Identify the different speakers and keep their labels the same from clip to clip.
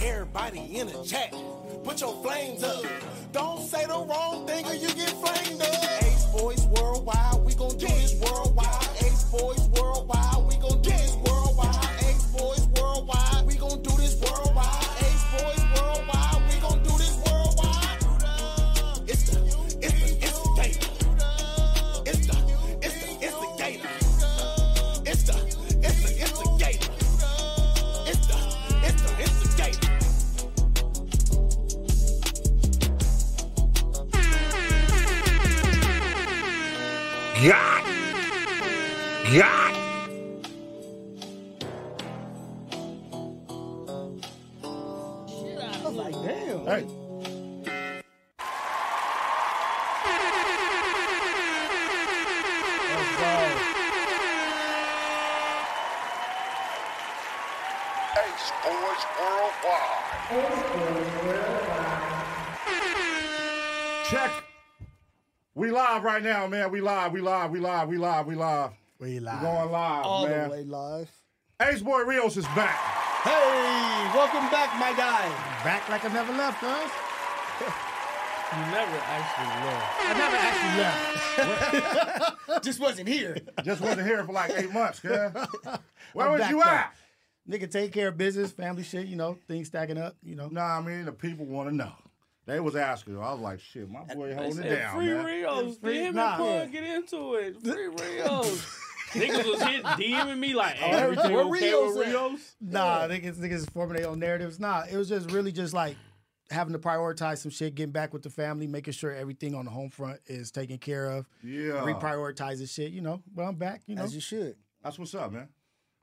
Speaker 1: somebody in the chat. Put your flames up. Don't say the wrong thing or you get flamed up. Ace boys worldwide, we gon' do this worldwide. Ace boys worldwide, we gon' do this worldwide. Ace boys worldwide, we gon' do this worldwide. Ace boys worldwide, we gon' do this worldwide. It's the, it's the, it's the gator. It's the, it's the, it's the gator. It's the, it's the, it's the gator. It's the, it's the, it's the gator.
Speaker 2: God, God.
Speaker 3: I was like, damn.
Speaker 4: Hey,
Speaker 3: That's wild.
Speaker 2: Ace Boys Worldwide.
Speaker 4: check. We live right now, man. We live. We live. We live. We live. We live.
Speaker 3: We
Speaker 4: We
Speaker 3: live.
Speaker 4: going live,
Speaker 3: All the
Speaker 4: man.
Speaker 3: way live.
Speaker 4: Ace Boy Rios is back.
Speaker 3: Hey, welcome back, my guy.
Speaker 5: Back like I never left, us.
Speaker 6: You never actually left.
Speaker 5: I never actually left.
Speaker 3: Just wasn't here.
Speaker 4: Just wasn't here for like eight months, yeah. Where
Speaker 5: I'm
Speaker 4: was
Speaker 5: back,
Speaker 4: you
Speaker 5: though.
Speaker 4: at?
Speaker 5: Nigga, take care of business, family shit, you know, things stacking up, you know.
Speaker 4: Nah, I mean the people want to know. They was asking. I was like, shit, my boy
Speaker 6: They
Speaker 4: holding it
Speaker 6: said,
Speaker 4: down,
Speaker 6: free
Speaker 4: man.
Speaker 6: Rios.
Speaker 5: free-
Speaker 6: DM
Speaker 5: nah.
Speaker 6: and Quan get into it. Free Rios. Niggas was hit DMing me like, hey,
Speaker 3: everything
Speaker 6: everything
Speaker 3: where
Speaker 6: okay
Speaker 3: Rios
Speaker 6: with
Speaker 3: at?
Speaker 6: Rios?
Speaker 5: Nah, niggas niggas forming their own narratives. Nah, it was just really just like having to prioritize some shit, getting back with the family, making sure everything on the home front is taken care of,
Speaker 4: Yeah,
Speaker 5: reprioritizing shit, you know. But I'm back, you know.
Speaker 3: As you should.
Speaker 4: that's what's up, man.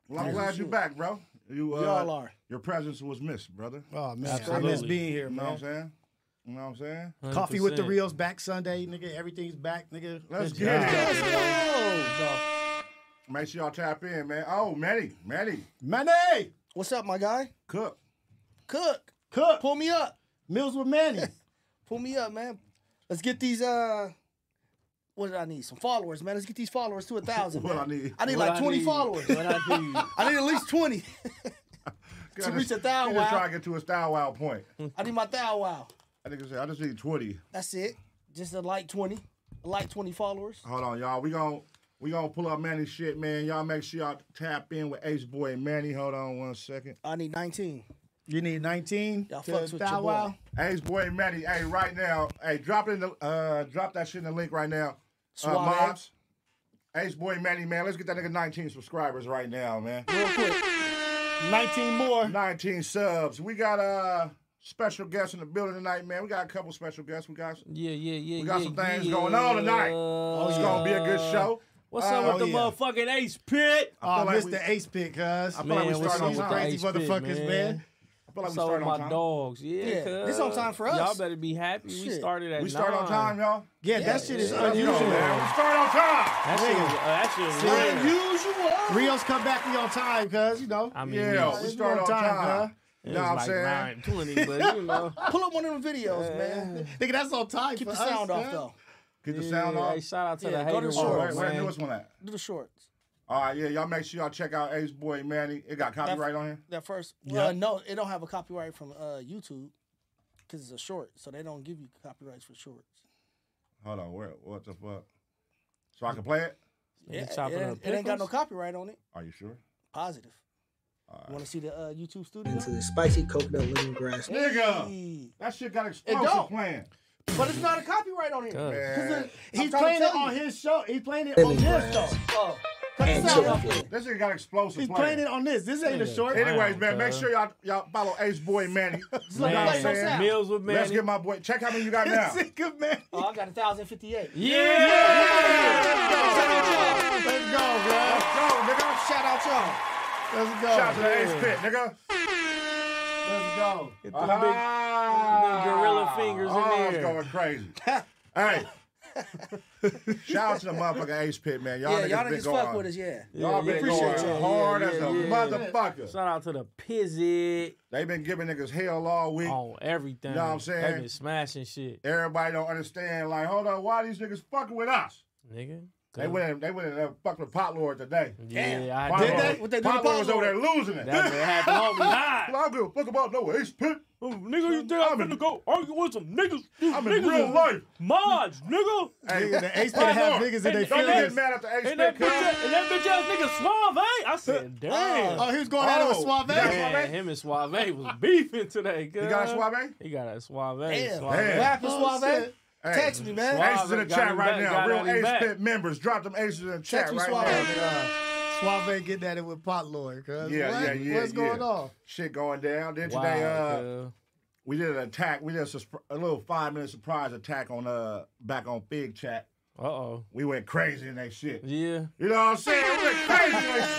Speaker 4: Well, I'm
Speaker 3: As
Speaker 4: glad
Speaker 3: you
Speaker 4: you're
Speaker 3: should.
Speaker 4: back, bro. You, uh,
Speaker 3: We all are.
Speaker 4: Your presence was missed, brother.
Speaker 5: oh man, I miss
Speaker 6: Absolutely.
Speaker 5: being here,
Speaker 4: You know what I'm
Speaker 5: man.
Speaker 4: saying? You know what I'm saying?
Speaker 5: Coffee with the Rios back Sunday, nigga. Everything's back, nigga.
Speaker 4: Let's
Speaker 5: Good
Speaker 4: get
Speaker 5: job.
Speaker 4: it.
Speaker 3: Oh,
Speaker 4: Make sure y'all tap in, man. Oh, Manny, Manny,
Speaker 5: Manny!
Speaker 3: What's up, my guy?
Speaker 4: Cook.
Speaker 3: Cook,
Speaker 5: Cook!
Speaker 3: pull me up.
Speaker 5: Meals with Manny.
Speaker 3: Pull me up, man. Let's get these. uh What did I need? Some followers, man. Let's get these followers to a thousand.
Speaker 4: What
Speaker 3: man.
Speaker 4: I need.
Speaker 3: I need
Speaker 6: What
Speaker 3: like
Speaker 6: I
Speaker 3: twenty
Speaker 6: need-
Speaker 3: followers.
Speaker 6: What I need.
Speaker 3: I need at least twenty.
Speaker 4: God,
Speaker 3: reach a
Speaker 4: just-
Speaker 3: thou
Speaker 4: he just
Speaker 3: wow.
Speaker 4: trying to get to a thou wow point.
Speaker 3: I need my thou wow.
Speaker 4: I think I said I just need twenty.
Speaker 3: That's it. Just a light twenty. A light twenty followers.
Speaker 4: Hold on, y'all. We gon' we gonna pull up Manny shit, man. Y'all make sure y'all tap in with Ace Boy and Manny. Hold on one second.
Speaker 3: I need nineteen.
Speaker 5: You need 19
Speaker 3: Y'all
Speaker 5: to
Speaker 3: fucks with
Speaker 5: Bow
Speaker 3: your boy.
Speaker 5: Wow.
Speaker 4: Ace Boy and Manny. Hey, right now. Hey, drop it in the uh, drop that shit in the link right now. Uh,
Speaker 3: Suave.
Speaker 4: Mobs. Ace Boy and Manny, man. Let's get that nigga 19 subscribers right now, man.
Speaker 5: 19 more.
Speaker 4: 19 subs. We got a special guest in the building tonight, man. We got a couple special guests. We got
Speaker 6: Yeah, yeah, yeah.
Speaker 4: we got
Speaker 6: yeah,
Speaker 4: some things
Speaker 6: yeah.
Speaker 4: going on
Speaker 6: Uh,
Speaker 4: tonight. Oh, it's gonna be a good show.
Speaker 6: What's
Speaker 4: Uh,
Speaker 6: up with the
Speaker 5: yeah.
Speaker 6: motherfucking Ace Pit?
Speaker 4: I
Speaker 3: Ah,
Speaker 5: Oh,
Speaker 4: feel like
Speaker 5: Mr.
Speaker 4: we-
Speaker 5: Ace pick, cuz.
Speaker 4: feel like we
Speaker 6: what's
Speaker 4: started
Speaker 6: up
Speaker 4: on
Speaker 6: with
Speaker 4: time.
Speaker 6: the
Speaker 5: Crazy
Speaker 6: Ace Pit,
Speaker 5: motherfuckers, man.
Speaker 4: I feel like we
Speaker 6: What's up with
Speaker 4: started
Speaker 6: my
Speaker 4: on time.
Speaker 6: dogs? Yeah,
Speaker 3: Yeah,
Speaker 6: cuz.
Speaker 3: this on time for us.
Speaker 6: Y'all better be happy. We
Speaker 3: Shit.
Speaker 6: started at
Speaker 4: We start on
Speaker 6: nine.
Speaker 4: time, y'all.
Speaker 5: Yeah,
Speaker 3: Yeah,
Speaker 5: that shit is
Speaker 4: Let's go,
Speaker 5: unusual.
Speaker 4: man. We start on time.
Speaker 6: That shit, was, uh, that shit was rare.
Speaker 3: Unusual.
Speaker 5: Rios come back to your time, cuz, you know.
Speaker 6: I mean,
Speaker 4: Yeah,
Speaker 5: we-
Speaker 4: we
Speaker 5: it's been
Speaker 4: start on
Speaker 5: on time,
Speaker 4: time.
Speaker 5: huh?
Speaker 4: You know what I'm saying?
Speaker 6: nine twenty, but you know,
Speaker 3: Pull up one of them videos, man.
Speaker 5: Nigga, that's on time.
Speaker 3: Keep
Speaker 5: for
Speaker 3: the sound
Speaker 5: us,
Speaker 3: off
Speaker 5: cuz.
Speaker 3: though.
Speaker 4: Get the
Speaker 6: yeah,
Speaker 4: sound off.
Speaker 6: Hey, shout out to
Speaker 3: Yeah,
Speaker 6: the
Speaker 3: go to
Speaker 6: hater
Speaker 3: the
Speaker 4: Oh,
Speaker 3: shorts,
Speaker 4: where,
Speaker 6: world,
Speaker 4: where the
Speaker 6: man.
Speaker 4: newest one at?
Speaker 3: Do the shorts.
Speaker 4: All right, yeah, y'all make sure y'all check out Ace Boy Manny. It got copyright on here.
Speaker 3: That first.
Speaker 5: Yeah.
Speaker 3: Uh, no, it don't have a copyright from uh, YouTube because it's a short, so they don't give you copyrights for shorts.
Speaker 4: Hold on, where? What the fuck? So I can play it?
Speaker 6: Yeah,
Speaker 3: it,
Speaker 6: chopping
Speaker 3: ain't-
Speaker 6: up
Speaker 3: it ain't got no
Speaker 6: pickles?
Speaker 3: copyright on it.
Speaker 4: Are you sure?
Speaker 3: Positive. You want to see the uh, YouTube studio?
Speaker 7: into the spicy coconut lemongrass.
Speaker 4: Nigga,
Speaker 3: Hey.
Speaker 4: that shit got
Speaker 3: don't.
Speaker 4: explosive playing.
Speaker 3: But it's not a copyright on it.
Speaker 6: Good.
Speaker 5: He's playing it on his show. He's playing it on this,
Speaker 7: Lemongrass.
Speaker 5: though.
Speaker 3: Oh, cut the
Speaker 7: And
Speaker 3: sound
Speaker 7: chicken
Speaker 3: off it.
Speaker 4: That shit got explosive
Speaker 5: He's
Speaker 4: playing.
Speaker 5: playing it on this. This ain't a short.
Speaker 6: Hey,
Speaker 4: Anyways, man,
Speaker 6: Wow,
Speaker 4: make
Speaker 6: cuz.
Speaker 4: sure y'all y'all follow Ace Boy Manny. You know what
Speaker 3: Play
Speaker 4: I'm
Speaker 3: no
Speaker 4: saying?
Speaker 3: sound.
Speaker 6: Meals with Manny.
Speaker 4: Let's get my boy. Check how many you got now.
Speaker 5: Good man.
Speaker 3: Oh, I got 1,058.
Speaker 6: yeah.
Speaker 5: Let's go, bro.
Speaker 4: Let's go, nigga.
Speaker 3: Shout out y'all.
Speaker 5: Let's
Speaker 4: Shout
Speaker 6: Oh,
Speaker 4: out
Speaker 5: go.
Speaker 4: to the Ace Pit, nigga.
Speaker 5: Let's go.
Speaker 6: Get them big-
Speaker 4: Ah,
Speaker 6: gorilla fingers in
Speaker 4: oh, it's
Speaker 6: there.
Speaker 4: going crazy. hey. Shout out to the motherfucking Ace Pit, man. Y'all
Speaker 3: yeah,
Speaker 4: niggas
Speaker 3: y'all
Speaker 4: been
Speaker 3: niggas
Speaker 4: going.
Speaker 3: fuck with us, yeah.
Speaker 4: Y'all
Speaker 6: Yeah,
Speaker 4: been
Speaker 6: yeah,
Speaker 4: going
Speaker 6: yeah,
Speaker 4: hard
Speaker 6: yeah,
Speaker 4: as a
Speaker 6: yeah, yeah.
Speaker 4: motherfucker.
Speaker 6: Shout out to the Pizzit
Speaker 4: They been giving niggas hell all week.
Speaker 6: on everything.
Speaker 4: Know what I'm saying?
Speaker 6: They been smashing shit,
Speaker 4: Everybody don't understand. Like, hold on, why these niggas fucking with us?
Speaker 6: nigga.
Speaker 4: They went. in- They went in there fucking with pot lord today.
Speaker 6: Yeah, I
Speaker 4: Pot
Speaker 3: Did
Speaker 6: did
Speaker 3: they?
Speaker 4: Lord-
Speaker 6: that.
Speaker 3: What they do to
Speaker 4: Pot
Speaker 3: Pot
Speaker 4: Lord was over there
Speaker 3: Lord?
Speaker 4: losing it.
Speaker 6: That man had the homie
Speaker 4: I
Speaker 6: high.
Speaker 4: don't give a fuck about no ace pit.
Speaker 6: Oh, nigga, you think I'm
Speaker 4: in-
Speaker 6: gonna go argue with some niggas? These
Speaker 4: I'm in
Speaker 6: niggas
Speaker 4: real
Speaker 6: is
Speaker 4: life.
Speaker 6: Mods, nigga.
Speaker 4: Hey,
Speaker 5: The ace pit have niggas in
Speaker 6: Hey,
Speaker 5: their
Speaker 4: Don't get
Speaker 5: feelings.
Speaker 4: mad at the ace
Speaker 6: And that
Speaker 4: pit.
Speaker 6: bitch,
Speaker 4: cuz.
Speaker 6: and that bitch ass nigga Suave. I said, damn.
Speaker 5: Oh, he was going out on
Speaker 4: Oh,
Speaker 5: Suave.
Speaker 4: yeah.
Speaker 6: Man, him and Suave was beefing today. Girl.
Speaker 4: You got a Suave?
Speaker 6: He got a Suave.
Speaker 3: Damn.
Speaker 6: Suave.
Speaker 4: Damn.
Speaker 3: What happened,
Speaker 5: Oh,
Speaker 3: Suave?
Speaker 5: shit.
Speaker 4: Hey,
Speaker 3: Text me, man.
Speaker 6: Suave.
Speaker 4: Aces in the
Speaker 6: Got
Speaker 4: chat
Speaker 6: him
Speaker 4: right
Speaker 6: back, got
Speaker 4: now. Real
Speaker 6: him
Speaker 4: ace
Speaker 6: back.
Speaker 4: pit members. Drop them aces in the chat
Speaker 3: Text me,
Speaker 4: right
Speaker 3: Suave. Uh,
Speaker 4: now. nigga.
Speaker 5: Suave getting at it with Pot Lord. Cause
Speaker 4: Yeah,
Speaker 5: what?
Speaker 4: yeah, yeah,
Speaker 5: What's going
Speaker 4: yeah.
Speaker 5: on?
Speaker 4: Shit going down. Then
Speaker 6: Wow,
Speaker 4: today, uh,
Speaker 6: girl.
Speaker 4: we did an attack. We did a, susp- a little five minute surprise attack on uh back on Big Chat.
Speaker 6: Uh-oh.
Speaker 4: We went crazy in that shit.
Speaker 6: Yeah.
Speaker 4: You know what I'm saying? We went crazy in that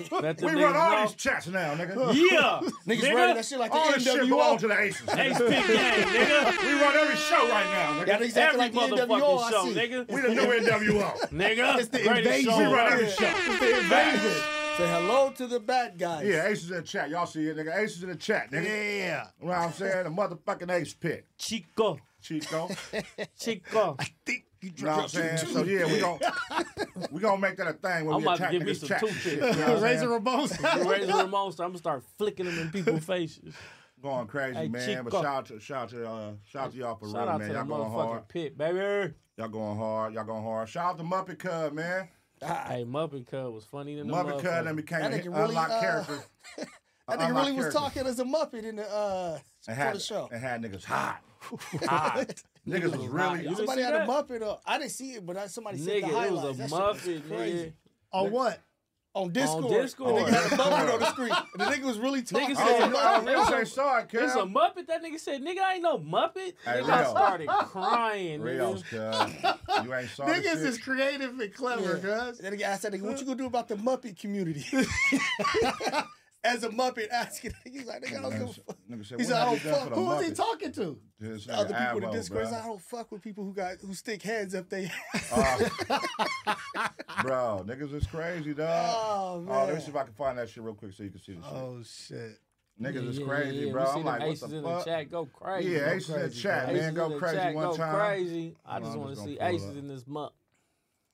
Speaker 4: shit.
Speaker 6: Let the
Speaker 4: We
Speaker 6: niggas
Speaker 4: run all
Speaker 6: know.
Speaker 4: these chats now, nigga.
Speaker 6: Yeah.
Speaker 3: Niggas
Speaker 6: nigga.
Speaker 3: running that shit like the
Speaker 4: All this shit belongs to
Speaker 3: NWO.
Speaker 4: the aces.
Speaker 6: Ace
Speaker 4: nigga.
Speaker 6: Pit Gang, nigga.
Speaker 4: we run every show right now,
Speaker 3: Y'all
Speaker 4: nigga.
Speaker 3: niggas
Speaker 6: Every
Speaker 3: acting like the NWO.
Speaker 6: motherfucking show,
Speaker 3: I see.
Speaker 6: nigga.
Speaker 4: We the new NWO.
Speaker 6: Nigga.
Speaker 5: It's the
Speaker 6: Greatest
Speaker 5: invasion.
Speaker 6: show.
Speaker 4: We run every
Speaker 3: Yeah.
Speaker 4: show.
Speaker 3: Say hello to the bad guys.
Speaker 4: Yeah, aces in the chat. Y'all see it, nigga. Aces in the chat, nigga.
Speaker 5: Yeah.
Speaker 4: You know what I'm saying? The motherfucking ace pit.
Speaker 6: Chico.
Speaker 4: Chico.
Speaker 6: Chico.
Speaker 4: You know what I'm saying? So yeah, we gon' we gonna make that a thing where
Speaker 6: I'm
Speaker 4: we
Speaker 6: about to
Speaker 4: attack
Speaker 6: give me
Speaker 4: niggas'
Speaker 6: some
Speaker 4: chat.
Speaker 6: toothpick.
Speaker 4: shit, you know what I'm
Speaker 5: Razor
Speaker 4: saying?
Speaker 5: Ramon.
Speaker 6: Razor Ramon, so I'm gonna start flicking them in people's faces.
Speaker 4: Going crazy,
Speaker 6: Hey,
Speaker 4: man. But
Speaker 6: Chico.
Speaker 4: shout out to shout out to uh, shout out to y'all for
Speaker 6: Shout out
Speaker 4: running, man.
Speaker 6: to the
Speaker 4: Y'all going hard.
Speaker 6: motherfucking pit, baby.
Speaker 4: Y'all going hard. Y'all going hard. Shout out to Muppet Cub, man.
Speaker 6: Hey, Muppet Cub was funny than the
Speaker 4: Muppet
Speaker 6: motherfucker.
Speaker 4: Cub then became
Speaker 3: That
Speaker 4: an
Speaker 3: nigga really,
Speaker 4: unlocked
Speaker 3: uh,
Speaker 4: character.
Speaker 3: That nigga really was
Speaker 4: Unlocked character.
Speaker 3: talking as a Muppet in the uh
Speaker 4: And
Speaker 3: for
Speaker 4: had,
Speaker 3: the show.
Speaker 4: and had niggas hot. hot. niggas was really
Speaker 6: You didn't
Speaker 3: Somebody
Speaker 6: see
Speaker 3: had a
Speaker 6: that?
Speaker 3: Muppet up. I didn't see it, but I, somebody said the
Speaker 6: Nigga, it was a
Speaker 3: highlights. That shit
Speaker 6: Muppet,
Speaker 3: crazy.
Speaker 6: nigga.
Speaker 5: On what?
Speaker 3: on Discord.
Speaker 6: Discord.
Speaker 3: The nigga had a Muppet on the screen. And the nigga was really talking.
Speaker 6: Nigga
Speaker 4: Oh,
Speaker 6: said-
Speaker 4: no, I really ain't saw it,
Speaker 6: It's a
Speaker 4: cuz.
Speaker 6: Muppet. That nigga said, nigga, I ain't no Muppet.
Speaker 4: Hey,
Speaker 6: nigga, I
Speaker 4: Rio.
Speaker 6: started crying.
Speaker 4: Reals,
Speaker 6: Nigga.
Speaker 4: cuz. You ain't saw the
Speaker 5: Niggas
Speaker 4: shit.
Speaker 5: is creative and clever,
Speaker 3: Yeah.
Speaker 5: cuz.
Speaker 3: Then the guy asked that nigga, what you gonna do about the Muppet community? As a Muppet asking, he's like, nigga, I don't give a fuck.
Speaker 4: Nigga said,
Speaker 6: "Oh,
Speaker 4: what
Speaker 3: He said, I
Speaker 4: have
Speaker 3: don't
Speaker 4: you done
Speaker 3: fuck.
Speaker 4: for the
Speaker 5: Who was he
Speaker 4: Muppets?
Speaker 5: talking to?
Speaker 4: This
Speaker 3: The other
Speaker 4: nigga
Speaker 3: people in
Speaker 4: Ivo,
Speaker 3: the Discord,
Speaker 4: bruh.
Speaker 3: I don't fuck with people who got who stick hands up they.
Speaker 4: Uh, bro, niggas is crazy, dog.
Speaker 3: oh man.
Speaker 4: Oh, let me see if I can find that shit real quick so you can see the shit.
Speaker 5: Oh shit.
Speaker 4: niggas is
Speaker 6: Yeah,
Speaker 4: crazy,
Speaker 6: yeah, yeah.
Speaker 4: bro.
Speaker 6: We
Speaker 4: I'm
Speaker 6: see them
Speaker 4: like, what
Speaker 6: aces
Speaker 4: the
Speaker 6: in
Speaker 4: fuck?
Speaker 6: the chat go crazy.
Speaker 4: yeah,
Speaker 6: Go
Speaker 4: aces in the
Speaker 5: crazy,
Speaker 4: chat,
Speaker 6: crazy.
Speaker 4: man.
Speaker 6: Aces in
Speaker 4: Go
Speaker 6: the
Speaker 4: crazy
Speaker 6: chat,
Speaker 4: one
Speaker 6: go
Speaker 4: time.
Speaker 6: Crazy. I
Speaker 4: Hold
Speaker 6: just
Speaker 4: on, I'm
Speaker 6: want to
Speaker 4: just
Speaker 6: see
Speaker 4: gonna pull
Speaker 6: aces
Speaker 4: up.
Speaker 6: in this month.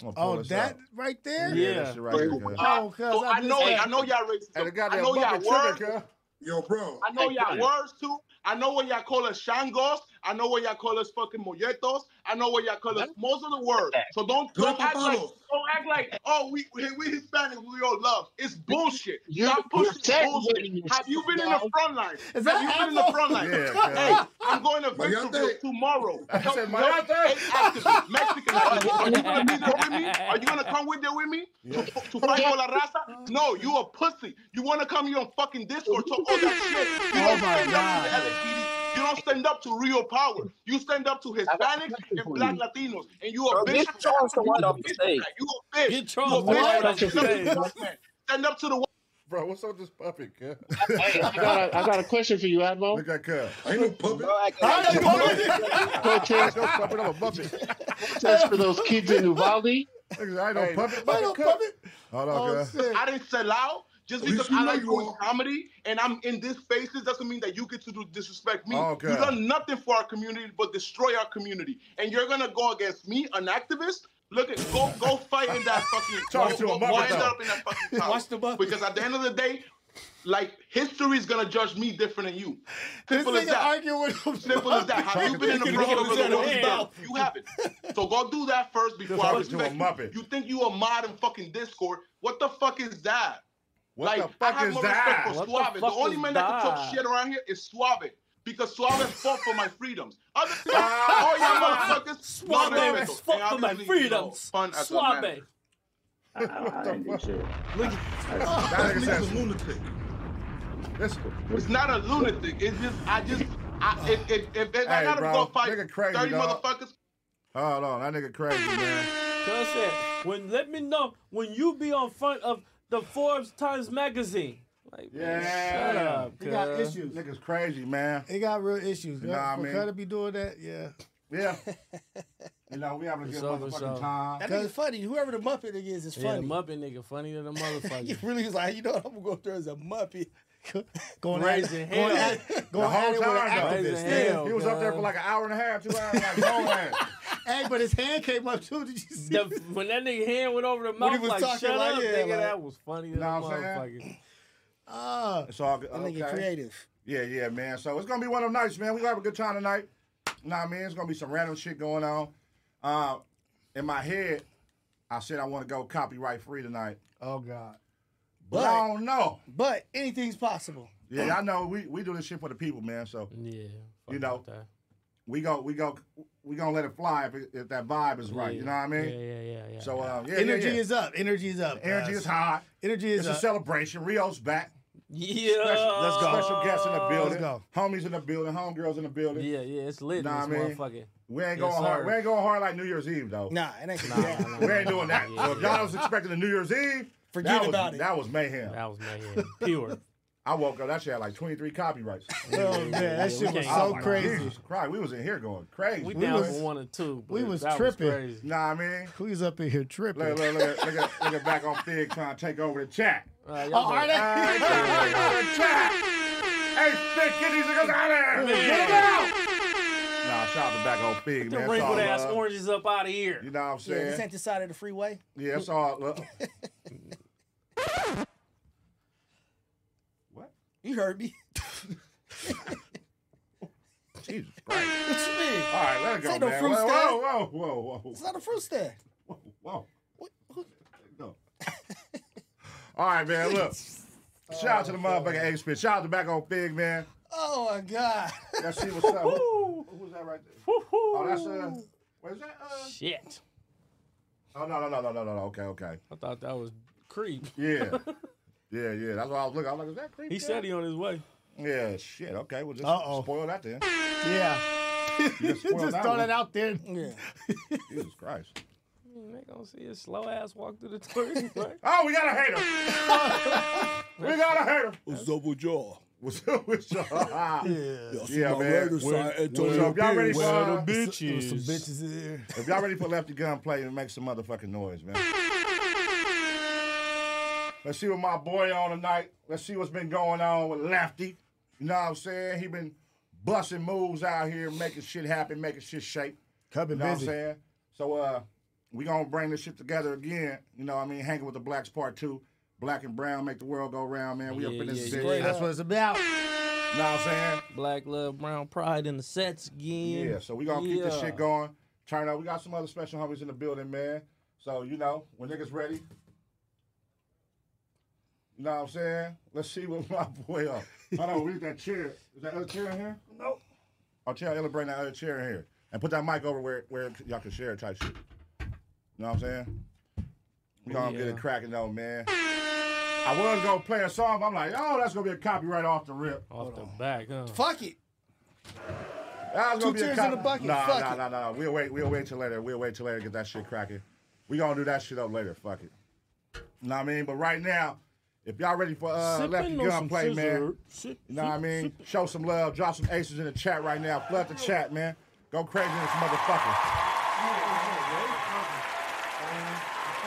Speaker 4: I'm gonna pull
Speaker 5: Oh,
Speaker 4: this
Speaker 5: that
Speaker 4: up.
Speaker 5: right there?
Speaker 4: Yeah,
Speaker 6: Yeah.
Speaker 4: that shit right there, cuz.
Speaker 5: Oh, cuz
Speaker 8: Well, I
Speaker 5: missed
Speaker 8: know,
Speaker 5: that.
Speaker 8: I know y'all racist.
Speaker 4: Hey, the
Speaker 8: though. I
Speaker 4: goddamn
Speaker 8: know y'all
Speaker 4: bucket
Speaker 8: words.
Speaker 4: trigger, cuz.
Speaker 7: Yo, bro.
Speaker 8: I know y'all words too. I know what y'all call us shangos. I know what y'all call us fucking moyetos. I know what y'all call us most of the words. So don't don't act like don't act like oh we we, we Hispanic we all love. It's bullshit. Stop pushing bullshit. Have you been in the front line?
Speaker 5: Is that
Speaker 8: Have you been in the
Speaker 5: Apple?
Speaker 8: front line?
Speaker 4: Yeah,
Speaker 8: Hey,
Speaker 4: cuz.
Speaker 8: I'm going to
Speaker 7: Mayate.
Speaker 8: Victorville tomorrow.
Speaker 4: I said,
Speaker 8: Help-
Speaker 4: Mayate.
Speaker 8: help eight activists, Mexican. activists. Are you gonna be there with me? Are you gonna come with there with me to, to fight for la raza? No, you a pussy. You wanna come here on fucking Discord talk all that shit? You
Speaker 5: Oh
Speaker 8: don't
Speaker 5: my
Speaker 8: stand
Speaker 5: God.
Speaker 8: up to the LGBTQ. You don't stand up to real power. You stand up to Hispanics and Black Latinos, and you
Speaker 9: Bro,
Speaker 8: a bitch.
Speaker 9: get Charles the White
Speaker 8: You a
Speaker 9: off the
Speaker 8: bitch.
Speaker 9: stage.
Speaker 8: You a bitch.
Speaker 6: Get
Speaker 8: You a
Speaker 6: Charles
Speaker 8: bitch.
Speaker 6: the White off the
Speaker 8: Stand up to the
Speaker 6: stage.
Speaker 8: white man. Stand up to the white.
Speaker 4: Bro, what's up with this puppy, cuz?
Speaker 10: Hey, I got a, I got a question for you, Admo.
Speaker 4: Look at cuz.
Speaker 7: I ain't no puppet.
Speaker 9: Bro, I got
Speaker 10: Protest,
Speaker 4: No puppet, I'm a puppet. Niggas,
Speaker 10: protest for those kids in Uvalde.
Speaker 4: I ain't no puppet.
Speaker 5: I
Speaker 4: Bucket
Speaker 5: don't
Speaker 4: cuz.
Speaker 5: puppet.
Speaker 4: Hold
Speaker 5: Oh
Speaker 4: on, cuz.
Speaker 5: shit.
Speaker 8: I didn't sell out. Just
Speaker 7: At least
Speaker 8: because
Speaker 7: you
Speaker 8: I
Speaker 7: know
Speaker 8: like
Speaker 7: you
Speaker 8: doing
Speaker 7: are.
Speaker 8: comedy and I'm in this spaces doesn't mean that you get to do disrespect me.
Speaker 4: Oh, God.
Speaker 8: You done nothing for our community but destroy our community. And you're gonna go against me, an activist? Look at go go fight in that fucking
Speaker 4: Talk
Speaker 8: go,
Speaker 4: to a
Speaker 8: go,
Speaker 4: Muppet,
Speaker 8: wind
Speaker 4: though.
Speaker 8: up in that fucking tower.
Speaker 3: Watch the Muppet.
Speaker 8: Because at the end of the day, like history is gonna judge me different than you.
Speaker 5: This
Speaker 8: Simple as
Speaker 5: nigga
Speaker 8: that.
Speaker 5: arguing with him.
Speaker 8: Simple as that. Have you been in the
Speaker 3: Talking
Speaker 8: front
Speaker 3: to
Speaker 8: of
Speaker 3: his
Speaker 8: the
Speaker 3: own
Speaker 8: world?
Speaker 3: mouth.
Speaker 8: You haven't. So go do that first before I
Speaker 4: Talking to a
Speaker 8: respect you.
Speaker 4: Muppet.
Speaker 8: You think you a modern fucking Discord? What the fuck is that?
Speaker 4: What the
Speaker 8: like, I
Speaker 4: fuck
Speaker 8: have
Speaker 4: is
Speaker 8: more
Speaker 4: that?
Speaker 8: respect for
Speaker 6: What the
Speaker 8: Suave. The,
Speaker 6: fuck
Speaker 8: only
Speaker 6: is
Speaker 8: man that can
Speaker 6: that?
Speaker 8: talk shit around here is Suave. Because Suave fought for my freedoms. Other people, all
Speaker 4: Ah!
Speaker 8: y'all motherfuckers,
Speaker 6: Suave
Speaker 8: no, no, no,
Speaker 6: is fuck for my
Speaker 8: And obviously, you know,
Speaker 6: freedoms.
Speaker 8: fun as a man.
Speaker 6: Suave.
Speaker 4: That nigga
Speaker 7: Nigga's a
Speaker 4: said,
Speaker 7: lunatic.
Speaker 4: this-
Speaker 8: It's not a lunatic. It's just, I just, I, if, if, if, if I
Speaker 4: Hey,
Speaker 8: gotta
Speaker 4: bro,
Speaker 8: go fight
Speaker 4: nigga crazy,
Speaker 8: 30
Speaker 4: dog.
Speaker 8: motherfuckers,
Speaker 4: Hold on, that nigga crazy, man.
Speaker 6: Cuz said, when let me know when you be on front of the Forbes Times magazine. Like, man,
Speaker 4: Yeah.
Speaker 6: shut up.
Speaker 5: He got
Speaker 6: cuz.
Speaker 5: issues.
Speaker 4: Niggas crazy, man.
Speaker 5: He got real issues.
Speaker 4: You know what I
Speaker 5: Nah, For
Speaker 4: mean?
Speaker 5: Cuz to be doing that, yeah.
Speaker 4: Yeah. You know, we having a
Speaker 6: It's
Speaker 4: good
Speaker 6: over, it's
Speaker 4: motherfucking
Speaker 6: over.
Speaker 4: time.
Speaker 3: That nigga funny. Whoever the Muppet nigga is is
Speaker 6: Yeah, the
Speaker 3: funny.
Speaker 6: Muppet nigga funny than a
Speaker 3: he
Speaker 6: motherfucker.
Speaker 3: really was like, you know what? I'm gonna go up there as a Muppet.
Speaker 5: Going
Speaker 6: Raising
Speaker 5: at, going
Speaker 6: hell.
Speaker 5: at, going
Speaker 4: whole
Speaker 5: at it with an
Speaker 4: time, though.
Speaker 5: activist.
Speaker 6: Raising
Speaker 5: yeah.
Speaker 6: hell.
Speaker 4: He was up there for like an hour and a half, two hours, like, go ahead.
Speaker 5: Hey, but his hand came up too. Did you see?
Speaker 6: The, when that nigga hand went over the
Speaker 5: When he
Speaker 6: mouth,
Speaker 5: was
Speaker 6: like
Speaker 5: talking,
Speaker 6: shut
Speaker 5: like,
Speaker 6: up,
Speaker 5: yeah,
Speaker 6: nigga,
Speaker 5: like-
Speaker 6: that was funny. as
Speaker 4: Nah, I'm saying.
Speaker 6: motherfucker.
Speaker 5: Ah,
Speaker 4: It's all good.
Speaker 3: That nigga
Speaker 4: okay.
Speaker 3: creative.
Speaker 4: Yeah, yeah, man. So it's gonna be one of them nights, man. We gonna have a good time tonight. Nah, man, it's gonna be some random shit going on. Uh, in my head, I said I want to go copyright free tonight,
Speaker 5: oh God.
Speaker 4: but I don't know.
Speaker 3: But anything's possible.
Speaker 4: Yeah, I know we we do this shit for the people, man. So
Speaker 6: Yeah, fuck
Speaker 4: You know,
Speaker 6: about that.
Speaker 4: we go we go we gonna let it fly if, it- if that vibe is right. You know what I mean?
Speaker 6: Yeah, yeah, yeah, yeah.
Speaker 4: So
Speaker 6: yeah.
Speaker 4: uh, yeah,
Speaker 5: Energy
Speaker 4: yeah, yeah.
Speaker 5: is up. Energy is up.
Speaker 4: energy
Speaker 5: guys.
Speaker 4: is high.
Speaker 5: Energy is
Speaker 4: It's a
Speaker 5: up.
Speaker 4: celebration. Rio's back.
Speaker 6: yeah.
Speaker 4: Special, let's go. Special guests in the building.
Speaker 5: go.
Speaker 4: Homies in the building. Homegirls in the building.
Speaker 6: Yeah, yeah, it's lit. in
Speaker 4: Nah,
Speaker 6: this
Speaker 4: man.
Speaker 6: motherfucker.
Speaker 4: We
Speaker 6: Yes,
Speaker 4: ain't going hard.
Speaker 6: sir.
Speaker 4: We ain't going hard like New Year's Eve though.
Speaker 3: Nah, it ain't gonna happen.
Speaker 4: We ain't doing that. So if y'all was expecting a New Year's Eve,
Speaker 3: Forget
Speaker 4: that was,
Speaker 3: about it.
Speaker 4: That was mayhem.
Speaker 6: That was my hand. Pure.
Speaker 4: I woke up. That shit had like 23 copyrights.
Speaker 5: Oh man, that
Speaker 6: we
Speaker 5: shit was
Speaker 6: can't
Speaker 4: I was
Speaker 5: so
Speaker 4: like,
Speaker 5: crazy.
Speaker 4: Jesus Christ, we was in here going crazy.
Speaker 6: We
Speaker 4: You
Speaker 6: down
Speaker 5: was-
Speaker 6: for one or two.
Speaker 5: we
Speaker 6: but
Speaker 5: was
Speaker 6: that
Speaker 5: tripping.
Speaker 6: crazy.
Speaker 4: know what I mean?
Speaker 5: Who is up in here tripping?
Speaker 4: Look, look, look, at- look, at, look at back on Fig trying to take over the chat.
Speaker 6: Uh, y'all
Speaker 5: Oh, are
Speaker 6: better-
Speaker 5: they?
Speaker 4: Hey, take over the chat! Hey, Fig, get these niggas out of here! Get them out! Nah, shout out to back on Fig,
Speaker 6: the
Speaker 4: man. It's
Speaker 6: wrinkled
Speaker 4: all
Speaker 6: ass
Speaker 4: love.
Speaker 6: oranges up out of here.
Speaker 4: You know what I'm
Speaker 3: Yeah, this
Speaker 4: saying?
Speaker 3: ain't the side of the freeway.
Speaker 4: Yeah, it's all love. What?
Speaker 3: You heard me.
Speaker 4: Jesus Christ.
Speaker 3: What you mean?
Speaker 4: All right, let it go,
Speaker 3: Say no
Speaker 4: man.
Speaker 3: fruit
Speaker 4: whoa,
Speaker 3: stand.
Speaker 4: whoa, whoa, whoa, whoa,
Speaker 3: It's not a fruit stand.
Speaker 4: whoa, whoa.
Speaker 3: What- who-
Speaker 4: No. All right, man. Look, shout out to the motherfucking A Spit. Shout out to Back on Fig, man.
Speaker 3: Oh my god.
Speaker 4: Let's see what's up. Who, who's that right there? Oh, that's uh, where's that? Uh,
Speaker 6: Shit.
Speaker 4: oh no, no, no, no, no, no, no. Okay, okay.
Speaker 6: I thought that was creep.
Speaker 4: Yeah, yeah, yeah. That's what I was looking. I was like, is that creepy?
Speaker 6: He said he on his way.
Speaker 4: Yeah, shit. Okay, well just
Speaker 5: Uh-oh.
Speaker 4: spoil that then.
Speaker 5: Yeah.
Speaker 4: You
Speaker 5: Just
Speaker 4: spoiled that
Speaker 5: throw
Speaker 4: one.
Speaker 5: that out there.
Speaker 3: Yeah.
Speaker 4: Jesus Christ.
Speaker 6: They gonna see a slow ass walk through the toilet. right?
Speaker 4: Oh, we gotta hate him. we gotta hate him.
Speaker 1: What's up with y'all?
Speaker 4: What's up with y'all?
Speaker 5: Yeah.
Speaker 4: Yeah,
Speaker 1: my
Speaker 4: man.
Speaker 1: writer
Speaker 4: Where-
Speaker 1: signed Antonio
Speaker 4: so if y'all ready
Speaker 1: Pierce.
Speaker 4: for-
Speaker 1: Where the
Speaker 4: Uh,
Speaker 5: There was
Speaker 1: bitches?
Speaker 5: some bitches in here.
Speaker 4: If y'all ready for Lefty Gunplay, then make some motherfucking noise, man. Let's see what my boy on tonight. Let's see what's been going on with Lefty. You know what I'm saying? He been busting moves out here, making shit happen, making shit shake.
Speaker 5: Cub
Speaker 4: You
Speaker 5: and
Speaker 4: know what I'm
Speaker 5: busy.
Speaker 4: saying? So uh, we gonna bring this shit together again. You know what I mean? Hanging with the Blacks Part Two. Black and brown make the world go round, man. We up
Speaker 6: Yeah,
Speaker 4: in this
Speaker 6: yeah,
Speaker 4: bitch.
Speaker 6: yeah.
Speaker 5: That's what it's about.
Speaker 4: You know what I'm saying?
Speaker 6: Black love, brown pride in the sets again.
Speaker 4: Yeah, so we gonna keep this
Speaker 6: Yeah.
Speaker 4: shit going. Turn up. We got some other special homies in the building, man. So you know, when niggas ready. You know what I'm saying? Let's see what my boy up. Hold on, we need that chair. Is that other chair in here? Nope. I'll tell you to bring that other chair in here. And put that mic over where, where y'all can share type shit. You know what I'm saying? We gonna get it
Speaker 6: Yeah.
Speaker 4: cracking though, man. I was gonna play a song, but I'm like, oh, that's gonna be a copyright off the rip.
Speaker 6: Off the back, huh?
Speaker 3: Fuck it.
Speaker 4: That was
Speaker 3: Two
Speaker 4: gonna be a
Speaker 3: chairs
Speaker 4: cop-
Speaker 3: in the bucket,
Speaker 4: Nah,
Speaker 3: fuck
Speaker 4: nah,
Speaker 3: it.
Speaker 4: nah, nah, nah. We'll wait. We'll wait till later. We'll wait till later to get that shit cracking. We gonna do that shit up later. Fuck it. Know what I mean? But right now, if y'all ready for uh, Lefty
Speaker 6: Sippin' on some
Speaker 4: Gunplay, man,
Speaker 6: scissor. Sip,
Speaker 4: you know what I
Speaker 6: sip,
Speaker 4: mean?
Speaker 6: sip.
Speaker 4: Show some love. Drop some aces in the chat right now. Flood the chat, man. Go crazy in this motherfucker.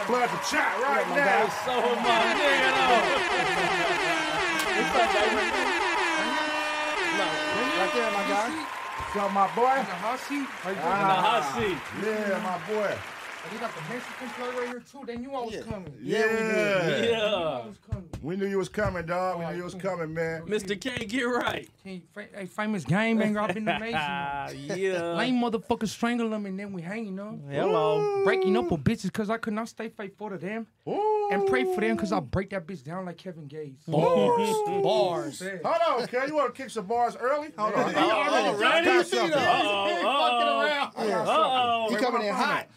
Speaker 4: Flood the chat right now.
Speaker 6: So my nigga, though.
Speaker 4: Right there, my guy. So my boy. Ah,
Speaker 6: In the hot
Speaker 4: Yeah, my boy.
Speaker 9: Oh, They got the Mexican plug right here too. They knew I was coming.
Speaker 4: Yeah, we did.
Speaker 9: I
Speaker 6: Yeah.
Speaker 9: was coming.
Speaker 4: We knew you was coming, dog. We knew you was coming, man.
Speaker 6: Mr. K, get right.
Speaker 9: Hey, fa- hey, famous gangbanger, I've been amazing.
Speaker 6: Ah, yeah.
Speaker 9: Lame motherfucker strangle them and then we hanging up.
Speaker 6: Hello.
Speaker 9: Breaking up with bitches cause I could not stay faithful to them and pray for them cause I break that bitch down like Kevin Gates.
Speaker 3: Bars.
Speaker 9: Sad.
Speaker 4: Hold on, Kel. You want to kick some bars early? Hold on. Oh,
Speaker 6: Already?
Speaker 4: I got something.
Speaker 6: Uh-oh.
Speaker 4: I got something.
Speaker 6: Uh-oh.
Speaker 3: He coming in hot.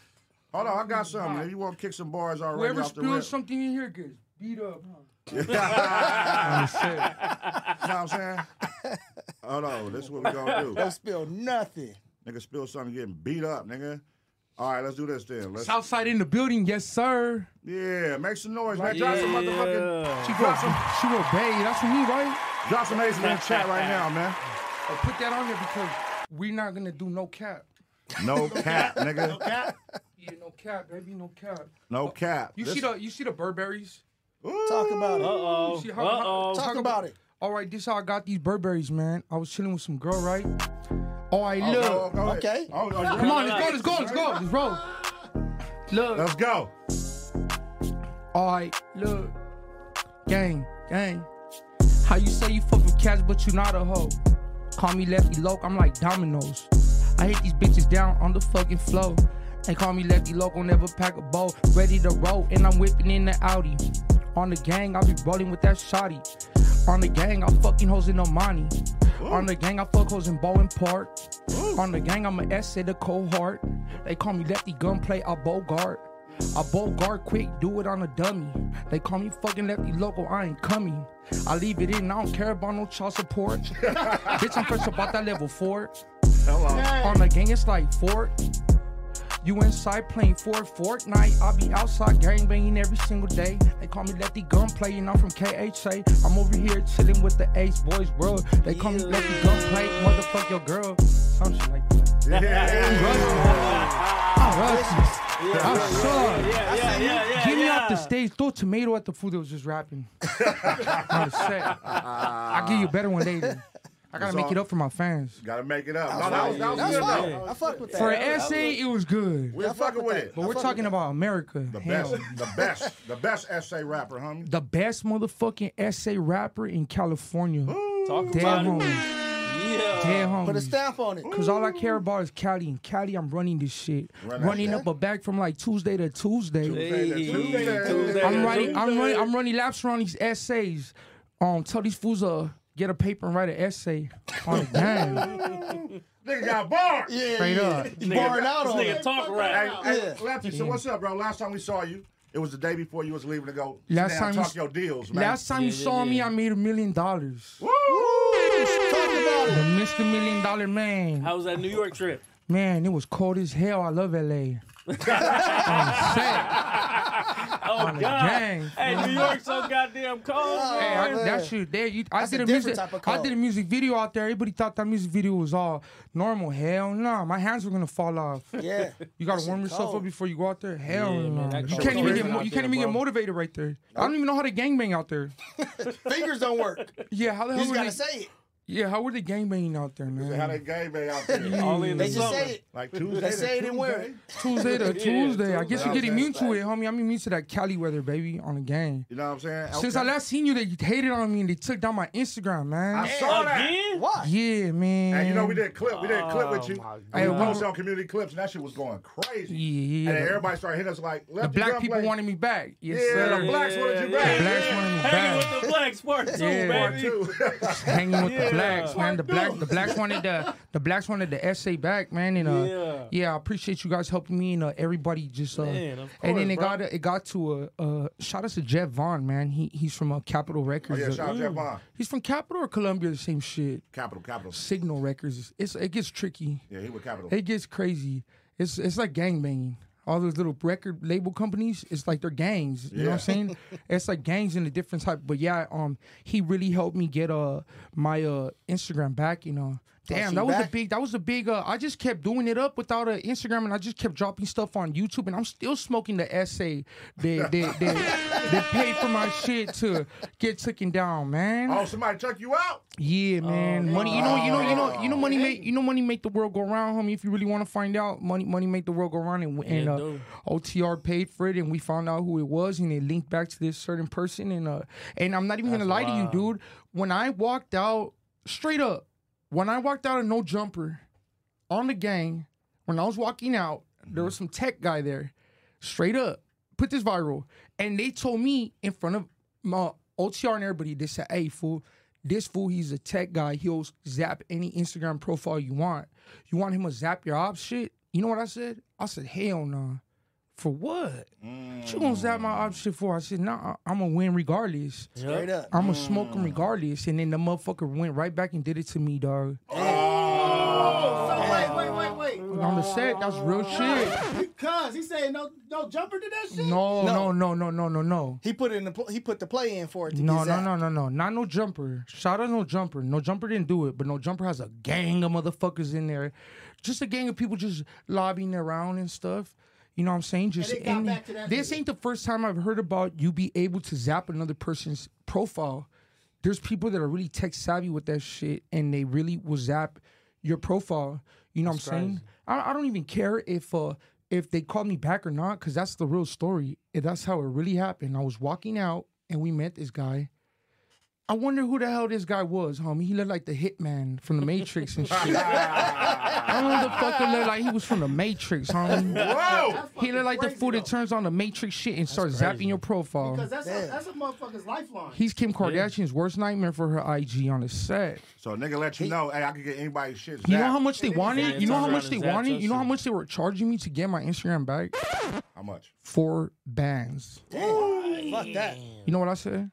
Speaker 4: Hold on, I got something. If you want to kick some bars already
Speaker 9: Whoever
Speaker 4: off the
Speaker 9: spills
Speaker 4: rip.
Speaker 9: something in here Oh, gets beat up.
Speaker 4: You know what I'm saying? Hold on. This is what we going to
Speaker 3: Don't spill
Speaker 4: do.
Speaker 3: nothing.
Speaker 4: Nigga spill something, getting beat up, nigga. All right, let's do this then. Let's,
Speaker 9: Southside in the building, yes sir.
Speaker 4: yeah, make some noise, man. Drop some motherfucking,
Speaker 9: She got some. She will bathe. That's for me, right?
Speaker 4: drop some aces in the chat right now, man.
Speaker 9: I put that on there because we're not gonna do no cap.
Speaker 4: No cap, nigga. No cap.
Speaker 9: Yeah, no cap, baby, no cap.
Speaker 4: No cap.
Speaker 9: You see the you see the Burberries?
Speaker 3: Talk about it.
Speaker 6: Uh-oh.
Speaker 9: See how- how-
Speaker 6: Uh-oh.
Speaker 3: Talk about it.
Speaker 9: All right, this how I got these Burberries, man. I was chilling with some girl, right? All right,
Speaker 4: Oh,
Speaker 9: look.
Speaker 4: go, go ahead. Okay. Oh, no, you're
Speaker 9: Come on,
Speaker 4: right.
Speaker 9: let's go, let's go, let's go, let's roll. Look.
Speaker 4: Let's go.
Speaker 9: All right, look. Gang, gang. How you say you fuck with cats, but you not a hoe? Call me Lefty Loke, I'm like dominoes. I hit these bitches down on the fucking floor. They call me Lefty Loke, I'll never pack a bowl. Ready to roll, and I'm whipping in the Audi. On the gang, I'll be rolling with that shotty. On the gang, I'm fucking hoes in Omani. On the gang, I fuck hoes in Bowen Park. On the gang, I'm an S at the cohort. They call me Lefty Gunplay, I Bogart. I bolt guard quick, do it on a dummy. They call me fucking lefty local, I ain't coming. I leave it in, I don't care about no child support. Bitch, I'm fresh about that level four. On the gang, it's like Fort. You inside playing for Fortnite. I be outside gangbanging every single day. They call me Lefty Gunplay, and I'm from KHA. I'm over here chilling with the Ace Boys World. They call me Lefty Gunplay, motherfuck your girl. Some shit like that. I'm rusty. I'm rusty. I'm sorry.
Speaker 6: yeah, yeah, yeah, yeah,
Speaker 9: Get me off the
Speaker 6: yeah.
Speaker 9: stage. Throw a tomato at the food that was just rapping. On the set. I'll give you a better one later. I gotta
Speaker 4: That's
Speaker 9: make
Speaker 4: all.
Speaker 9: it up for my fans.
Speaker 4: Gotta make it up. No, that was, that was
Speaker 3: That's
Speaker 4: good,
Speaker 3: fine.
Speaker 4: though.
Speaker 3: I fuck with that.
Speaker 9: For an
Speaker 3: I- I
Speaker 9: essay,
Speaker 3: look-
Speaker 9: it was good.
Speaker 4: We're fucking with it.
Speaker 9: But we're talking about America. The
Speaker 4: best, the best, the best essay rapper, homie.
Speaker 9: The best motherfucking essay rapper in California.
Speaker 6: Talk
Speaker 9: Dead
Speaker 6: about it.
Speaker 9: homies.
Speaker 6: Yeah.
Speaker 9: Dead homies.
Speaker 3: Put a stamp on it.
Speaker 9: Cause all I care about is Cali and Cali. I'm running this shit,
Speaker 4: Run that
Speaker 9: running
Speaker 4: shit.
Speaker 9: up a bag from like Tuesday to Tuesday.
Speaker 4: Tuesday to
Speaker 6: Hey,
Speaker 4: Tuesday.
Speaker 6: Tuesday to
Speaker 9: I'm running, I'm
Speaker 6: Tuesday.
Speaker 9: running, I'm running laps around these essays. Um, tell these fools to get a paper and write an essay on the game.
Speaker 4: Nigga got bars.
Speaker 3: Yeah,
Speaker 9: Straight
Speaker 3: yeah.
Speaker 9: up.
Speaker 3: You barring out
Speaker 6: this
Speaker 3: on
Speaker 6: nigga
Speaker 3: it.
Speaker 6: talk
Speaker 4: Hey,
Speaker 6: rap.
Speaker 4: hey,
Speaker 3: Yeah.
Speaker 4: Lefty, so what's up, bro? Last time we saw you, it was the day before you was leaving to go.
Speaker 9: Last
Speaker 4: Last
Speaker 9: time
Speaker 4: time
Speaker 9: you-
Speaker 4: talk your deals, man.
Speaker 9: Last time you
Speaker 6: Yeah, yeah,
Speaker 9: saw me,
Speaker 6: yeah.
Speaker 9: I made a million dollars.
Speaker 4: Woo!
Speaker 3: Talk about
Speaker 9: The
Speaker 3: it.
Speaker 9: Mr. Million Dollar Man.
Speaker 6: How was that New York trip?
Speaker 9: Man, it was cold as hell. I love LA.
Speaker 6: Oh
Speaker 9: the
Speaker 6: God!
Speaker 9: gang.
Speaker 6: Hey, New York so goddamn cold.
Speaker 9: Hey,
Speaker 6: man.
Speaker 9: I, that shit there. You, I
Speaker 3: Oh, That's
Speaker 9: did
Speaker 3: a
Speaker 9: a,
Speaker 3: different
Speaker 9: music.
Speaker 3: type of
Speaker 9: I
Speaker 3: call.
Speaker 9: did a music video out there. Everybody thought that music video was all normal. Hell no, my hands were gonna fall off.
Speaker 3: Yeah.
Speaker 9: You gotta
Speaker 3: That
Speaker 9: warm
Speaker 3: shit
Speaker 9: yourself
Speaker 3: cold.
Speaker 9: up before you go out there. Hell
Speaker 6: Yeah, man,
Speaker 9: no.
Speaker 6: that
Speaker 9: you
Speaker 6: shit
Speaker 9: can't even
Speaker 6: crazy
Speaker 9: get mo-
Speaker 6: out
Speaker 9: you
Speaker 6: there,
Speaker 9: can't even
Speaker 6: bro.
Speaker 9: get motivated right there. I don't even know how to gangbang out there.
Speaker 3: Fingers don't work.
Speaker 9: Yeah, how the hell?
Speaker 3: You just
Speaker 9: Were
Speaker 3: gotta
Speaker 9: they,
Speaker 3: say it.
Speaker 9: yeah, how were they gangbanging out there,
Speaker 4: Look at How
Speaker 9: man?
Speaker 4: that gay man out there.
Speaker 6: Only in the
Speaker 3: They just
Speaker 6: summer.
Speaker 3: say it.
Speaker 4: like Tuesday.
Speaker 3: They
Speaker 4: to
Speaker 3: say it and wear it.
Speaker 9: Tuesday
Speaker 4: Tuesday?
Speaker 9: to
Speaker 6: Yeah,
Speaker 9: Tuesday. I guess you
Speaker 4: Tuesday.
Speaker 9: get immune to it, homie. I'm immune to that Cali weather, baby, on the game.
Speaker 4: You know what I'm saying?
Speaker 9: Since I
Speaker 4: Okay.
Speaker 9: last seen you, they hated on me and they took down my Instagram, man.
Speaker 4: I saw that.
Speaker 6: Again?
Speaker 3: Why?
Speaker 9: Yeah, man.
Speaker 4: And you know we did a clip. We did a clip with you.
Speaker 9: Hey,
Speaker 4: we
Speaker 9: remember-
Speaker 4: posted on community clips, and that shit was going crazy.
Speaker 9: Yeah, yeah.
Speaker 4: And then
Speaker 9: the-
Speaker 4: everybody started hitting us like,
Speaker 9: the
Speaker 4: "Lefty
Speaker 9: black
Speaker 4: gun
Speaker 9: people
Speaker 4: play."
Speaker 9: wanted me back. Yes,
Speaker 4: Yeah,
Speaker 9: sir.
Speaker 4: the blacks wanted you
Speaker 6: yeah,
Speaker 4: back.
Speaker 9: Blacks wanted me
Speaker 6: Hanging
Speaker 9: back.
Speaker 6: with the blacks part two,
Speaker 9: Yeah. Part
Speaker 6: baby.
Speaker 4: Too.
Speaker 9: Hanging with
Speaker 6: Yeah.
Speaker 9: the blacks, man. The
Speaker 4: Fuck
Speaker 9: black,
Speaker 4: no.
Speaker 9: the blacks wanted the, the blacks wanted the essay back, man. And uh,
Speaker 6: Yeah.
Speaker 9: yeah, I appreciate you guys helping me and uh, everybody just. Uh,
Speaker 6: Man, of
Speaker 9: and then
Speaker 6: course,
Speaker 9: it
Speaker 6: bro.
Speaker 9: got it got to a uh, shout out to Jeff Vaughn, man. He he's from uh, Capitol
Speaker 4: oh,
Speaker 9: Records.
Speaker 4: yeah, shout out
Speaker 9: Uh,
Speaker 4: Jeff Bond.
Speaker 9: He's from Capitol or Columbia, the same shit.
Speaker 4: Capital, capital.
Speaker 9: Signal Records. It's it gets tricky.
Speaker 4: Yeah, he with capital.
Speaker 9: It gets crazy. It's it's like gangbanging. All those little record label companies, it's like they're gangs. You know what
Speaker 4: Yeah.
Speaker 9: I'm saying? it's like gangs in a different type. But yeah, um, he really helped me get uh my uh Instagram back. You
Speaker 4: Oh,
Speaker 9: know, damn,
Speaker 3: she
Speaker 9: that was a
Speaker 3: back?
Speaker 9: big. That was a big. Uh, I just kept doing it up without an Instagram, and I just kept dropping stuff on YouTube, and I'm still smoking the essay that that that, that paid for my shit to get taken down, man.
Speaker 4: Oh, somebody check you out.
Speaker 9: Yeah,
Speaker 6: Oh,
Speaker 9: man. money, you know, you know, you know, you know, money make you know money make the world go round, homie. If you really want to find out, money money make the world go round, and, and
Speaker 6: Yeah,
Speaker 9: uh,
Speaker 6: dude.
Speaker 9: OTR paid for it, and we found out who it was, and it linked back to this certain person, and uh, and I'm not even gonna lie to you, dude. When I walked out, straight up, when I walked out a no jumper, on the gang, when I was walking out, there was some tech guy there, straight up, put this viral. And they told me in front of my OTR and everybody, they said, hey, fool, this fool, he's a tech guy. He'll zap any Instagram profile you want. You want him to zap your ops shit? You know what I said? I said, hell no. For what?
Speaker 3: Mm.
Speaker 9: What you gonna zap my ops shit for? I said, nah, I'm gonna win regardless.
Speaker 3: Straight up.
Speaker 9: I'm gonna smoke him regardless. And then the motherfucker went right back and did it to me, dog.
Speaker 5: Oh,
Speaker 4: Uh,
Speaker 5: So wait, wait, wait, wait.
Speaker 9: On the set, that's real shit.
Speaker 5: Because he saying no, no jumper to that shit.
Speaker 9: No, no,
Speaker 3: No.
Speaker 9: no, no, no, no, no.
Speaker 3: He put in the pl- he put the play in for it to
Speaker 9: No,
Speaker 3: get
Speaker 9: no,
Speaker 3: zapped.
Speaker 9: no, no, no. Not no jumper. Shout out no jumper. No jumper didn't do it, but no jumper has a gang of motherfuckers in there. Just a gang of people just lobbying around and stuff. You know what I'm saying? Just
Speaker 5: it got
Speaker 9: any-
Speaker 5: back to that
Speaker 9: this
Speaker 5: nigga.
Speaker 9: ain't the first time I've heard about you be able to zap another person's profile. There's people that are really tech savvy with that shit and they really will zap your profile. You know
Speaker 6: That's
Speaker 9: what I'm saying?
Speaker 6: crazy.
Speaker 9: I, I don't even care if uh if they call me back or not, because that's the real story. And That's how it really happened. I was walking out and we met this guy. I wonder who the hell this guy was, homie. He looked like the hitman from the Matrix and shit. I motherfucker looked like he was from the Matrix, homie.
Speaker 5: Whoa!
Speaker 9: He looked like the fool that turns on the Matrix shit and starts zapping your profile.
Speaker 5: Because that's a, that's a motherfucker's lifeline.
Speaker 9: He's Kim Kardashian's worst nightmare for her IG on the set.
Speaker 4: So a nigga let you know, hey, I could get anybody's shit.
Speaker 9: You know
Speaker 4: zapped.
Speaker 9: how much they wanted? You know how much they
Speaker 4: Zapped your
Speaker 9: wanted? You know how
Speaker 4: shit.
Speaker 9: much they were charging me to get my Instagram back?
Speaker 4: How much?
Speaker 9: Four bands.
Speaker 3: Damn. Fuck that.
Speaker 9: You know what I said?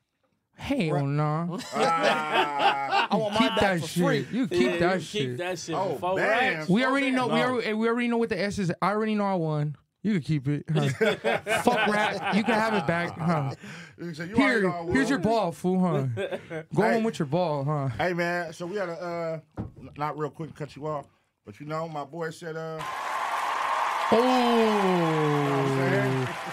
Speaker 9: Hell no.
Speaker 3: I want my
Speaker 9: Keep
Speaker 3: back
Speaker 9: that
Speaker 3: for free.
Speaker 9: shit. You keep that shit.
Speaker 6: Oh,
Speaker 9: We already know. We already, we already know what the S is. I already know I won. You can keep it. huh? Fuck rap. You can have it back. Huh?
Speaker 4: You said you already
Speaker 9: Here,
Speaker 4: know I won.
Speaker 9: here's your ball, fool. Huh? Go
Speaker 4: Hey.
Speaker 9: home with your ball, huh?
Speaker 4: Hey man, so we had a uh, n- not real quick to cut you off, but you know my boy said uh,
Speaker 9: Oh,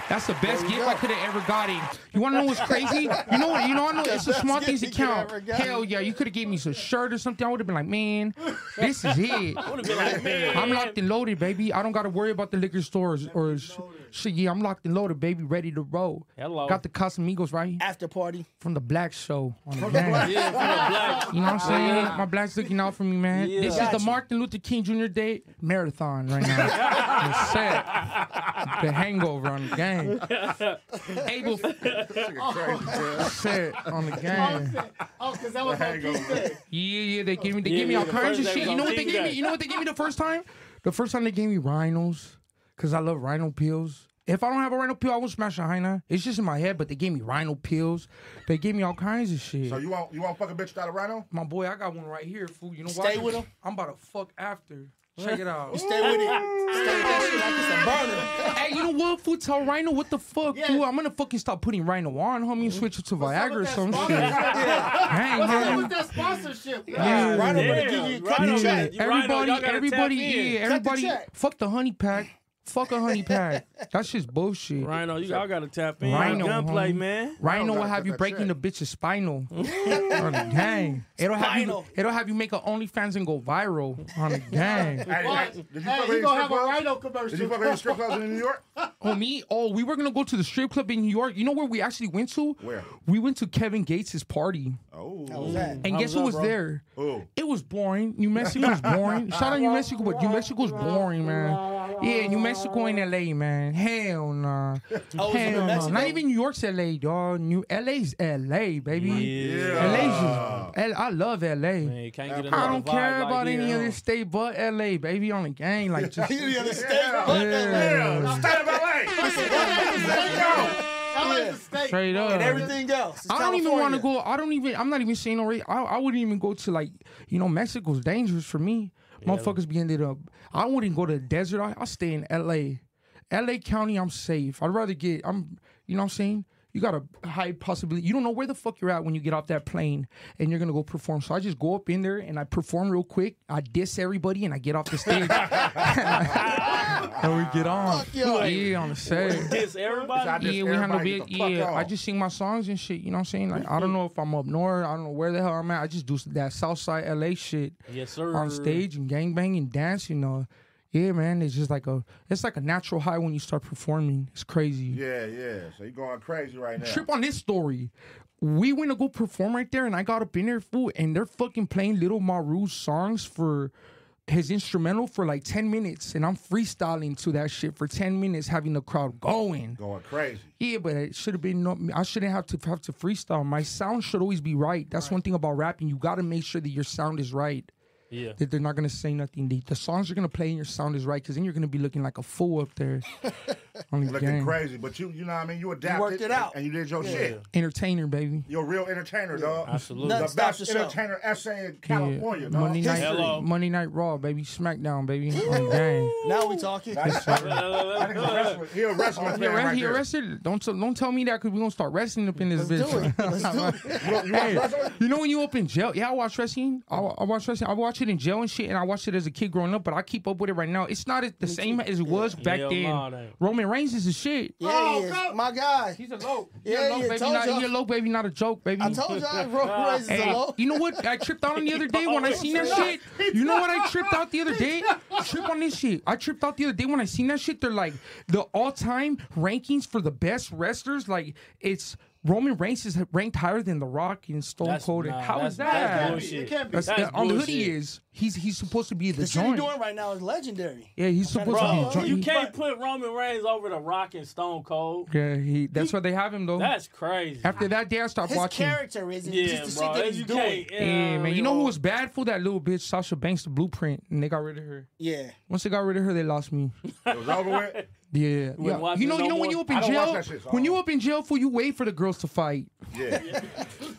Speaker 9: that's the best gift I could have ever gotten. You want to know what's crazy? You know what? You know I know it's the
Speaker 3: Best
Speaker 9: small
Speaker 3: gift
Speaker 9: things
Speaker 3: you
Speaker 9: that
Speaker 3: could
Speaker 9: count.
Speaker 3: ever gotten.
Speaker 9: Hell yeah, you could have gave me some shirt or something. I would have been like, man, this is it.
Speaker 6: I would've been like, man.
Speaker 9: I'm locked and loaded, baby. I don't got to worry about the liquor stores or sh- shit. Yeah, I'm locked and loaded, baby, ready to roll.
Speaker 6: Hello.
Speaker 9: Got the Casamigos right here
Speaker 3: After party.
Speaker 9: from the Black Show on the
Speaker 3: From the Black-
Speaker 9: gang.
Speaker 3: Yeah, from the Black.
Speaker 9: You know what I'm saying?
Speaker 3: Yeah.
Speaker 9: My Black's looking out for me, man.
Speaker 6: Yeah.
Speaker 9: This is
Speaker 6: Got
Speaker 9: the
Speaker 6: you.
Speaker 9: Martin Luther King Jr. Day marathon right now. the set, the hangover on the gang. Able
Speaker 3: Oh.
Speaker 9: set on the gang.
Speaker 5: Oh, because that was my piece there.
Speaker 9: Yeah, yeah, they gave me they
Speaker 6: Yeah,
Speaker 9: gave me
Speaker 6: yeah,
Speaker 9: all
Speaker 6: the
Speaker 9: kinds
Speaker 6: first
Speaker 9: of
Speaker 6: day
Speaker 9: shit.
Speaker 6: was
Speaker 9: You know
Speaker 6: on
Speaker 9: what they
Speaker 6: King
Speaker 9: gave me?
Speaker 6: Day.
Speaker 9: You know what they gave me the first time? The first time they gave me rhinos, cause I love rhino pills. If I don't have a rhino pill, I won't smash a hyena. It's just in my head, but they gave me rhino pills. They gave me all kinds of shit.
Speaker 4: So you want you want fuck a bitch without a rhino?
Speaker 9: My boy, I got one right here, fool. You know
Speaker 3: Stay
Speaker 9: why?
Speaker 3: with him?
Speaker 9: I'm about to fuck after. Check it out.
Speaker 3: You stay with it. Stay with that shit like it's a burner.
Speaker 9: hey, you know what, fool? Tell Rhino what the fuck, fool. I'm gonna fucking stop putting Rhino on, homie, and switch it to Viagra or some shit. Dang,
Speaker 5: What's up
Speaker 9: homie.
Speaker 5: with that sponsorship?
Speaker 9: Yeah.
Speaker 3: Rhino
Speaker 6: Yeah,
Speaker 3: better give you a cut
Speaker 6: Rhino,
Speaker 3: the check.
Speaker 6: you- Rhino, y'all
Speaker 9: Everybody,
Speaker 6: gotta tap
Speaker 9: everybody,
Speaker 6: in.
Speaker 9: yeah,
Speaker 3: the
Speaker 9: everybody.
Speaker 3: check.
Speaker 9: fuck the honey pack. Fuck a honey pack. That's just bullshit.
Speaker 6: Rhino, you all gotta tap in.
Speaker 9: Rhino,
Speaker 6: gunplay,
Speaker 9: homie.
Speaker 6: man.
Speaker 9: Rhino will
Speaker 4: gotta cut
Speaker 9: have you
Speaker 4: that
Speaker 9: breaking
Speaker 4: check.
Speaker 9: the bitch's spinal. on a gang. It'll have you.
Speaker 3: Spinal.
Speaker 9: It'll have you make an OnlyFans and go viral on a gang.
Speaker 4: Hey,
Speaker 5: What?
Speaker 4: hey, did you
Speaker 5: Hey,
Speaker 4: fuck
Speaker 5: he
Speaker 4: with
Speaker 5: gonna
Speaker 4: any
Speaker 5: have
Speaker 4: strip
Speaker 5: a rhino
Speaker 4: clubs?
Speaker 5: commercial.
Speaker 4: Did you fuck with any strip clubs in New York?
Speaker 9: Oh me? Oh, we were gonna go to the strip club in New York. You know where we actually went to?
Speaker 4: Where?
Speaker 9: We went to Kevin Gates' party.
Speaker 4: Oh,
Speaker 3: How was that?
Speaker 9: And guess who was there?
Speaker 4: Who?
Speaker 9: It was boring. New Mexico was boring. Shout out New Mexico, but New Mexico's boring, man. Yeah, New Mexico ain't LA, man. Hell nah.
Speaker 3: Oh, it's in New
Speaker 9: Hell nah.
Speaker 3: Mexico.
Speaker 9: Not even New York's LA, dog. New LA's LA, baby.
Speaker 6: Yeah.
Speaker 9: LA's just, I love LA.
Speaker 6: Man, you can't get
Speaker 9: I
Speaker 6: another
Speaker 9: don't
Speaker 6: vibe
Speaker 9: care
Speaker 6: like
Speaker 9: about
Speaker 6: here,
Speaker 9: any
Speaker 6: huh?
Speaker 9: other state but LA, baby. On the gang, like just
Speaker 3: You the other state,
Speaker 4: Yeah.
Speaker 3: but
Speaker 9: Yeah.
Speaker 3: LA.
Speaker 4: State of LA.
Speaker 5: LA is a state.
Speaker 9: straight up.
Speaker 3: And everything else. It's
Speaker 9: I don't even want
Speaker 3: California.
Speaker 9: to go. I don't even. I'm not even saying already. I, I wouldn't even go to like you know Mexico's dangerous for me. Motherfuckers be ended up. I wouldn't go to the desert. I, I stay in L.A. L.A. County. I'm safe. I'd rather get. I'm. You know what I'm saying. You got a high possibility. You don't know where the fuck you're at when you get off that plane and you're gonna go perform. So I just go up in there and I perform real quick. I diss everybody and I get off the stage. and we get on.
Speaker 3: Fuck y'all.
Speaker 9: Yeah, on the set.
Speaker 6: Diss everybody.
Speaker 4: Just
Speaker 9: Yeah, we handle
Speaker 4: everybody
Speaker 9: it.
Speaker 4: get the fuck
Speaker 9: Yeah, I
Speaker 4: off. Mm-hmm.
Speaker 9: just sing my songs and shit. You know what I'm saying? Like, I don't know if I'm up north. I don't know where the hell I'm at. I just do that Southside LA shit
Speaker 6: Yes, sir.
Speaker 9: on stage and gangbang and dance. You know, yeah, man. It's just like a, it's like a natural high when you start performing. It's crazy.
Speaker 4: Yeah, yeah. So you going crazy right now?
Speaker 9: Trip on this story. We went to go perform right there, and I got up in there, fool, and they're fucking playing Little Maru's songs for his instrumental for like 10 minutes, and I'm freestyling to that shit for 10 minutes, having the crowd going.
Speaker 4: Going crazy.
Speaker 9: Yeah, but it should have been. No, I shouldn't have to have to freestyle. My sound should always be right. That's one thing about rapping. You got to make sure that your sound is right.
Speaker 6: Yeah.
Speaker 9: That they're not gonna say nothing. The, the songs you're gonna play and your sound is right, because then you're gonna be looking like a fool up there. on the
Speaker 4: Looking
Speaker 9: gang.
Speaker 4: crazy, but you, you know what I mean. You adapted,
Speaker 3: worked it out.
Speaker 4: and you did your shit.
Speaker 9: Entertainer, baby.
Speaker 4: You're a real entertainer, dog.
Speaker 6: Absolutely.
Speaker 4: The
Speaker 3: Nothing
Speaker 4: best
Speaker 3: stops the show.
Speaker 4: entertainer essay in
Speaker 9: Yeah.
Speaker 4: California, dog.
Speaker 9: Monday night,
Speaker 6: Hello.
Speaker 9: Monday night Raw, baby. SmackDown, baby. On the gang.
Speaker 3: Now we talking.
Speaker 4: That nigga's a wrestler. He a wrestling
Speaker 9: He
Speaker 4: fan
Speaker 9: arre-
Speaker 4: right
Speaker 9: he
Speaker 4: there.
Speaker 9: arrested. Don't t- don't tell me that because we gonna start wrestling up in this
Speaker 3: Let's
Speaker 9: bitch.
Speaker 3: do it. Let's do it.
Speaker 9: Hey, you know when you up in jail? Yeah, I watch wrestling. I, wa- I watch wrestling. I watch watch it in jail and shit, and I watched it as a kid growing up, but I keep up with it right now. It's not as- the same as it was back
Speaker 6: Hell nah, it
Speaker 9: then.
Speaker 6: ain't.
Speaker 9: Roman Reigns is Oh, a shit.
Speaker 3: Yeah,
Speaker 4: Oh,
Speaker 3: he is. my guy. He's
Speaker 6: a low.
Speaker 3: Yeah,
Speaker 9: low,
Speaker 3: yeah.
Speaker 9: baby,
Speaker 3: told
Speaker 9: not,
Speaker 3: y'all.
Speaker 9: he a low baby, not a joke, baby.
Speaker 3: I told y'all, Roman Reigns is a
Speaker 9: Hey,
Speaker 3: low.
Speaker 9: You know what? I tripped out on the other day when I seen that
Speaker 3: He's
Speaker 9: shit.
Speaker 3: Oh, not.
Speaker 9: You know what I tripped out the other day? Trip on this shit. I tripped out the other day when I seen that shit. They're like the all-time rankings for the best wrestlers. Like it's. Roman Reigns is ranked higher than The Rock and Stone
Speaker 6: That's-
Speaker 9: Cold. and
Speaker 6: nah,
Speaker 9: How is
Speaker 6: that's-
Speaker 9: that?
Speaker 6: that's bullshit. It can't be.
Speaker 9: That's-
Speaker 6: That's
Speaker 9: on the hood he
Speaker 6: bullshit.
Speaker 9: is. He's he's supposed to be the,
Speaker 3: The shit he's
Speaker 9: joint.
Speaker 3: doing right now is legendary.
Speaker 9: Yeah, he's
Speaker 3: I'm
Speaker 9: supposed to be.
Speaker 3: trying to
Speaker 9: the
Speaker 3: tell
Speaker 9: joint.
Speaker 6: You can't put Roman Reigns over the Rock and Stone Cold.
Speaker 9: Yeah, he. That's why they have him though.
Speaker 6: That's crazy.
Speaker 9: After that day, I stopped
Speaker 3: His
Speaker 9: watching.
Speaker 3: character isn't
Speaker 6: Yeah,
Speaker 3: just the
Speaker 6: bro,
Speaker 3: shit that
Speaker 6: you
Speaker 3: he's
Speaker 6: can't-
Speaker 3: doing.
Speaker 6: yeah,
Speaker 9: Yeah, man. You
Speaker 6: you
Speaker 9: know who
Speaker 6: know.
Speaker 9: was bad for that little bitch, Sasha Banks, the Blueprint, and they got rid of her.
Speaker 3: Yeah.
Speaker 9: Once they got rid of her, they lost me.
Speaker 4: It was over with.
Speaker 9: Yeah,
Speaker 6: wouldn't
Speaker 9: yeah.
Speaker 6: watch
Speaker 9: You
Speaker 6: it
Speaker 9: know,
Speaker 6: no
Speaker 9: you know
Speaker 6: more?
Speaker 9: when you up
Speaker 4: I
Speaker 9: in
Speaker 4: don't watch
Speaker 9: jail,
Speaker 4: that shit, so I
Speaker 9: when
Speaker 4: don't
Speaker 9: you up in jail for you wait for the girls to fight,
Speaker 4: Yeah.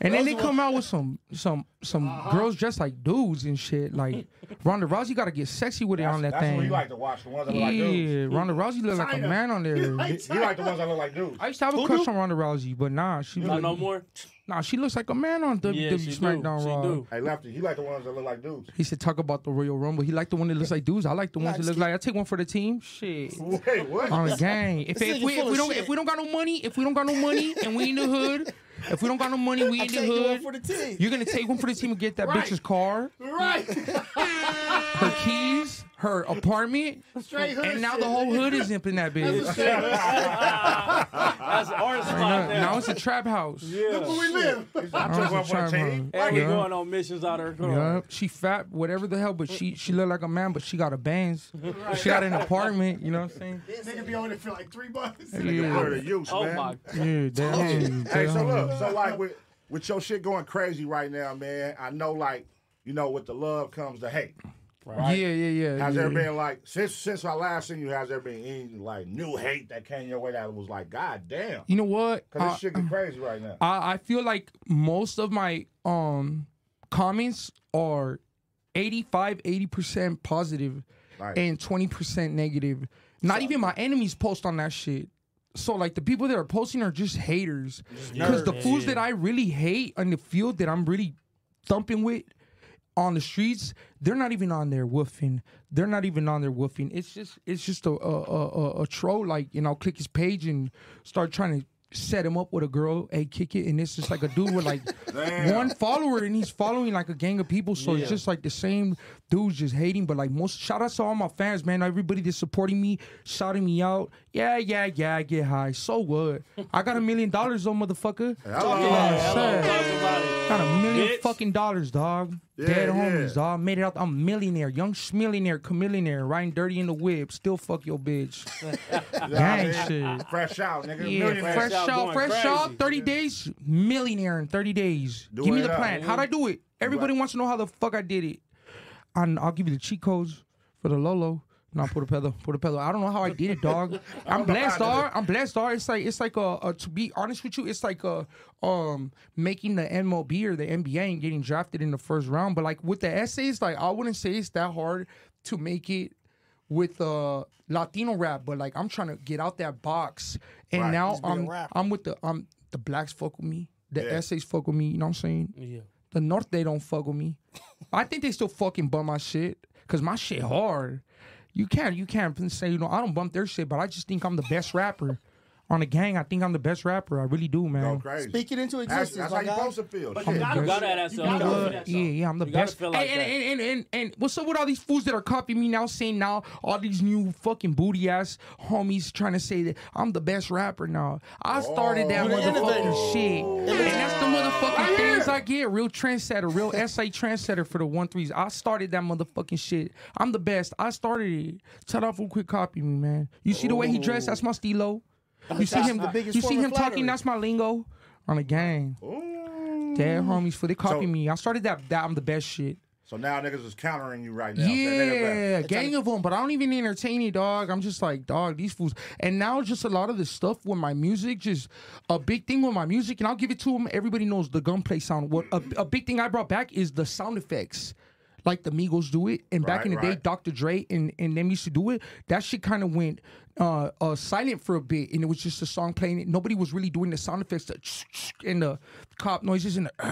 Speaker 9: and then
Speaker 3: Those
Speaker 9: they
Speaker 3: are
Speaker 9: come out with some some some girls dressed like dudes and shit. Like Ronda Rousey got to get sexy with it on that
Speaker 4: That's
Speaker 9: thing.
Speaker 4: what you like to watch. The ones that look like
Speaker 9: yeah,
Speaker 4: dudes.
Speaker 9: Ronda Rousey look like a
Speaker 5: China.
Speaker 9: man on there.
Speaker 4: You you like the ones that look like dudes.
Speaker 9: I used to have a
Speaker 3: Who
Speaker 9: crush
Speaker 3: do?
Speaker 9: on Ronda Rousey, but nah, she
Speaker 6: Not
Speaker 9: look,
Speaker 6: no more.
Speaker 9: nah, she looks like a man on WWE
Speaker 6: Yeah, she do.
Speaker 9: SmackDown
Speaker 6: She
Speaker 9: Raw.
Speaker 6: do.
Speaker 4: Hey, Lefty, you like the ones that look like dudes.
Speaker 9: He said talk about the Royal Rumble. He liked the one that looks like dudes. I like the ones that
Speaker 3: just
Speaker 9: look like I take one for the team. Shit.
Speaker 4: Wait, what?
Speaker 9: on the gang. If,
Speaker 3: This
Speaker 9: if
Speaker 3: nigga
Speaker 9: we if
Speaker 3: full
Speaker 9: we
Speaker 3: of
Speaker 9: don't
Speaker 3: shit.
Speaker 9: if we don't got no money, if we don't got no money and we in the hood, if we don't got no money, we
Speaker 3: I
Speaker 9: in the
Speaker 3: take one
Speaker 9: hood.
Speaker 3: for the team.
Speaker 9: You're gonna take one for the team and get that
Speaker 5: Right.
Speaker 9: bitch's car,
Speaker 5: Right.
Speaker 9: her keys, her apartment,
Speaker 5: Straight hood.
Speaker 9: and now
Speaker 5: shit,
Speaker 9: the whole
Speaker 5: nigga.
Speaker 9: hood is up in that bitch.
Speaker 5: That's a straight hood.
Speaker 6: That's our
Speaker 9: Now,
Speaker 6: spot
Speaker 9: now
Speaker 6: now.
Speaker 9: it's a trap house.
Speaker 5: Look where we live.
Speaker 4: I
Speaker 9: Now
Speaker 4: took
Speaker 9: it's a
Speaker 4: one for the
Speaker 9: trap
Speaker 4: team.
Speaker 9: house.
Speaker 6: And we
Speaker 9: Yeah.
Speaker 6: going on missions out of her car.
Speaker 9: Yup. She fat, whatever the hell, but she she look like a man, but she got a bangs. She got an apartment. You know what I'm saying?
Speaker 5: Nigga be on it for like three months.
Speaker 4: Nigga,
Speaker 9: Yeah.
Speaker 4: word of use,
Speaker 6: Oh
Speaker 4: man.
Speaker 6: my
Speaker 9: Yeah, damn.
Speaker 4: Hey, so
Speaker 9: damn.
Speaker 4: look, so like with with your shit going crazy right now, man. I know, like you know, with the love comes the hate.
Speaker 9: Yeah, yeah, yeah.
Speaker 4: Has
Speaker 9: yeah.
Speaker 4: there been like since since I last seen you? Has there been any like new hate that came your way that was like, God damn?
Speaker 9: You know what? Uh,
Speaker 4: Because this
Speaker 9: I-
Speaker 4: shit get crazy right now.
Speaker 9: I, I feel like most of my um comments are 85 80% positive
Speaker 4: Right.
Speaker 9: and 20% negative not even my enemies post on that shit so like the people that are posting are just haters because the fools that i really hate on the field that i'm really thumping with on the streets they're not even on there woofing they're not even on there woofing it's just it's just a a, a, a- a troll like you know click his page and start trying to set him up with a girl hey kick it and it's just like a dude with like one follower and he's following like a gang of people so it's just like the same dudes just hating but like most shout out to all my fans man everybody that's supporting me shouting me out yeah yeah yeah I get high so what i got a million dollars though motherfucker
Speaker 4: Hello.
Speaker 9: Yes,
Speaker 6: Hello,
Speaker 9: sir.
Speaker 6: talk about it.
Speaker 9: Got a million
Speaker 6: Bitch.
Speaker 9: fucking dollars, dog. Dead
Speaker 4: yeah.
Speaker 9: homies, dog. Made it out. I'm a millionaire, young schmillionaire, chameleonaire, riding dirty in the whip. Still fuck your bitch.
Speaker 4: You know what I
Speaker 9: Dang
Speaker 4: mean?
Speaker 9: shit.
Speaker 4: Fresh out, nigga.
Speaker 9: Yeah,
Speaker 4: Million
Speaker 9: fresh
Speaker 4: fresh.
Speaker 6: out
Speaker 9: out,
Speaker 6: going
Speaker 9: fresh
Speaker 6: crazy.
Speaker 9: out. Thirty days, millionaire in thirty days.
Speaker 4: Do
Speaker 9: give me
Speaker 4: it
Speaker 9: the
Speaker 4: up.
Speaker 9: plan. How'd I do it? Everybody wants to know how the fuck I did it. And I'll give you the cheat codes for the Lolo. No, put a pedal, put a pedal. I don't know how I did it, dog. I'm blessed, dog. I'm blessed, dog. It's like it's like a, a to be honest with you, it's like a um making the MLB or the NBA and getting drafted in the first round. But like with the essays, like I wouldn't say it's that hard to make it with uh Latino rap, but like I'm trying to get out that box. And
Speaker 4: Right.
Speaker 9: now
Speaker 3: a
Speaker 9: I'm
Speaker 3: rapper.
Speaker 9: I'm with the um the blacks fuck with me. The
Speaker 4: Yeah.
Speaker 9: essays fuck with me, you know what I'm saying?
Speaker 6: Yeah.
Speaker 9: The North they don't fuck with me. I think they still fucking bum my shit. Cause my shit hard. You can't you can't say, you know, I don't bump their shit, but I just think I'm the best rapper. On the gang, I think I'm the best rapper. I really do,
Speaker 4: Go
Speaker 9: man.
Speaker 4: crazy.
Speaker 3: Speak it into
Speaker 4: That's,
Speaker 3: existence,
Speaker 4: that's how
Speaker 3: my
Speaker 4: you
Speaker 3: guy.
Speaker 4: supposed to feel.
Speaker 8: But
Speaker 4: Shit.
Speaker 8: you gotta,
Speaker 6: You gotta add that
Speaker 8: you
Speaker 6: song.
Speaker 8: gotta
Speaker 6: Uh,
Speaker 8: do
Speaker 9: But,
Speaker 8: that
Speaker 9: yeah,
Speaker 8: song.
Speaker 9: yeah, I'm the
Speaker 6: You gotta
Speaker 9: best.
Speaker 6: feel like
Speaker 9: Hey, and,
Speaker 6: that.
Speaker 9: and, and, and, and what's up with all these fools that are copying me now, saying now all these new fucking booty ass homies trying to say that I'm the best rapper now.
Speaker 4: Oh,
Speaker 9: I started that
Speaker 3: You're the innovator.
Speaker 9: motherfucking shit,
Speaker 3: Oh.
Speaker 9: and that's the motherfucking things I get. Real trendsetter, real SA trendsetter for the one threes. I started that motherfucking shit. I'm the best. I started it. Tell off who quick copy me, man. You see the way he dressed? That's my stilo. You see
Speaker 3: Oh. That's
Speaker 9: him.
Speaker 3: the biggest
Speaker 9: You
Speaker 3: form
Speaker 9: see
Speaker 3: of
Speaker 9: him
Speaker 3: flattery. Oh.
Speaker 9: talking. That's my lingo. On the gang.
Speaker 4: Ooh.
Speaker 9: Dead homies for they copy
Speaker 4: So-
Speaker 9: me. I started that, that I'm the best shit.
Speaker 4: So now niggas is countering you right now. saying they the best.
Speaker 9: Yeah, gang of them, but I don't even entertain it, dog. I'm just like, dog, these fools. And now just a lot of the stuff with my music, just a big thing with my music, and I'll give it to them. Everybody knows the gunplay sound. What a, a big thing I brought back is the sound effects. Like the Migos do it, and back
Speaker 4: Right,
Speaker 9: in the day,
Speaker 4: right.
Speaker 9: Dr. Dre and, and them used to do it. That shit kind of went uh, uh, silent for a bit, and it was just a song playing. Nobody was really doing the sound effects, uh, the and the cop noises, and the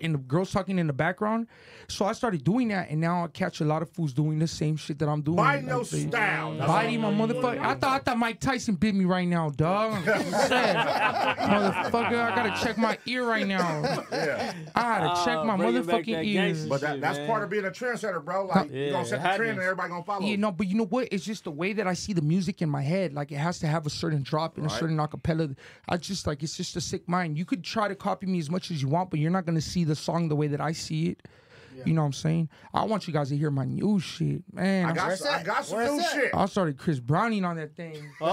Speaker 9: and the girls talking in the background. So I started doing that, and now I catch a lot of fools doing the same shit that I'm doing.
Speaker 4: Bite no
Speaker 9: Like, they-
Speaker 4: style. That's
Speaker 9: Biting my
Speaker 4: all.
Speaker 9: motherfucker. I thought I thought Mike Tyson bit me right now, dog. I'm fucking sad. motherfucker, I gotta check my ear right now.
Speaker 4: Yeah.
Speaker 9: I gotta check my motherfucking ears.
Speaker 4: But that, that's part of being a trendsetter, bro. Like,
Speaker 9: Yeah,
Speaker 4: you're going to set
Speaker 9: it
Speaker 4: the trend
Speaker 9: happens.
Speaker 4: and everybody going to follow.
Speaker 9: Yeah, no, but you know what? It's just the way that I see the music in my head. Like it has to have a certain drop and
Speaker 4: Right.
Speaker 9: a certain acapella. I just like it's just a sick mind. You could try to copy me as much as you want, but you're not gonna see the song the way that I see it. You know what I'm saying? I want you guys to hear my new shit, man.
Speaker 4: I
Speaker 9: I'm-
Speaker 4: got, some, I got some new shit.
Speaker 9: I started Chris Browning on that thing.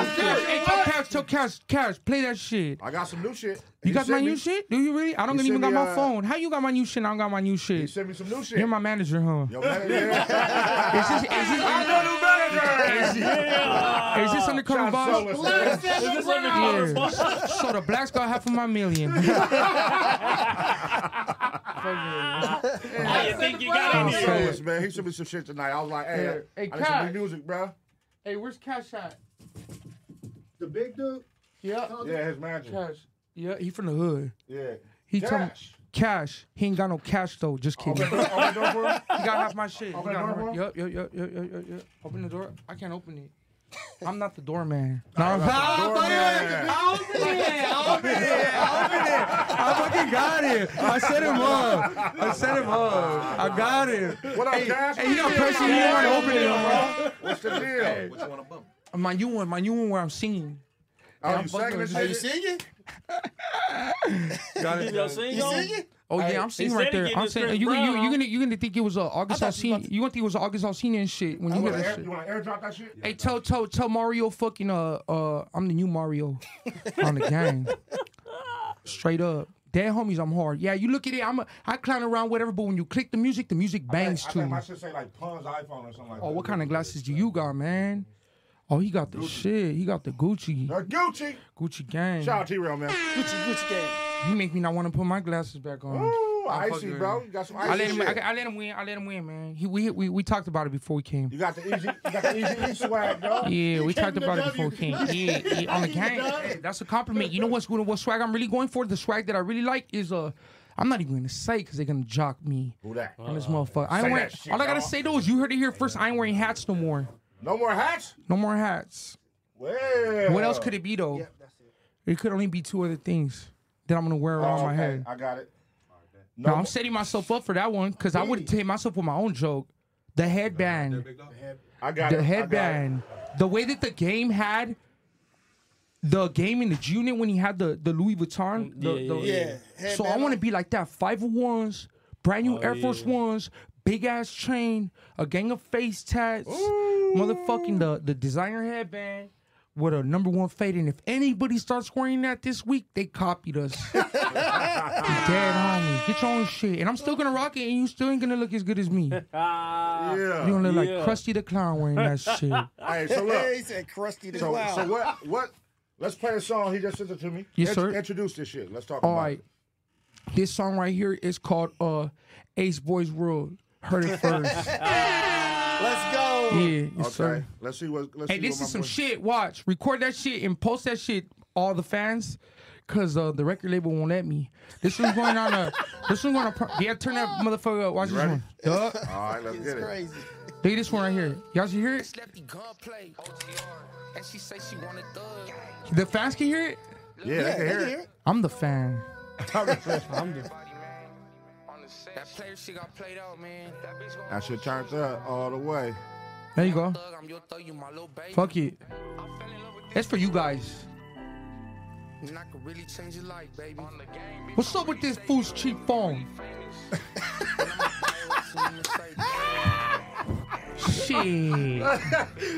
Speaker 9: Hey,
Speaker 4: oh
Speaker 9: tell Cash, tell Cash, Cash, play that shit.
Speaker 4: I got some new shit.
Speaker 9: You
Speaker 4: He
Speaker 9: got my
Speaker 4: sent
Speaker 9: new
Speaker 4: me-
Speaker 9: shit? Do you really? I don't
Speaker 4: He
Speaker 9: even
Speaker 4: sent
Speaker 9: got
Speaker 4: me,
Speaker 9: my
Speaker 4: uh,
Speaker 9: phone. How you got my new shit? and I don't got my new shit. You
Speaker 4: sent me some new shit.
Speaker 9: You're my manager, huh?
Speaker 4: Yo, man, yeah.
Speaker 9: Is this- is this-
Speaker 4: I know the manager.
Speaker 9: Is this undercover
Speaker 4: John
Speaker 9: boss?
Speaker 4: Solis. Is this undercover boss?
Speaker 9: Yeah. So the blacks got half of my million.
Speaker 4: How you think you
Speaker 9: got in here?
Speaker 4: man. He sent me some shit tonight. I was like, hey,
Speaker 9: Yeah. Hey,
Speaker 4: I need some
Speaker 9: Kai.
Speaker 4: new music, bro.
Speaker 9: hey, where's Cash at?
Speaker 5: The big dude.
Speaker 9: Yeah.
Speaker 4: Yeah, his manager.
Speaker 9: Cash. Yeah, he from the hood.
Speaker 4: Yeah.
Speaker 9: He told me
Speaker 4: Cash.
Speaker 9: cash. He ain't got no cash though. Just kidding.
Speaker 4: Open the door- open the door for him?
Speaker 9: You gotta have my shit.
Speaker 4: Open
Speaker 9: You
Speaker 4: the
Speaker 9: gotta
Speaker 4: door for
Speaker 9: have-
Speaker 4: him?
Speaker 9: Yup, yup, yup, yup, yup, yup, yup. Open the door. I can't open it. I'm not the doorman. No, I'm not. I fucking got it. I set him up. I set him up. I got it.
Speaker 4: What up,
Speaker 9: hey,
Speaker 4: Cash?
Speaker 9: Hey, you got pressure. You want to open it, bro?
Speaker 4: What's the deal?
Speaker 9: My new one. My new one where I'm singing.
Speaker 4: Oh,
Speaker 9: I'm
Speaker 4: you
Speaker 9: fucking
Speaker 4: singing
Speaker 9: with
Speaker 4: and
Speaker 9: you.
Speaker 4: shit?
Speaker 3: singing?
Speaker 9: Got
Speaker 6: You
Speaker 9: it.
Speaker 6: know, sing
Speaker 3: You
Speaker 6: on.
Speaker 3: singing?
Speaker 9: Oh
Speaker 6: Hey,
Speaker 9: yeah, I'm
Speaker 6: he
Speaker 9: seeing
Speaker 6: said
Speaker 9: right
Speaker 6: he
Speaker 9: there.
Speaker 6: getting
Speaker 9: I'm
Speaker 6: his
Speaker 9: saying
Speaker 6: Chris
Speaker 9: you, you,
Speaker 6: Brown
Speaker 9: you
Speaker 6: on.
Speaker 9: gonna you gonna think it was uh, August Alsina. You gonna think it was August Alsina and shit when you
Speaker 4: You
Speaker 9: hear
Speaker 4: want
Speaker 9: that shit.
Speaker 4: to airdrop that shit?
Speaker 9: Hey, tell tell tell Mario fucking uh uh I'm the new Mario on the gang. Straight up. Dead homies, I'm hard. Yeah, you look at it, I'm a, I clown around whatever, but when you click the music, the music bangs
Speaker 4: I
Speaker 9: too.
Speaker 4: think my shit say like Pun's iPhone or something like that.
Speaker 9: Oh, what kind of glasses do you got, man? Oh, he got the shit. He got the Gucci.
Speaker 4: Uh, Gucci.
Speaker 9: Gucci gang.
Speaker 4: Shout out to T-Real, man.
Speaker 3: Gucci, Gucci gang.
Speaker 9: You make me not want to put my glasses back on.
Speaker 4: Ooh,
Speaker 9: I'm
Speaker 4: icy,
Speaker 9: fucking-
Speaker 4: bro. You got some icy
Speaker 9: I let him.
Speaker 4: shit.
Speaker 9: I, I let him win. I let him win, man. He, we, we we talked about it before we came.
Speaker 4: You got the easy, you got the easy E swag, bro.
Speaker 9: Yeah, we talked
Speaker 4: to
Speaker 9: about it
Speaker 4: W.
Speaker 9: before we came. Yeah, yeah, on the gang. Hey, That's a compliment. You know what's good? What swag I'm really going for? The swag that I really like is uh, I'm not even gonna say because they're gonna jock me.
Speaker 4: Who that?
Speaker 9: And this motherfucker. I
Speaker 4: Uh, Say
Speaker 9: ain't wearing,
Speaker 4: that shit,
Speaker 9: all I gotta
Speaker 4: dawg.
Speaker 9: say though is you heard it here first. I ain't wearing hats no more.
Speaker 4: No more hats?
Speaker 9: No more hats.
Speaker 4: Well.
Speaker 9: What else could it be though? It could only be two other things that I'm gonna wear
Speaker 4: Oh,
Speaker 9: around my
Speaker 4: okay,
Speaker 9: head.
Speaker 4: I got it.
Speaker 9: No,
Speaker 4: No
Speaker 9: I'm
Speaker 4: more-
Speaker 9: setting myself up for that one because I would have taken myself with my own joke. The headband.
Speaker 4: I got it.
Speaker 9: the
Speaker 4: I got it.
Speaker 9: headband, the way that the game had the game in the unit when he had the the Louis Vuitton. The,
Speaker 6: Mm, Yeah,
Speaker 9: the-
Speaker 6: yeah, Oh,
Speaker 3: Yeah.
Speaker 9: So I want to be like that. Five ones, brand new Air Force
Speaker 6: yeah.
Speaker 9: Ones, big ass chain, a gang of face tats, motherfucking the the designer headband. With a number one fade, and if anybody starts wearing that this week, they copied us. Dead homie, get your own shit, and I'm still gonna rock it, and you still ain't gonna look as good as me. You're
Speaker 6: Ah.
Speaker 4: Yeah.
Speaker 9: gonna look
Speaker 6: Yeah.
Speaker 9: like Krusty the Clown wearing that shit.
Speaker 4: Hey, so
Speaker 3: He
Speaker 4: look.
Speaker 3: said Krusty the
Speaker 4: So,
Speaker 3: Clown.
Speaker 4: so what? What? Let's play a song. He just sent it to me.
Speaker 9: Yes,
Speaker 4: Int-
Speaker 9: sir.
Speaker 4: Introduce this shit. Let's talk
Speaker 9: All
Speaker 4: about
Speaker 9: right.
Speaker 4: it.
Speaker 9: This song right here is called uh Ace Boys World. Heard it first. yeah,
Speaker 11: Ah.
Speaker 3: Let's go.
Speaker 9: yes,
Speaker 4: Okay.
Speaker 9: sir.
Speaker 4: Let's see what. Let's
Speaker 9: Hey,
Speaker 4: see
Speaker 9: this
Speaker 4: what
Speaker 9: is some
Speaker 4: my boy-
Speaker 9: shit. Watch. Record that shit and post that shit, all the fans. Cause uh, the record label won't let me. This one's going on a. This one's going to. Pro- yeah, turn that motherfucker up. Watch this
Speaker 4: ready?
Speaker 9: one. Duh. Look
Speaker 4: All right, let's
Speaker 3: It's
Speaker 4: get it.
Speaker 3: crazy.
Speaker 9: at this one right here. Y'all should hear it.
Speaker 12: Lefty gunplay. And she say she wanted thug.
Speaker 9: The fans can hear it.
Speaker 4: Yeah, they can hear it.
Speaker 9: I'm the fan.
Speaker 12: That player she got played out, man. That bitch gon'
Speaker 4: That shit turns up all the way.
Speaker 9: There you go.
Speaker 12: thug. I'm your thug, you my little baby.
Speaker 9: Fuck it.
Speaker 12: I fell in love with
Speaker 9: That's for you guys.
Speaker 12: you, and I could really change your life, baby. On the game, bitch.
Speaker 9: What's up with this fool's cheap phone? Shit.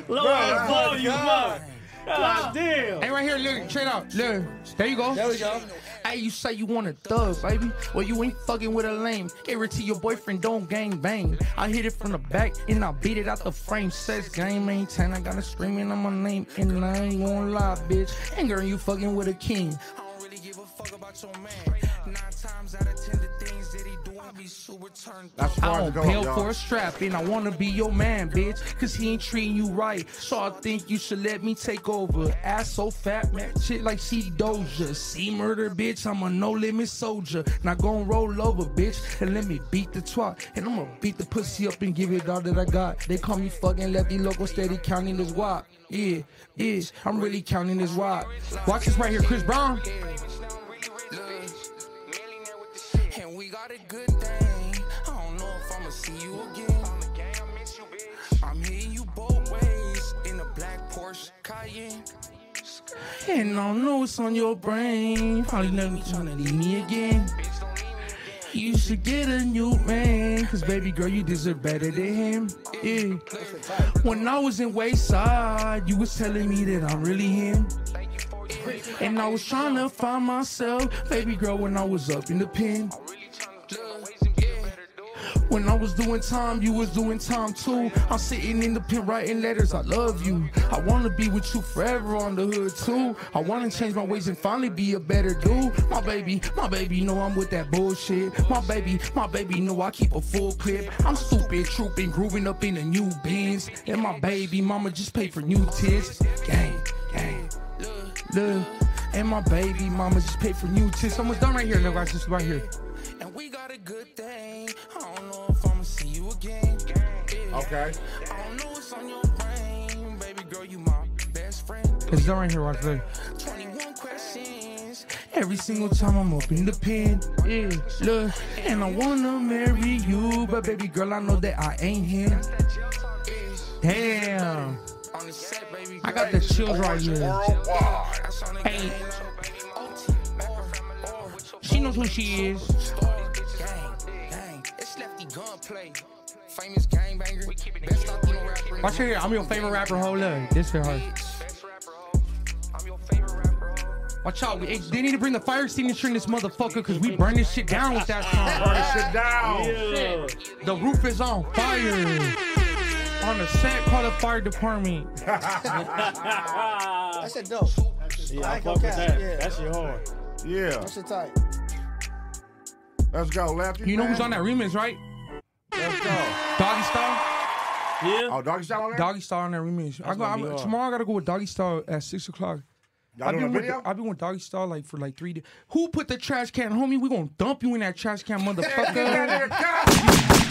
Speaker 6: Low ass blow you up.
Speaker 9: Ah.
Speaker 6: God damn.
Speaker 9: Hey, right here, look, straight out. Look, there you go.
Speaker 3: There we go.
Speaker 9: Hey, you say you want a thug, baby? Well, you ain't fucking with a lame. Guarantee your boyfriend don't gang bang. I hit it from the back and I beat it out the frame. Says game maintain. I got a screaming on my name and I ain't gonna lie, bitch. And girl, you fucking with a king.
Speaker 12: I don't really give a fuck about your man. Nine times out of ten, the things that he doing
Speaker 4: That's
Speaker 9: I
Speaker 4: far to
Speaker 9: won't
Speaker 4: go,
Speaker 9: pay
Speaker 4: y'all.
Speaker 9: for a strap, and I wanna be your man, bitch. Cause he ain't treating you right. So I think you should let me take over. Ass so fat, man, shit like she doja. See murder, bitch. I'm a no limit soldier. Now go and roll over, bitch. And let me beat the twat. And I'ma beat the pussy up and give it all that I got. They call me fucking lefty local steady counting this wop. Yeah, yeah, I'm really counting this wop. Watch this right here, Chris Brown.
Speaker 12: And we got a good thing. I don't know if I'ma see you again. On the game, I miss you, bitch. I'm hitting you both ways in a black Porsche Cayenne.
Speaker 9: And I don't know what's on your brain. Probably never trying to leave me again. You should get a new man. Cause baby girl, you deserve better than him. Yeah. When I was in Wayside, you was telling me that I'm really him. And I was trying to find myself, baby girl, when I was up in the pen. When I was doing time, you was doing time too. I'm sitting in the pen writing letters, I love you. I wanna be with you forever on the hood too. I wanna change my ways and finally be a better dude. My baby, my baby know I'm with that bullshit. My baby, my baby know I keep a full clip. I'm stupid, trooping, grooving up in the new bins. And my baby mama just paid for new tits. Gang, gang. Look, and my baby mama just paid for new tits. Almost done right here, look, I just right here.
Speaker 12: And we got a good thing. I don't know if I'ma see you again. Yeah.
Speaker 4: Okay.
Speaker 12: I don't know what's on your brain. Baby girl, you my best friend.
Speaker 9: It's done right here, watch this.
Speaker 12: 21 questions.
Speaker 9: Every single time I'm up in the pen, yeah, look, and I wanna marry you, but baby girl, I know that I ain't him. Damn, I got the chills right here. Hey, she knows who she is.
Speaker 12: It's lefty gunplay. Famous gangbanger. Best Latino rapper. in
Speaker 9: Watch her here, I'm your favorite rapper. Hold up, this for her. Watch out, we- eh, they need to bring the fire extinguisher in this motherfucker, cause we burn this shit down with that song.
Speaker 4: Burn this shit down.
Speaker 9: The roof is on fire. On the set, call the fire department. Uh,
Speaker 3: I said dope.
Speaker 6: Yeah,
Speaker 3: I
Speaker 6: I
Speaker 3: ain't
Speaker 6: fuck
Speaker 3: gonna
Speaker 6: with
Speaker 3: cap,
Speaker 6: that.
Speaker 3: yeah.
Speaker 6: That shit hard.
Speaker 4: Yeah.
Speaker 3: That shit tight.
Speaker 4: Let's go, Lefty.
Speaker 9: You know who's on
Speaker 4: man.
Speaker 9: that remix, right?
Speaker 4: Let's go.
Speaker 9: Doggy Style.
Speaker 6: Yeah.
Speaker 4: Oh, Doggy Style on there?
Speaker 9: Doggy Style on that remix. I go,
Speaker 6: gonna
Speaker 9: I'm,
Speaker 6: be hard.
Speaker 9: tomorrow I gotta go with Doggy Style at six o'clock.
Speaker 4: Y'all
Speaker 9: I've
Speaker 4: doing
Speaker 9: been,
Speaker 4: a
Speaker 9: with,
Speaker 4: video?
Speaker 9: I've been with Doggy Style like for like three days. Who put the trash can, homie? We gonna dump you in that trash can, motherfucker.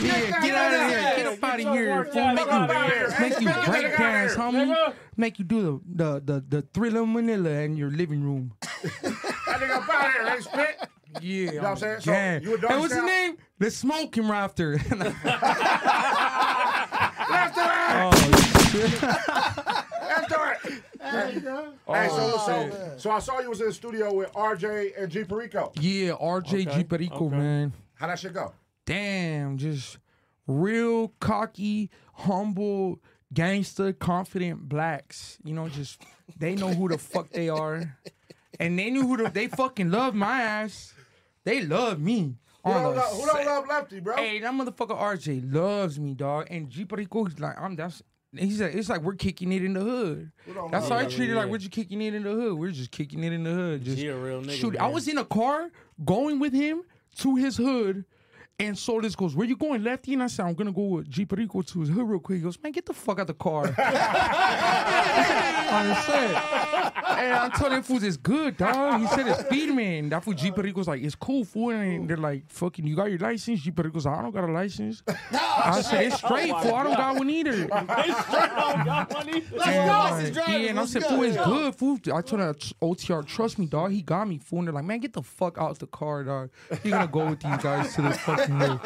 Speaker 9: Yeah, get out of here. Get up out of here. Fool. Make you, make you break dance, homie. Make you do the the the, the thriller manila in your living room.
Speaker 4: That nigga up out of here. They spit.
Speaker 9: Yeah.
Speaker 4: You know what I'm saying? So,
Speaker 9: Yeah.
Speaker 4: you a
Speaker 9: Hey,
Speaker 4: Doggy
Speaker 9: what's his
Speaker 4: Style?
Speaker 9: name? The smoking rafter.
Speaker 4: Left to right.
Speaker 9: oh, shit.
Speaker 4: Left to right. Hey, so,
Speaker 9: Oh,
Speaker 4: so, so I saw you was in the studio with RJ and G Perico.
Speaker 9: Yeah, RJ G Perico, man.
Speaker 4: How that shit go?
Speaker 9: Damn, just real cocky, humble, gangster, confident blacks. You know, just they know who the fuck they are. And they knew who the, they fucking love my ass. They love me.
Speaker 4: Who
Speaker 9: on
Speaker 4: don't,
Speaker 9: the
Speaker 4: love, who don't
Speaker 9: set.
Speaker 4: love Lefty, bro?
Speaker 9: Hey, that motherfucker RJ loves me, dog. And G Perico, he's like, I'm that's he said it's like we're kicking it in the hood.
Speaker 4: Who don't
Speaker 9: That's
Speaker 4: love
Speaker 9: how I
Speaker 4: Lefty?
Speaker 9: treated like we're just kicking it in the hood. We're just kicking it in the hood. Just
Speaker 6: He a real nigga.
Speaker 9: Shoot, I
Speaker 6: man.
Speaker 9: was in a car going with him to his hood, and Solis goes, "Where you going, lefty?" And I said, "I'm gonna go with G Perico to his hood real quick." He goes, "Man, get the fuck out the car." I said, and I'm telling them fools it's good, dog. He said it's speed man. That fool G Perico's like, "It's cool, fool." And they're like, "Fucking, you got your license?" G Perico's, like, "I don't got a license." I said, "It's straight,
Speaker 6: Oh my
Speaker 9: fool. I don't
Speaker 6: God.
Speaker 9: got one either."
Speaker 6: It's straight on God, money.
Speaker 9: And,
Speaker 3: go.
Speaker 9: like,
Speaker 3: It's driving.
Speaker 9: Yeah, and I
Speaker 3: Let's
Speaker 9: said,
Speaker 3: go.
Speaker 9: fool, it's
Speaker 3: Let's
Speaker 9: good. Fool. I told her, OTR, trust me, dog. He got me, fool. And they're like, man, get the fuck out the car, dog. You're going to go with these guys to this fucking hill.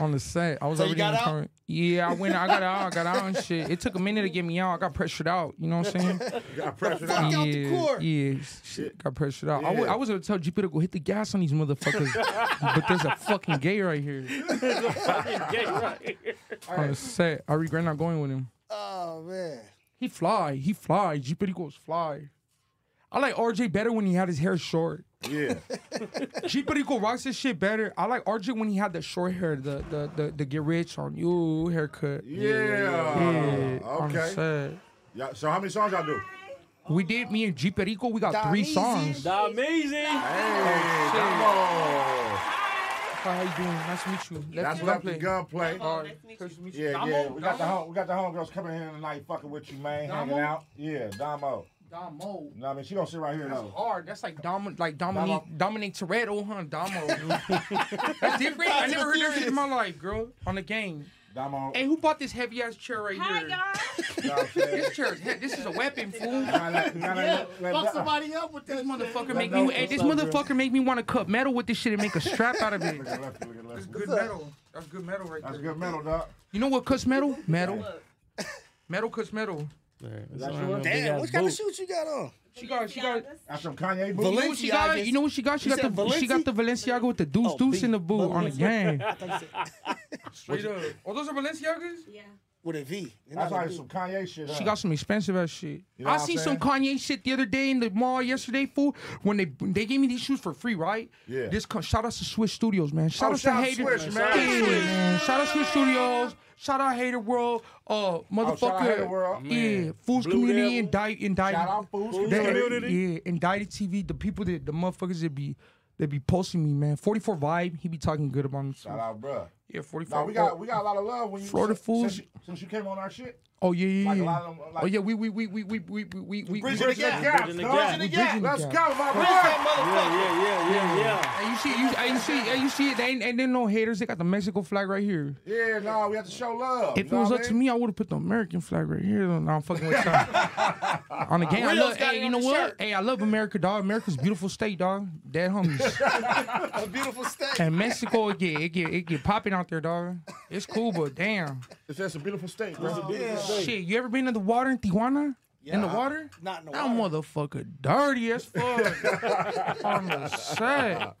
Speaker 9: On the set. I was
Speaker 3: So you
Speaker 9: already
Speaker 3: got
Speaker 9: in the
Speaker 3: out?
Speaker 9: car. Yeah, I went. I got out. I got out and shit. It took a minute to get me out. I got pressured out. You know what I'm saying?
Speaker 4: Got pressured
Speaker 3: Fuck
Speaker 4: out.
Speaker 3: out the court.
Speaker 9: yeah, shit, got pressured out. I wa-
Speaker 4: Yeah.
Speaker 9: I was gonna tell GP to go hit the gas on these motherfuckers, but there's a fucking gay right here
Speaker 6: It's a fucking gay right here.
Speaker 9: on the set. I regret not going with him.
Speaker 3: Oh man.
Speaker 9: He fly. He fly. G Perico's fly. I like RJ better when he had his hair short.
Speaker 4: Yeah.
Speaker 9: G Perico rocks his shit better. I like RJ when he had the short hair, the the the, the get rich on you haircut.
Speaker 4: Yeah.
Speaker 9: I'm
Speaker 4: Okay.
Speaker 9: sad.
Speaker 4: Yeah, so how many songs y'all do?
Speaker 9: We did me and G Perico. We got
Speaker 3: That
Speaker 9: three
Speaker 3: easy.
Speaker 9: songs.
Speaker 6: The amazing.
Speaker 4: Hey, come on.
Speaker 9: How you doing? Nice to meet you. Lefty
Speaker 4: That's
Speaker 9: Gunplay.
Speaker 4: Lefty Gunplay.
Speaker 9: All right. Nice to meet you.
Speaker 4: Yeah,
Speaker 9: Damo,
Speaker 4: yeah. We got the
Speaker 9: Damo.
Speaker 4: home, we got the homegirls coming in here tonight, fucking with you, man, hanging
Speaker 9: Damo?
Speaker 4: out. Yeah, Damo.
Speaker 9: Damo.
Speaker 4: No, I mean she don't sit right here
Speaker 9: That's
Speaker 4: though.
Speaker 9: hard. That's like Dom, like Dominique, Dominic Toretto, huh? Damo. dude. That's different. I never heard that shit in my life, girl. On the game.
Speaker 4: Damo.
Speaker 9: Hey, who bought this heavy ass chair right here? this chair, is he- this is a weapon, fool.
Speaker 5: Yeah, fuck somebody up with this
Speaker 9: motherfucker make me, hey, this motherfucker make me want to cut metal with this shit and make a strap out of it.
Speaker 4: That's
Speaker 9: good metal. That's good metal right
Speaker 4: That's good metal, dog.
Speaker 9: You know what cuts metal? Metal. metal cuts metal.
Speaker 3: Damn, what kind of shoes you got on?
Speaker 9: She got, she got.
Speaker 4: That's some Kanye
Speaker 9: You know what she got? You know what she got? She, got the she got the Balenciaga with the deuce
Speaker 4: Oh,
Speaker 9: deuce in the boot on the game. Straight up. Oh, those are Balenciagas?
Speaker 13: Yeah.
Speaker 3: With a V.
Speaker 4: That's like some Kanye shit.
Speaker 9: She got some expensive ass shit.
Speaker 4: You know
Speaker 9: I
Speaker 4: what I'm
Speaker 9: seen some
Speaker 4: saying?
Speaker 9: Kanye shit the other day in the mall yesterday, fool. When they they gave me these shoes for free, right?
Speaker 4: Yeah.
Speaker 9: This co- shout out to Swiss Studios, man. Shout
Speaker 4: Oh,
Speaker 9: out
Speaker 4: shout out
Speaker 9: to Hater,
Speaker 4: Swiss, man. Shout out
Speaker 9: Yeah,
Speaker 4: Swiss.
Speaker 9: man. Shout out Swiss Studios. Shout out Hater World. Uh, motherfucker.
Speaker 4: Oh, shout out Hater World.
Speaker 9: Yeah,
Speaker 4: Man.
Speaker 9: Fools
Speaker 4: Blue
Speaker 9: Community
Speaker 4: Devil.
Speaker 9: indicted. indicted.
Speaker 4: Shout out Fools
Speaker 9: They-
Speaker 4: Community.
Speaker 9: Yeah, indicted TV. The people that the motherfuckers that be that be posting me, man. Forty four vibe. He be talking good about me. too.
Speaker 4: Shout out, bruh.
Speaker 9: Yeah, forty four.
Speaker 4: Nah, we got we got a lot of love when you
Speaker 9: Florida
Speaker 4: since,
Speaker 9: fools.
Speaker 4: Since you, since you came on our shit.
Speaker 9: Oh yeah, yeah,
Speaker 4: Like a
Speaker 9: yeah.
Speaker 4: lot of them, like-
Speaker 9: oh yeah, we we we we we we we we we
Speaker 4: Bridging the gap. Bridging the gap.
Speaker 9: We
Speaker 4: Bridging the
Speaker 9: the
Speaker 4: gap. Let's go, my
Speaker 9: Bridging
Speaker 4: boy.
Speaker 9: that motherfucker.
Speaker 4: Yeah, yeah, yeah, yeah, yeah.
Speaker 9: And you see, you, and you see, and you see, it. they ain't, ain't there no haters. They got the Mexico flag right here.
Speaker 4: Yeah, no, we have to show love.
Speaker 9: If it was up to me, I would have put the American flag right here. No, I'm fucking with you. on the game, I
Speaker 4: Reels
Speaker 9: love.
Speaker 4: got it
Speaker 9: Hey, you
Speaker 4: on
Speaker 9: know
Speaker 4: the
Speaker 9: what?
Speaker 4: shirt.
Speaker 9: Hey, I love America, dog. America's a beautiful state, dog. Dead homies.
Speaker 3: a beautiful state.
Speaker 9: and Mexico, it get it get it get popping out there, dog. It's cool, but damn.
Speaker 4: It's just a beautiful state, bro.
Speaker 9: Oh, Shit, you ever been in the water in Tijuana? in the water?
Speaker 3: Not in the
Speaker 9: That motherfucker dirty as fuck. I'm just sad.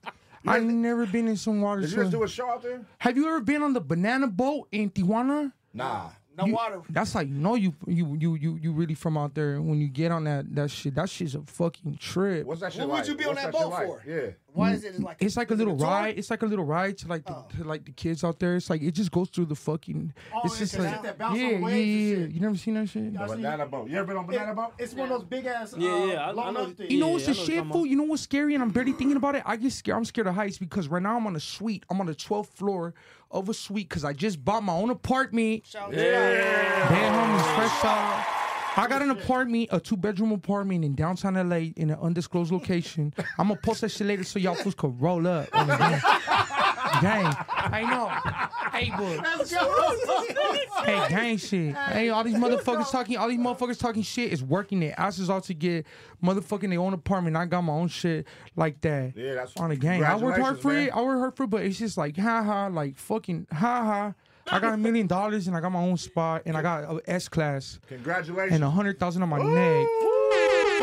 Speaker 9: I never been in some water.
Speaker 4: Did you just
Speaker 9: so-
Speaker 4: do a show out there?
Speaker 9: Have you ever been on the banana boat in Tijuana?
Speaker 4: Nah.
Speaker 3: No
Speaker 9: You-
Speaker 3: water.
Speaker 9: That's like you know you you you you you really from out there when you get on that that shit. That shit's a fucking trip.
Speaker 4: What's that shit
Speaker 3: What would
Speaker 4: like?
Speaker 3: you be on
Speaker 4: What's
Speaker 3: that
Speaker 4: shit
Speaker 3: boat
Speaker 4: like?
Speaker 3: for?
Speaker 4: Yeah.
Speaker 3: Why is it like
Speaker 9: It's like a little ride. It's like a little ride to like the, to like the kids out there. It's like it just goes through the fucking.
Speaker 5: Oh,
Speaker 9: it's
Speaker 5: it's
Speaker 9: just
Speaker 5: the
Speaker 9: like
Speaker 5: shit that bounce on
Speaker 9: yeah, yeah,
Speaker 5: waves
Speaker 9: yeah. You never seen that shit?
Speaker 5: Y'all seen
Speaker 4: Banana boat. You ever been on banana boat?
Speaker 5: It's one of those big ass. Uh,
Speaker 9: Yeah, yeah, I- I
Speaker 5: long
Speaker 9: know-
Speaker 5: up things.
Speaker 9: You know what's the shit, fool? You know what's scary, and I'm barely thinking about it. I get scared. I'm scared of heights because right now I'm on a suite. I'm on the 12th floor of a suite because I just bought my own apartment.
Speaker 3: Shout
Speaker 9: yeah, Damn, homies, fresh out. I got an apartment, a two-bedroom apartment in downtown LA in an undisclosed location. I'm gonna post that shit later so y'all fools could roll up. on the game. Gang, I know. Hey, boy.
Speaker 5: Let's go.
Speaker 9: Hey, gang shit. Hey, all these motherfuckers talking, all these motherfuckers talking shit is working their asses off to get motherfucking their own apartment. I got my own shit like that.
Speaker 4: Yeah, that's
Speaker 9: on the game. I worked hard
Speaker 4: congratulations,
Speaker 9: for
Speaker 4: man.
Speaker 9: it. I worked hard for it, but it's just like ha ha, like fucking ha ha. I got a million dollars and I got my own spot and I got a S class
Speaker 4: Congratulations.
Speaker 9: and a hundred thousand on my neck.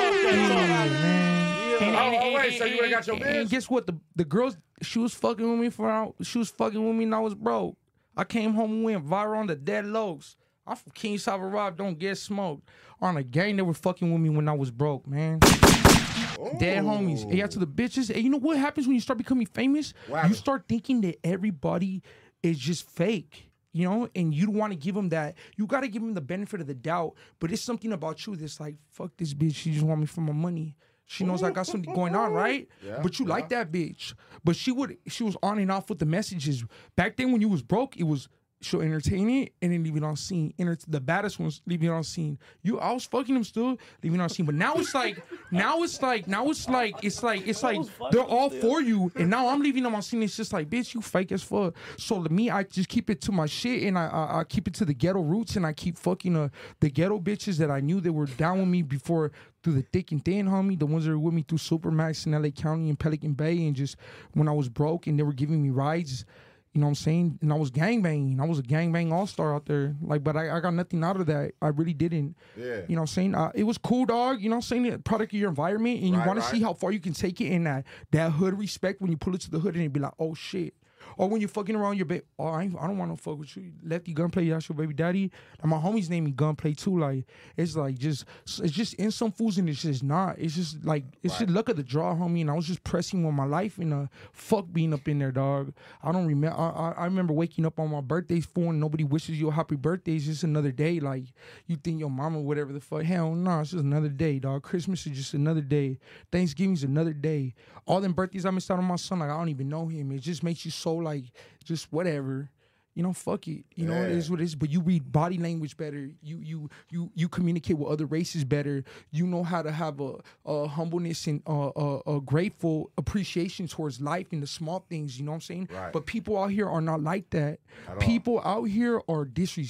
Speaker 9: And, and-
Speaker 4: Oh, wait,
Speaker 9: and-
Speaker 4: so you ain't got your
Speaker 9: and- and
Speaker 4: biz?
Speaker 9: guess what? The the girls, she was fucking with me for she was fucking with me and I was broke. I came home and went viral on the dead lows. I'm from King Salvador, Rob, don't get smoked. On a gang, they were fucking with me when I was broke, man. Dead homies. Yeah, to the bitches. And you know what happens when you start becoming famous? You start thinking that everybody is just fake. You know, and you don't want to give them that. You got to give them the benefit of the doubt. But it's something about you that's like, fuck this bitch. She just want me for my money. She knows I got something going on, right?
Speaker 4: Yeah,
Speaker 9: but you
Speaker 4: yeah.
Speaker 9: like that bitch. But she would, she was on and off with the messages. Back then, when you was broke, it was she'll entertain it and then leave it on scene. Enter- the baddest ones leave it on scene. You, I was fucking them still, leaving on scene. But now it's like, now it's like, now it's like, it's like, it's like they're all for you. And now I'm leaving them on scene. It's just like, bitch, you fake as fuck. So to me, I just keep it to my shit and I, I, I keep it to the ghetto roots and I keep fucking uh, the ghetto bitches that I knew that were down with me before through the thick and thin, homie. The ones that were with me through Supermax in LA County and Pelican Bay and just when I was broke and they were giving me rides. You know what I'm saying? And I was gangbanging. I was a gangbang all star out there. Like, but I, I got nothing out of that. I really didn't.
Speaker 4: Yeah.
Speaker 9: You know what I'm saying? Uh, it was cool, dog. You know what I'm saying? A product of your environment. And you
Speaker 4: Right,
Speaker 9: want
Speaker 4: right.
Speaker 9: to see how far you can take it. And that, that hood respect when you pull it to the hood and it be like, oh shit. Or when you're fucking around your bed, oh, I, ain't, I don't want to fuck with you. Lefty Gunplay, that's your baby daddy. And my homies name me Gunplay too. Like, it's like just, it's just in some fools and it's just not. It's just like, it's just luck of the draw, homie. And I was just pressing on my life and uh, fuck being up in there, dog. I don't remember. I, I, I remember waking up on my birthday's phone. Nobody wishes you a happy birthday. It's just another day. Like you think your mama, whatever the fuck. Hell no, it's just another day, dog. Christmas is just another day. Thanksgiving's another day. All them birthdays I missed out on my son, like I don't even know him. It just makes you so like just whatever. You know, fuck it. You know, it
Speaker 13: Yeah.
Speaker 9: is what it is. But you read body language better. You you you you communicate with other races better. You know how to have a, a humbleness and a, a, a grateful appreciation towards life and the small things. You know what I'm saying?
Speaker 13: Right.
Speaker 9: But people out here are not like that.
Speaker 13: At all.
Speaker 9: People out here are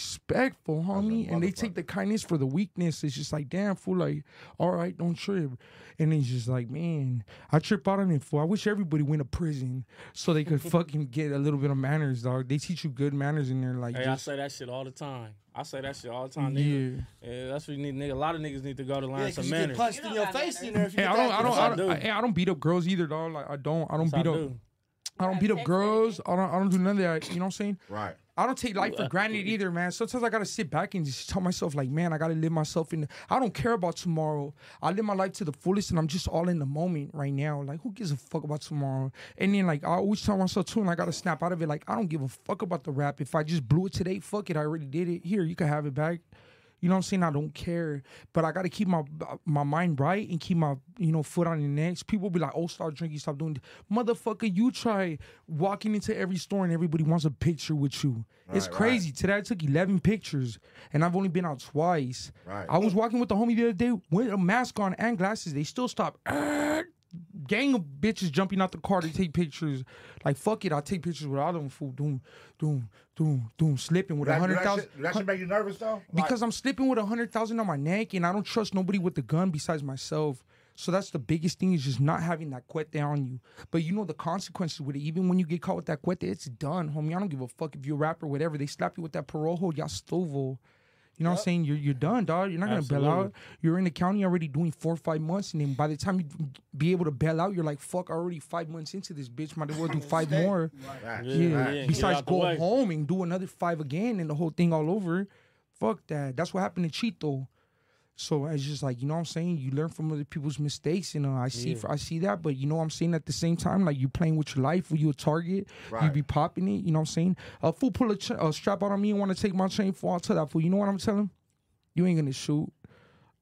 Speaker 9: disrespectful, homie, and they take the kindness for the weakness. It's just like, damn, fool, like, all right, don't trip. And it's just like, man, I trip out on it, fool. I wish everybody went to prison so they could fucking get a little bit of manners, dog. They teach you good manners in there, like,
Speaker 6: Hey, I
Speaker 9: just-
Speaker 6: say that shit all the time. I say that shit all the time, nigga. Yeah. that's what you need, nigga. A lot of niggas need to go to learn
Speaker 3: Yeah, 'cause
Speaker 6: some
Speaker 3: you get
Speaker 6: manners.
Speaker 3: punched in your face in there if you
Speaker 9: Hey,
Speaker 3: get
Speaker 9: I don't, I don't, I
Speaker 6: Yes, I
Speaker 9: don't,
Speaker 6: do.
Speaker 9: I, hey, I don't beat up girls either, dog. Like I don't, I don't
Speaker 6: Yes, I
Speaker 9: beat up,
Speaker 6: do.
Speaker 9: I don't beat up girls. I don't, I don't do none of that. You know what I'm saying?
Speaker 4: Right.
Speaker 9: I don't take life
Speaker 6: Ooh, uh,
Speaker 9: for granted either, man. Sometimes I gotta sit back and just tell myself, like, man, I gotta live myself in. The, I don't care about tomorrow. I live my life to the fullest, and I'm just all in the moment right now. Like, who gives a fuck about tomorrow? And then, like, I always tell myself too, and I gotta snap out of it. Like, I don't give a fuck about the rap. If I just blew it today, fuck it. I already did it. Here, you can have it back. You know what I'm saying? I don't care, but I gotta keep my my mind right and keep my you know foot on the next. People be like, "Oh, stop drinking, stop doing." This. Motherfucker, you try walking into every store and everybody wants a picture with you.
Speaker 13: Right,
Speaker 9: it's
Speaker 13: right.
Speaker 9: crazy. Today I took 11 pictures and I've only been out twice.
Speaker 13: Right.
Speaker 9: I was walking with the homie the other day with a mask on and glasses. They still stop. Gang of bitches jumping out the car to take pictures. Like fuck it, I'll take pictures with all them fool. Doom, doom, doom, doom, slipping with
Speaker 4: That-
Speaker 9: a
Speaker 4: that
Speaker 9: hundred thousand.
Speaker 4: shit- That should make you nervous though.
Speaker 9: Because I'm slipping with a hundred thousand on my neck, and I don't trust nobody with the gun besides myself. So that's the biggest thing is just not having that cuete on you. But you know the consequences with it. Even when you get caught with that cuete, it's done, homie. I don't give a fuck if you're a rapper, whatever. They slap you with that parole hold, y'all stovo. You know what I'm saying? You're you're done, dog. You're not gonna bail
Speaker 6: Absolutely.
Speaker 9: out. You're in the county already doing four or five months, and then by the time you be able to bail out, you're like, fuck, already five months into this bitch. Might as well do five more.
Speaker 4: Right.
Speaker 9: Yeah.
Speaker 4: Yeah, right. Get
Speaker 9: Besides
Speaker 4: out the
Speaker 9: go
Speaker 4: way.
Speaker 9: home and do another five again and the whole thing all over. Fuck that. That's what happened to Cheeto. So it's just like you know what I'm saying. You learn from other people's mistakes, and uh, I see
Speaker 13: Yeah.
Speaker 9: I see that. But you know what I'm saying. At the same time, like you playing with your life, where you a target, you
Speaker 13: Right.
Speaker 9: be popping it. You know what I'm saying. A fool pull a, ch- a strap out on me and want to take my chain. Fall to that fool. You know what I'm telling him? You ain't gonna shoot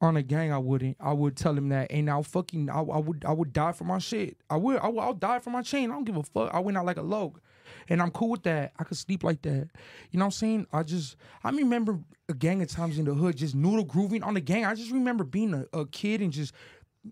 Speaker 9: on a gang. I wouldn't. I would tell him that, and I'll fucking I, I would I would die for my shit. I would I would I'll die for my chain. I don't give a fuck. I went out like a log, and I'm cool with that. I could sleep like that. You know what I'm saying? I just I remember a gang of times in the hood just noodle grooving on the gang. I just remember being a, a kid and just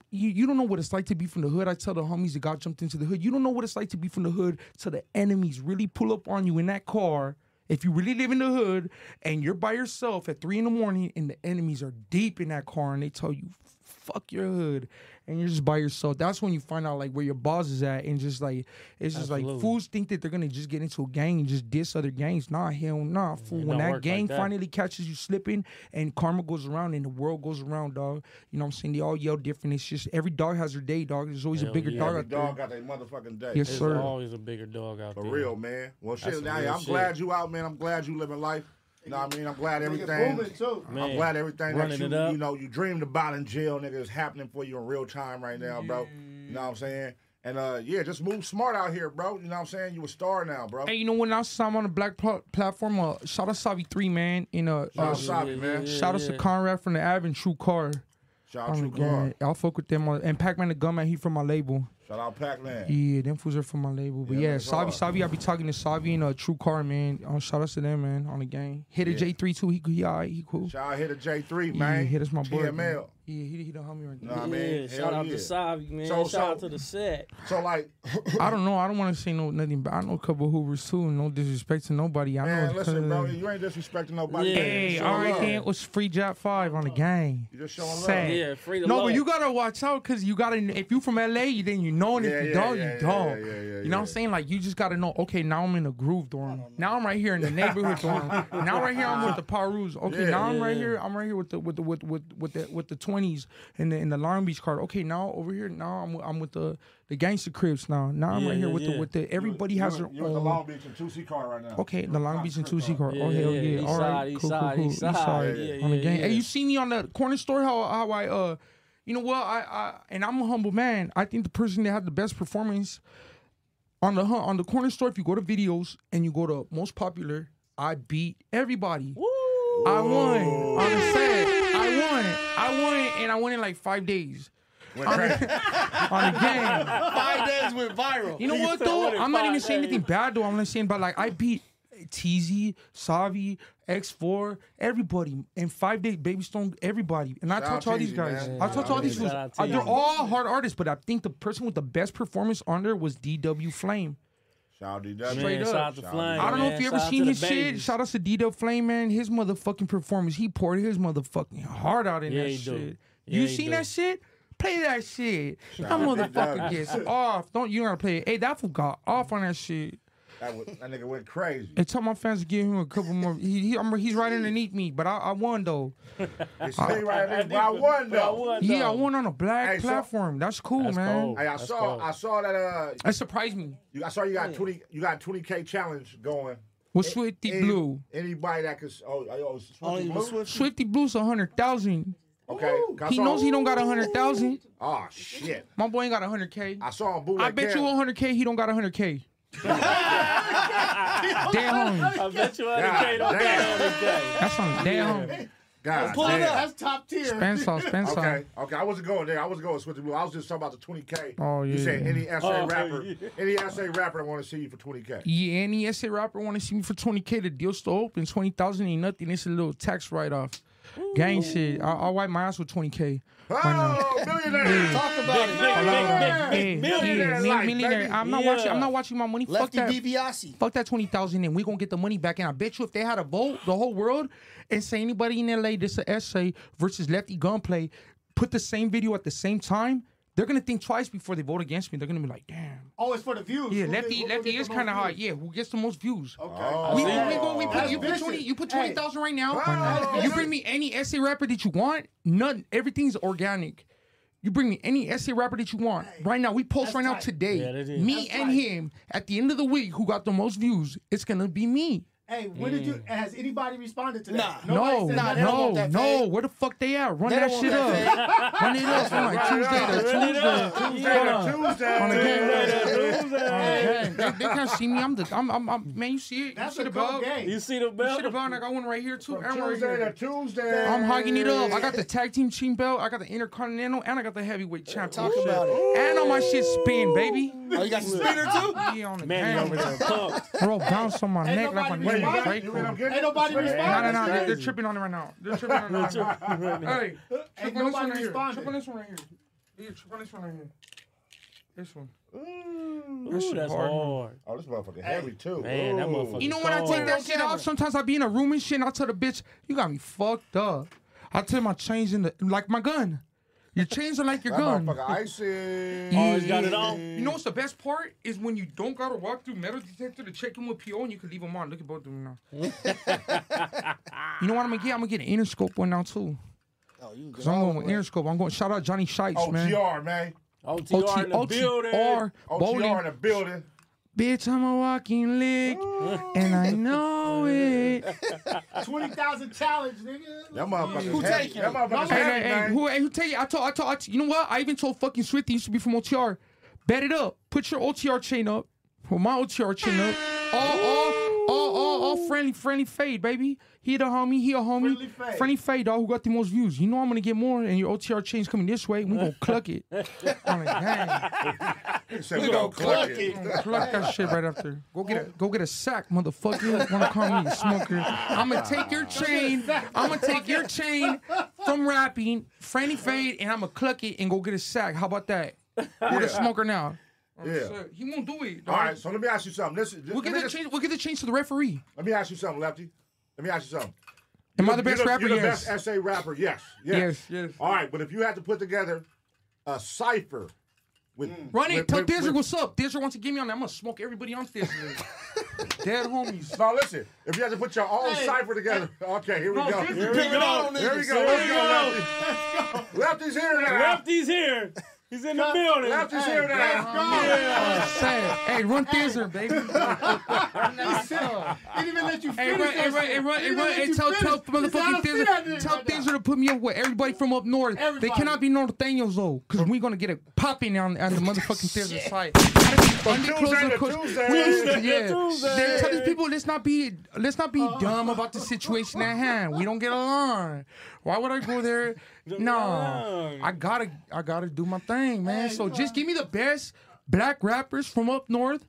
Speaker 9: you, you don't know what it's like to be from the hood. I tell the homies that got jumped into the hood. You don't know what it's like to be from the hood till the enemies really pull up on you in that car. If you really live in the hood and you're by yourself at three in the morning and the enemies are deep in that car and they tell you, fuck your hood, and you're just by yourself, that's when you find out like where your boss is at and just like, it's just like
Speaker 13: Absolutely.
Speaker 9: fools think that they're gonna just get into a gang and just diss other gangs. Nah, hell nah, fool.
Speaker 13: It
Speaker 9: when
Speaker 13: don't work
Speaker 9: that
Speaker 13: like
Speaker 9: gang
Speaker 13: that.
Speaker 9: finally finally catches you slipping and karma goes around and the world goes around, dog. You know what I'm saying? They all yell different. It's just every dog has their day, dog. There's always a
Speaker 6: Hell
Speaker 9: bigger
Speaker 6: yeah.
Speaker 9: dog
Speaker 6: Every
Speaker 9: out
Speaker 4: Dog
Speaker 9: there.
Speaker 4: got their motherfucking day.
Speaker 9: Yes, sir.
Speaker 6: There's always a bigger dog out
Speaker 4: For
Speaker 6: there.
Speaker 4: real, man. Well,
Speaker 6: That's
Speaker 4: shit.
Speaker 6: some
Speaker 4: Now,
Speaker 6: real
Speaker 4: I'm
Speaker 6: shit.
Speaker 4: glad you out, man. I'm glad you living life. You know what I mean? I'm glad
Speaker 5: Nigga
Speaker 4: everything.
Speaker 5: booming, too.
Speaker 4: I'm
Speaker 6: Man,
Speaker 4: glad everything that
Speaker 6: running
Speaker 4: you,
Speaker 6: it up.
Speaker 4: you know you dreamed about in jail, nigga, is happening for you in real time right now, bro. You know what I'm saying? And uh, yeah, just move smart out here, bro. You know what I'm saying? You a star now, bro.
Speaker 9: Hey, you know when I saw him on the black pl- platform, uh, shout out Savi Three Man in uh,
Speaker 4: Shout out
Speaker 9: uh,
Speaker 4: Savi, man.
Speaker 9: Shout out
Speaker 4: Yeah,
Speaker 9: to
Speaker 4: yeah.
Speaker 9: Conrad from the Av and True Car.
Speaker 4: Shout out
Speaker 9: Oh my
Speaker 4: True Car.
Speaker 9: God. I'll fuck with them on, and Pac Man the Gunman. He from my label.
Speaker 4: Shout out Pac-Man.
Speaker 9: Yeah, them fools are from my label. But yeah,
Speaker 4: Yeah,
Speaker 9: Savi,
Speaker 4: that's hard.
Speaker 9: Savi, I be talking to Savi and uh, True Car, man. Uh, shout out to them, man, on the game. Hit a
Speaker 4: Yeah.
Speaker 9: J three too. He he, all right, he cool.
Speaker 4: Shout out here to J3,
Speaker 9: Yeah,
Speaker 4: man.
Speaker 9: hit us my boy,
Speaker 4: TML.
Speaker 9: man. Yeah, he, he the homie right
Speaker 4: Know
Speaker 9: there.
Speaker 4: what I mean?
Speaker 6: Yeah,
Speaker 4: Hell
Speaker 6: shout out
Speaker 4: yeah.
Speaker 6: to Savi, man.
Speaker 4: So-
Speaker 6: shout
Speaker 4: so-
Speaker 6: out to the set.
Speaker 4: So like,
Speaker 9: I don't know. I don't want to say no nothing, but I know a couple of Hoovers too. and No disrespect to nobody. I know.
Speaker 4: man,
Speaker 9: it's
Speaker 4: listen, bro,
Speaker 9: kinda-
Speaker 4: you ain't disrespecting nobody.
Speaker 9: Hey, all right then. It was free job five on the game.
Speaker 4: You just showing love.
Speaker 9: Sad.
Speaker 4: Yeah, free the
Speaker 9: No,
Speaker 4: love.
Speaker 9: but you gotta watch out because you gotta. If you from LA, you- then you know, and
Speaker 4: Yeah,
Speaker 9: if you
Speaker 4: yeah,
Speaker 9: don't,
Speaker 4: yeah,
Speaker 9: you
Speaker 4: yeah,
Speaker 9: don't.
Speaker 4: yeah, yeah,
Speaker 9: you know what I'm saying? Like you just gotta know. Okay, now I'm in a groove dorm. Now I'm right here in the neighborhood dorm. Now right here I'm with the Parus. Okay,
Speaker 13: Yeah.
Speaker 9: now I'm
Speaker 13: Yeah,
Speaker 9: right
Speaker 13: yeah.
Speaker 9: here. I'm right here with the with the with with with the with the twenties and the in the Long Beach card. Okay, now over here now I'm with- I'm with the the gangster cribs now. Now I'm
Speaker 4: Yeah,
Speaker 9: right here
Speaker 4: yeah,
Speaker 9: with
Speaker 4: yeah.
Speaker 9: the with the everybody has
Speaker 4: you
Speaker 9: their
Speaker 4: you
Speaker 9: own.
Speaker 4: at the Long Beach and 2C car right now.
Speaker 9: Okay, the Long Beach and Two C card.
Speaker 4: Yeah,
Speaker 9: oh hell
Speaker 4: yeah,
Speaker 9: yeah!
Speaker 4: east
Speaker 9: All
Speaker 4: side,
Speaker 9: right,
Speaker 4: east
Speaker 9: cool,
Speaker 4: side,
Speaker 9: cool, cool.
Speaker 4: east side.
Speaker 9: East
Speaker 4: Yeah,
Speaker 9: on the
Speaker 4: yeah,
Speaker 9: game.
Speaker 4: yeah.
Speaker 9: Hey, you see me on the corner store? How how I uh, you know what? I I and I'm a humble man. I think the person that had the best performance on the hu- on the corner store. If you go to videos and you go to most popular, I beat everybody. I won on the set. I won. I won, and I won in like five days.
Speaker 4: Went
Speaker 9: on,
Speaker 4: crazy.
Speaker 9: the, on the game.
Speaker 3: Five days went viral.
Speaker 9: You know what though? I'm not even saying anything bad though. I'm not saying, but like I beat TZ, Savi, X4, everybody in five days. Baby Stone, everybody, and I
Speaker 6: Shout
Speaker 9: talked
Speaker 6: out
Speaker 9: to all these
Speaker 6: TZ,
Speaker 9: guys.
Speaker 6: man.
Speaker 9: I talked to all these
Speaker 6: Shout
Speaker 9: fools.
Speaker 6: out
Speaker 9: Uh, They're
Speaker 6: TZ.
Speaker 9: all hard artists, but I think the person with the best performance on there was DW Flame.
Speaker 4: Shout
Speaker 6: Man, shout out to Flame,
Speaker 9: I don't know
Speaker 6: man.
Speaker 9: if you ever
Speaker 6: Shout out
Speaker 9: seen
Speaker 6: to
Speaker 9: his
Speaker 6: the
Speaker 9: shit.
Speaker 6: babies.
Speaker 9: Shout out to DW Flame, man. His motherfucking performance. He poured his motherfucking heart out in
Speaker 6: Yeah,
Speaker 9: that
Speaker 6: he do.
Speaker 9: shit.
Speaker 6: Yeah,
Speaker 9: you
Speaker 6: he
Speaker 9: seen
Speaker 6: do.
Speaker 9: that shit? Play that shit.
Speaker 4: Shout
Speaker 9: that
Speaker 4: out to DW.
Speaker 9: motherfucker gets off. Don't you gotta play it? Hey, that fool got off on that shit.
Speaker 4: That, was, that nigga went crazy.
Speaker 9: And tell my fans to give him a couple more. He, he, I'm, he's right underneath me, but I, I won though.
Speaker 4: It's
Speaker 9: I-
Speaker 4: me right there,
Speaker 6: think
Speaker 4: but I
Speaker 6: we-
Speaker 4: won
Speaker 6: but I
Speaker 4: though.
Speaker 6: won,
Speaker 9: Yeah, I
Speaker 6: though.
Speaker 9: won on a black
Speaker 4: Hey, so-
Speaker 9: platform. That's cool, man.
Speaker 4: Hey, I saw I saw that uh
Speaker 9: That surprised me.
Speaker 4: you, I saw you got twenty you got twenty K challenge going.
Speaker 9: With Swifty
Speaker 4: Any-
Speaker 9: Blue.
Speaker 4: Anybody that could oh, oh Swifty Blue?
Speaker 9: Swifty Blue's a hundred thousand.
Speaker 4: Okay. 'cause I
Speaker 9: He
Speaker 4: saw-
Speaker 9: knows he don't got a hundred thousand.
Speaker 4: Oh shit.
Speaker 9: My boy ain't got hundred k.
Speaker 4: I saw a boo.
Speaker 9: I bet you 100k he don't got 100k. damn homie.
Speaker 6: I bet you
Speaker 4: God
Speaker 6: 100K don't
Speaker 4: damn.
Speaker 6: got 100K.
Speaker 9: That's on damn homie.
Speaker 4: God
Speaker 5: Pull it
Speaker 4: damn.
Speaker 5: up. That's top tier.
Speaker 9: Spence off, spence
Speaker 4: Okay, okay. I wasn't going there. I wasn't going with Swifty Blue. I was just talking about the 20K.
Speaker 9: Oh,
Speaker 4: You
Speaker 9: yeah.
Speaker 4: said any SA
Speaker 6: Oh,
Speaker 4: rapper,
Speaker 6: yeah.
Speaker 4: any SA rapper want to see you for 20K.
Speaker 9: Yeah, any SA rapper want to see me for 20k. The deal still open. 20,000 ain't nothing. It's a little tax write off. Gang shit. I- I'll wipe my ass with 20k. Why not?
Speaker 4: Oh, millionaire.
Speaker 3: Talk about it.
Speaker 6: Big, big,
Speaker 9: Yeah,
Speaker 6: big,
Speaker 9: yeah,
Speaker 6: big, big
Speaker 9: yeah,
Speaker 6: millionaire.
Speaker 4: life,
Speaker 9: millionaire.
Speaker 4: baby.
Speaker 9: I'm not
Speaker 6: Yeah.
Speaker 9: watching. I'm not watching my money.
Speaker 3: Lefty
Speaker 9: Fuck that.
Speaker 3: DiBiase.
Speaker 9: Fuck that twenty thousand, and we gonna get the money back. And I bet you, if they had a vote, the whole world, and say anybody in LA, this a essay versus Lefty Gunplay, put the same video at the same time, they're gonna think twice before they vote against me. They're gonna be like, damn.
Speaker 5: Oh, it's for the views.
Speaker 9: Yeah,
Speaker 5: Who
Speaker 9: Lefty,
Speaker 5: get- who get
Speaker 9: Lefty
Speaker 5: the
Speaker 9: is
Speaker 5: most
Speaker 9: kind of hard.
Speaker 5: views?
Speaker 9: Yeah, who gets the most views?
Speaker 4: Oh.
Speaker 9: We, we, go, we put,
Speaker 5: That's
Speaker 9: you put
Speaker 5: business.
Speaker 9: twenty, you put
Speaker 5: Hey.
Speaker 9: twenty thousand right now.
Speaker 4: Wow.
Speaker 9: You bring me any essay rapper that you want. None, everything's organic. You bring me any essay rapper that you want right now. We post right now today.
Speaker 6: Yeah, that is.
Speaker 9: me and him at the end of the week, who got the most views? It's gonna be me.
Speaker 5: Hey, when did you? Has anybody responded to that?
Speaker 3: Nah.
Speaker 5: Nobody
Speaker 9: no,
Speaker 5: said
Speaker 9: nah,
Speaker 5: nothing.
Speaker 9: no,
Speaker 3: want
Speaker 9: no,
Speaker 3: that fade.
Speaker 9: Where the fuck they at? Run
Speaker 3: They
Speaker 9: that
Speaker 3: don't
Speaker 9: shit
Speaker 3: want that
Speaker 9: up. Run it up from like
Speaker 4: Run it
Speaker 9: Tuesday
Speaker 4: up.
Speaker 9: to
Speaker 6: Run it up.
Speaker 9: Tuesday.
Speaker 4: Tuesday
Speaker 9: Hold on.
Speaker 4: to Tuesday.
Speaker 9: On the game.
Speaker 6: Millionaire, millionaire.
Speaker 9: Hey, They, they can't see me. I'm the. I'm. I'm. I'm man, you see it?
Speaker 5: That's
Speaker 9: you see
Speaker 5: a
Speaker 9: the
Speaker 5: good
Speaker 9: bug?
Speaker 5: game.
Speaker 6: You see the
Speaker 9: You
Speaker 6: belt?
Speaker 9: see the bug? And I got one right here too. And one right
Speaker 4: Tuesday to
Speaker 9: here.
Speaker 4: Tuesday.
Speaker 9: I'm hogging it up. I got the tag team team belt. I got the intercontinental, and I got the heavyweight
Speaker 5: Oh,
Speaker 9: championship.
Speaker 3: about
Speaker 9: And all my shit spin, baby.
Speaker 3: Oh, you got the spinner too?
Speaker 9: Yeah, on the
Speaker 6: Man,
Speaker 9: game.
Speaker 6: you over there pumped.
Speaker 9: Bro, bounce on my
Speaker 5: Ain't
Speaker 9: neck like my
Speaker 5: nobody
Speaker 9: neck
Speaker 5: responding.
Speaker 9: was
Speaker 5: Right,
Speaker 4: You end
Speaker 9: grateful.
Speaker 4: up getting
Speaker 5: Ain't nobody
Speaker 4: it?
Speaker 5: responding.
Speaker 9: No, no, no.
Speaker 5: That's
Speaker 9: They're
Speaker 5: crazy.
Speaker 9: tripping on it right now. They're tripping on it right now. Hey, trip on this one
Speaker 5: nobody
Speaker 9: right here.
Speaker 5: responding.
Speaker 9: Trip on this one right here. Yeah, trip on this one right here. This one.
Speaker 4: Mm.
Speaker 6: Ooh, that's
Speaker 9: hard.
Speaker 6: hard.
Speaker 4: Oh, this motherfucker heavy too.
Speaker 6: Man, that
Speaker 4: Ooh.
Speaker 6: motherfucker-
Speaker 9: You know when I take that shit off, sometimes I be in a room and shit, and I tell the bitch, "You got me fucked up." I tell my chains in the like my gun. Your chains are like your
Speaker 4: That
Speaker 9: gun.
Speaker 4: motherfucker icy.
Speaker 6: Always got it on.
Speaker 9: You know what's the best part is when you don't gotta walk through metal detector to check in with PO and you can leave them on. Look at both of them now. you know what I'm gonna get? I'm gonna get an Interscope one now too.
Speaker 3: Oh, you can
Speaker 9: Cause I'm going with Interscope. I'm going shout out Johnny Shikes,
Speaker 4: Oh,
Speaker 9: man.
Speaker 4: GR, man.
Speaker 6: OTR,
Speaker 9: OT,
Speaker 6: in the building.
Speaker 9: OTR,
Speaker 4: OTR in
Speaker 9: bowling.
Speaker 4: the building.
Speaker 9: Bitch, I'm a walking lick, and I know it. hey,
Speaker 5: Twenty thousand challenge, nigga.
Speaker 4: That motherfucker's
Speaker 3: Who
Speaker 4: heavy.
Speaker 3: taking
Speaker 4: That
Speaker 3: it?
Speaker 4: motherfucker's
Speaker 9: hey,
Speaker 4: heavy,
Speaker 9: hey,
Speaker 4: man.
Speaker 9: who, hey, who tell you? I told, I told, I t- you know what? I even told fucking Swifty, you should be from OTR. Bet it up. Put your OTR chain up. Well, my OTR chain up. All, all, all, all, all friendly, friendly fade, baby. He the homie, he a homie.
Speaker 5: Friendly fade.
Speaker 9: Friendly fade, dog. Who got the most views? You know I'm gonna get more, and your OTR chain's coming this way. We gonna cluck it. I'm like, dang.
Speaker 4: He said we gonna cluck it.
Speaker 9: Pluck that shit right after. Go get a go get a sack, motherfucker. Wanna call me a smoker? I'ma take your chain. I'ma take your chain from rapping, Franny Fade, and I'ma cluck it and go get a sack. How about that? With a smoker now.
Speaker 4: Yeah.
Speaker 9: So he won't do it.
Speaker 4: All right, so let me ask you something. This is,
Speaker 9: We'll
Speaker 4: let,
Speaker 9: get
Speaker 4: me
Speaker 9: the
Speaker 4: just-
Speaker 9: change. We'll get the change to the referee.
Speaker 4: let me ask you something, Lefty. Let me ask you something.
Speaker 9: Am I the best
Speaker 4: you're the,
Speaker 9: rapper?
Speaker 4: You're the
Speaker 9: yes.
Speaker 4: best SA rapper. Yes. Yes.
Speaker 9: Yes, yes.
Speaker 4: All right, but if you had to put together a cipher with
Speaker 9: Mm. Run it.
Speaker 4: with-
Speaker 9: Tell
Speaker 4: with-
Speaker 9: Dizzer
Speaker 4: with-
Speaker 9: what's up. Dizzer wants to give me on that. I'm gonna smoke everybody on Dizzer. Dead homies.
Speaker 4: No, listen. If you had to put your own cipher together, okay, here we
Speaker 9: No,
Speaker 4: go.
Speaker 9: this is-
Speaker 4: Here
Speaker 3: Pick it on
Speaker 4: here we
Speaker 3: niggas.
Speaker 4: go. Let's go, Lefty. Lefty's here now.
Speaker 6: Lefty's here. He's in the building.
Speaker 4: Lefty's here now.
Speaker 9: Sad. Hey, run Dizzer, baby. Run that song.
Speaker 5: Didn't even let you
Speaker 9: Hey,
Speaker 5: finish.
Speaker 9: run, hey,
Speaker 5: that shit.
Speaker 9: run, hey, run, hey,
Speaker 5: Didn't
Speaker 9: run,
Speaker 5: even let
Speaker 9: hey,
Speaker 5: you
Speaker 9: tell,
Speaker 5: finish.
Speaker 9: tell
Speaker 5: It's out
Speaker 9: motherfucking
Speaker 5: of fear,
Speaker 9: Thizzle,
Speaker 5: nigga,
Speaker 9: tell
Speaker 5: right now.
Speaker 9: Thizzle to put me up with everybody from up north. They
Speaker 5: Everybody.
Speaker 9: cannot be North Daniels, though, because we going to get it popping on, on the motherfucking Thizzle site. From
Speaker 4: Tuesday to Tuesday. Tuesday to Tuesday.
Speaker 9: Yeah. They tell these people let's not be let's not be dumb about the situation at hand. We don't get along. Why would I go there? No, I gotta I gotta do my thing, man. So just give me the best black rappers from up north,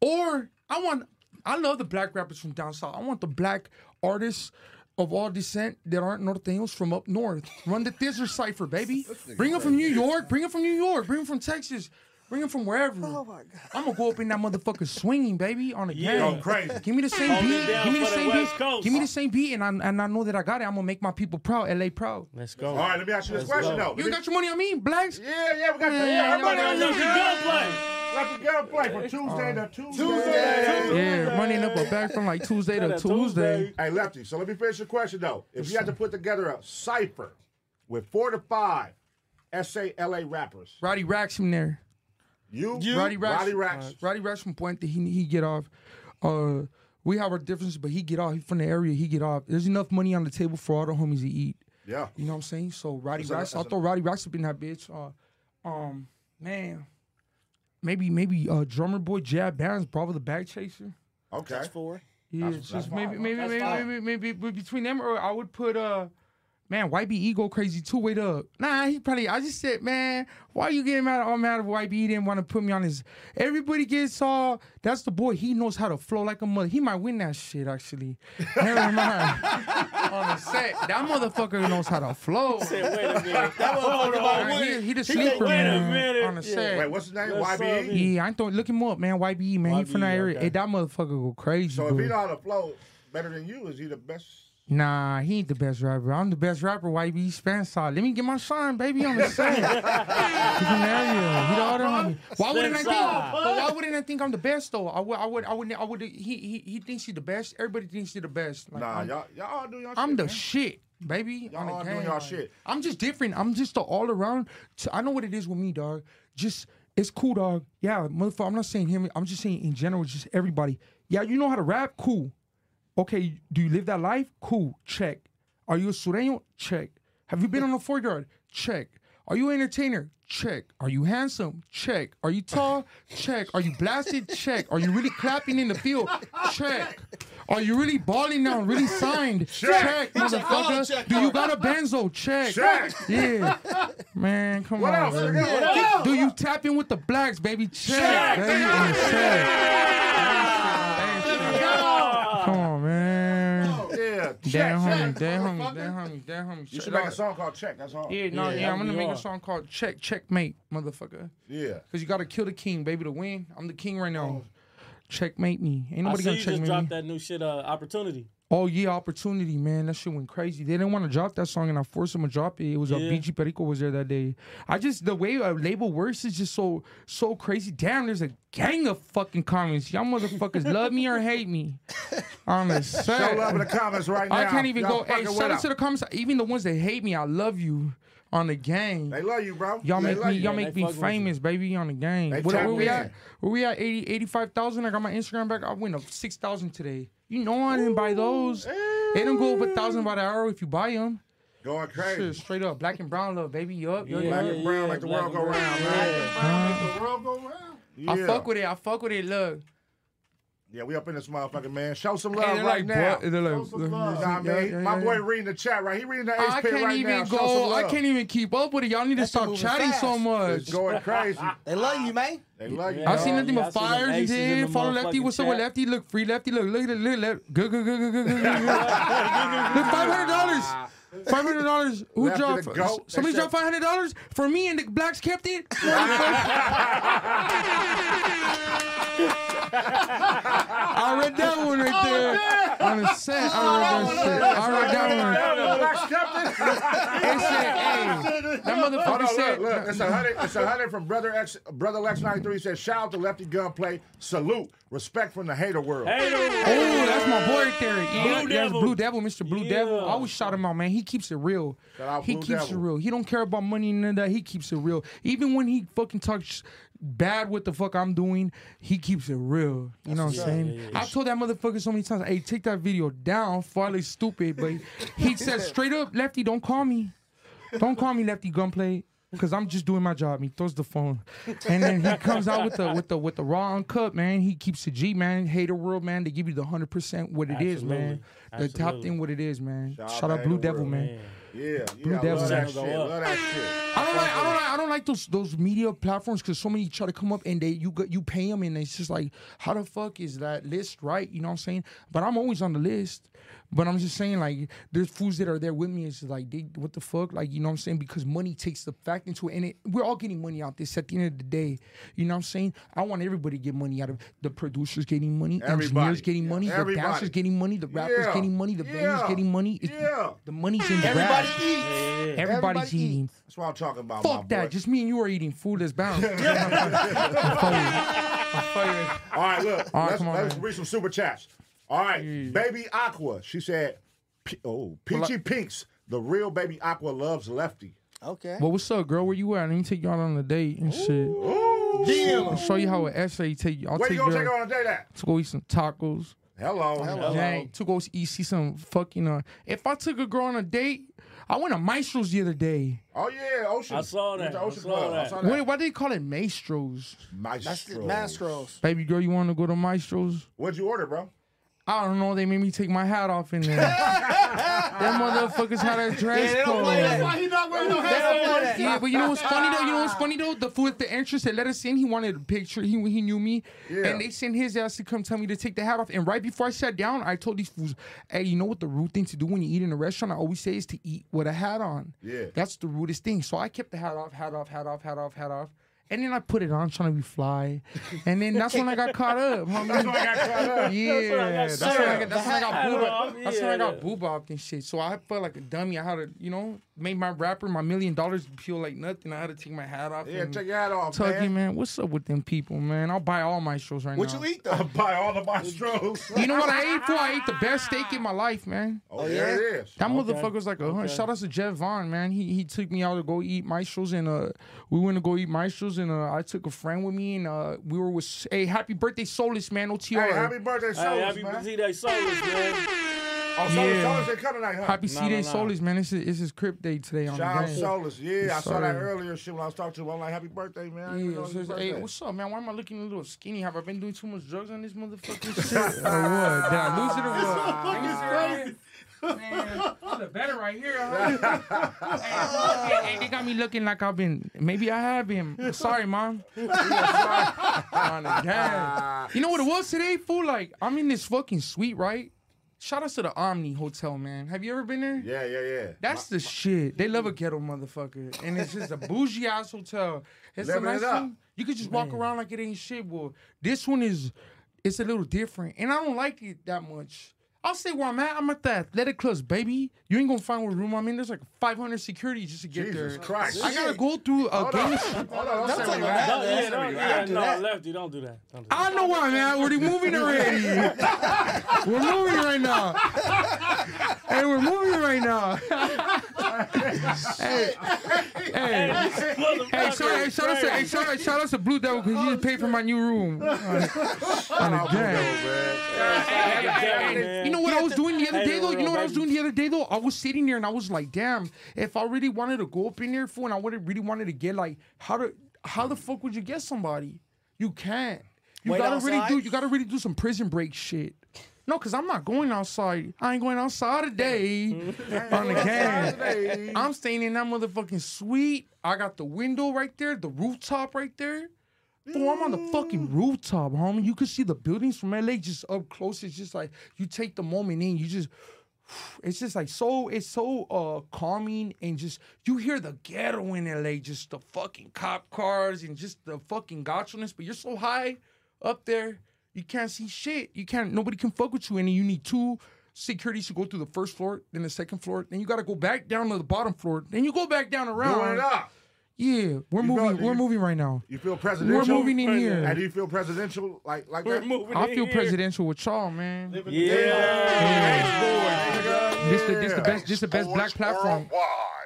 Speaker 9: or I want I love the black rappers from down south. I want the black artists. Of all descent that aren't norteños from up north, run the Thizzer cipher, baby. Bring them from New York. Bring them from New York. Bring them from Texas. Bring them from wherever. Oh my god! I'm gonna go up in that motherfucker swinging, baby, on the
Speaker 4: Yeah.
Speaker 9: yeah.
Speaker 4: Going crazy.
Speaker 9: Give me the same
Speaker 4: Hold it
Speaker 9: beat.
Speaker 4: down
Speaker 9: Give me the
Speaker 4: for the
Speaker 9: same
Speaker 4: West
Speaker 9: beat.
Speaker 4: Coast.
Speaker 9: Give me the same beat, and I and I know that I got it. I'm gonna make my people proud. LA proud.
Speaker 6: Let's
Speaker 4: All right, let me ask you this question though.
Speaker 9: You got your money on me, blacks?
Speaker 4: Yeah, yeah, we got
Speaker 9: Yeah,
Speaker 4: yeah,
Speaker 9: yeah,
Speaker 4: yeah, everybody
Speaker 9: yeah,
Speaker 4: on
Speaker 9: yeah,
Speaker 4: this
Speaker 9: yeah.
Speaker 4: Let the girl play from Tuesday to Tuesday.
Speaker 9: Yeah, running up a back from like Tuesday to Tuesday.
Speaker 4: Hey, Lefty, so let me finish the question, though. If you had to put together a cipher with four to five SALA rappers,
Speaker 9: Roddy Racks from there.
Speaker 4: you,
Speaker 9: Roddy Racks.
Speaker 4: Roddy Racks.
Speaker 9: Roddy Racks from Puente. He he get off. Uh, we have our differences, but he get off. He from the area. He get off. There's enough money on the table for all the homies to eat.
Speaker 4: Yeah.
Speaker 9: You know what I'm saying? So Roddy
Speaker 4: That's a-
Speaker 9: Racks. I
Speaker 4: that's a-
Speaker 9: throw Roddy Racks up in that bitch. Uh, um, man. Maybe maybe uh, drummer boy Jab Barron's probably the bag chaser.
Speaker 4: Okay. That's
Speaker 3: four.
Speaker 9: Yeah,
Speaker 4: That's-
Speaker 9: just
Speaker 4: that's
Speaker 9: maybe
Speaker 4: five.
Speaker 9: maybe
Speaker 4: That's
Speaker 9: maybe,
Speaker 4: five.
Speaker 9: maybe maybe but between them or I would put uh man YB ego crazy too. Wait up, nah he probably I just said man why you getting mad? I'm mad at YB he E didn't want to put me on his. Everybody gets all that's the boy. He knows how to flow like a mother. He might win that shit actually. Never mind. on the set, that motherfucker knows how to flow.
Speaker 6: wait a minute.
Speaker 4: That motherfucker about
Speaker 9: He-
Speaker 4: win.
Speaker 9: He, the
Speaker 4: He
Speaker 9: sleeper
Speaker 4: said, wait a
Speaker 9: man
Speaker 4: minute.
Speaker 9: on the
Speaker 4: Yeah.
Speaker 9: set.
Speaker 4: Wait, what's his name? E? That's YBE? all it is.
Speaker 9: Yeah, I ain't don't look him up, man. YBE man, he from that
Speaker 4: YBE,
Speaker 9: area.
Speaker 4: E, okay.
Speaker 9: Hey, that motherfucker go crazy.
Speaker 4: So if
Speaker 9: bro.
Speaker 4: he know how to flow better than you, is he the best?
Speaker 9: Nah, he ain't the best rapper. I'm the best rapper, YB Spence side. Let me get my shine, baby, on the set. Get from there, He the other homie. Why wouldn't I think?
Speaker 6: Spence side.
Speaker 9: But why wouldn't I think I'm the best though? I would, I would, I would, I would. He, he, he thinks he's the best. Everybody thinks he's the best. Like,
Speaker 4: Nah,
Speaker 9: I'm,
Speaker 4: Uh, y'all, y'all all do y'all
Speaker 9: I'm
Speaker 4: shit,
Speaker 9: the
Speaker 4: man.
Speaker 9: shit, baby.
Speaker 4: Y'all
Speaker 9: on the
Speaker 4: all doing
Speaker 9: game,
Speaker 4: y'all
Speaker 9: like,
Speaker 4: shit.
Speaker 9: I'm just different. I'm just the all around. t- I know what it is with me, dog. Just it's cool, dog. Yeah, motherfucker. I'm not saying him. I'm just saying in general, just everybody. Yeah, you know how to rap. Cool. Okay, do you live that life? Cool. Check. Are you a sureño? Check. Have you been on a four yard? Check. Are you an entertainer? Check. Are you handsome? Check. Are you tall? Check. Are you blasted? Check. Are you really clapping in the field? Check. Are you really balling now? Really signed?
Speaker 4: Check.
Speaker 9: Check,
Speaker 4: Check.
Speaker 9: motherfucker.
Speaker 4: Check.
Speaker 9: Do you got a benzo? Check.
Speaker 4: Check.
Speaker 9: Yeah. Man, come
Speaker 4: What
Speaker 9: on.
Speaker 4: else?
Speaker 9: baby.
Speaker 4: What else?
Speaker 9: Do you tap in with the blacks, baby? Check.
Speaker 4: Check.
Speaker 9: baby.
Speaker 4: Check.
Speaker 9: Check. Come on, man.
Speaker 4: Yeah, check,
Speaker 9: Damn homie,
Speaker 4: check,
Speaker 9: damn homie,
Speaker 4: motherfucker.
Speaker 9: damn homie, damn homie.
Speaker 4: You
Speaker 9: check.
Speaker 4: should make a song called Check. That's all.
Speaker 9: Yeah, no, yeah, I'm gonna
Speaker 4: you
Speaker 9: make
Speaker 4: are.
Speaker 9: a song called Check Checkmate, motherfucker.
Speaker 4: Yeah. Oh.
Speaker 9: Cause you gotta kill the king, baby, to win. I'm the king right now. Checkmate me. Ain't
Speaker 6: I
Speaker 9: nobody
Speaker 6: see
Speaker 9: gonna
Speaker 6: you just
Speaker 9: checkmate me.
Speaker 6: dropped that new shit, uh, Opportunity.
Speaker 9: Oh yeah, opportunity, man. That shit went crazy. They didn't want to drop that song, and I forced them to drop it. It was a
Speaker 6: Yeah.
Speaker 9: BG Perico was there that day. I just the way a label works is just so so crazy. Damn, there's a gang of fucking comments. Y'all motherfuckers love me or hate me. I'm a
Speaker 4: Show love in the comments right
Speaker 9: I
Speaker 4: now.
Speaker 9: can't even go.
Speaker 4: Y'all
Speaker 9: Hey,
Speaker 4: fucking
Speaker 9: shout
Speaker 4: with
Speaker 9: out to the comments. Even the ones that hate me, I love you. On the game.
Speaker 4: They love you, bro.
Speaker 9: Y'all
Speaker 4: They
Speaker 9: make
Speaker 4: love
Speaker 9: me,
Speaker 4: you.
Speaker 9: y'all
Speaker 4: Yeah,
Speaker 9: make
Speaker 4: they
Speaker 9: me
Speaker 4: fuck with you.
Speaker 9: famous, baby, on the game.
Speaker 4: They
Speaker 9: Where, where
Speaker 4: tapped
Speaker 9: we
Speaker 4: in.
Speaker 9: at? Where we at? 80, 85,000. I got my Instagram back. I win up 6,000 today. You know I didn't buy those. They don't go up a thousand by the hour if you buy them.
Speaker 4: Going crazy.
Speaker 9: straight up. Black and brown love, baby. Yup. yup,
Speaker 4: Yeah,
Speaker 9: yup.
Speaker 4: Black and brown, make the world go round, man. Make the world go round.
Speaker 9: I
Speaker 4: Yeah.
Speaker 9: fuck with it. I fuck with it. Look.
Speaker 4: Yeah, we up in this motherfucker, man. Show some
Speaker 9: Hey,
Speaker 4: love
Speaker 9: they're
Speaker 4: right
Speaker 9: like,
Speaker 4: now.
Speaker 9: boy- they're like,
Speaker 4: Show some
Speaker 9: look,
Speaker 4: love.
Speaker 9: yeah,
Speaker 4: Nah, man,
Speaker 9: yeah, yeah,
Speaker 4: my
Speaker 9: yeah.
Speaker 4: boy reading the chat right. He reading the ace
Speaker 9: I
Speaker 4: pit
Speaker 9: can't
Speaker 4: right
Speaker 9: even
Speaker 4: now. Show some
Speaker 9: go. I
Speaker 4: love.
Speaker 9: can't even keep up with it. Y'all need to stop chatting so much.
Speaker 4: It's going crazy.
Speaker 3: They love you, man.
Speaker 4: They love you.
Speaker 9: I've seen
Speaker 4: dog.
Speaker 9: nothing but fires and shit. Follow lefty. What's up with
Speaker 6: chat.
Speaker 9: lefty? Look, free lefty. Look, look at the look, left. Good, good, good, good, good, good, good. good. Look, five hundred dollars. Five hundred dollars. Who
Speaker 4: Lefty the
Speaker 9: dropped?
Speaker 4: goat.
Speaker 9: Somebody
Speaker 4: They
Speaker 9: dropped
Speaker 4: said-
Speaker 9: five hundred dollars for me, and the blacks kept it. I read that one right
Speaker 4: Oh,
Speaker 9: there. On the set, I read that shit. I read that one. That motherfucker
Speaker 4: Hold on,
Speaker 9: said-
Speaker 4: Look, look, it's a hundred. It's a hundred from brother X. Brother Lex ninety three says, "Shout out to Lefty Gunplay. Salute, respect from the hater world."
Speaker 9: Oh, that's my boy right there. Yeah,
Speaker 4: Blue
Speaker 9: that's
Speaker 4: Devil.
Speaker 9: Blue Devil, Mr. Blue Devil. I always shout him out, man. He keeps it real.
Speaker 4: Shout out
Speaker 9: he
Speaker 4: Blue
Speaker 9: keeps
Speaker 4: Devil.
Speaker 9: it real. He don't care about money and none of that. He keeps it real. Even when he fucking talks bad what the fuck I'm doing, he keeps it real. You know
Speaker 6: what's
Speaker 9: what I'm
Speaker 6: up.
Speaker 9: saying?
Speaker 6: Yeah, yeah, yeah.
Speaker 9: I've told that motherfucker so many times, hey, take that video down. Farley stupid, but he said straight up, Lefty, don't call me. Don't call me Lefty Gunplay. Cause I'm just doing my job. He throws the phone, and then he comes out with the with the with the raw uncut man. He keeps the G man. Hater world man. They give you the hundred percent what it is man. The
Speaker 4: Absolutely.
Speaker 9: top thing what it is man.
Speaker 4: Shout
Speaker 9: Shout,
Speaker 4: out
Speaker 9: out
Speaker 4: to
Speaker 9: Blue
Speaker 4: Hater
Speaker 9: Devil
Speaker 4: World.
Speaker 9: man.
Speaker 4: Yeah,
Speaker 9: Blue
Speaker 4: yeah, I
Speaker 9: Devil.
Speaker 4: love that shit. Love that shit.
Speaker 9: I don't like I don't like I don't like those those media platforms because so many try to come up and they you go- you pay them and it's just like how the fuck is that list right? You know what I'm saying? But I'm always on the list. But I'm just saying like there's fools that are there with me. It's just like they, what the fuck? Like you know what I'm saying? Because money takes the fact into it, and it, we're all getting money out this at the end of the day. You know what I'm saying? I want everybody to get money out of the producers getting money,
Speaker 4: Everybody.
Speaker 9: engineers getting money,
Speaker 4: Everybody.
Speaker 9: the dancers getting money, the rappers
Speaker 4: Yeah.
Speaker 9: getting money, the
Speaker 4: Yeah.
Speaker 9: venues getting money. It's-
Speaker 4: Yeah.
Speaker 9: The money's in the
Speaker 4: Everybody
Speaker 9: rap.
Speaker 4: eats.
Speaker 9: Everybody's
Speaker 4: Everybody
Speaker 9: eating.
Speaker 4: That's what I'm talking about. my
Speaker 9: Fuck
Speaker 4: boy.
Speaker 9: that. Just me and you are eating food that's bound.
Speaker 4: All right, look.
Speaker 9: All right,
Speaker 4: let's
Speaker 9: come on,
Speaker 4: let's
Speaker 9: man.
Speaker 4: read some super chats. All right, baby Aqua. She said, P- "Oh, Peachy Pinks, the real baby Aqua loves Lefty."
Speaker 3: Okay.
Speaker 9: well, what's up, girl? Where you at? Let me take y'all on a date and shit.
Speaker 4: Damn.
Speaker 9: I'll show you how an essay take you. I'll
Speaker 4: Where
Speaker 9: take
Speaker 4: you gonna take
Speaker 9: y'all
Speaker 4: her on a date at?
Speaker 9: to go eat some tacos.
Speaker 4: Hello. Hello.
Speaker 9: Dang, to go eat see some fucking. Uh, if I took a girl on a date, I went to Maestro's the other day.
Speaker 4: Oh yeah, Ocean.
Speaker 6: I saw
Speaker 4: You went
Speaker 6: that.
Speaker 4: to
Speaker 6: I
Speaker 4: Ocean
Speaker 6: saw
Speaker 4: Club.
Speaker 6: that.
Speaker 4: I saw that.
Speaker 9: Wait, why they call it Maestro's?
Speaker 4: Maestros.
Speaker 9: Baby girl, you want to go to Maestro's?
Speaker 4: What'd you order, bro?
Speaker 9: I don't know. They made me take my hat off in there. Them motherfuckers had a dress
Speaker 4: they don't play
Speaker 9: code.
Speaker 4: that. That's why he not wearing no They hat don't no play more. that.
Speaker 9: Yeah, but you know what's funny though? You know what's funny though? The fool at the entrance that let us in, he wanted a picture. He he knew me,
Speaker 4: Yeah.
Speaker 9: and they sent his ass to come tell me to take the hat off. And right before I sat down, I told these fools, "Hey, you know what the rude thing to do when you eat in a restaurant? I always say is to eat with a hat on.
Speaker 4: Yeah.
Speaker 9: That's the rudest thing. So I kept the hat off, hat off, hat off, hat off, hat off. And then I put it on trying to be fly. And then that's when I got caught up. homie.
Speaker 4: That's when I got caught up.
Speaker 9: Yeah.
Speaker 4: That's
Speaker 9: That's
Speaker 4: when I got
Speaker 9: when I
Speaker 4: served.
Speaker 9: got that's when I got
Speaker 4: The
Speaker 9: booed
Speaker 4: hat
Speaker 9: up.
Speaker 4: off,
Speaker 9: That's when I
Speaker 4: yeah.
Speaker 9: got boo bopped and shit. So I felt like a dummy. I had to, you know, make my rapper, my million dollars feel like nothing. I had to take my hat off.
Speaker 4: Yeah,
Speaker 9: and
Speaker 4: take your hat off,
Speaker 9: Tuggy,
Speaker 4: man.
Speaker 9: man. What's up with them people, man? I'll buy all my shows right
Speaker 4: What
Speaker 9: now.
Speaker 4: you eat though? I buy all the Maestros.
Speaker 9: You know what I ate for? I ate the best steak in my life, man.
Speaker 4: Oh, there yeah? it is.
Speaker 9: That
Speaker 4: Okay.
Speaker 9: motherfucker's like a hundred.
Speaker 4: Okay.
Speaker 9: Shout out to Jeff Vaughn, man. He he took me out to go eat maestros and uh we went to go eat maestros and uh I took a friend with me and uh we were with hey happy birthday Solus man OTR.
Speaker 4: Hey, happy birthday, Solus,
Speaker 6: Hey, happy
Speaker 4: man.
Speaker 6: birthday, Solus, man.
Speaker 4: Oh, Solus,
Speaker 9: Yeah.
Speaker 4: Solus, they coming tonight, huh?
Speaker 9: Happy C Day Solus, man. This is, this is Crip Day today on
Speaker 4: Shout out
Speaker 9: the game.
Speaker 4: Solus. Yeah, I
Speaker 9: Yes,
Speaker 4: saw that
Speaker 9: sir.
Speaker 4: earlier shit when I was talking to him. I'm like, happy birthday, man. I didn't
Speaker 9: Yeah, so
Speaker 4: know it was
Speaker 9: it's-
Speaker 4: your
Speaker 9: hey,
Speaker 4: birthday.
Speaker 9: what's up, man? Why am I looking a little skinny? Have I been doing too much drugs on this motherfucking shit? or Oh, what? Did I lose it or what? the better right here. Hey, they got me looking like I've been. Maybe I have been. Sorry, mom. On the gang. You know what it was today, fool? Like I'm in this fucking suite, right? Shout out to the Omni Hotel, man. Have you ever been there?
Speaker 4: Yeah, yeah, yeah.
Speaker 9: That's the shit. They love a ghetto motherfucker, and it's just a bougie ass hotel. It's
Speaker 4: Living
Speaker 9: a
Speaker 4: it
Speaker 9: nice
Speaker 4: up.
Speaker 9: one. You could just walk around like it ain't shit. Well, this one is, it's a little different, and I don't like it that much. I'll say where I'm at. I'm at the athletic clubs, baby. You ain't gonna find what room I'm in. There's like 500 security just to get
Speaker 4: Jesus
Speaker 9: there.
Speaker 4: Christ.
Speaker 9: I gotta go through a
Speaker 4: Hold on.
Speaker 9: gang.
Speaker 4: Hold on, don't say
Speaker 6: Don't-
Speaker 4: we rap.
Speaker 6: don't-
Speaker 4: Don't
Speaker 6: yeah,
Speaker 4: say
Speaker 6: don't-
Speaker 4: we
Speaker 6: yeah, no,
Speaker 4: rap. Don't do that.
Speaker 6: lefty, don't do that. Don't do
Speaker 9: I know where I'm at. We're moving already. we're moving right now. Hey, we're moving right now. hey, hey, hey, shout, hey, shout out to, hey, shout, out- shout out to Blue Devil because you just paid for my new room. On the gang. You know what I was doing the other day though? You know what I was doing the other day though? I was sitting there and I was like, damn, if I really wanted to go up in there for and I would have really wanted to get like how to how the fuck would you get somebody? You can't. You
Speaker 3: Wait
Speaker 9: gotta
Speaker 3: outside?
Speaker 9: really do you gotta really do some prison break shit. No, cause I'm not going outside. I ain't going outside today on the gang. I'm staying in that motherfucking suite. I got the window right there, the rooftop right there. Fool, I'm on the fucking rooftop, homie. You can see the buildings from LA just up close. It's just like you take the moment in. You just, it's just like so. It's so uh calming and just you hear the ghetto in LA, just the fucking cop cars and just the fucking gotchaness. But you're so high up there, you can't see shit. You can't. Nobody can fuck with you, and you need two securities to go through the first floor, then the second floor, then you got to go back down to the bottom floor, then you go back down around.
Speaker 4: Doing it up.
Speaker 9: Yeah, we're moving. we're moving right now.
Speaker 4: You feel presidential?
Speaker 9: We're moving in here.
Speaker 4: And do you feel presidential like like that?
Speaker 9: I feel presidential with y'all, man. This the this the best this the best black platform.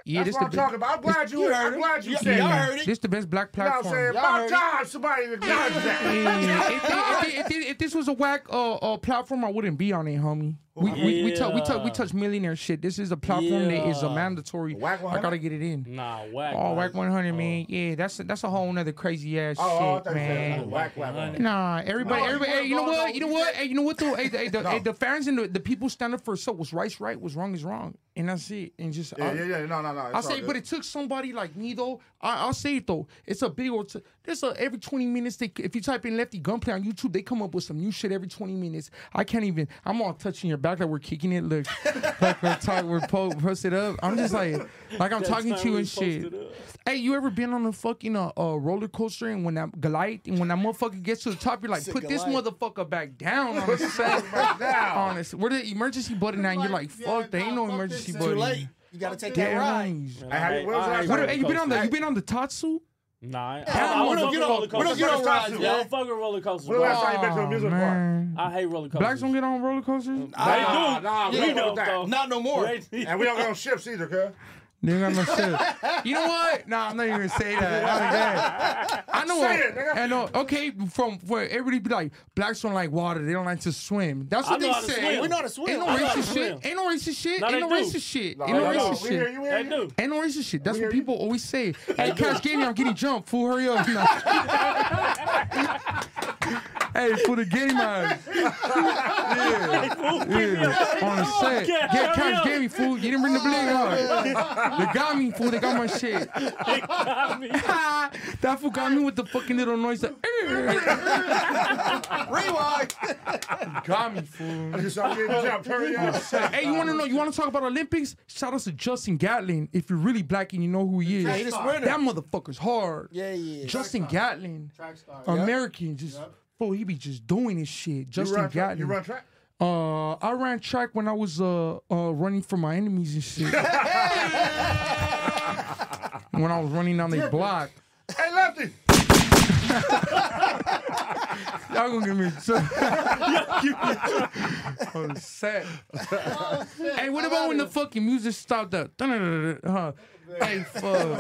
Speaker 9: Yeah,
Speaker 4: That's
Speaker 9: this
Speaker 4: what
Speaker 9: the
Speaker 4: I'm
Speaker 9: be-
Speaker 4: talking about. I'm glad you, I'm glad you
Speaker 9: Yeah,
Speaker 4: said that.
Speaker 9: This the best black
Speaker 4: You know what I'm
Speaker 9: platform.
Speaker 4: saying? About time somebody acknowledged
Speaker 9: Yeah,
Speaker 4: that.
Speaker 9: if, thi- if thi- if thi- if this was a whack uh, uh, platform, I wouldn't be on it, homie. We we, we, touch, we, touch, we
Speaker 6: Yeah.
Speaker 9: touch millionaire shit. This is a platform that is a
Speaker 6: Yeah.
Speaker 9: mandatory. I gotta
Speaker 6: 100?
Speaker 9: get it in.
Speaker 6: Nah, whack.
Speaker 9: oh, whack one hundred, man. Yeah, that's a, that's a whole nother crazy ass
Speaker 6: Oh, oh, I
Speaker 9: shit,
Speaker 6: thought you said
Speaker 9: man.
Speaker 6: whack, whack 100.
Speaker 9: Nah, everybody,
Speaker 6: No, you
Speaker 9: everybody.
Speaker 6: were
Speaker 9: hey, you know
Speaker 6: going
Speaker 9: what?
Speaker 6: on-
Speaker 9: You know what? Hey, you know what? Though, hey, the, hey, the,
Speaker 6: No.
Speaker 9: hey, the fans and the, the people stand up for so what's right's right, what's wrong is wrong, and that's it. And just uh,
Speaker 4: Yeah,
Speaker 9: I-
Speaker 4: yeah, yeah. No, no, no.
Speaker 9: I'll say, but it took somebody like me though. I, I'll say it though. It's a big old. T- there's a every 20 minutes. They, if you type in Lefty Gunplay on YouTube, they come up with some new shit every 20 minutes. I can't even. I'm all touching your back like we're kicking it. Look, like we're talk, we're po- posted up. I'm just like, like I'm
Speaker 6: That's
Speaker 9: talking
Speaker 6: not
Speaker 9: to you
Speaker 6: really
Speaker 9: and shit.
Speaker 6: posted up.
Speaker 9: Hey, you ever been on a fucking uh, uh, roller coaster and when that Goliath and when that motherfucker gets to the top, you're like,
Speaker 6: Said
Speaker 9: put this
Speaker 6: Goliath.
Speaker 9: motherfucker back down on the set.
Speaker 4: down.
Speaker 9: on this, where the emergency button at? and You're like, fuck, there ain't no emergency
Speaker 3: Too
Speaker 9: button.
Speaker 3: late. You gotta take that
Speaker 9: Damn.
Speaker 3: ride.
Speaker 9: Hey, have you- what was the last What- time- hey, you been on the- you been on the Tatsu?
Speaker 6: Nah,
Speaker 9: Damn, we don't get on- we don't get on rides,
Speaker 6: Yeah, I
Speaker 9: yeah.
Speaker 6: don't fuck with roller coasters.
Speaker 9: When the last time you been to a music park?
Speaker 6: I hate roller coasters.
Speaker 9: Blacks don't get on roller coasters.
Speaker 6: Nah, nah, we
Speaker 4: don't
Speaker 6: don't,
Speaker 4: with that.
Speaker 6: though. Not no more.
Speaker 4: and we don't go on ships either, cuz.
Speaker 9: They ain't got no shit. You know what? Nah, I'm not even gonna say that. Not like that. I know.
Speaker 4: Say it, nigga.
Speaker 9: I know. Okay, from where everybody be like, blacks don't like water. They don't like to swim. That's
Speaker 6: I
Speaker 9: what
Speaker 6: know how
Speaker 9: they
Speaker 6: to
Speaker 9: say.
Speaker 6: swim. We know how to swim.
Speaker 9: Ain't no
Speaker 6: I know how to
Speaker 9: racist
Speaker 6: swim.
Speaker 9: shit. Ain't no racist shit.
Speaker 6: No,
Speaker 9: ain't
Speaker 6: they
Speaker 9: no
Speaker 6: do.
Speaker 9: racist shit.
Speaker 6: No,
Speaker 9: ain't no
Speaker 6: they do.
Speaker 9: racist
Speaker 6: We
Speaker 9: shit.
Speaker 6: hear you, we hear They you. do.
Speaker 9: Ain't no racist shit. That's what people always say. Hey, Cash, get me. I'm getting jumped. Fool, hurry up. Nah. hey, for the game man. Yeah. yeah. On the set.
Speaker 6: Cash, hurry
Speaker 9: Yeah, Cash
Speaker 6: up.
Speaker 9: gave me fool. You didn't bring the bling out. They got me fool. They got my shit. that fool got me with the fucking little noise. That,
Speaker 3: Rewind.
Speaker 9: got me fool.
Speaker 4: I just- I'm getting jumped. Hurry up.
Speaker 9: hey, you want to know? You want to talk about Olympics? Shout out to Justin Gatlin. If you're really black and you know who he is,
Speaker 3: Latest winner.
Speaker 9: that motherfucker's hard.
Speaker 3: Yeah, yeah.
Speaker 9: Justin Gatlin, American, just bro, he be just doing his shit. Justin
Speaker 4: run track-
Speaker 9: Gatlin.
Speaker 4: you run track?
Speaker 9: Uh, I ran track when I was uh, uh running from my enemies and shit. when I was running down the block,
Speaker 4: Hey, Lefty.
Speaker 9: y'all gonna give me. y'all give me on the set. hey, what about when the fucking music stopped up? Huh? Hey, fuck. oh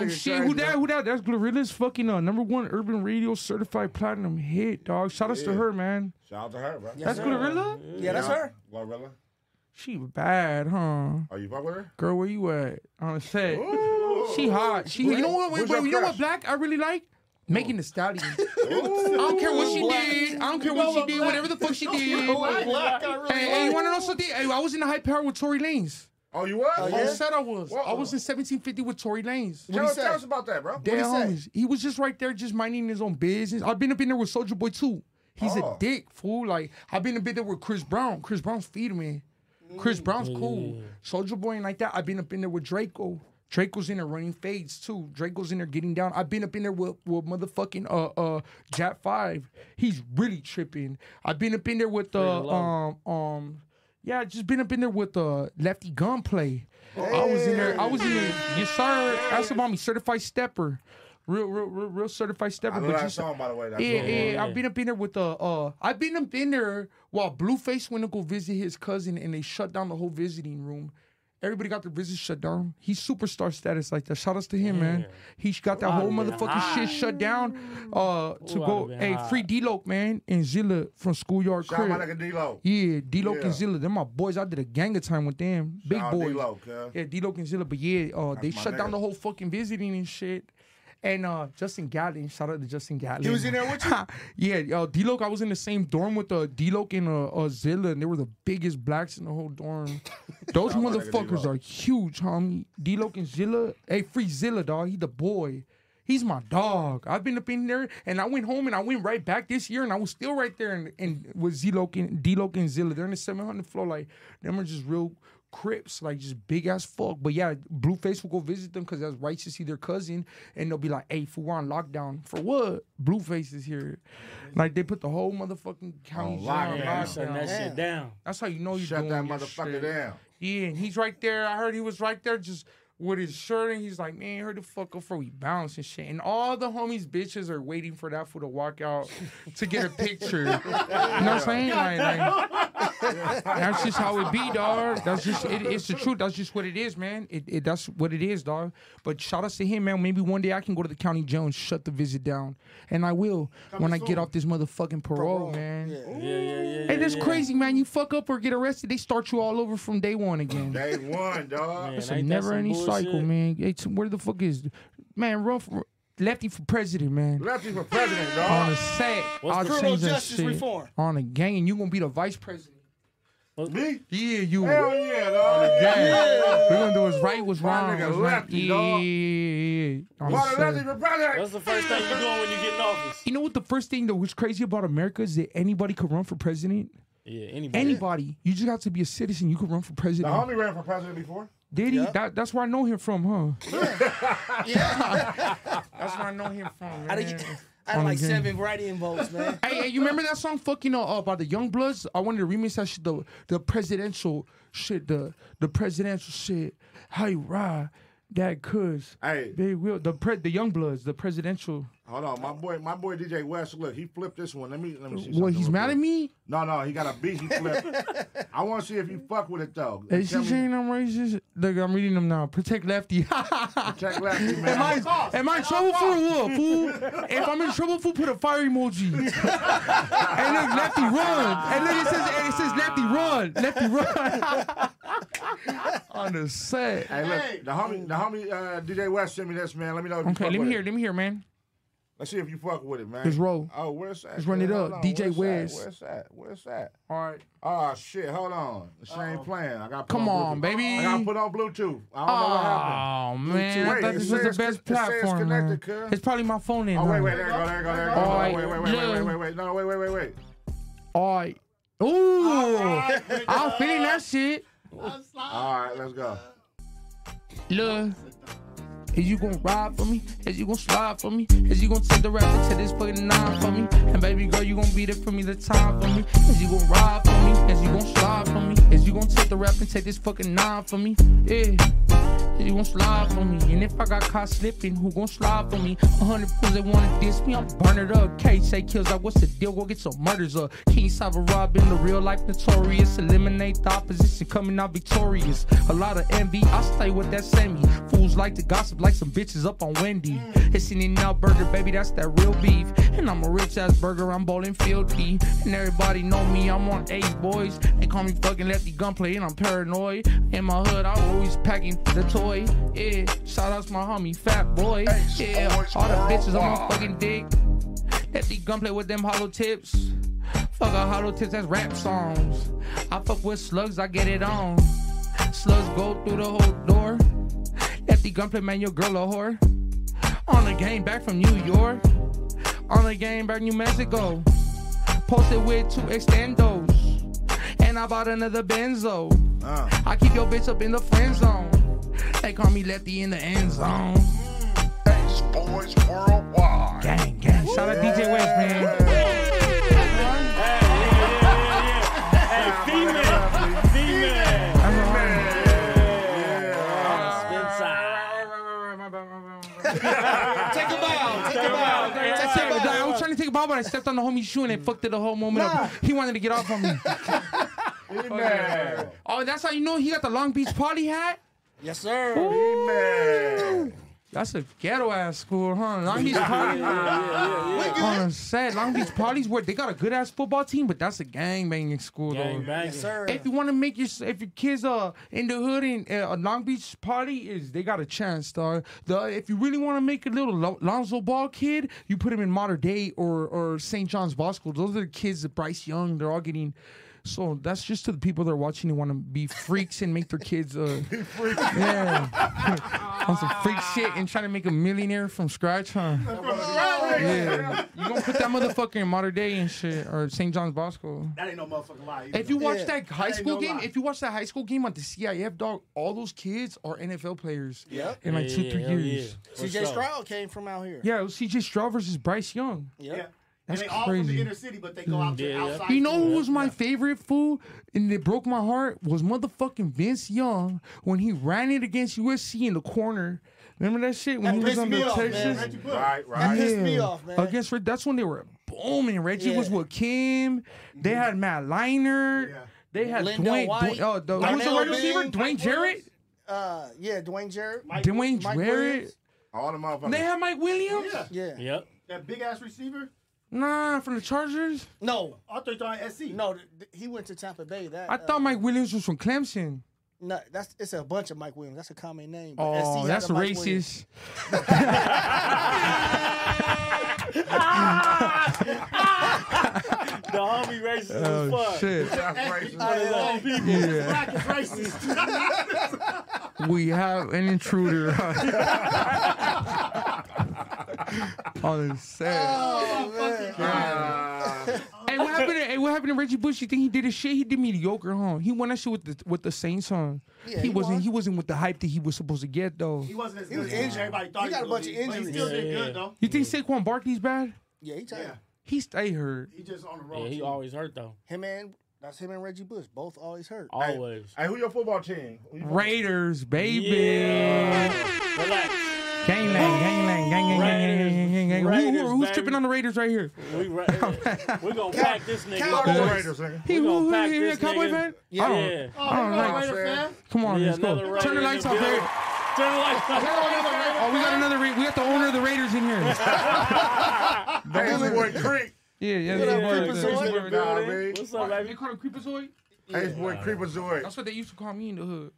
Speaker 4: Nigga
Speaker 9: shit,
Speaker 4: crazy,
Speaker 9: who that? Who that? That's Glorilla's fucking uh, number one urban radio certified platinum hit, dog. Shout outs to
Speaker 4: Yeah.
Speaker 9: her, man.
Speaker 4: Shout out to her, bro.
Speaker 9: That's Glorilla? Yeah, that's her.
Speaker 4: Glorilla.
Speaker 9: She bad, huh?
Speaker 4: Are you fuck with her?
Speaker 9: Girl, where you at? On the set. She hot. She. You know what? Wait,
Speaker 4: Who's
Speaker 9: wait,
Speaker 4: your
Speaker 9: you know what?
Speaker 4: crush?
Speaker 9: Black. I really like. Megan the Stallion. I don't care what she did. I don't care what she did. Whatever the fuck she did.
Speaker 4: You know what black I really
Speaker 9: Hey, hey, you
Speaker 4: like?
Speaker 9: want to know something? Hey, I was in the high power with Tory Lanez.
Speaker 4: Oh, you was?
Speaker 9: I said I was. I
Speaker 4: Whoa.
Speaker 9: was in 1750 with Tory Lanez.
Speaker 4: Tell, us- tell us about that, bro.
Speaker 9: Damn, homies. he was just right there, just minding his own business. I've been up in there with Soldier Boy too. He's
Speaker 4: Oh.
Speaker 9: a dick fool. Like I've been up in there with Chris Brown. Chris Brown's feeding me. Chris Brown's cool. Soldier Boy ain't like that. I've been up in there with Draco. Draco's in there running fades too. Draco's in there getting down. I've been up in there with, with motherfucking uh uh Jap Five. He's really tripping. I've been up in there with uh um um yeah, just been up in there with uh lefty gunplay. I was in there. I was in there. Yes, sir. That's about me. Certified stepper. Real, real, real, real certified stepper.
Speaker 4: I know
Speaker 9: but
Speaker 4: that
Speaker 9: just-
Speaker 4: song, by the way. That
Speaker 9: yeah,
Speaker 4: song.
Speaker 9: yeah, I've been up in there with the uh I've been up in there while Blueface went to go visit his cousin and they shut down the whole visiting room. Everybody got their visit shut down. He's superstar status like that. Shout outs to him, man. He got that
Speaker 6: I'd've
Speaker 9: whole
Speaker 6: been
Speaker 9: motherfucking
Speaker 6: high.
Speaker 9: shit shut down. Uh
Speaker 6: Ooh,
Speaker 9: to go
Speaker 6: I'd've been
Speaker 9: hey,
Speaker 6: high.
Speaker 9: free D Loke, man, and Zilla from Schoolyard
Speaker 4: Shout out
Speaker 9: Crib.
Speaker 4: my nigga D-Lo.
Speaker 9: Yeah, D Loke
Speaker 4: Yeah.
Speaker 9: and Zilla. They're my boys. I did a gang of time with them. Big
Speaker 4: Shout out
Speaker 9: boys.
Speaker 4: D-Lo, cuz.
Speaker 9: yeah, D Loke and Zilla. But yeah, uh, they
Speaker 4: That's my
Speaker 9: shut down
Speaker 4: nigga.
Speaker 9: the whole fucking visiting and shit. And uh, Justin Gatlin, shout out to Justin Gatlin.
Speaker 3: was in there with
Speaker 9: you? yeah, uh, D Loke, I was in the same dorm with uh, D Loke and uh, uh, Zilla, and they were the biggest blacks in the whole dorm. Those
Speaker 4: Shout out my nigga
Speaker 9: motherfuckers
Speaker 4: D-Loke.
Speaker 9: are huge, homie. D Loke and Zilla. Hey, free Zilla, dog. He the boy. He's my dog. I've been up in there and I went home and I went right back this year and I was still right there and, and with Z Loke and D Loke and Zilla. They're in the 700 floor. Like, them are just real crips, like just big ass fuck. But yeah, Blueface will go visit them because that's righteous. He their cousin. And they'll be like, hey, fool, we're on lockdown. For what? Blueface is here. Like, they put the whole motherfucking county
Speaker 4: On
Speaker 9: shit on
Speaker 4: lockdown.
Speaker 6: Yeah, shutting that
Speaker 9: lockdown.
Speaker 6: shit down.
Speaker 9: That's how you know you
Speaker 4: Shut that
Speaker 9: doing your
Speaker 4: motherfucker
Speaker 9: shit.
Speaker 4: down.
Speaker 9: Yeah, and he's right there. I heard he was right there just with his shirt, and he's like, "Man, hurry the fuck up before we bounce and shit." And all the homies bitches are waiting for that fool to walk out to get a picture. you know what I'm saying? Like, like, that's just how it be, dog. That's just it, it's the truth. That's just what it is, man. It, it that's what it is, dog. But shout outs to him, man. Maybe one day I can go to the county jail and shut the visit down, and I will when I get off this motherfucking parole, man.
Speaker 6: Yeah, yeah, yeah.
Speaker 9: Hey, Like that's crazy, man. You fuck up or get arrested, they start you all over from day one again.
Speaker 4: Day one, dog.
Speaker 9: It's a never ending cycle, man. It's, where the fuck is man? Rough lefty for president, man.
Speaker 4: Lefty for president, dog.
Speaker 9: On a set,
Speaker 4: What's
Speaker 9: I'll
Speaker 4: the-
Speaker 9: change that
Speaker 4: Justice
Speaker 9: shit.
Speaker 4: reform.
Speaker 9: On a gang, you gonna be the vice president.
Speaker 4: Me?
Speaker 9: Yeah, you.
Speaker 4: Hell yeah,
Speaker 9: On
Speaker 4: dog.
Speaker 9: a gang. We're
Speaker 4: Yeah.
Speaker 9: gonna do what's right, what's
Speaker 4: My
Speaker 9: wrong,
Speaker 4: nigga
Speaker 9: what's right.
Speaker 4: lefty,
Speaker 9: yeah,
Speaker 4: dog.
Speaker 9: yeah, yeah, yeah. On a
Speaker 4: Why the
Speaker 9: set.
Speaker 4: lefty for president?
Speaker 6: That's the first thing you doing when you get in office.
Speaker 9: You know what the first thing that was crazy about America is that anybody could run for president.
Speaker 6: Yeah, anybody.
Speaker 9: Anybody. You just have to be a citizen. You could run for
Speaker 4: The
Speaker 9: president.
Speaker 4: homie ran for president before.
Speaker 9: Did he? That, that's where I know him from, huh?
Speaker 3: That's
Speaker 9: where I know him from.
Speaker 3: I did, I had
Speaker 9: On
Speaker 3: like
Speaker 9: the game.
Speaker 3: seven write-in votes, man.
Speaker 9: hey, hey, you remember that song fucking uh, uh, by the Young Bloods? I wanted to remix that shit, the the presidential shit, the the presidential shit. How you ride that cuz.
Speaker 4: Hey.
Speaker 9: They will the pre the Young Bloods, the presidential.
Speaker 4: Hold on, my boy, my boy DJ West. Look, he flipped this one. Let me, let me see.
Speaker 9: What,
Speaker 4: something
Speaker 9: he's
Speaker 4: real
Speaker 9: mad
Speaker 4: quick.
Speaker 9: at me?
Speaker 4: No, no, he got a beat. He flipped. I want to see if you fuck with it though.
Speaker 9: Is
Speaker 4: Tell
Speaker 9: she
Speaker 4: me-
Speaker 9: saying I'm racist? Look, I'm reading them now. Protect lefty. Protect
Speaker 4: lefty,
Speaker 9: Am
Speaker 4: man. At all
Speaker 9: I,
Speaker 4: costs.
Speaker 9: am I in
Speaker 4: At
Speaker 9: trouble
Speaker 4: all
Speaker 9: for a wolf, fool? If I'm in trouble, fool, put a fire emoji. and look, lefty run. And look, it says, and it says lefty run. Lefty run. On the set.
Speaker 4: Hey, look, the homie, the homie uh, DJ West sent me this, man. Let me know. If you
Speaker 9: Okay,
Speaker 4: fuck
Speaker 9: let me
Speaker 4: with
Speaker 9: hear.
Speaker 4: It.
Speaker 9: Let me hear, man.
Speaker 4: Let's see if you fuck with it, man.
Speaker 9: Let's roll.
Speaker 4: Oh, where's that?
Speaker 9: Let's run it
Speaker 4: Hold
Speaker 9: up.
Speaker 4: on,
Speaker 9: DJ
Speaker 4: where's
Speaker 9: West.
Speaker 4: that? Where's that? Where's that?
Speaker 9: All right.
Speaker 4: Oh shit! Hold on. This ain't playing. I got.
Speaker 9: Come on, baby.
Speaker 4: I got put on Bluetooth. I don't know what
Speaker 9: Oh
Speaker 4: happened.
Speaker 9: man, I
Speaker 4: Wait,
Speaker 9: thought
Speaker 4: it
Speaker 9: this was the
Speaker 4: says-
Speaker 9: best
Speaker 4: it says
Speaker 9: platform. man.
Speaker 4: connected, cuz.
Speaker 9: It's probably my phone in.
Speaker 4: Oh wait,
Speaker 9: huh?
Speaker 4: wait, there you go, there you go, there you go.
Speaker 9: All right,
Speaker 4: wait, wait, wait, wait, wait,
Speaker 9: look.
Speaker 4: wait, wait. No, wait, wait, wait, wait.
Speaker 9: All right. Ooh, I'm feeling that shit.
Speaker 4: All right, let's go.
Speaker 9: Look, is you gonna ride for me? Is you gonna slide for me? Is you gonna take the rapper to this fucking nine for me? And baby girl, you gonna be there for me the time for me? Is you gonna ride for me? Is you gonna slide for me? Is you gonna take the rap and take this fucking nine for me? Yeah. Is You gon' slide for me, and if I got caught slipping, who gon' slide for me? A hundred fools that wanna diss me, I'm burn it up. K say kills like what's the deal? Go get some murders up. King Cyber Rob in the real life notorious. Eliminate the opposition, coming out victorious. A lot of envy, I stay with that semi. Fools like to gossip like some bitches up on Wendy. It's an in out burger, baby, that's that real beef. And I'm a rich ass burger, I'm bowling filthy. And everybody know me, I'm on eight boys. They call me fucking lefty gunplay, and I'm paranoid. In my hood, I always packing the toy. Yeah, shout outs my homie, fat boy. Yeah, all the bitches on my fucking dick. Lefty gunplay with them hollow tips. Fuck a hollow tips, that's rap songs. I fuck with slugs, I get it on. Slugs go through the whole door. Lefty gunplay, man, your girl a whore. On the game back from New York. On the game back New Mexico. Posted with two extendos. And I bought another benzo. I keep your bitch up in the friend zone. They call me lefty in the end zone. Thanks, boys worldwide. Gang, gang. Shout out DJ West, man.
Speaker 3: Take a bow. Take a bow.
Speaker 9: That's it, but I was trying to take a ball, but I stepped on the homie's shoe and it fucked it the whole moment up. He wanted to get off on me.
Speaker 4: Man.
Speaker 9: Oh, that's how you know he got the Long Beach party hat?
Speaker 3: Yes, sir.
Speaker 9: Ooh. That's a ghetto ass school, huh? Long Beach party.
Speaker 3: Yeah, yeah, yeah, yeah.
Speaker 9: On a set, Long Beach parties where they got a good ass football team, but that's a gang banging school though.
Speaker 6: Gangbanging. Yes, sir.
Speaker 9: If you want to make your if your kids uh in the hood and uh, a Long Beach party is they got a chance, dog. The if you really want to make a little Lo- Lonzo Ball kid, you put him in modern day or or St. John's Bosco. Those are the kids that Bryce Young. They're all getting. So that's just to the people that are watching and want to be freaks and make their kids uh yeah on some freak shit and trying to make a millionaire from scratch, huh? Yeah, you gonna put that motherfucker in modern day and shit or St. John's Bosco.
Speaker 13: That ain't no motherfucking lie. either.
Speaker 9: If you watch
Speaker 13: Yeah.
Speaker 9: that high
Speaker 13: ain't
Speaker 9: school
Speaker 13: no
Speaker 9: game,
Speaker 13: lie.
Speaker 9: if you watch that high school game on the CIF dog, all those kids are NFL players. In like
Speaker 6: Yeah,
Speaker 9: two,
Speaker 6: yeah,
Speaker 9: three
Speaker 6: hell yeah.
Speaker 9: years.
Speaker 3: CJ Stroud came from out here.
Speaker 9: Yeah, it was CJ Stroud versus Bryce Young.
Speaker 3: Yeah.
Speaker 9: That's
Speaker 13: and they all
Speaker 9: crazy. Mm,
Speaker 13: from the inner city, but they go out to
Speaker 9: Yeah.
Speaker 13: outside.
Speaker 9: You know who was my favorite fool and it broke my heart was motherfucking Vince Young when he ran it against USC in the corner. Remember that shit when
Speaker 3: That
Speaker 9: he was
Speaker 3: pissed
Speaker 9: on
Speaker 3: me
Speaker 9: the
Speaker 3: off, man.
Speaker 9: Texas?
Speaker 3: Reggie Bush. Right, right. That pissed me off, man.
Speaker 9: Against Reg- that's when they were booming. Reggie was
Speaker 3: Yeah.
Speaker 9: with Kim. They had Matt Liner. They had
Speaker 3: Lindell
Speaker 9: Dwayne.
Speaker 3: White,
Speaker 9: Dwayne oh, the, who's the
Speaker 3: Darnell
Speaker 9: wide receiver?
Speaker 3: Bing,
Speaker 9: Dwayne Jarrett.
Speaker 3: Uh, yeah, Dwayne Jarrett.
Speaker 9: Dwayne Jarrett.
Speaker 4: All the motherfuckers.
Speaker 9: They have Mike Williams.
Speaker 13: Yeah.
Speaker 3: Yeah.
Speaker 6: Yep.
Speaker 13: That big ass receiver.
Speaker 9: Nah, from the Chargers.
Speaker 3: No. I thought you thought SC. No, th- th- he went to Tampa Bay. That
Speaker 9: I thought Mike Williams was from Clemson.
Speaker 3: No, that's it's a bunch of Mike Williams. That's a common name. but SC
Speaker 9: Oh,
Speaker 3: had
Speaker 9: that's
Speaker 3: a Mike
Speaker 9: racist.
Speaker 6: The homie racist as
Speaker 9: Oh,
Speaker 6: fuck.
Speaker 9: shit.
Speaker 6: That's
Speaker 8: racist.
Speaker 6: One of those people.
Speaker 9: Yeah.
Speaker 8: Black is racist.
Speaker 9: We have an intruder on the set.
Speaker 8: Oh, man.
Speaker 6: Uh.
Speaker 9: Hey, what happened? To, hey, what happened to Reggie Bush? You think he did his shit? He did mediocre, huh? He won that shit with the with the Saints on.
Speaker 13: Yeah,
Speaker 9: he,
Speaker 13: he
Speaker 9: wasn't.
Speaker 13: won.
Speaker 9: He wasn't with the hype that he was supposed to get though.
Speaker 13: He wasn't as
Speaker 3: He
Speaker 13: good
Speaker 3: was
Speaker 13: as
Speaker 3: injured.
Speaker 13: everybody thought
Speaker 3: He got a
Speaker 13: was
Speaker 3: bunch
Speaker 13: gonna
Speaker 3: of
Speaker 13: be, but
Speaker 3: injuries.
Speaker 13: He still did
Speaker 6: Yeah.
Speaker 13: good though.
Speaker 9: You think Saquon Barkley's bad?
Speaker 3: Yeah, he tired.
Speaker 9: He stay hurt.
Speaker 13: He just on the road.
Speaker 6: Yeah, he
Speaker 13: too.
Speaker 6: always hurt though.
Speaker 3: Him and that's him and Reggie Bush both always hurt.
Speaker 6: Always.
Speaker 4: Hey, who your football team? Who you-
Speaker 9: Raiders, baby.
Speaker 6: Relax.
Speaker 9: Gang, gang, gang, gang, gang, gang, gang, gang, gang, gang. Who- who-
Speaker 6: Raiders,
Speaker 9: Who's
Speaker 6: baby.
Speaker 9: tripping on the Raiders right here?
Speaker 6: We ra- we're gonna pack this nigga.
Speaker 9: Cowboys.
Speaker 4: Raiders, nigga.
Speaker 9: He-
Speaker 6: We're
Speaker 9: who-
Speaker 6: gonna
Speaker 9: who-
Speaker 6: pack
Speaker 9: he
Speaker 6: this
Speaker 9: a Cowboy
Speaker 6: nigga.
Speaker 9: fan?
Speaker 6: Yeah.
Speaker 9: I don't- I don't like- Come on,
Speaker 6: Yeah,
Speaker 9: let's go.
Speaker 6: another Raider
Speaker 9: Turn the
Speaker 6: in
Speaker 9: lights
Speaker 6: the
Speaker 9: off,
Speaker 6: building.
Speaker 9: Barry.
Speaker 6: Turn the lights off.
Speaker 9: Oh, we got another. Ra- we got the owner of the Raiders in here.
Speaker 4: Boy Creek.
Speaker 9: Yeah, yeah,
Speaker 4: What up,
Speaker 9: yeah.
Speaker 4: Creepazoid?
Speaker 9: yeah.
Speaker 4: Nah, man. What's
Speaker 6: up,
Speaker 9: They call him Creepazoid.
Speaker 4: Ace boy Creepazoid.
Speaker 9: That's what they used to call me in the hood.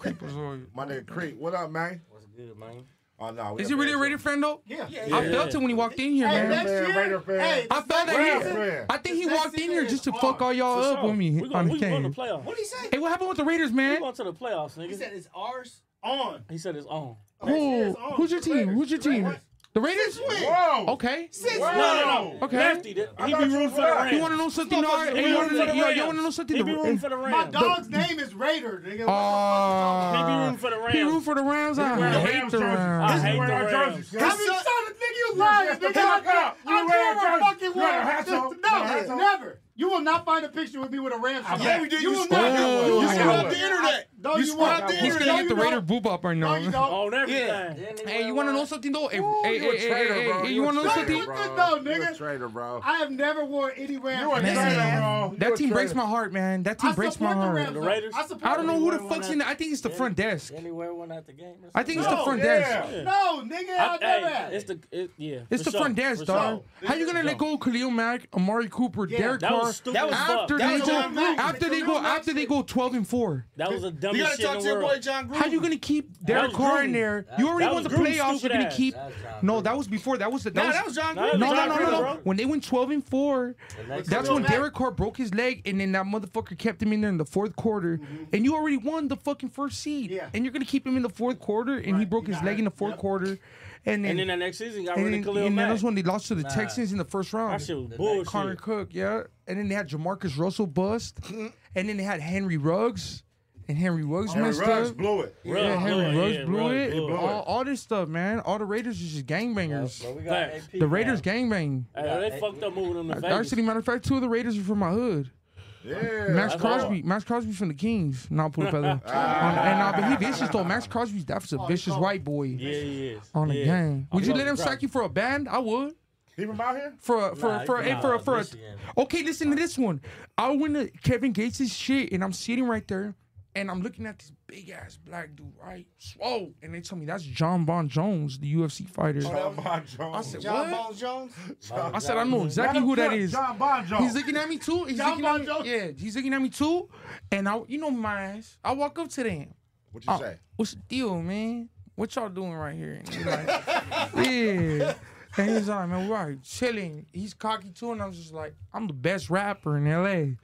Speaker 9: Creepazoid.
Speaker 4: My nigga Creep. What up, man?
Speaker 6: What's good, man?
Speaker 4: Oh no. we
Speaker 9: Is
Speaker 4: up
Speaker 9: he really a
Speaker 4: there.
Speaker 9: Raider fan though?
Speaker 13: Yeah.
Speaker 9: I
Speaker 4: Yeah.
Speaker 9: felt it when he walked in here,
Speaker 13: Hey,
Speaker 9: man.
Speaker 13: next
Speaker 4: fan,
Speaker 13: year,
Speaker 4: Raider fan.
Speaker 13: hey,
Speaker 9: I felt that
Speaker 13: Raider
Speaker 9: he-
Speaker 13: fan.
Speaker 9: I think he
Speaker 13: This next
Speaker 9: walked in here
Speaker 13: season
Speaker 9: just to
Speaker 13: is
Speaker 9: fuck
Speaker 13: hard.
Speaker 9: all y'all
Speaker 6: For
Speaker 9: up
Speaker 6: sure.
Speaker 9: on me
Speaker 6: We
Speaker 9: on
Speaker 6: gonna,
Speaker 9: the
Speaker 6: we going to
Speaker 9: game.
Speaker 6: playoffs.
Speaker 13: What'd he say?
Speaker 9: Hey, what happened with the Raiders,
Speaker 6: We
Speaker 9: man?
Speaker 6: going to the playoffs,
Speaker 13: He
Speaker 6: nigga.
Speaker 13: said it's ours on.
Speaker 6: He said it's on.
Speaker 9: Who? Who's your team? Who's your team? The Raiders.
Speaker 4: Whoa.
Speaker 9: Okay.
Speaker 13: Six
Speaker 6: No, no, no.
Speaker 9: Okay.
Speaker 6: Lefty. that-
Speaker 4: I
Speaker 6: He
Speaker 4: thought
Speaker 6: be
Speaker 4: you
Speaker 6: rooting
Speaker 4: was
Speaker 6: for the
Speaker 4: right.
Speaker 6: Rams.
Speaker 9: You want to know something?
Speaker 6: He
Speaker 9: Nard?
Speaker 6: rooting
Speaker 9: Hey, you
Speaker 6: for
Speaker 9: want
Speaker 6: the
Speaker 9: to know,
Speaker 6: Rams.
Speaker 9: you want to know something?
Speaker 6: He be rooting for the
Speaker 13: My
Speaker 6: Rams.
Speaker 13: dog's name is Raider, nigga.
Speaker 9: Oh.
Speaker 6: He be rooting for the Rams.
Speaker 9: He rooting for the Rams. I
Speaker 6: wearing
Speaker 9: hate
Speaker 6: Rams
Speaker 9: the
Speaker 6: jerseys.
Speaker 9: Rams.
Speaker 6: I hate the
Speaker 4: wearing our
Speaker 6: Rams.
Speaker 4: jerseys.
Speaker 13: I've been
Speaker 4: Shut
Speaker 13: trying to think you lying,
Speaker 4: the
Speaker 13: nigga.
Speaker 4: fuck up. You
Speaker 13: I
Speaker 4: wearing
Speaker 13: never
Speaker 4: jerseys.
Speaker 13: fucking
Speaker 4: You
Speaker 13: wore
Speaker 4: got a hat
Speaker 13: this-
Speaker 4: on? You got a hat
Speaker 13: No,
Speaker 4: on?
Speaker 13: never. You will not find a picture with me with a Rams
Speaker 4: I
Speaker 13: shirt.
Speaker 4: bet we did.
Speaker 13: You
Speaker 4: You
Speaker 13: will
Speaker 4: swear
Speaker 13: not.
Speaker 4: I did.
Speaker 13: You
Speaker 9: You
Speaker 13: will
Speaker 9: swear
Speaker 13: not.
Speaker 9: I
Speaker 4: did.
Speaker 13: I- No,
Speaker 4: You
Speaker 13: you
Speaker 4: swear I
Speaker 13: won't.
Speaker 4: did.
Speaker 9: He's
Speaker 13: No,
Speaker 9: gonna get
Speaker 13: you
Speaker 9: the
Speaker 13: don't.
Speaker 9: Raider boob up right
Speaker 6: Oh,
Speaker 13: No,
Speaker 9: now.
Speaker 13: you don't.
Speaker 6: On everything.
Speaker 9: Hey, you want to know something though? Hey, hey,
Speaker 4: you a
Speaker 9: hey, hey,
Speaker 4: traitor,
Speaker 9: hey,
Speaker 4: bro.
Speaker 9: hey, you want to know
Speaker 4: a
Speaker 13: Look,
Speaker 4: traitor,
Speaker 9: something?
Speaker 13: look,
Speaker 4: bro.
Speaker 13: look, no,
Speaker 4: You a
Speaker 13: nigga.
Speaker 4: traitor, bro.
Speaker 13: I have never wore any Rams.
Speaker 4: You a
Speaker 13: shirts.
Speaker 4: traitor, bro. You
Speaker 9: That
Speaker 4: a
Speaker 9: team breaks
Speaker 4: traitor.
Speaker 9: my heart, man. That
Speaker 13: I
Speaker 9: team breaks my
Speaker 13: support the Rams.
Speaker 9: heart.
Speaker 6: The
Speaker 13: though.
Speaker 6: Raiders?
Speaker 13: I support
Speaker 9: I don't know who the
Speaker 13: them.
Speaker 9: fuck's in. the- I think it's the front desk.
Speaker 6: Anywhere one at the game. or
Speaker 9: I think it's the
Speaker 6: something?
Speaker 9: front
Speaker 4: yeah.
Speaker 9: desk.
Speaker 13: No, nigga, I
Speaker 6: I-
Speaker 13: never
Speaker 6: hey,
Speaker 13: have.
Speaker 6: it's the it, yeah.
Speaker 9: It's
Speaker 6: for
Speaker 9: the front
Speaker 6: sure,
Speaker 9: desk,
Speaker 6: for
Speaker 9: dog.
Speaker 6: sure.
Speaker 9: How you gonna let go of Khalil Mack, Amari Cooper, Derek
Speaker 6: that
Speaker 9: Carr
Speaker 6: was stupid as fuck.
Speaker 9: after
Speaker 6: That
Speaker 9: they
Speaker 6: was
Speaker 9: go
Speaker 6: John
Speaker 3: Gruden.
Speaker 9: after they
Speaker 3: Khalil
Speaker 9: go
Speaker 3: Mack's
Speaker 9: after they go twelve and four?
Speaker 6: That was the dumbest
Speaker 3: You gotta
Speaker 6: shit
Speaker 3: talk
Speaker 6: in
Speaker 3: to
Speaker 6: the
Speaker 3: your
Speaker 6: world.
Speaker 3: boy John Gruden.
Speaker 9: How you gonna keep Derek
Speaker 6: was
Speaker 9: Carr in
Speaker 6: Gruden.
Speaker 9: there? You already
Speaker 6: that
Speaker 9: won the
Speaker 6: was Gruden's
Speaker 9: playoffs. You're
Speaker 6: stupid
Speaker 9: gonna
Speaker 6: ass.
Speaker 9: keep.
Speaker 6: That
Speaker 9: No, that was before. That was the.
Speaker 3: Nah,
Speaker 9: That
Speaker 3: that
Speaker 9: was
Speaker 3: was John
Speaker 6: Nah,
Speaker 3: Gruden.
Speaker 9: No, no,
Speaker 6: John
Speaker 9: no, no,
Speaker 6: Gruden,
Speaker 9: no.
Speaker 6: bro.
Speaker 9: When they went 12 and 4, that's
Speaker 13: go
Speaker 9: when
Speaker 13: back.
Speaker 9: Derek Carr broke his leg, and then that motherfucker kept him in there in the fourth quarter. And you already won the fucking first seed.
Speaker 13: Yeah.
Speaker 9: And you're going to keep him in the fourth quarter, and he
Speaker 13: Right,
Speaker 9: broke
Speaker 13: he
Speaker 9: his
Speaker 13: got
Speaker 9: leg in the
Speaker 13: hurt.
Speaker 9: fourth
Speaker 13: Yep.
Speaker 9: quarter. And
Speaker 6: And
Speaker 9: then.
Speaker 6: then the next season got
Speaker 9: and
Speaker 6: rid
Speaker 9: then,
Speaker 6: of Khalil
Speaker 9: and then
Speaker 6: Mack.
Speaker 9: that's when they lost to the Texans in the first round.
Speaker 6: That shit was bullshit.
Speaker 9: Connor Cook, yeah. And then they had Jamarcus Russell bust. and then they had Henry Ruggs. And Henry Ruggs
Speaker 4: Henry
Speaker 9: messed
Speaker 4: Ruggs
Speaker 9: up.
Speaker 4: blew it.
Speaker 6: Ruggs
Speaker 9: yeah, Henry
Speaker 6: blew it,
Speaker 9: Ruggs
Speaker 6: yeah,
Speaker 9: blew
Speaker 6: Ruggs
Speaker 9: it.
Speaker 6: blew it.
Speaker 9: All, all this stuff, man. All the Raiders is just gangbangers.
Speaker 14: Bro, we got
Speaker 6: Facts.
Speaker 14: AP
Speaker 9: the
Speaker 14: now.
Speaker 9: Raiders gangbang.
Speaker 6: Hey, they fucked up moving them to Vegas.
Speaker 9: Actually, matter of fact, two of the Raiders are from my hood.
Speaker 4: Yeah.
Speaker 9: Max
Speaker 6: that's hard.
Speaker 9: Crosby, Max Crosby from the Kings. Now put a feather. On- and I believe vicious though. Max Crosby's that's a
Speaker 4: Oh,
Speaker 9: vicious white boy
Speaker 6: yeah, he is.
Speaker 9: on the
Speaker 6: yeah.
Speaker 9: game. Would
Speaker 6: I
Speaker 9: you
Speaker 6: love
Speaker 9: let him
Speaker 6: the
Speaker 9: sack you for a band? I would.
Speaker 4: He from out here?
Speaker 9: For a, for a-
Speaker 14: Nah,
Speaker 9: for a,
Speaker 14: he's
Speaker 9: for a,
Speaker 14: from
Speaker 9: for a,
Speaker 14: Michigan.
Speaker 9: okay, listen to this one. I went to Kevin Gates' shit and I'm sitting right there and I'm looking at this big ass black dude, right? Swole. And they tell me that's John Bon Jones, the UFC fighter.
Speaker 4: John Bon Jones.
Speaker 9: I said,
Speaker 3: John
Speaker 9: what?
Speaker 3: Bones Jones?
Speaker 9: I said, I know exactly
Speaker 4: John-
Speaker 9: who that is.
Speaker 4: John Bon Jones.
Speaker 9: He's looking at me too. He's
Speaker 13: John
Speaker 9: looking
Speaker 13: Bon
Speaker 9: at me.
Speaker 13: Jones.
Speaker 9: Yeah, he's looking at me too. And I, you know, my ass. I walk up to them.
Speaker 4: What you
Speaker 9: Uh,
Speaker 4: say?
Speaker 9: What's the deal, man? What y'all doing right here? And he's like, yeah. And he's like, man, we're out here chilling. He's cocky too, and I'm just like, I'm the best rapper in LA.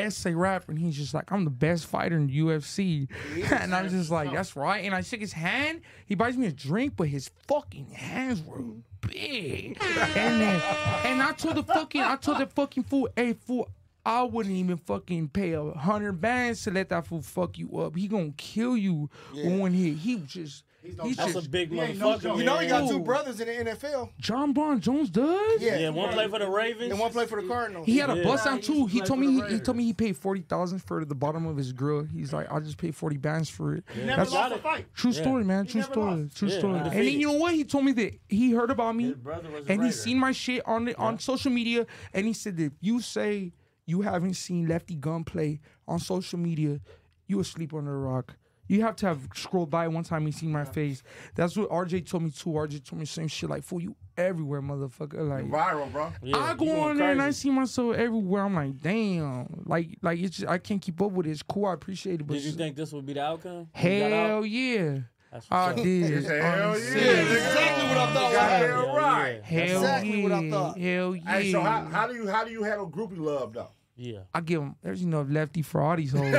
Speaker 9: Essay rapper, and he's just like, I'm the best fighter in the UFC. and I'm just like, that's right. And I shook his hand. He buys me a drink, but his fucking hands were big. and then, and I told the fucking, I told the fucking fool, hey fool, I wouldn't even fucking pay a hundred bands to let that fool fuck you up. He gonna kill you
Speaker 3: Yeah.
Speaker 9: when he he just
Speaker 13: He's no
Speaker 9: he
Speaker 13: joke.
Speaker 9: just
Speaker 6: That's a big
Speaker 13: He ain't no
Speaker 6: motherfucker.
Speaker 13: joke.
Speaker 3: You know he got
Speaker 9: Ooh.
Speaker 3: two brothers in the NFL.
Speaker 9: John Bon Jones does.
Speaker 3: Yeah.
Speaker 6: Yeah, one play for the Ravens.
Speaker 3: And one play for the Cardinals.
Speaker 9: He had a
Speaker 6: Yeah.
Speaker 9: bust
Speaker 6: Nah,
Speaker 9: down
Speaker 6: he
Speaker 9: too.
Speaker 6: used to
Speaker 9: He
Speaker 6: play
Speaker 9: told
Speaker 6: for
Speaker 9: me
Speaker 6: the
Speaker 9: he, he told me he paid forty thousand for the bottom of his grill. He's like, I'll just pay forty bands for it.
Speaker 13: He never lost a fight.
Speaker 9: True
Speaker 6: Yeah.
Speaker 9: story, man.
Speaker 13: He
Speaker 9: True
Speaker 13: never
Speaker 9: story.
Speaker 13: lost.
Speaker 9: True
Speaker 6: Yeah,
Speaker 9: story. And then
Speaker 6: undefeated.
Speaker 9: you know what? He told me that he heard about me,
Speaker 14: brother was a
Speaker 9: and he
Speaker 14: writer.
Speaker 9: seen my shit on the, on social media, and he said that if you say you haven't seen Lefty Gun play on social media, you asleep on the rock. You have to have scrolled by one time and seen my face. That's what RJ told me too. RJ told me same shit like, fool, you everywhere, motherfucker. Like
Speaker 4: viral, bro.
Speaker 9: I go on there and I see myself everywhere. I'm like, damn, like like it's just, I can't keep up with it. It's cool, I appreciate it, but
Speaker 6: Did you think this would be the outcome? You got out?
Speaker 9: hell yeah.
Speaker 6: That's what's
Speaker 9: I
Speaker 6: up.
Speaker 9: did.
Speaker 6: He said, hell
Speaker 9: I'm
Speaker 6: yeah.
Speaker 9: serious.
Speaker 6: That's exactly what I thought was
Speaker 4: Goddamn
Speaker 6: happening.
Speaker 4: right.
Speaker 9: Hell yeah. Hell yeah.
Speaker 4: Hey, so how, how do you how do you handle groupie love though?
Speaker 6: Yeah.
Speaker 9: I give him. There's enough lefty for all these hoes.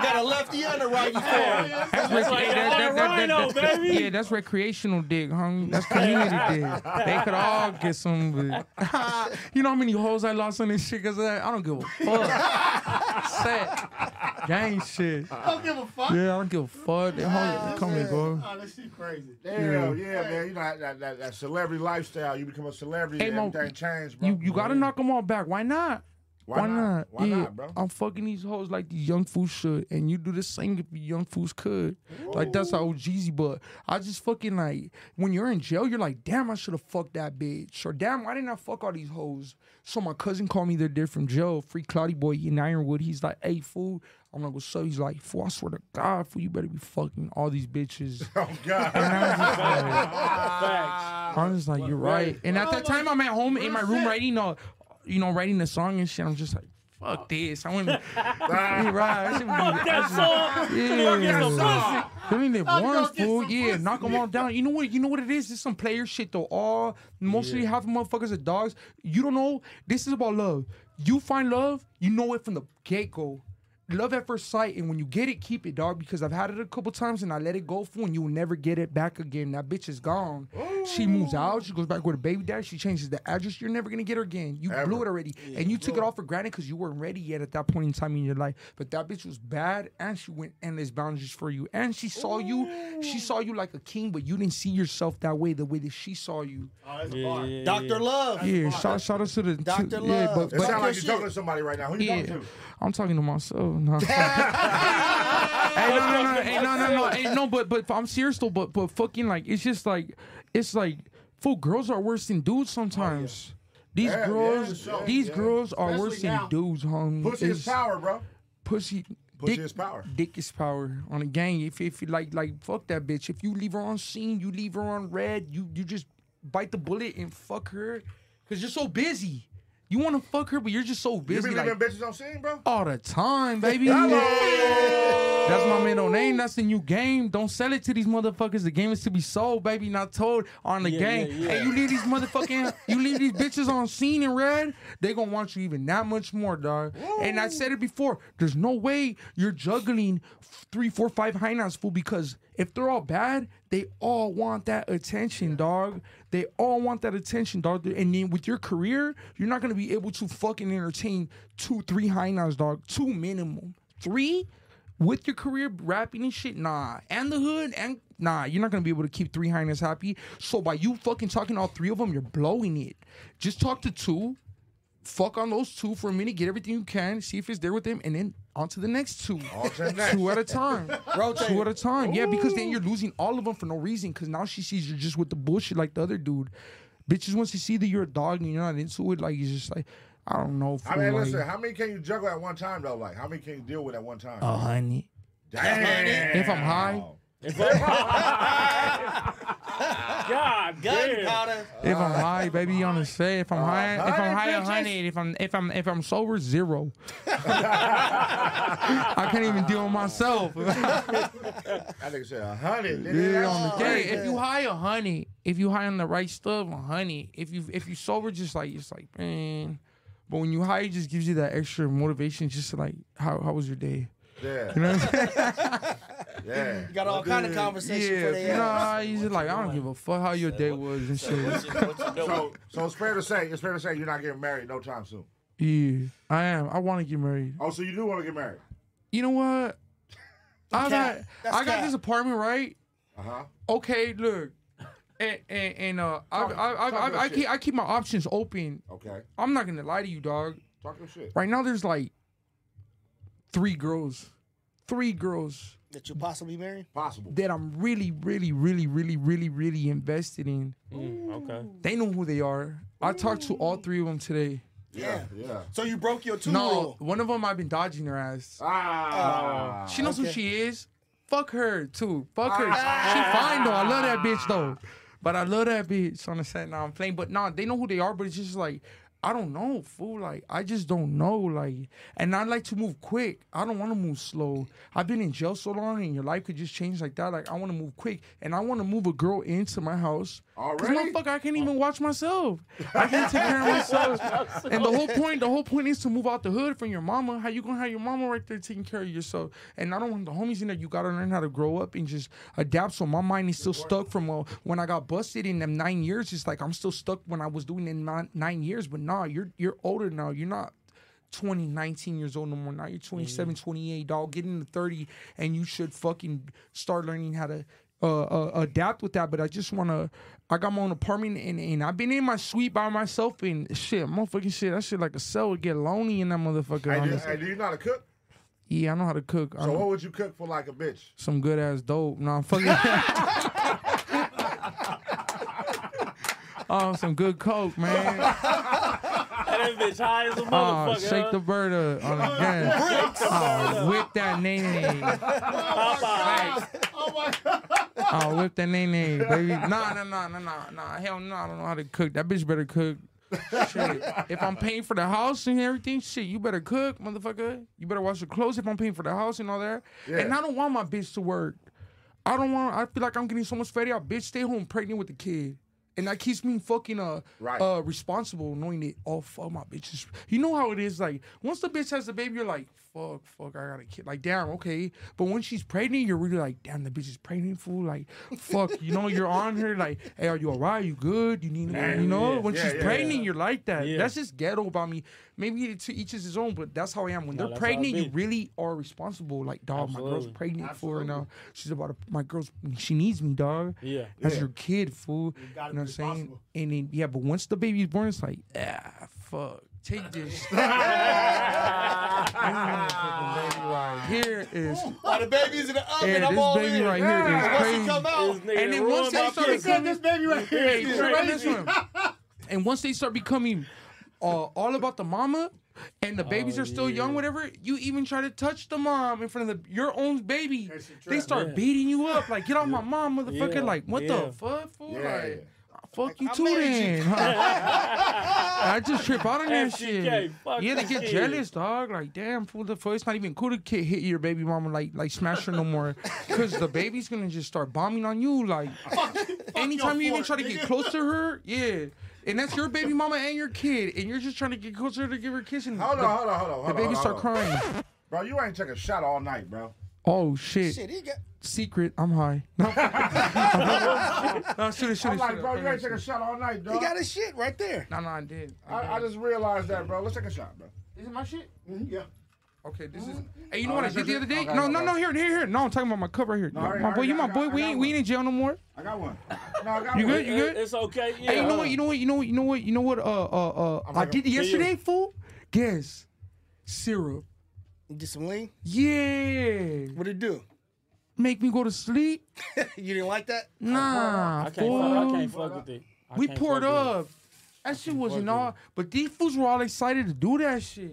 Speaker 3: Got a lefty and a righty for him.
Speaker 9: That's
Speaker 3: That's
Speaker 9: rec-
Speaker 3: like
Speaker 9: that- that-
Speaker 3: that
Speaker 9: that-
Speaker 3: rhino,
Speaker 9: that-
Speaker 3: baby.
Speaker 9: Yeah, that's recreational dick, homie. That's community dick. They could all get some. of it. you know how many holes I lost on this shit because I don't give a fuck. Set. Gang shit.
Speaker 13: I don't give a fuck.
Speaker 9: Yeah, I don't give a fuck. They hoes come and go.
Speaker 13: Oh, this shit crazy.
Speaker 4: Damn, yeah, man. You know that, that, that, that celebrity lifestyle. You become a celebrity,
Speaker 9: Hey,
Speaker 4: and
Speaker 9: Mo,
Speaker 4: everything changed, bro.
Speaker 9: You you gotta knock them all back. Why not?
Speaker 4: Why not? Why
Speaker 9: yeah,
Speaker 4: not, bro?
Speaker 9: I'm fucking these hoes like these young fools should, and you do the same if you young fools could. Like that's how Jeezy. But I just fucking like when you're in jail, you're like, damn, I should have fucked that bitch, or damn, why didn't I fuck all these hoes? So my cousin called me the day from jail, free Cloudy Boy in Ironwood. He's like, hey, fool. I'm like, what's up? He's like, fool, I swear to God, fool, you better be fucking all these bitches.
Speaker 4: Oh God.
Speaker 9: I'm just like, you're right. And at that time, I'm at home in my room writing a, you know, writing a song and shit. I'm just like, fuck this. I want to.
Speaker 6: Ah. Fuck that song. Fuck that song.
Speaker 9: Don't even
Speaker 6: I'm gonna
Speaker 9: once,
Speaker 6: get
Speaker 9: fool.
Speaker 6: some
Speaker 9: Yeah,
Speaker 6: pussy.
Speaker 9: knock them all down. You know what? You know what it is? It's some player shit though. All mostly half the motherfuckers are dogs. You don't know. This is about love. You find love, you know it from the get go. Love at first sight, and when you get it, keep it, dog. Because I've had it a couple times, and I let it go, fool, and you will never get it back again. That bitch is gone. She moves out. She goes back with her baby dad. She changes the address. You're never gonna get her again. You blew it already, and you took it all for granted because you weren't ready yet at that point in time in your life. But that bitch was bad, and she went endless boundaries for you, and she saw you. She saw you like a king, but you didn't see yourself that way. The way that she saw you.
Speaker 3: Dr. Love.
Speaker 9: Yeah, shout, shout out to the to-
Speaker 3: Dr.
Speaker 9: Yeah,
Speaker 3: Love.
Speaker 9: but,
Speaker 4: It
Speaker 9: but-
Speaker 4: sounds like you're talking to somebody right now. Who you
Speaker 9: yeah,
Speaker 4: talking to?
Speaker 9: I'm talking to myself. No. hey, no, no, no, hey, no, no, no, hey, no, but but I'm serious though. But but fucking like it's just like it's like fool. Girls are worse than dudes sometimes. These
Speaker 4: Oh, Yeah, yeah,
Speaker 9: girls,
Speaker 4: for sure,
Speaker 9: these
Speaker 4: yeah.
Speaker 9: girls are
Speaker 4: Especially
Speaker 9: worse than
Speaker 4: now.
Speaker 9: dudes, homie.
Speaker 4: Pussy is
Speaker 9: It's-
Speaker 4: power, bro.
Speaker 9: pussy.
Speaker 4: Pussy
Speaker 9: dick,
Speaker 4: is power.
Speaker 9: Dick is power on a gang. If if you like like fuck that bitch. If you leave her on scene, you leave her on red. You you just bite the bullet and fuck her, cause you're so busy. You want to fuck her, but you're just so
Speaker 4: You
Speaker 9: busy.
Speaker 4: be leaving
Speaker 9: like,
Speaker 4: bitches on scene, bro.
Speaker 9: all the time, baby.
Speaker 4: Hello.
Speaker 9: That's my middle name. That's the new game. Don't sell it to these motherfuckers. The game is to be sold, baby, not told on the
Speaker 6: Yeah,
Speaker 9: game.
Speaker 6: yeah, yeah.
Speaker 9: Hey, you leave these motherfucking, you leave these bitches on scene in red, they gonna want you even that much more, dog. And I said it before. There's no way you're juggling three, four, five hyenas, fool, because if they're all bad, they all want that attention, dog. They all want that attention, dog. And then with your career, you're not gonna be able to fucking entertain two, three hyenas, dog. Two minimum. Three with your career rapping and shit, nah. And the hood, and nah, you're not gonna be able to keep three hyenas happy. So by you fucking talking to all three of them, you're blowing it. Just talk to two, fuck on those two for a minute, get everything you can, see if it's there with them, and then on to the next two.
Speaker 4: to the next.
Speaker 9: Two at a time.
Speaker 3: Rotate
Speaker 9: Two
Speaker 3: it.
Speaker 9: at a time. Yeah, because then you're losing all of them for no reason. Because now she sees you're just with the bullshit like the other dude. Bitches, once you see that you're a dog and you're not into it, like you're just like, I don't know.
Speaker 4: I
Speaker 9: fool,
Speaker 4: mean,
Speaker 9: like,
Speaker 4: listen, how many can you juggle at one time though? Like, how many can you deal with at one time?
Speaker 9: a hundred.
Speaker 4: Damn.
Speaker 9: oh, If I'm high.
Speaker 6: God damn.
Speaker 9: If I'm high, baby, on the set. If I'm
Speaker 4: Uh-huh.
Speaker 9: high, if I'm high,
Speaker 6: honey,
Speaker 9: a hundred. If I'm if I'm if I'm sober, zero. I can't even deal with myself.
Speaker 4: I think said a hundred. nigga.
Speaker 9: Yeah,
Speaker 4: That's
Speaker 9: on the day.
Speaker 4: crazy.
Speaker 9: If you high a honey, if you high on the right stuff, a honey. If you if you sober, just like it's like man. But when you high, it just gives you that extra motivation. Just to like how how was your day?
Speaker 4: Yeah.
Speaker 9: You know what I'm saying?
Speaker 4: Yeah.
Speaker 3: You got all kind of conversations for the
Speaker 9: yeah. Nah, he's just like I don't give a fuck how your day was and shit.
Speaker 4: So, so it's fair to say, it's fair to say you're not getting married no time soon.
Speaker 9: Yeah, I am. I want to get married.
Speaker 4: Oh, so you do want to get married?
Speaker 9: you know what? I got
Speaker 4: Cat. That's
Speaker 9: I got
Speaker 4: cat.
Speaker 9: this apartment right.
Speaker 4: Uh huh.
Speaker 9: Okay, look, and and, and uh, I
Speaker 4: Talk-
Speaker 9: I I,
Speaker 4: talk your
Speaker 9: I, I
Speaker 4: shit.
Speaker 9: keep I keep my options open.
Speaker 4: Okay.
Speaker 9: I'm not gonna lie to you, dog.
Speaker 4: Talk your shit.
Speaker 9: Right now, there's like three girls, three girls
Speaker 3: That you possibly marry?
Speaker 4: Possible.
Speaker 9: that I'm really, really, really, really, really, really invested in.
Speaker 6: Mm, okay.
Speaker 9: They know who they are. I talked to all three of them today.
Speaker 4: Yeah, yeah.
Speaker 3: So you broke your two
Speaker 9: no,
Speaker 3: rule.
Speaker 9: one of them I've been dodging her ass.
Speaker 4: Ah.
Speaker 9: she knows
Speaker 3: okay.
Speaker 9: who
Speaker 3: Ah.
Speaker 9: she is. Fuck her too. Fuck her. She fine though. I love that bitch though. But I love that bitch on the set. Now I'm playing. But nah, they know who they are. But it's just like I don't know, fool. Like I just don't know. Like, and I like to move quick. I don't want to move slow. I've been in jail so long, and your life could just change like that. Like I want to move quick, and I want to move a girl into my house. Cause
Speaker 4: Already?
Speaker 9: motherfucker, I
Speaker 3: Oh.
Speaker 9: can't even watch myself. I can't take care of myself. And the whole point, the whole point is to move out the hood from your mama. How you gonna have your mama right there taking care of yourself? And I don't want the homies in there. You gotta learn how to grow up and just adapt. So my mind is still stuck from uh, when I got busted in them nine years. It's like I'm still stuck when I was doing it in nine, nine years. But nah, you're you're older now. You're not. 20, 19 years old no more. Now you're 27, 28, dog. Get into 30, and you should fucking start learning how to uh, uh adapt with that. But I just wanna, I got my own apartment, and, and I've been in my suite by myself, and shit, motherfucking shit. That shit like a cell would get lonely in that motherfucker.
Speaker 4: Hey, do,
Speaker 9: honestly.
Speaker 4: hey, do you know how to cook?
Speaker 9: yeah, I know how to cook. I
Speaker 4: So
Speaker 9: know
Speaker 4: what would you cook for like a bitch?
Speaker 9: some good ass dope. No, I'm fucking. Oh, some good coke, man.
Speaker 6: That bitch high as a
Speaker 9: Oh,
Speaker 6: motherfucker.
Speaker 9: shake the bird up Oh, on the gun.
Speaker 6: Shake the bird
Speaker 9: Oh,
Speaker 6: up.
Speaker 9: whip that name.
Speaker 13: Oh my
Speaker 9: Oh, whip that nay nay, baby. Nah, nah, nah, nah, nah, nah. Hell no, I don't know how to cook. That bitch better cook. Shit. If I'm paying for the house and everything, shit, you better cook, motherfucker. You better wash your clothes if I'm paying for the house and all that.
Speaker 4: Yeah.
Speaker 9: And I don't want my bitch to work. I don't want. I feel like I'm getting so much fatty out. Bitch, stay home pregnant with the kid. And that keeps me fucking uh,
Speaker 4: Right.
Speaker 9: uh responsible, knowing that oh fuck my bitch is. You know how it is. Like once the bitch has the baby, you're like fuck, fuck, I got a kid. Like damn, okay. But when she's pregnant, you're really like damn, the bitch is pregnant, fool. Like fuck, you know you're on her. Like hey, are you alright? You good? You need,
Speaker 4: Yeah,
Speaker 9: you know.
Speaker 4: yeah,
Speaker 9: when
Speaker 4: yeah,
Speaker 9: she's
Speaker 4: yeah,
Speaker 9: pregnant,
Speaker 4: yeah.
Speaker 9: you're like that.
Speaker 4: Yeah.
Speaker 9: That's just ghetto about me. Maybe to each is his own, but that's how I am. When
Speaker 4: No,
Speaker 9: they're
Speaker 4: that's how I
Speaker 9: pregnant, you
Speaker 4: be.
Speaker 9: really are responsible. Like dog, my girl's
Speaker 4: Absolutely.
Speaker 9: pregnant for her now. She's about to, my girl's she needs me, dog.
Speaker 6: Yeah.
Speaker 9: That's
Speaker 6: Yeah.
Speaker 9: your kid, fool. You,
Speaker 6: gotta
Speaker 9: know what I'm
Speaker 6: be
Speaker 9: saying? And then yeah, but once the baby's born, it's like, ah, fuck. Take this. Here is
Speaker 3: While the baby's in the oven,
Speaker 9: yeah,
Speaker 3: I'm
Speaker 9: this
Speaker 3: all
Speaker 9: baby
Speaker 3: in.
Speaker 9: right
Speaker 3: Yeah.
Speaker 9: here is
Speaker 3: Once he
Speaker 9: crazy.
Speaker 3: come out, This nigga
Speaker 9: and then
Speaker 3: ruined
Speaker 9: once
Speaker 3: my
Speaker 9: they start
Speaker 3: kids.
Speaker 9: becoming
Speaker 3: This baby right here
Speaker 9: Hey,
Speaker 3: is
Speaker 9: turn on this
Speaker 3: crazy.
Speaker 9: one. And once they start becoming uh, all about the mama, and the
Speaker 3: Oh,
Speaker 9: babies are still young, whatever, you even try to touch the mom in front of the, your own baby. They start
Speaker 6: Yeah.
Speaker 9: beating you up, like get off my mom, motherfucker!
Speaker 6: Yeah.
Speaker 9: Like what
Speaker 6: Yeah.
Speaker 9: the fuck, fool?
Speaker 6: Yeah.
Speaker 9: Like, Fuck you too then. huh? I just trip out on that
Speaker 6: FCK,
Speaker 9: shit.
Speaker 6: fuck
Speaker 9: Yeah, they
Speaker 6: this
Speaker 9: get
Speaker 6: kid.
Speaker 9: jealous, dog. Like, damn, fool the fuck. It's not even cool to kid hit your baby mama like like smash her no more. Cause the baby's gonna just start bombing on you. Like anytime you even
Speaker 6: fort,
Speaker 9: try to
Speaker 6: nigga.
Speaker 9: get close to her, yeah. And that's your baby mama and your kid, and you're just trying to get closer to give her a kiss. And
Speaker 4: Hold
Speaker 9: the,
Speaker 4: on, hold on, hold on.
Speaker 9: The
Speaker 4: hold on,
Speaker 9: baby
Speaker 4: hold
Speaker 9: start
Speaker 4: on.
Speaker 9: crying.
Speaker 4: Bro, you ain't took a shot all night, bro.
Speaker 9: Oh shit. Secret, I'm high. No, no shoot it, shoot it,
Speaker 4: I'm like,
Speaker 9: shoot it.
Speaker 4: bro, you ain't took a shot all night, dog.
Speaker 3: He got his shit right there.
Speaker 9: No, no, I did.
Speaker 4: I, I just realized that, bro. Let's take a shot, bro. Mm-hmm,
Speaker 9: Is it my shit?
Speaker 4: Yeah.
Speaker 9: Okay, this is. Hey, you know
Speaker 4: Oh,
Speaker 9: what I
Speaker 4: this
Speaker 9: did
Speaker 4: is
Speaker 9: the
Speaker 4: it?
Speaker 9: other day?
Speaker 4: Okay,
Speaker 9: no, no,
Speaker 4: okay.
Speaker 9: no, here, here, here. No, I'm talking about my cover here.
Speaker 4: No, I already-
Speaker 9: my boy, you
Speaker 4: I
Speaker 9: my
Speaker 4: already-
Speaker 9: boy.
Speaker 4: I
Speaker 9: we
Speaker 4: got
Speaker 9: ain't, we ain't in jail no more.
Speaker 4: I got one. No, I got
Speaker 9: You
Speaker 4: one.
Speaker 9: good? You good?
Speaker 6: It's okay. Yeah.
Speaker 9: Hey, you know what? You know what? You know what? You know what? You know what? Uh, uh, uh. I
Speaker 6: like,
Speaker 9: did
Speaker 6: yeah, yeah.
Speaker 9: yesterday, fool. Guess, syrup.
Speaker 3: Get some lean.
Speaker 9: Yeah.
Speaker 3: What'd it do?
Speaker 9: Make me go to sleep.
Speaker 3: you didn't like that?
Speaker 6: I
Speaker 9: Nah,
Speaker 6: can't,
Speaker 9: fool.
Speaker 6: fuck, I can't fuck with it. I
Speaker 9: we
Speaker 6: can't
Speaker 9: poured
Speaker 6: fuck with it.
Speaker 9: up. That shit wasn't all, but these fools were all excited to do that shit.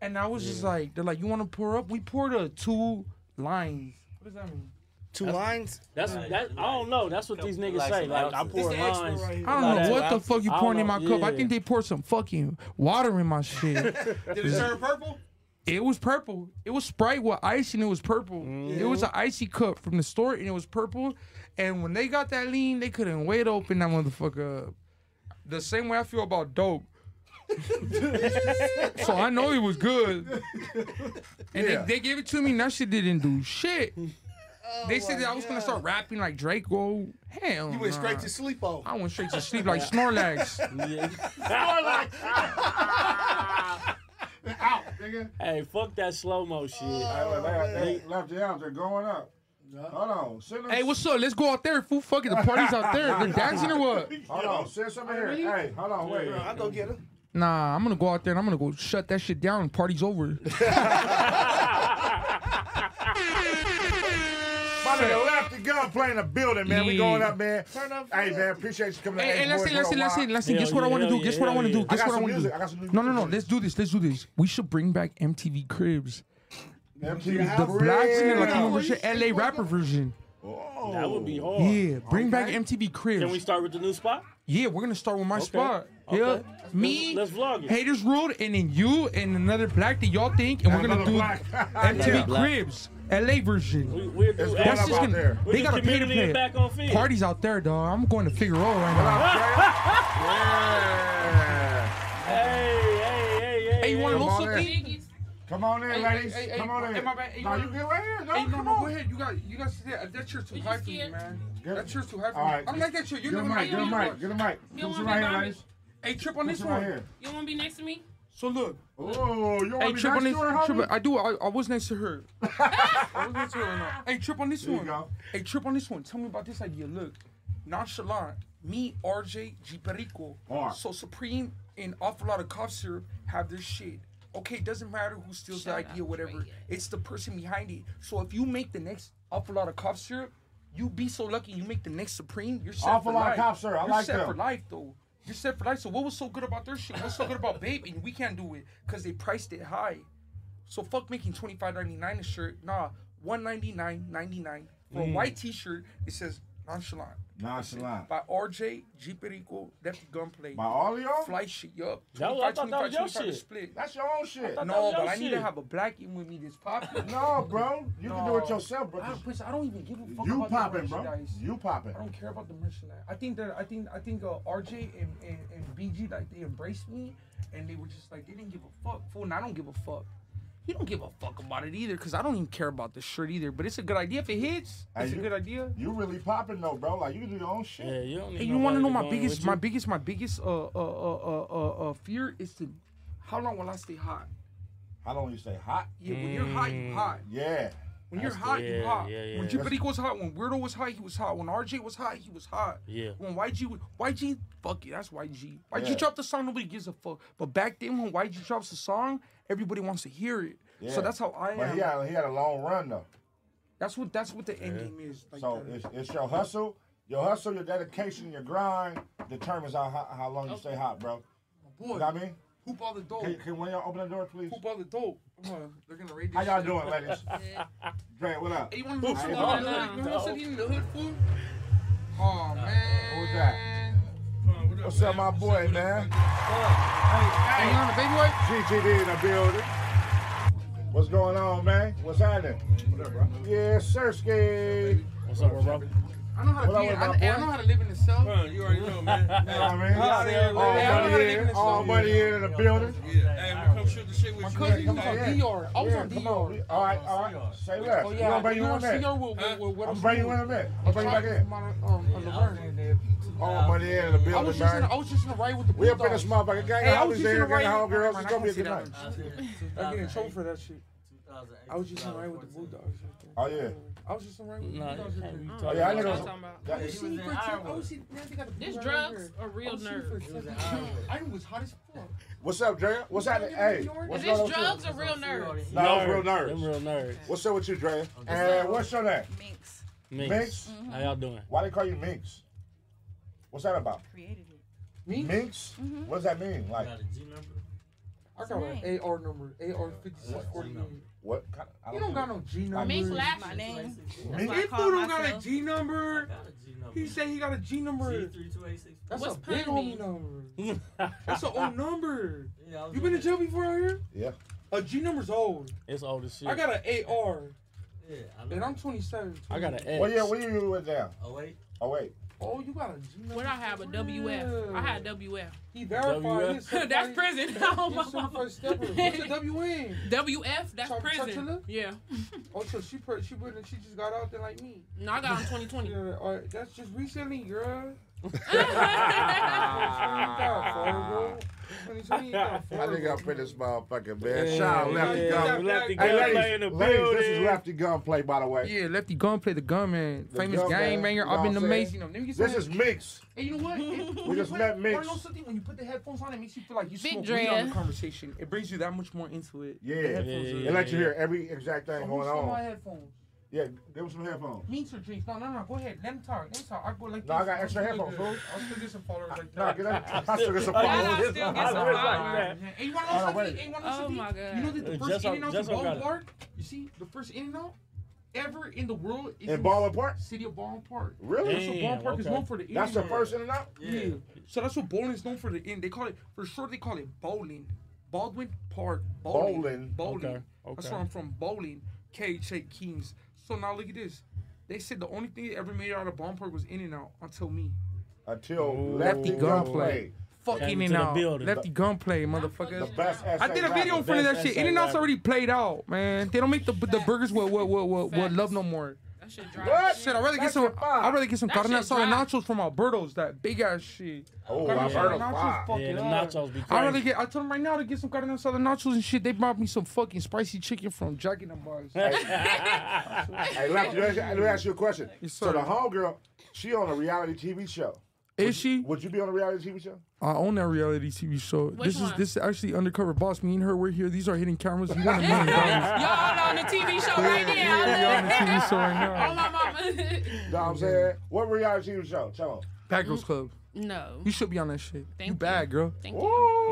Speaker 9: And I was just like, they're like, you want to pour up? We poured up two lines. What does that mean?
Speaker 3: Two lines?
Speaker 6: That's that. I don't know. That's what these niggas
Speaker 9: like
Speaker 6: say.
Speaker 9: some
Speaker 6: Like I
Speaker 9: ounces.
Speaker 6: pour
Speaker 9: This the expert
Speaker 6: lines.
Speaker 9: right I don't know what the fuck you pouring in my cup. I think they poured some fucking water in my shit.
Speaker 3: Did it turn purple?
Speaker 9: It was purple. It was Sprite with ice and it was purple. It
Speaker 3: Mm.
Speaker 9: was an icy cup from the store and it was purple. And when they got that lean, they couldn't wait to open that motherfucker up. The same way I feel about dope. so I know it was good. And
Speaker 4: Yeah.
Speaker 9: they, they gave it to me and that shit didn't do shit. they said that I was gonna start rapping like Draco. Hell,
Speaker 3: You went
Speaker 9: nah.
Speaker 3: straight to sleep on.
Speaker 9: I went straight to sleep like Snorlax.
Speaker 4: Out, nigga.
Speaker 6: Hey, fuck that slow mo shit.
Speaker 4: Hey, look, they, they left the arms. They're going up. Hold on. Send them-
Speaker 9: Hey, what's up? Let's go out there, fool. Fuck it, the party's out there. They're dancing or what?
Speaker 4: Hold on. Send some here. Hey, hold on. Wait. I'll go get him.
Speaker 9: Nah, I'm gonna go out there and I'm gonna go shut that shit down. Party's over.
Speaker 4: My nigga left to God playing a building, man. We
Speaker 9: Yeah.
Speaker 4: going up, man.
Speaker 9: Turn up,
Speaker 4: hey, man, appreciate you coming. to
Speaker 9: Hey, hey,
Speaker 4: Ace
Speaker 9: let's
Speaker 4: Boys
Speaker 9: see, let's see, let's see,
Speaker 4: Worldwide.
Speaker 9: let's see. Guess what I want to do. Guess what I want to do.
Speaker 4: I
Speaker 9: Guess
Speaker 4: got
Speaker 9: what I
Speaker 4: some
Speaker 9: want to
Speaker 4: music.
Speaker 9: do.
Speaker 4: I got some music.
Speaker 9: No, no, no. Let's do this. Let's do this. We should bring back MTV Cribs.
Speaker 4: MTV
Speaker 9: the blacks and the
Speaker 4: Cribs.
Speaker 9: Latino version, LA rapper version.
Speaker 4: Oh.
Speaker 6: That would be hard.
Speaker 9: Yeah, bring back MTV Cribs.
Speaker 6: Can we start with the new spot?
Speaker 9: Yeah, we're gonna start with my
Speaker 6: Okay.
Speaker 9: spot.
Speaker 6: Okay.
Speaker 9: Yeah,
Speaker 6: Let's-
Speaker 9: me,
Speaker 6: let's vlog it.
Speaker 9: haters ruled, and then you and another black that y'all think, and we're gonna
Speaker 6: Another
Speaker 9: do
Speaker 6: black. Another
Speaker 9: MTV
Speaker 6: black.
Speaker 9: Cribs, LA version.
Speaker 6: We, we're
Speaker 9: That's
Speaker 6: doing
Speaker 9: just gonna-
Speaker 6: We'll
Speaker 9: They
Speaker 6: do
Speaker 9: gotta pay to
Speaker 6: community
Speaker 9: play.
Speaker 6: and back on field.
Speaker 9: Parties out there, dog. I'm going to Figueroa right now.
Speaker 6: Hey, hey, hey, hey.
Speaker 9: Hey, you wanna know something?
Speaker 4: Come on in,
Speaker 9: Hey,
Speaker 4: ladies.
Speaker 9: hey, hey,
Speaker 4: Come on
Speaker 9: hey,
Speaker 4: in.
Speaker 9: my bad. Hey,
Speaker 4: Nah,
Speaker 9: you
Speaker 4: you get right here. No,
Speaker 9: Hey, no,
Speaker 4: come
Speaker 9: no,
Speaker 4: on.
Speaker 9: go ahead. You got, you got to that. That shit's too high for me, man. That shit's too high for
Speaker 4: All
Speaker 9: me.
Speaker 4: right.
Speaker 9: I don't like that shit. You're
Speaker 4: Get a
Speaker 9: never gonna
Speaker 4: mic, get a
Speaker 9: be
Speaker 4: mic, get a mic.
Speaker 9: You
Speaker 4: Give us
Speaker 9: wanna
Speaker 4: some
Speaker 9: be
Speaker 4: right here,
Speaker 9: by me?
Speaker 4: ladies.
Speaker 9: Hey, trip on
Speaker 4: Put
Speaker 9: this
Speaker 4: some right
Speaker 9: one.
Speaker 4: here.
Speaker 14: You want to be next to me?
Speaker 9: So look.
Speaker 4: Oh, you
Speaker 9: Hey,
Speaker 4: want
Speaker 9: trip
Speaker 4: to be
Speaker 9: on
Speaker 4: next
Speaker 9: this.
Speaker 4: to her,
Speaker 9: Trip,
Speaker 4: homie?
Speaker 9: I do. I, I was next to her. I was next to her or not. Hey, trip on this
Speaker 4: There you
Speaker 9: one.
Speaker 4: go.
Speaker 9: Hey, trip on this one. Tell me about this idea. Look, nonchalant. Me, RJ, G Perico.
Speaker 4: R.
Speaker 9: So Supreme and awful lot of cough syrup have their shit. Okay, it doesn't matter who steals the idea, whatever. It's the person behind it. So if you make the next awful lot of cough syrup, you be so lucky you make the next Supreme. You're set
Speaker 4: Awful
Speaker 9: for
Speaker 4: Lot
Speaker 9: life.
Speaker 4: of Cough Syrup. I
Speaker 9: You're
Speaker 4: like
Speaker 9: set
Speaker 4: them.
Speaker 9: for life though. You're set for life. So what was so good about their shit? What's so good about Babe? And we can't do it because they priced it high. So fuck making twenty five ninety nine a shirt. Nah, one ninety nine ninety nine for
Speaker 4: Mm.
Speaker 9: a white t shirt. It says nonchalant.
Speaker 4: Nonchalant.
Speaker 9: By RJ, G Perico, Lefty Gunplay.
Speaker 4: By all of y'all?
Speaker 9: Fly shit, yup.
Speaker 4: That was- I
Speaker 9: 25,
Speaker 4: thought that was your
Speaker 9: 25, 25
Speaker 4: shit.
Speaker 9: Split.
Speaker 4: That's your own shit. I thought that
Speaker 9: No,
Speaker 4: was
Speaker 9: but
Speaker 4: your
Speaker 9: I need
Speaker 4: shit.
Speaker 9: to have uh, a black in with me that's popping.
Speaker 4: No, bro. You can do
Speaker 9: No.
Speaker 4: it yourself, bro.
Speaker 9: I, Prince, I don't even give a fuck
Speaker 4: You
Speaker 9: about the
Speaker 4: popping, bro.
Speaker 9: merchandise.
Speaker 4: You popping.
Speaker 9: I don't care about the merchandise. I think that I think I think uh, RJ and, and, and BG like they embraced me and they were just like they didn't give a fuck. Fool, and I don't give a fuck. He don't give a fuck about it either, cause I don't even care about this shirt either. But it's a good idea if it hits.
Speaker 4: Hey,
Speaker 9: It's a
Speaker 4: you-
Speaker 9: good idea.
Speaker 4: You really popping though, bro. Like you can do your own shit. Yeah,
Speaker 6: you don't
Speaker 9: Hey, you want to know my biggest, my biggest, my biggest uh uh uh uh, uh fear is to how long will I stay hot?
Speaker 4: How long you stay hot?
Speaker 9: Yeah, when you're hot, you hot.
Speaker 4: Yeah.
Speaker 9: When you're
Speaker 4: Mm. That's-
Speaker 9: hot, you
Speaker 4: yeah,
Speaker 9: hot.
Speaker 4: yeah, yeah.
Speaker 9: When Jibberik was hot, when Weirdo was hot, he was hot. When RJ was hot, he was hot.
Speaker 4: Yeah.
Speaker 9: When YG was YG, fuck it, that's YG. YG
Speaker 4: Yeah.
Speaker 9: dropped the song, nobody gives a fuck. But back then, when YG drops a song, everybody wants to hear it.
Speaker 4: Yeah.
Speaker 9: So that's how I am.
Speaker 4: But he had he had a long run though.
Speaker 9: that's what that's what the end game is. Like
Speaker 4: so
Speaker 9: the-
Speaker 4: it's, it's your hustle, your hustle, your dedication, your grind determines how how, how long you stay hot, bro.
Speaker 9: boy.
Speaker 4: You know what I mean?
Speaker 9: Hoop all the dope.
Speaker 4: Can, can one of y'all open the door, please?
Speaker 9: Hoop all the dope. Come on, they're gonna rate
Speaker 4: How
Speaker 9: this
Speaker 4: y'all
Speaker 9: shit.
Speaker 4: doing, ladies? Dre, what up?
Speaker 9: Hey, you wanna know
Speaker 4: How
Speaker 9: something?
Speaker 4: you
Speaker 9: You wanna
Speaker 4: doing?
Speaker 9: know- you wanna know something in the hood fool? Oh man.
Speaker 4: Who's that? What's up, my boy, man?
Speaker 9: Hey, you on the big boy?
Speaker 4: GTD in the building. What's going on, man? What's happening? What up, bro? Yeah, Sersky. What's up, bro?
Speaker 9: I know how to
Speaker 4: What
Speaker 9: be.
Speaker 4: up with my
Speaker 9: I, I know how to live in the cell. you already know, man.
Speaker 4: You know what I mean? All buddy in, all buddy in the building.
Speaker 11: Hey, we'll come shoot the shit with
Speaker 9: My
Speaker 11: you.
Speaker 9: cousin he
Speaker 11: man.
Speaker 9: was on
Speaker 11: Hey,
Speaker 9: DR. I was
Speaker 4: Yeah,
Speaker 9: on
Speaker 4: come
Speaker 9: DR.
Speaker 4: on. All right, all right. Say less.
Speaker 9: Oh,
Speaker 4: We
Speaker 9: yeah.
Speaker 4: gonna bring you
Speaker 9: DR,
Speaker 4: in there.
Speaker 9: CR will- will- will- what
Speaker 4: I'm
Speaker 9: I'm
Speaker 4: bringing you
Speaker 9: doing.
Speaker 4: in a minute. I'll bring you back in. All buddy in the
Speaker 9: I
Speaker 4: building,
Speaker 9: was just in.
Speaker 4: man.
Speaker 9: I was just in a ride with the
Speaker 4: We up in
Speaker 9: Bulldogs.
Speaker 4: this motherfucker, gang.
Speaker 9: Hey,
Speaker 4: I was
Speaker 9: just in
Speaker 4: there,
Speaker 9: a ride
Speaker 4: gang. How
Speaker 9: with the
Speaker 4: girls?
Speaker 9: Bulldogs. I
Speaker 4: It's gonna be a
Speaker 9: can't
Speaker 4: good night.
Speaker 9: say that. I get in trouble for that shit. I was just in a ride with the Bulldogs.
Speaker 4: Oh yeah.
Speaker 9: I was just in a ride with the Oh,
Speaker 6: Nah,
Speaker 9: Bulldogs.
Speaker 6: you can't be
Speaker 4: Oh yeah, I
Speaker 6: What
Speaker 4: nigga.
Speaker 6: y'all
Speaker 4: was-
Speaker 6: talking about?
Speaker 4: that-
Speaker 9: Yeah, he was in Iowa.
Speaker 14: This drugs a
Speaker 9: Oh,
Speaker 14: real nerve.
Speaker 9: I was hot as fuck.
Speaker 4: What's up, Dre? What's happening? Hey, what's
Speaker 14: This
Speaker 4: going on? with you?
Speaker 14: drugs a real nerve.
Speaker 4: No, I'm real
Speaker 6: Nerds.
Speaker 4: nerds.
Speaker 6: Them real nerds.
Speaker 4: What's up with you, Dre?
Speaker 6: What's
Speaker 4: And what's your name?
Speaker 6: Minx.
Speaker 4: Minx?
Speaker 6: How y'all doing?
Speaker 4: Why they call you Minx? What's that about?
Speaker 15: created it.
Speaker 4: Minx? What does that mean? Like,
Speaker 9: I got an AR number, AR fifty six forty.
Speaker 4: what kind of, I
Speaker 9: You don't got no G number.
Speaker 14: Mink
Speaker 9: last
Speaker 14: laugh my name.
Speaker 9: If
Speaker 14: That's why I
Speaker 9: fool don't
Speaker 14: call
Speaker 9: got a
Speaker 14: myself.
Speaker 9: G number, he said he got a G number. That's
Speaker 14: What's
Speaker 9: a big
Speaker 14: pun
Speaker 9: homie
Speaker 14: mean?
Speaker 9: number. That's an old number. You been in jail before out here?
Speaker 4: Yeah.
Speaker 9: A G number's old.
Speaker 6: It's old as shit.
Speaker 9: I got an AR. Yeah, and I'm 27.
Speaker 6: I got an
Speaker 9: 28.
Speaker 4: Well, yeah, what you you with now?
Speaker 9: Oh, wait.
Speaker 4: Oh, wait.
Speaker 9: Oh, you got a G number.
Speaker 14: What I have a WF. I had WF.
Speaker 9: He verified. this.
Speaker 14: That's prison. Oh my
Speaker 9: This first stepper. What's a WN?
Speaker 14: WF. That's
Speaker 9: Char-
Speaker 14: prison.
Speaker 9: Chartilla?
Speaker 14: Yeah.
Speaker 9: Oh, so she per- she put she just got out there like me.
Speaker 14: No, I got on 2020.
Speaker 9: Yeah, all right, that's just recently, girl.
Speaker 4: I think I'm in this motherfucker, man.
Speaker 9: Yeah,
Speaker 4: Shout out Lefty
Speaker 9: yeah,
Speaker 4: Gun.
Speaker 9: Lefty
Speaker 4: hey,
Speaker 9: Gunplay
Speaker 4: ladies,
Speaker 9: in the
Speaker 4: ladies, this is
Speaker 9: building.
Speaker 4: Lefty Gunplay, by the way.
Speaker 9: Yeah, Lefty Gun play the gun man,
Speaker 4: The
Speaker 9: famous
Speaker 4: Gun Man,
Speaker 9: gang
Speaker 4: you
Speaker 9: banger.
Speaker 4: know
Speaker 9: I've been
Speaker 4: what I'm saying?
Speaker 9: amazing. Them. Nigga, you
Speaker 4: This
Speaker 9: said-
Speaker 4: is Mix.
Speaker 9: Hey, you know what? It-
Speaker 4: We just
Speaker 9: you
Speaker 4: met
Speaker 9: know what?
Speaker 4: Mix.
Speaker 9: Or know something when you put the headphones on, it makes you feel like you
Speaker 14: Big
Speaker 9: smoke weed on
Speaker 14: Dre.
Speaker 9: the conversation. It brings you that much more into it.
Speaker 4: Yeah.
Speaker 9: The headphones
Speaker 4: It
Speaker 9: are-
Speaker 4: let you hear every exact thing
Speaker 9: Who
Speaker 4: going
Speaker 9: stole my
Speaker 4: on.
Speaker 9: headphones?
Speaker 4: Yeah, give him some headphones.
Speaker 9: Me some drinks. No, no, no. Go ahead. Let him talk. Let him talk. I go like
Speaker 4: No, I
Speaker 9: this.
Speaker 4: got extra
Speaker 9: I'm still
Speaker 4: headphones,
Speaker 9: good.
Speaker 4: fool.
Speaker 9: I'll still get some followers right
Speaker 4: Nah,
Speaker 9: now.
Speaker 4: get out. I still get some followers.
Speaker 9: I'll still get some
Speaker 4: I really like
Speaker 9: followers.
Speaker 4: that.
Speaker 9: And you want
Speaker 4: Oh,
Speaker 9: to know
Speaker 4: wait.
Speaker 9: something? And you want to know
Speaker 14: Oh,
Speaker 9: something?
Speaker 14: my God.
Speaker 9: You know that the
Speaker 14: Uh,
Speaker 9: first
Speaker 14: Jess, I-
Speaker 9: in and out
Speaker 14: Jess,
Speaker 9: to
Speaker 14: I got
Speaker 9: Baldwin
Speaker 14: it.
Speaker 9: Park? You see, the first in and out ever in the world is
Speaker 4: In Baldwin Park?
Speaker 9: City of Baldwin Park.
Speaker 4: Really?
Speaker 9: That's what Baldwin
Speaker 4: Damn,
Speaker 9: Park is
Speaker 4: okay.
Speaker 9: known for the in
Speaker 4: That's the
Speaker 9: and
Speaker 4: first in and out?
Speaker 9: Yeah. So that's what bowling is known for the in. They call it, for sure, they call it bowling. Baldwin Park. Bowling.
Speaker 4: Bowling.
Speaker 9: Bowling.
Speaker 4: Okay,
Speaker 9: That's
Speaker 4: okay.
Speaker 9: where I'm from. Bowling. KHA Kings. So now look at this. They said the only thing that ever made it out of Baldwin Park was in and out until me.
Speaker 4: Until
Speaker 9: Lefty
Speaker 4: lefty gunplay.
Speaker 9: gunplay. Fuck in and out. Lefty gunplay, motherfuckers.
Speaker 4: The best
Speaker 9: I did a video in front of that shit. In and out's already played out, man. They don't make the the burgers what what what what, what love no more.
Speaker 14: That shit dry.
Speaker 9: What? Shit, I'd rather get some. I'd rather get some
Speaker 14: That
Speaker 9: carne
Speaker 14: shit
Speaker 9: asada
Speaker 14: dry.
Speaker 9: nachos from Alberto's. That big ass shit.
Speaker 4: Oh,
Speaker 9: Carne
Speaker 4: I've
Speaker 9: asada
Speaker 4: heard of
Speaker 9: nachos
Speaker 4: fire.
Speaker 9: fucking
Speaker 4: Yeah, them
Speaker 9: hard.
Speaker 4: nachos be
Speaker 9: I'd rather
Speaker 4: crazy.
Speaker 9: get. I told them right now to get some carne asada nachos and shit. They brought me some fucking spicy chicken from Jack in the Box.
Speaker 4: Hey, lefty, let me ask you- let me ask you a question. so
Speaker 9: sir.
Speaker 4: the homegirl, she on a reality TV show.
Speaker 9: Is she?
Speaker 4: Would you be on a reality TV show?
Speaker 9: I own that reality TV show. this is
Speaker 14: one?
Speaker 9: this is actually undercover boss. Me and her, we're here. These are hidden cameras. You want a million dollars?
Speaker 14: Y'all on the TV show right now.
Speaker 9: Yeah, y'all on the TV show right now.
Speaker 14: Oh, my mama.
Speaker 4: Know what I'm saying? What reality TV show? Tell 'em.
Speaker 9: Bad Girls Club.
Speaker 14: No.
Speaker 9: You should be on that shit. you bad, girl.
Speaker 14: Thank
Speaker 9: you.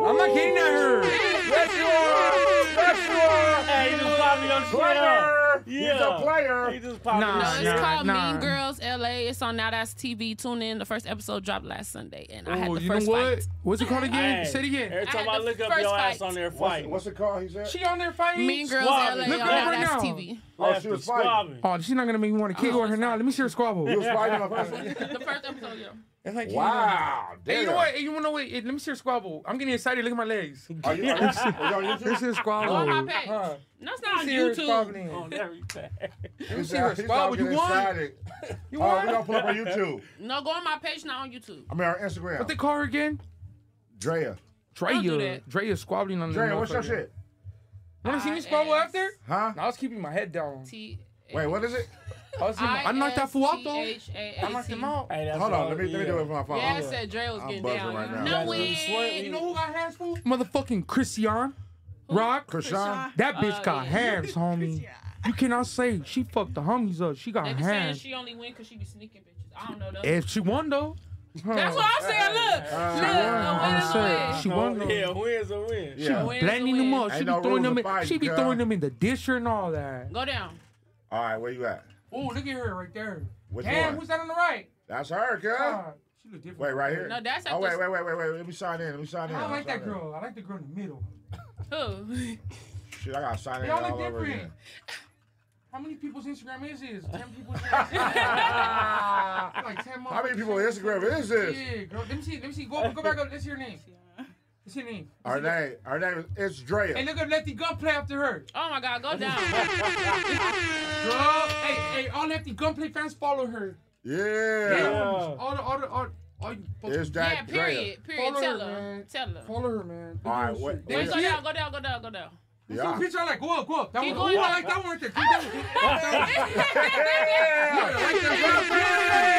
Speaker 9: I'm not hating at her.
Speaker 4: Yes, you are. Yes, you are.
Speaker 6: Hey, you just popped your shit
Speaker 4: player.
Speaker 6: up.
Speaker 4: He's a
Speaker 6: Yeah.
Speaker 4: player.
Speaker 6: He just
Speaker 9: popped Nah, your
Speaker 14: No,
Speaker 9: shit
Speaker 14: it's
Speaker 9: up.
Speaker 14: called
Speaker 9: nah.
Speaker 14: Mean Girls LA. It's on Now That's TV. Tune in. The first episode dropped last Sunday, and I had
Speaker 9: Oh,
Speaker 14: the
Speaker 9: you know
Speaker 14: first
Speaker 9: what?
Speaker 14: fight.
Speaker 9: What's it called again? Say it again.
Speaker 6: Every time I,
Speaker 14: the
Speaker 6: look up
Speaker 14: first
Speaker 6: your ass
Speaker 14: fight.
Speaker 6: on there
Speaker 4: What's,
Speaker 6: fighting.
Speaker 4: what's it called? He said.
Speaker 9: She on there fighting.
Speaker 14: Mean Girls
Speaker 9: Squabbing.
Speaker 14: LA
Speaker 9: Look
Speaker 14: on
Speaker 9: her up
Speaker 14: Now
Speaker 9: right
Speaker 14: That's
Speaker 9: now.
Speaker 14: TV.
Speaker 4: Oh, she was fighting.
Speaker 9: Oh, she's not gonna make me want to kick her now. Let me see her squabble.
Speaker 4: You was fighting on purpose.
Speaker 14: the first episode, yo.
Speaker 9: It's like,
Speaker 4: Wow,
Speaker 9: Hey, you
Speaker 4: damn.
Speaker 9: know what? Hey, you know what? Hey, let me see her squabble. I'm getting excited. Look at my legs.
Speaker 4: Are you- are you- are you on YouTube?
Speaker 9: This is squabble.
Speaker 14: Go on my page.
Speaker 9: Huh.
Speaker 14: No, it's not on
Speaker 9: Uh-huh. See her squabbling.
Speaker 14: YouTube.
Speaker 6: On everything.
Speaker 9: Let me
Speaker 4: He's
Speaker 9: see
Speaker 4: out-
Speaker 9: her
Speaker 4: he's out
Speaker 9: squabble. You
Speaker 4: getting
Speaker 9: won.
Speaker 4: excited.
Speaker 9: You
Speaker 4: Oh,
Speaker 9: won.
Speaker 4: we gonna put up on YouTube.
Speaker 14: No, go on my page, not on YouTube.
Speaker 4: I mean, our Instagram.
Speaker 9: What they call her again?
Speaker 4: Drea.
Speaker 14: Don't do
Speaker 9: Drea.
Speaker 14: that.
Speaker 9: Drea squabbling on the
Speaker 4: Drea, what's your
Speaker 9: motherfucker.
Speaker 4: shit?
Speaker 9: Wanna see me squabble after?
Speaker 4: Huh?
Speaker 9: No, I was keeping my head down.
Speaker 14: T.
Speaker 4: Wait, what is it?
Speaker 9: I, was keeping my, I knocked that fool out though.
Speaker 14: I
Speaker 9: I knocked him out.
Speaker 6: Hey,
Speaker 4: Hold on, let me, let me do it from my phone.
Speaker 14: Yeah, I said Dre was
Speaker 4: I'm
Speaker 14: getting
Speaker 4: buzzing
Speaker 14: down.
Speaker 4: right now.
Speaker 14: no
Speaker 4: You
Speaker 14: way.
Speaker 9: You know who got hands full? Motherfucking Christian. Rock.
Speaker 4: Christian?
Speaker 9: That bitch
Speaker 14: Oh,
Speaker 9: got
Speaker 14: yeah.
Speaker 9: hands, homie. You cannot say she fucked the homies up. She got
Speaker 14: They be saying
Speaker 9: hands.
Speaker 14: she only win because she be sneaking bitches. I don't know though.
Speaker 9: If she won though. huh.
Speaker 14: That's what I'm saying. Look,
Speaker 9: I'm
Speaker 14: look, the win is a
Speaker 9: saying.
Speaker 14: win.
Speaker 9: She won though.
Speaker 6: Yeah, win's a win.
Speaker 9: She
Speaker 4: Yeah.
Speaker 9: be blending them up. She
Speaker 4: Ain't
Speaker 9: be
Speaker 4: no
Speaker 9: throwing
Speaker 4: rules
Speaker 9: them.
Speaker 4: to
Speaker 9: In,
Speaker 4: fight,
Speaker 9: she be
Speaker 4: girl.
Speaker 9: throwing them in the disher and all that.
Speaker 14: Go down.
Speaker 4: All right, where you at?
Speaker 9: Oh, look at her right there.
Speaker 4: Which
Speaker 9: Damn,
Speaker 4: one?
Speaker 9: who's that on the right?
Speaker 4: That's her, girl.
Speaker 9: God, she look different.
Speaker 4: Wait, right here.
Speaker 14: No, that's at
Speaker 4: Oh, wait,
Speaker 14: the-
Speaker 4: wait, wait, wait, wait. Let me sign in. Let me sign
Speaker 9: I
Speaker 4: in.
Speaker 9: don't
Speaker 4: Let me
Speaker 9: like that
Speaker 4: sign in.
Speaker 9: girl. I like the girl in the middle.
Speaker 14: Who?
Speaker 4: Shit, I gotta sign
Speaker 9: They
Speaker 4: in
Speaker 9: all
Speaker 4: all
Speaker 9: look
Speaker 4: over
Speaker 9: different.
Speaker 4: again.
Speaker 9: How many people's Instagram is this? Ten people's. Instagram? like ten.
Speaker 4: How many people on Instagram is this?
Speaker 9: Yeah, girl. Let me see. Let me see. Go, go back up. Let's see her name. Let's see her name.
Speaker 4: Her name, her name is it's Drea.
Speaker 9: Hey, look at Lefty Gunplay after her.
Speaker 14: Oh my God, go down.
Speaker 9: Girl, hey, hey, all Lefty Gunplay fans follow her.
Speaker 4: Yeah.
Speaker 9: All the, all the, all, all you folks-
Speaker 4: It's that
Speaker 14: yeah, period.
Speaker 4: Drea.
Speaker 14: Period.
Speaker 9: Follow
Speaker 14: Tell
Speaker 9: her,
Speaker 14: her.
Speaker 9: man.
Speaker 14: Tell her.
Speaker 9: Follow her, man.
Speaker 4: All right, wait.
Speaker 14: Wait,
Speaker 4: wait.
Speaker 14: go down, go down, go down, go down.
Speaker 4: Yeah.
Speaker 9: Bitch, I like go up, go up. That
Speaker 14: Keep
Speaker 9: one, ooh,
Speaker 14: going.
Speaker 9: I like that one right there. Keep that one. Yeah, I like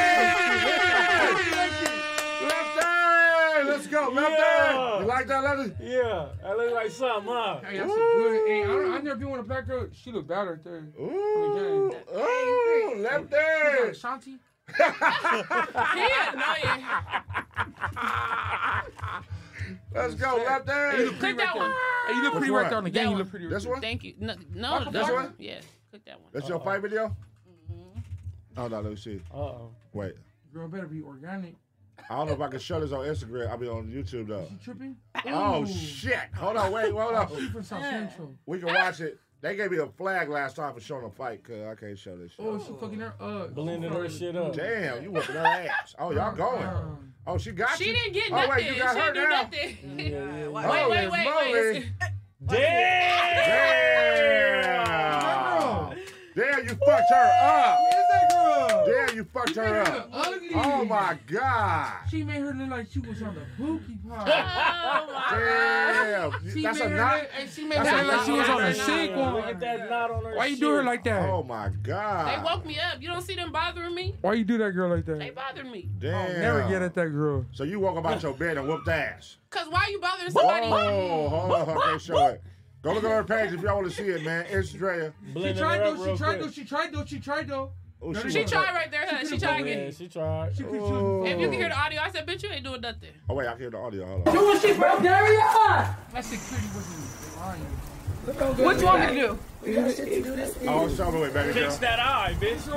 Speaker 4: Left eye! Let's go, left eye! You like that, left eye?
Speaker 6: Yeah, that look like something, huh?
Speaker 9: Hey, that's a good. Hey, I don't, I've never been with a black girl. She look bad right there.
Speaker 4: Ooh, ooh, left eye!
Speaker 9: Shanti.
Speaker 14: He annoying.
Speaker 4: Let's go, left eye!
Speaker 14: Click that one.
Speaker 9: Hey, you look
Speaker 4: Which
Speaker 9: pretty right
Speaker 4: one?
Speaker 9: there on the game. You look pretty.
Speaker 4: This one?
Speaker 14: Thank you. No,
Speaker 4: Michael
Speaker 14: no
Speaker 4: This
Speaker 14: no.
Speaker 4: one?
Speaker 14: Yeah, click that one.
Speaker 4: That's your fight video?
Speaker 14: Mm-hmm.
Speaker 4: Oh no, let me see.
Speaker 6: Uh oh.
Speaker 4: Wait.
Speaker 9: Girl, better be organic.
Speaker 4: I don't know if I can show this on Instagram. I'll be on YouTube though.
Speaker 9: You tripping?
Speaker 4: Oh shit! Oh, Hold on, wait, hold on.
Speaker 9: She from South Central.
Speaker 4: We can watch it. They gave me a flag last time for showing a fight, cause I can't show this shit.
Speaker 9: Oh, she fucking her. Uh-huh. Uh,
Speaker 6: Blending her shit up.
Speaker 4: Damn, you whipping her ass. Oh, y'all going. Oh, she got
Speaker 14: She
Speaker 4: you.
Speaker 14: didn't get
Speaker 4: oh,
Speaker 14: nothing.
Speaker 4: wait, you got
Speaker 14: she
Speaker 4: her
Speaker 14: didn't do
Speaker 4: now.
Speaker 14: nothing.
Speaker 4: Holy
Speaker 14: wait, wait, wait,
Speaker 4: moly.
Speaker 14: wait.
Speaker 4: Damn. Damn, you fucked her up. Damn, you fucked her up. Oh my God.
Speaker 9: She made her look like she was on the bookie
Speaker 6: Oh,
Speaker 9: pod.
Speaker 4: Damn.
Speaker 9: She
Speaker 4: That's
Speaker 9: made
Speaker 4: a
Speaker 9: her
Speaker 4: knot.
Speaker 9: look- and she made
Speaker 4: That's
Speaker 9: her
Speaker 4: a
Speaker 9: look like
Speaker 4: knot.
Speaker 9: she was on the
Speaker 6: That's a
Speaker 9: sick
Speaker 6: knot. Look at
Speaker 9: one.
Speaker 6: that knot on her
Speaker 9: Why you do her like that?
Speaker 4: Oh my
Speaker 14: They
Speaker 4: God.
Speaker 14: woke me up. You don't see them bothering me?
Speaker 9: Why you do that girl like
Speaker 14: They
Speaker 9: that?
Speaker 14: bothering me.
Speaker 4: Damn.
Speaker 9: Never get at that girl.
Speaker 4: So you walk about your bed and whooped ass.
Speaker 14: Cause why you bothering
Speaker 4: Whoa,
Speaker 14: somebody?
Speaker 4: hold on, okay, show it. Go look at her page if y'all want to see it, man. It's Drea.
Speaker 6: Blending
Speaker 9: tried
Speaker 6: her up
Speaker 9: though.
Speaker 6: real
Speaker 9: She tried
Speaker 6: quick.
Speaker 9: though. She tried though. She tried though.
Speaker 4: Oh,
Speaker 9: No,
Speaker 4: she
Speaker 9: no,
Speaker 14: She
Speaker 9: no.
Speaker 14: tried right there, huh? She
Speaker 9: could've
Speaker 14: tried
Speaker 9: been-
Speaker 14: again.
Speaker 9: Yeah,
Speaker 6: She tried.
Speaker 9: She, could've- she was-
Speaker 14: If you can hear the audio, I said, bitch, you ain't doing nothing.
Speaker 4: Oh wait, I can hear the audio. Hold on.
Speaker 9: Do what she broke down.
Speaker 14: That shit pretty wasn't lying.
Speaker 9: What you want me to
Speaker 14: do?
Speaker 9: We got shit to do this
Speaker 4: Oh, it's all the way back
Speaker 6: Fix
Speaker 4: there.
Speaker 6: that eye, bitch.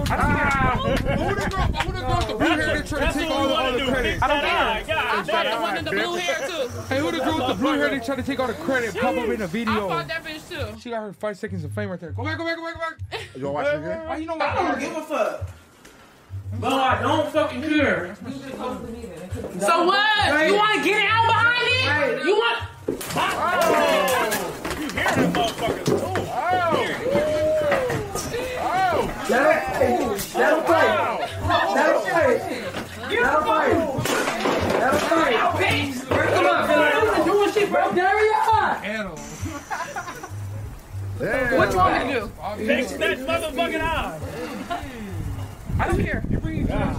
Speaker 9: Who the girl?
Speaker 6: That's what we want to do. Fix
Speaker 9: I don't
Speaker 6: that eye.
Speaker 9: care.
Speaker 6: God
Speaker 9: I
Speaker 6: damn.
Speaker 9: thought the one in the blue hair,
Speaker 14: too.
Speaker 9: Hey, who the girl with the blue hair? They tried to take all the credit. Pop up in the video.
Speaker 14: I fought that bitch too.
Speaker 9: She got her five seconds of fame right there. Go back, go back, go back, go back.
Speaker 4: You gonna watch it again?
Speaker 9: Why you know my I don't give a fuck.
Speaker 6: But I don't fucking care.
Speaker 14: So what? You want to get it out behind me?
Speaker 9: Right.
Speaker 14: You want?
Speaker 6: You hear them motherfuckers?
Speaker 9: That'll fight. That'll fight. That'll fight. That'll fight. Come on, do what she broke down. Animal. What you want me to do?
Speaker 6: Fix that motherfucking eye.
Speaker 9: I don't care. You bring
Speaker 6: Damn.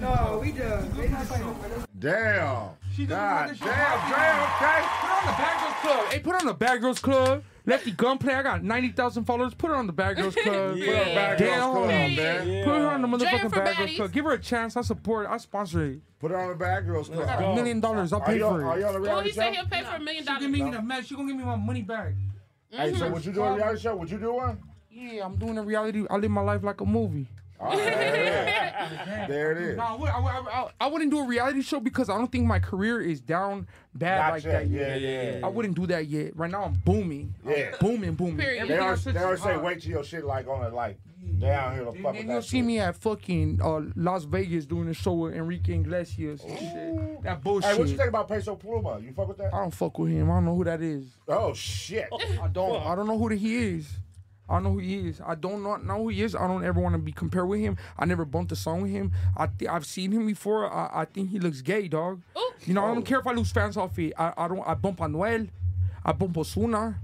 Speaker 9: No, we done.
Speaker 4: Damn.
Speaker 9: She
Speaker 4: God
Speaker 9: damn, damn, okay. Put on the Bad Girls Club. Hey, put on the Bad Girls Club. Lefty Gunplay, I got 90,000 followers. Put her on the Bad Girls Club.
Speaker 4: Yeah. Put her on Bad Girls
Speaker 9: Damn,
Speaker 4: Club,
Speaker 9: homie.
Speaker 4: man.
Speaker 9: Put her on the
Speaker 14: Jam
Speaker 9: motherfucking
Speaker 14: for
Speaker 9: Bad Girls
Speaker 14: baddies.
Speaker 9: Club. Give her a chance. I support it. I sponsor it.
Speaker 4: Put her on the Bad Girls
Speaker 9: I got a
Speaker 4: Club.
Speaker 9: million dollars. I'll
Speaker 4: Are
Speaker 9: pay
Speaker 4: y'all-
Speaker 9: for it.
Speaker 4: are y'all a
Speaker 14: Oh,
Speaker 4: reality
Speaker 14: he said
Speaker 4: show?
Speaker 14: he'll pay for a million dollars.
Speaker 9: me the match. She gonna give me my money back.
Speaker 4: Hey,
Speaker 14: Mm-hmm.
Speaker 4: so would you do a reality show? Would you do one?
Speaker 9: Um, Yeah, I'm doing a reality. I live my life like a movie.
Speaker 4: All right, there it is. There it is.
Speaker 9: No, I, would, I, would, I, would- I wouldn't do a reality show because I don't think my career is down bad
Speaker 4: Not
Speaker 9: like
Speaker 4: yet.
Speaker 9: that yet.
Speaker 4: Yeah, yeah, yeah.
Speaker 9: I wouldn't do that yet. Right now, I'm booming.
Speaker 4: Yeah.
Speaker 9: Booming, booming.
Speaker 14: Period.
Speaker 4: They
Speaker 9: Everything I
Speaker 4: always,
Speaker 9: touch
Speaker 4: they
Speaker 9: is
Speaker 4: always say
Speaker 9: hard.
Speaker 4: wait till your shit like on it like down here to fuck with
Speaker 9: Then you'll
Speaker 4: that
Speaker 9: see
Speaker 4: shit.
Speaker 9: me at fucking uh, Las Vegas doing a show with Enrique Iglesias and shit. That bullshit.
Speaker 4: Hey, what you think about Peso Pluma? You fuck with that?
Speaker 9: I don't fuck with him. I don't know who that is.
Speaker 4: Oh shit.
Speaker 9: I don't. I don't know who the he is. I don't know who he is. I don't not know who he is. I don't ever want to be compared with him. I never bumped a song with him. I th- I've seen him before. I, I think he looks gay, dog. You know, I
Speaker 4: Oh.
Speaker 9: don't care if I lose fans off it. I, I don't. I bump Anuel. I bump Osuna.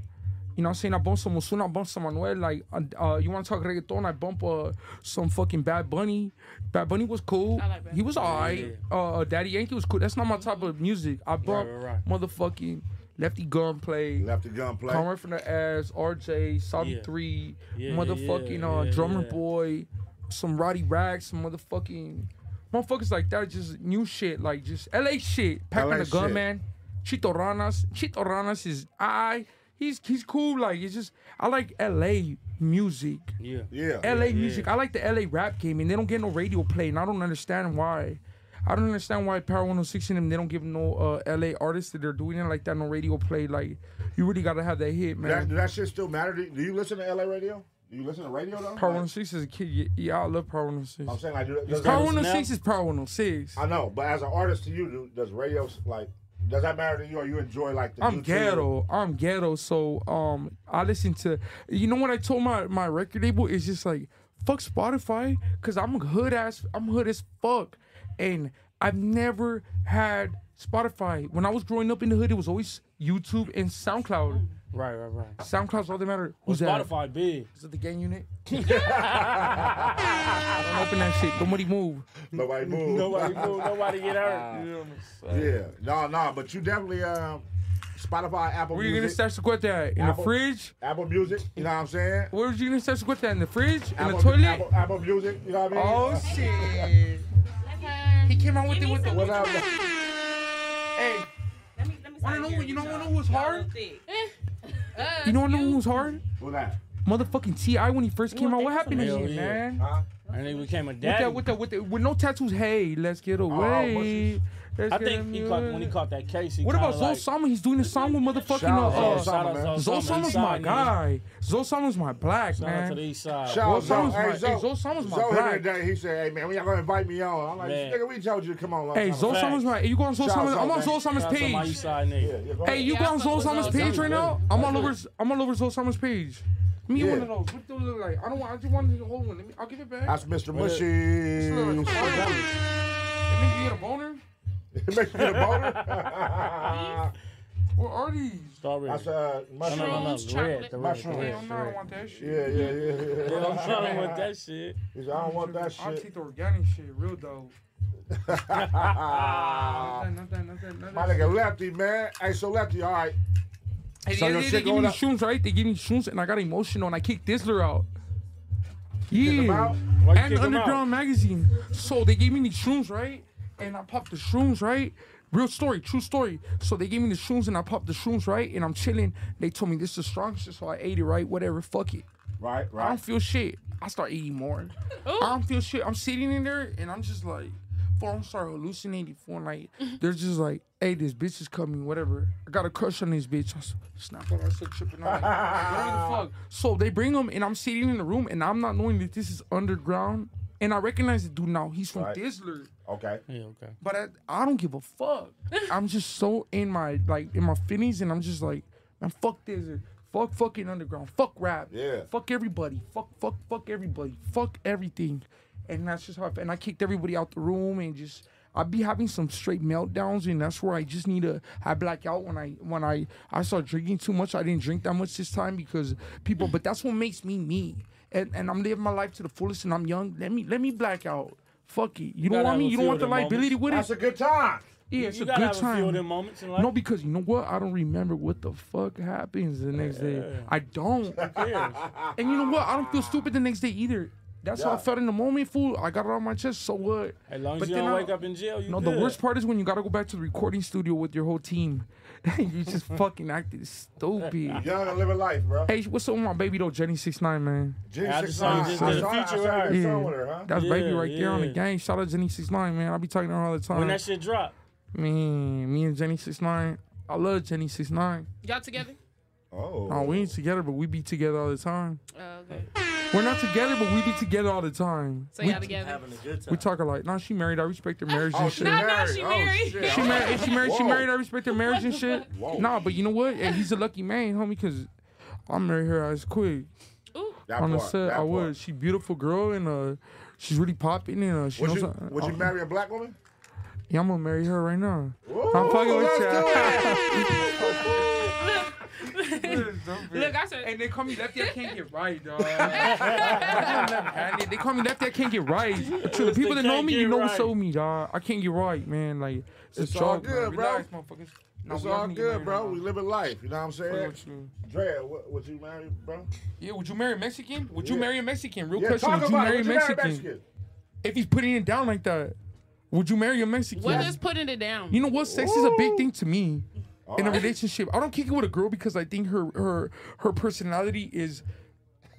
Speaker 9: You know what I'm saying? I bump some Osuna, I bump some Manuel. Like, uh, uh, you want to talk reggaeton? I bump uh, some fucking Bad Bunny. Bad Bunny was cool. he was alright. Uh, Daddy Yankee was cool. That's not my type of music. I bump motherfucking Lefty Gunplay.
Speaker 4: Left the gun play.
Speaker 9: Conrad from the ass, RJ, Salty
Speaker 6: Yeah.
Speaker 9: Three,
Speaker 6: Yeah, yeah,
Speaker 9: motherfucking
Speaker 6: yeah,
Speaker 9: uh,
Speaker 6: yeah,
Speaker 9: Drummer
Speaker 6: yeah.
Speaker 9: Boy, some Roddy Rags, some motherfucking motherfuckers like that. Just new shit, like just LA shit. Packing
Speaker 4: LA
Speaker 9: the
Speaker 4: shit.
Speaker 9: gun, man. Chito Ranas, Chito Ranas is I. He's he's cool. Like it's just I like LA music.
Speaker 6: Yeah.
Speaker 4: Yeah.
Speaker 9: LA music. I like the LA rap game, and they don't get no radio play, and I don't understand why. I don't understand why Power 106 and them they don't give no uh, LA artists that are doing it like that no radio play. Like you really gotta have that hit,
Speaker 4: Do that, do
Speaker 9: man.
Speaker 4: that shit still matter? Do you, do you listen to LA radio? Do you listen to radio though?
Speaker 9: Power
Speaker 4: Like,
Speaker 9: 106 is a kid. Yeah, yeah, I love Power 106.
Speaker 4: I'm saying like, do, does,
Speaker 9: Power 106 is Power 106.
Speaker 4: I know, but as an artist to you, do, does radio like does that matter to you? Or you enjoy like the
Speaker 9: I'm
Speaker 4: YouTube?
Speaker 9: ghetto. I'm ghetto. So um, I listen to. You know what I told my my record label is just like fuck Spotify, cause I'm hood ass. I'm hood as fuck, and I've never had Spotify. When I was growing up in the hood, it was always YouTube and SoundCloud.
Speaker 6: Right, right, right.
Speaker 9: SoundCloud's all that matter. Who's that?
Speaker 6: Spotify big.
Speaker 9: Is it the gang unit? Don't open that shit. Nobody move.
Speaker 4: Nobody move.
Speaker 6: Nobody move. Nobody get hurt.
Speaker 4: yeah. No, no, but you definitely um Spotify, Apple
Speaker 9: Where you gonna
Speaker 4: Music.
Speaker 9: stash the that? In the
Speaker 4: Apple-
Speaker 9: fridge?
Speaker 4: Apple Music, you know what I'm saying?
Speaker 9: Where was you gonna stash the that? In the fridge? In
Speaker 4: Apple,
Speaker 9: the toilet?
Speaker 4: Apple, Apple Music, you know what I mean?
Speaker 9: Oh shit. He came out with it with the
Speaker 4: What up?
Speaker 9: Hey. Wanna know what- You know what was hard? Eh.
Speaker 14: Eh.
Speaker 9: You know what was hard?
Speaker 4: What that?
Speaker 9: Motherfucking Ti when he first came out. What happened to
Speaker 6: Hell
Speaker 9: him,
Speaker 6: yeah.
Speaker 9: man?
Speaker 6: And he became a
Speaker 9: With that,
Speaker 6: daddy.
Speaker 9: with that, with that, with no tattoos. Hey, let's get
Speaker 4: Oh,
Speaker 6: what's
Speaker 9: away.
Speaker 6: his-
Speaker 9: Let's
Speaker 6: I
Speaker 9: get
Speaker 6: think he caught, when he caught that case, he
Speaker 9: What about
Speaker 6: kinda like,
Speaker 9: Zosama? He's doing a song with motherfucking uh,
Speaker 6: Shout out
Speaker 9: uh,
Speaker 6: Zosama, man.
Speaker 9: Zosama's my
Speaker 6: Shout
Speaker 9: guy. Zosama's my black
Speaker 6: Shout out
Speaker 9: man.
Speaker 6: to the east side.
Speaker 4: Shout out Zoe.
Speaker 9: Zosama's
Speaker 4: Hey,
Speaker 9: my,
Speaker 4: Zoe.
Speaker 9: hey, Zosama's my
Speaker 4: Zoe hit me
Speaker 9: black.
Speaker 4: today. He said, hey, man, when y'all going to invite me on? I'm like,
Speaker 6: Man.
Speaker 4: nigga, we told you to come on. long
Speaker 9: Hey,
Speaker 4: time
Speaker 9: Zoe
Speaker 4: ago.
Speaker 9: Summers, right? You going Zoe
Speaker 4: Shout out
Speaker 9: Summers? I'm on
Speaker 4: man.
Speaker 9: Zoe Summers
Speaker 6: Shout out to my
Speaker 9: page.
Speaker 6: east side nigga.
Speaker 4: Yeah, go
Speaker 9: Hey,
Speaker 4: ahead.
Speaker 9: you
Speaker 14: Yeah, I
Speaker 9: going
Speaker 14: fuck
Speaker 9: Zoe
Speaker 14: with
Speaker 9: Summers
Speaker 14: Zoe
Speaker 9: page
Speaker 14: Summers.
Speaker 9: right now? I'm all over. I'm all over Zoe Summers page. Give Me
Speaker 4: Yeah.
Speaker 9: one of those. What do look like? I don't want. I just wanted the whole one. Let me. I'll give it back.
Speaker 4: That's Mr. Mushy.
Speaker 9: That means you get a boner.
Speaker 4: Make you get a boner?
Speaker 9: What are these?
Speaker 6: Strawberry.
Speaker 4: That's uh,
Speaker 6: No, no, no, no.
Speaker 14: Shrooms,
Speaker 6: Red, the red, the
Speaker 4: Mushroom.
Speaker 6: red,
Speaker 9: Hell
Speaker 6: the
Speaker 9: no, I don't
Speaker 6: red.
Speaker 9: want that shit.
Speaker 4: Yeah, yeah, yeah.
Speaker 6: Yeah, I'm trying
Speaker 9: Man.
Speaker 6: with that shit.
Speaker 4: He said, I don't want that
Speaker 9: I'll
Speaker 4: shit.
Speaker 9: take the organic shit, real though.
Speaker 4: My
Speaker 9: Nothing, nothing, nothing, nothing.
Speaker 4: nigga Lefty, man. Hey, so Lefty, all right.
Speaker 9: And
Speaker 4: So
Speaker 9: yeah,
Speaker 4: your
Speaker 9: they,
Speaker 4: shit
Speaker 9: they give
Speaker 4: going
Speaker 9: me
Speaker 4: up-
Speaker 9: shoons, right? They give me shoons, and I got emotional, and I kicked Dizzler out.
Speaker 4: him
Speaker 9: Yeah,
Speaker 4: out? Why'd you
Speaker 9: and
Speaker 4: kick him out?
Speaker 9: Underground Magazine. So they gave me the shrooms, right? And I popped the shrooms, right? Real story, true story. So they gave me the shrooms, and I popped the shrooms, right? And I'm chilling. They told me this is the strongest, so I ate it, right? Whatever, fuck it.
Speaker 4: Right,
Speaker 9: I don't feel shit. I start eating more. I don't feel shit. I'm sitting in there, and I'm just like, fool, I'm start hallucinating, fool. and, Like, they're just like, hey, this bitch is coming, whatever. I got a crush on this bitch. I was snap on her, so tripping. I'm like, whatever the fuck. So they bring him, and I'm sitting in the room, and I'm not knowing that this is underground. And I recognize the dude now. He's from
Speaker 4: Right.
Speaker 9: Dizzler.
Speaker 4: Okay.
Speaker 11: Yeah, okay.
Speaker 9: But I, I don't give a fuck. I'm just so in my like in my feelings, and I'm just like, man, fuck this, fuck fucking underground, fuck rap,
Speaker 4: Yeah.
Speaker 9: fuck everybody, fuck fuck fuck everybody, fuck everything, and that's just how. I, f- and I kicked everybody out the room, and just I be having some straight meltdowns, and that's where I just need to. I black out when I when I I start drinking too much. I didn't drink that much this time because people, but that's what makes me me. And, and I'm living my life to the fullest, and I'm young. Let me let me black out. Fuck it. You,
Speaker 11: You
Speaker 9: don't
Speaker 11: gotta
Speaker 9: want me.
Speaker 11: have a
Speaker 9: You don't
Speaker 11: few
Speaker 9: want the
Speaker 11: of them moments.
Speaker 9: liability with it.
Speaker 11: That's a
Speaker 4: good time.
Speaker 9: Yeah,
Speaker 11: You-
Speaker 9: it's
Speaker 11: you
Speaker 9: a
Speaker 11: gotta
Speaker 9: good
Speaker 11: have a few
Speaker 9: time.
Speaker 11: of them moments in life.
Speaker 9: No, because you know what? I don't remember what the fuck happens the next day. I don't. and you know what? I don't feel stupid the next day either. That's how I
Speaker 11: Yeah.
Speaker 9: felt in the moment, fool. I got it on my chest. So what?
Speaker 11: As long as
Speaker 9: But
Speaker 11: you
Speaker 9: then
Speaker 11: don't
Speaker 9: I-
Speaker 11: wake up in jail, you
Speaker 9: no, the
Speaker 11: good.
Speaker 9: worst part is when you gotta go back to the recording studio with your whole team. you just fucking acted stupid.
Speaker 4: Young and living life, bro.
Speaker 9: Hey, what's up with my baby though? Jenny Six Nine, man.
Speaker 4: Jenny I just 69. saw you just did a I saw- I feature saw you with her. did a song with her, huh?
Speaker 9: That's baby
Speaker 4: Yeah,
Speaker 9: right there on the
Speaker 4: yeah.
Speaker 9: game. Shout out Jenny Six Nine, man. I be talking to her all the time.
Speaker 11: When that shit drop.
Speaker 9: Man, me and Jenny Six Nine. I love Jenny Six Nine.
Speaker 14: Y'all together?
Speaker 4: Oh.
Speaker 9: No, we ain't together, but we be together all the time.
Speaker 14: Oh, okay.
Speaker 9: We're not together, but we be together all the time.
Speaker 14: So
Speaker 9: we,
Speaker 14: y'all together? Having a good
Speaker 9: We talking like, nah, she married. I respect their marriage and shit.
Speaker 14: No, no,
Speaker 4: Oh,
Speaker 14: she married.
Speaker 9: She married. She married. She
Speaker 14: Whoa.
Speaker 9: married. I respect their marriage and shit. Nah, but you know what? Hey, he's a lucky man, homie, because I married her as quick.
Speaker 4: That
Speaker 9: On the
Speaker 4: part,
Speaker 9: set,
Speaker 4: that
Speaker 9: I
Speaker 4: part.
Speaker 9: was. She beautiful girl and uh, she's really popping and uh, she
Speaker 4: Would
Speaker 9: knows.
Speaker 4: you, would you
Speaker 9: uh,
Speaker 4: marry a black woman?
Speaker 9: Yeah, I'm gonna marry her right now. I'm fucking with
Speaker 14: Look, I said,
Speaker 9: and they call me lefty. I can't get right, dog. you. they call me lefty. I can't get right. To the people that know
Speaker 4: can't
Speaker 9: me,
Speaker 4: get
Speaker 9: you know what's
Speaker 4: right.
Speaker 9: up with me, dog. I can't get right, man. Like it's,
Speaker 4: It's
Speaker 9: a
Speaker 4: all
Speaker 9: joke,
Speaker 4: good, bro.
Speaker 9: Relax, motherfuckers. Nah,
Speaker 4: it's
Speaker 9: we all
Speaker 4: all
Speaker 9: gonna get
Speaker 4: good,
Speaker 9: married
Speaker 4: bro.
Speaker 9: now.
Speaker 4: We living life. You know what I'm
Speaker 9: Fuck
Speaker 4: saying?
Speaker 9: with you.
Speaker 4: Drea, what, would you marry, bro?
Speaker 9: Yeah, would you marry a Mexican? Would you
Speaker 4: Yeah.
Speaker 9: marry a Mexican? Real
Speaker 4: Yeah,
Speaker 9: question.
Speaker 4: talk
Speaker 9: Would you
Speaker 4: about it.
Speaker 9: marry a
Speaker 4: Would you marry a
Speaker 9: Mexican?
Speaker 4: Mexican?
Speaker 9: If he's putting it down like that, would you marry a Mexican?
Speaker 14: what is putting it down?
Speaker 9: You know what? Sex is a big thing to me in a
Speaker 14: Alright.
Speaker 9: relationship. I don't kick it with a girl because I think her her her personality is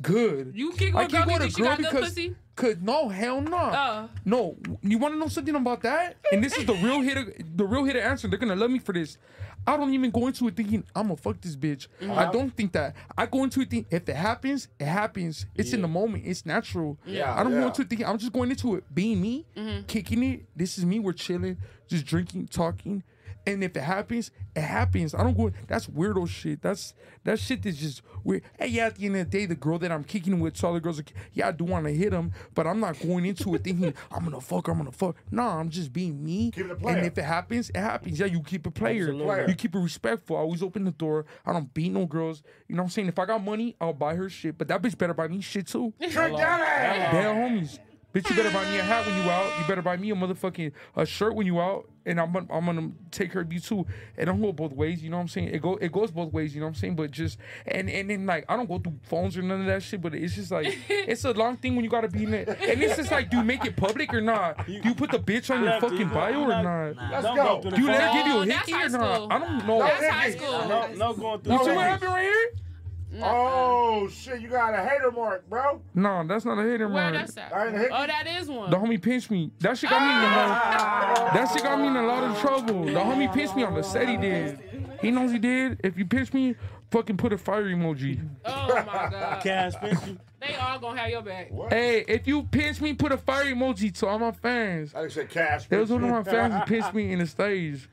Speaker 9: good.
Speaker 14: You kick it
Speaker 9: I
Speaker 14: with a girl because she got good pussy?
Speaker 9: Cause no, hell no.
Speaker 14: Oh.
Speaker 9: No, you want to know something about that? And this is the real hit, of- the real hit of answer. They're gonna love me for this. I don't even go into it thinking I'm gonna fuck this bitch. I
Speaker 4: Uh-huh.
Speaker 9: don't think that. I go into it thinking if it happens, it happens. It's in the moment. It's natural.
Speaker 4: Yeah,
Speaker 9: I don't
Speaker 4: yeah.
Speaker 9: go into it thinking I'm just going into it being me, kicking it. This is me. We're chilling, just drinking, talking. And if it happens, it happens. I don't go. That's weirdo shit. That's that shit that's just weird. Hey, yeah. At the end of the day, the girl that I'm kicking with, so all the girls, are, yeah, I do want to hit him, but I'm not going into it thinking I'm gonna fuck. her, I'm gonna fuck. Nah, I'm just being me.
Speaker 4: Keep it a player.
Speaker 9: and if it happens, it happens. Yeah, you keep it player.
Speaker 4: Absolutely.
Speaker 9: You keep it respectful. I always open the door. I don't beat no girls. You know what I'm saying? If I got money, I'll buy her shit. But that bitch better buy me shit too.
Speaker 4: Trick daddy!
Speaker 9: Damn homies. Bitch, you better buy me a hat when you out. You better buy me a motherfucking a shirt when you out. And I'm gonna, I'm gonna take her to you too. It don't go both ways, you know what I'm saying? It go it goes both ways, you know what I'm saying? But just and and then like I don't go through phones or none of that shit. But it's just like it's a long thing when you gotta be in it. And it's just like, do you make it public or not? Do you put the bitch on your
Speaker 11: Lefty,
Speaker 9: fucking
Speaker 11: you
Speaker 9: bio or
Speaker 11: not-
Speaker 9: not?
Speaker 11: Let's Don't go. go through the
Speaker 9: Do you let her
Speaker 11: phone.
Speaker 9: give you a
Speaker 11: No, that's
Speaker 9: hickey or
Speaker 11: high
Speaker 9: not?
Speaker 11: school.
Speaker 9: I don't know.
Speaker 11: That's high school. No, no going through
Speaker 9: You see
Speaker 11: phones.
Speaker 9: what happened right here?
Speaker 4: Oh, shit. You got a hater mark, bro.
Speaker 9: No, that's not a hater
Speaker 14: Where
Speaker 9: mark.
Speaker 14: that's at? Oh, that is one.
Speaker 9: The homie pinched me. That shit got me in a lot. That shit got me in a lot of trouble. The homie pinched me on the set. He did. He knows he did. If you pinch me, fucking put a fire emoji.
Speaker 14: Oh my god.
Speaker 9: Cash pinch
Speaker 14: They all gonna have your back.
Speaker 9: Hey, if you pinch me, put a fire emoji to all my fans.
Speaker 4: I said cash.
Speaker 9: There was one of my fans who pinched me in the stage.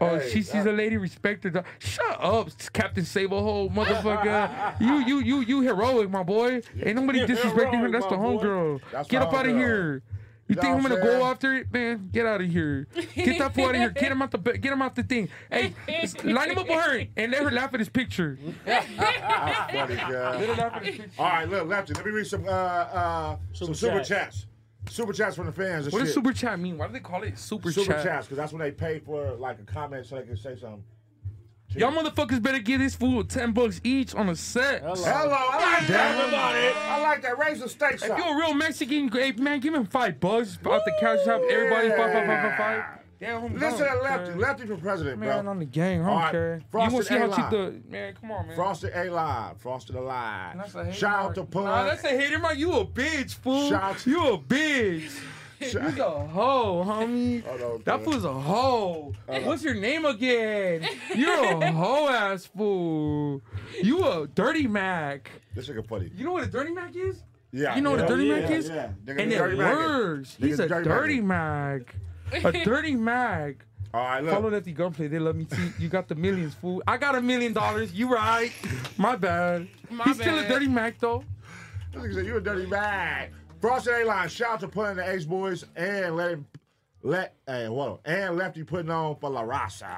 Speaker 9: Oh, she, she's a lady. Respect her. dog. Shut up, Captain Save a Hole, motherfucker. you, you, you, you heroic, my boy. Ain't nobody
Speaker 4: You're
Speaker 9: disrespecting her.
Speaker 4: heroic,
Speaker 9: That's the
Speaker 4: my boy.
Speaker 9: homegirl.
Speaker 4: That's
Speaker 9: Get
Speaker 4: my
Speaker 9: up out of
Speaker 4: homegirl.
Speaker 9: here. You
Speaker 4: know
Speaker 9: think I'm
Speaker 4: what I'm
Speaker 9: gonna go
Speaker 4: saying?
Speaker 9: after it, man? Get out of here. Get that fool out of here. Get him out the ba- get him out the thing. Hey, s- line him up with her and let her laugh at his picture.
Speaker 4: Funny girl.
Speaker 9: Little
Speaker 4: All right, look, Lefty, let me read some uh, uh, some super
Speaker 9: chats.
Speaker 4: chats. Super chats from the fans. and
Speaker 9: What does
Speaker 4: shit.
Speaker 9: super chat mean? Why do they call it super,
Speaker 4: super
Speaker 9: chat?
Speaker 4: chats? Because that's when they pay for like a comment so they can say something.
Speaker 9: Y'all motherfuckers better get this fool ten bucks each on a set. Hello,
Speaker 16: Hello, I like that. I like that razor steak
Speaker 9: If
Speaker 16: shop.
Speaker 9: you're a real Mexican, hey, man, give him five bucks out the cash shop. Everybody five, five, five, five, five. Damn, I'm
Speaker 4: Listen
Speaker 9: done,
Speaker 4: to Lefty.
Speaker 9: man.
Speaker 4: Lefty for president, bro.
Speaker 9: Man, I'm the gang. I don't
Speaker 4: All right,
Speaker 9: care. You
Speaker 4: Frosted
Speaker 9: wanna see
Speaker 4: a
Speaker 9: how
Speaker 4: live.
Speaker 9: cheap the- man, come on, man.
Speaker 4: Frosted A Live. Frosted Alive.
Speaker 9: That's a hater
Speaker 4: Shout out
Speaker 9: mark.
Speaker 4: to Pun.
Speaker 9: Nah, that's a hater mark. You a bitch, fool.
Speaker 4: Shout out
Speaker 9: you a bitch. You a hoe, homie. that fool's a hoe. What's your name again? You're a hoe ass fool. You a dirty mac.
Speaker 4: This nigga funny.
Speaker 9: You know what a dirty mac is?
Speaker 4: Yeah.
Speaker 9: You know what
Speaker 4: yeah,
Speaker 9: a dirty
Speaker 4: yeah,
Speaker 9: mac is?
Speaker 4: yeah. Nigga,
Speaker 9: And it
Speaker 4: dirty mac is-
Speaker 9: works. He's
Speaker 4: nigga,
Speaker 9: a
Speaker 4: mac is-
Speaker 9: dirty mac. A dirty mac.
Speaker 4: All right, look.
Speaker 9: Follow Lefty Gunplay. They love me too. You got the millions, fool. I got a million dollars. You right. My bad.
Speaker 4: My
Speaker 9: He's still a
Speaker 4: bad.
Speaker 9: dirty mac though.
Speaker 4: This nigga said, you a dirty bag. Frosted A Line, shout out to putting the Ace Boys and let him let hey, hold on, and Lefty putting on for La Raza.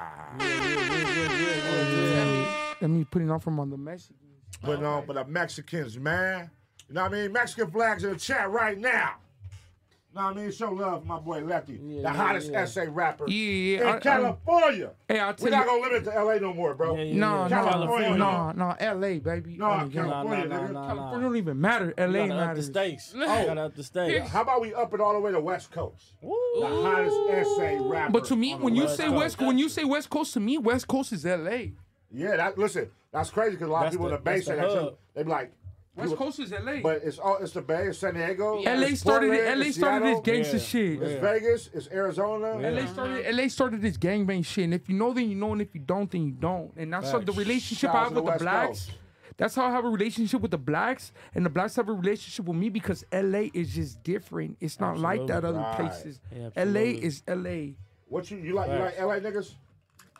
Speaker 9: That means putting off from on the Mexican.
Speaker 4: Putting on for the Mexicans, man. You know what I mean? Mexican flags in the chat right now. You know what I mean? Show love, for my boy Lefty, the
Speaker 9: yeah,
Speaker 4: hottest
Speaker 9: yeah.
Speaker 4: SA rapper
Speaker 9: Yeah, yeah,
Speaker 4: in
Speaker 9: I- I-
Speaker 4: California.
Speaker 9: Hey, I'll
Speaker 4: We're
Speaker 9: tell
Speaker 4: not
Speaker 9: you-
Speaker 4: gonna limit it to LA no more, bro.
Speaker 9: No, no,
Speaker 4: California.
Speaker 9: no, no, LA, baby.
Speaker 4: No,
Speaker 9: Oh, yeah.
Speaker 4: California, Nah, nah, nigga. nah, nah,
Speaker 9: California don't even matter. LA
Speaker 4: gotta up the
Speaker 9: matters.
Speaker 11: stakes.
Speaker 4: Oh. Gotta
Speaker 11: up the stakes.
Speaker 4: How about we up it all the way to West Coast? The hottest SA rapper.
Speaker 9: But to me,
Speaker 4: on the
Speaker 9: when you
Speaker 4: West
Speaker 9: say
Speaker 4: Coast.
Speaker 9: West Coast, when you say West Coast, to me, West Coast is LA.
Speaker 4: Yeah, that listen, that's crazy because a lot of
Speaker 9: That's
Speaker 4: people
Speaker 9: the-
Speaker 4: in the Bay
Speaker 9: that's
Speaker 4: say
Speaker 9: the
Speaker 4: that
Speaker 9: hub.
Speaker 4: too. They be like,
Speaker 9: West
Speaker 4: you-
Speaker 9: Coast is LA.
Speaker 4: but it's all it's the Bay, it's San Diego.
Speaker 9: Yeah. LA
Speaker 4: it's
Speaker 9: started it-
Speaker 4: Portland,
Speaker 9: LA
Speaker 4: it's
Speaker 9: started this
Speaker 4: Seattle,
Speaker 9: gangsta shit.
Speaker 4: It's
Speaker 9: Yeah.
Speaker 4: Vegas, it's Arizona.
Speaker 9: LA started LA started this gangbang shit, and if you know, then you know, and if you don't, then you don't. And that's how the
Speaker 4: Facts.
Speaker 9: relationship
Speaker 4: Shout
Speaker 9: I
Speaker 4: out
Speaker 9: have
Speaker 4: to the
Speaker 9: with the
Speaker 4: West
Speaker 9: blacks.
Speaker 4: Coast.
Speaker 9: That's how I have a relationship with the blacks, and the blacks have a relationship with me because LA is just different. It's not like that other
Speaker 4: Right.
Speaker 9: places.
Speaker 4: Yeah,
Speaker 9: LA
Speaker 4: absolutely.
Speaker 9: is LA.
Speaker 4: What you you like
Speaker 9: Facts.
Speaker 4: you like LA niggas?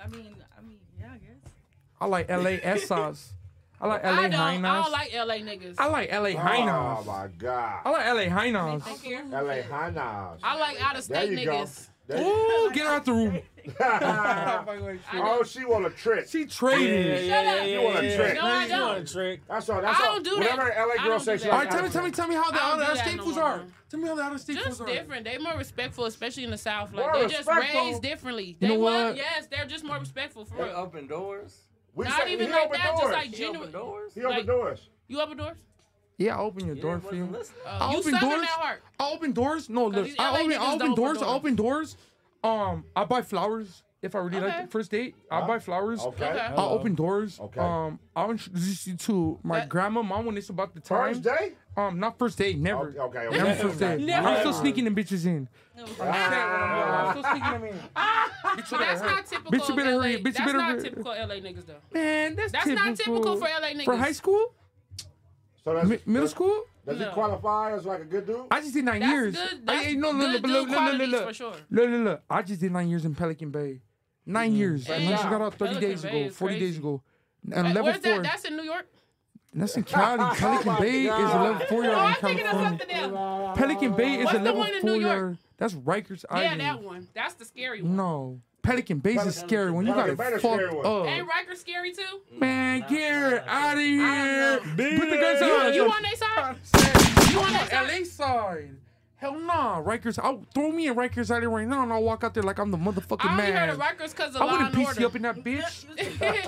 Speaker 14: I mean, I mean, yeah, I guess.
Speaker 9: I like LA Essas. I like LA
Speaker 14: I don't. I
Speaker 9: Hainas.
Speaker 14: don't like LA niggas.
Speaker 9: I like LA Hainas.
Speaker 4: Oh my god.
Speaker 9: I like LA Hainas.
Speaker 14: Thank you.
Speaker 4: LA Hainas.
Speaker 14: I like out of
Speaker 4: There
Speaker 14: state
Speaker 4: you go.
Speaker 14: niggas.
Speaker 4: There you-
Speaker 9: Ooh, get out the room.
Speaker 4: oh, she want a trick.
Speaker 9: She traded.
Speaker 11: Yeah, yeah, yeah,
Speaker 4: you want
Speaker 11: yeah,
Speaker 4: a trick.
Speaker 11: yeah. No, I You want a don't.
Speaker 4: trick. That's all. That's
Speaker 11: I
Speaker 4: all.
Speaker 11: don't do
Speaker 4: Whatever
Speaker 11: that.
Speaker 4: LA
Speaker 11: I
Speaker 4: girl
Speaker 11: don't
Speaker 4: say
Speaker 11: do
Speaker 4: she
Speaker 11: that.
Speaker 9: All right, tell me, tell me, tell me how the
Speaker 14: I don't
Speaker 9: out of
Speaker 14: do that
Speaker 9: state
Speaker 14: no
Speaker 9: fools
Speaker 14: more.
Speaker 9: are. Tell me how the out of state fools
Speaker 14: Just
Speaker 9: are.
Speaker 14: different. They more respectful, especially in the South. Like
Speaker 9: More
Speaker 14: they're just
Speaker 9: respectful.
Speaker 14: raised differently.
Speaker 9: You
Speaker 14: They
Speaker 9: know
Speaker 14: were-
Speaker 9: what?
Speaker 14: Yes, they're just more respectful for real.
Speaker 17: Open doors.
Speaker 4: We
Speaker 14: Not
Speaker 4: say-
Speaker 14: even
Speaker 4: he
Speaker 14: like
Speaker 4: opened
Speaker 14: that.
Speaker 4: doors.
Speaker 14: Just like
Speaker 4: He opened
Speaker 14: genuine.
Speaker 4: He opened
Speaker 14: like,
Speaker 4: doors.
Speaker 14: You open doors?
Speaker 9: Yeah, I open your door for you.
Speaker 14: Uh,
Speaker 9: I
Speaker 14: you
Speaker 9: open
Speaker 14: suck in
Speaker 9: doors.
Speaker 14: that heart.
Speaker 9: I open doors. No, look,
Speaker 14: these LA
Speaker 9: I
Speaker 14: niggas
Speaker 9: open, I
Speaker 14: don't
Speaker 9: open
Speaker 14: open
Speaker 9: doors. I
Speaker 14: doors.
Speaker 9: open doors. Um, I buy flowers if I really like
Speaker 14: Okay.
Speaker 9: it. First date, I buy flowers.
Speaker 4: Okay. Uh-huh. Okay.
Speaker 9: I
Speaker 4: Hello.
Speaker 9: open doors. Okay. Um, I'll introduce you to my grandma, mom when it's about the time.
Speaker 4: First day?
Speaker 9: Um, not first date. Never. Okay.
Speaker 4: okay,
Speaker 9: Never
Speaker 4: okay,
Speaker 9: first
Speaker 4: okay.
Speaker 9: date.
Speaker 4: Never.
Speaker 9: I'm still sneaking them bitches in.
Speaker 14: Ah.
Speaker 9: I'm still sneaking them in. Bitch, you better
Speaker 14: That's
Speaker 9: hurry.
Speaker 14: not typical.
Speaker 9: Bitch, you better
Speaker 14: of LA.
Speaker 9: hurry. Bitch, you
Speaker 14: that's
Speaker 9: better
Speaker 14: not
Speaker 9: hurry.
Speaker 14: typical LA niggas though.
Speaker 9: Man, that's,
Speaker 14: That's
Speaker 9: typical.
Speaker 14: not typical for LA
Speaker 9: For
Speaker 14: niggas.
Speaker 9: high school?
Speaker 4: So that's,
Speaker 9: Mi- middle school?
Speaker 4: Does he qualify as like a good dude?
Speaker 9: I just did nine
Speaker 4: That's
Speaker 9: years.
Speaker 4: good-
Speaker 9: I,
Speaker 4: that's
Speaker 9: ain't- no, no, no,
Speaker 4: good
Speaker 9: but
Speaker 4: dude
Speaker 9: look, look, look, look,
Speaker 4: qualities
Speaker 9: look.
Speaker 4: for sure.
Speaker 9: Look, look, look. I just did nine years in Pelican Bay. 9 years.
Speaker 14: Mm. Hey,
Speaker 9: I just got out 30
Speaker 14: Pelican
Speaker 9: days
Speaker 14: Bay
Speaker 9: ago,
Speaker 14: is
Speaker 9: 40 days
Speaker 14: crazy.
Speaker 9: ago.
Speaker 14: Uh,
Speaker 9: And level
Speaker 14: Where's
Speaker 9: four.
Speaker 14: that? That's in New York.
Speaker 9: That's in Cali.
Speaker 14: Oh
Speaker 9: Pelican
Speaker 14: my
Speaker 9: Bay is a
Speaker 14: God.
Speaker 9: level four
Speaker 14: Oh,
Speaker 9: yard
Speaker 14: I'm
Speaker 9: in
Speaker 14: thinking of
Speaker 9: California.
Speaker 14: something else.
Speaker 9: Pelican Bay is
Speaker 14: What's
Speaker 9: a
Speaker 14: the
Speaker 9: level
Speaker 14: one in New
Speaker 9: four
Speaker 14: York?
Speaker 9: yard. That's Rikers
Speaker 14: Yeah,
Speaker 9: Island.
Speaker 14: that one. That's the scary one.
Speaker 9: No. Pelican Bay is a scary one. You got
Speaker 4: Pelican
Speaker 9: it
Speaker 4: Bay is a scary
Speaker 9: fucked
Speaker 4: one.
Speaker 9: up.
Speaker 14: Ain't Riker scary too?
Speaker 9: Man, get her out of here. Put the guns
Speaker 14: You,
Speaker 9: out.
Speaker 14: you on their side?
Speaker 9: You on LA side. Hell nah, Rikers. I'll throw me in Rikers Island right now and I'll walk out there like I'm the motherfucking
Speaker 14: I only
Speaker 9: man.
Speaker 14: heard of Rikers because of
Speaker 9: I
Speaker 14: Law
Speaker 9: wouldn't
Speaker 14: and
Speaker 9: piece
Speaker 14: Order.
Speaker 9: you up in that bitch.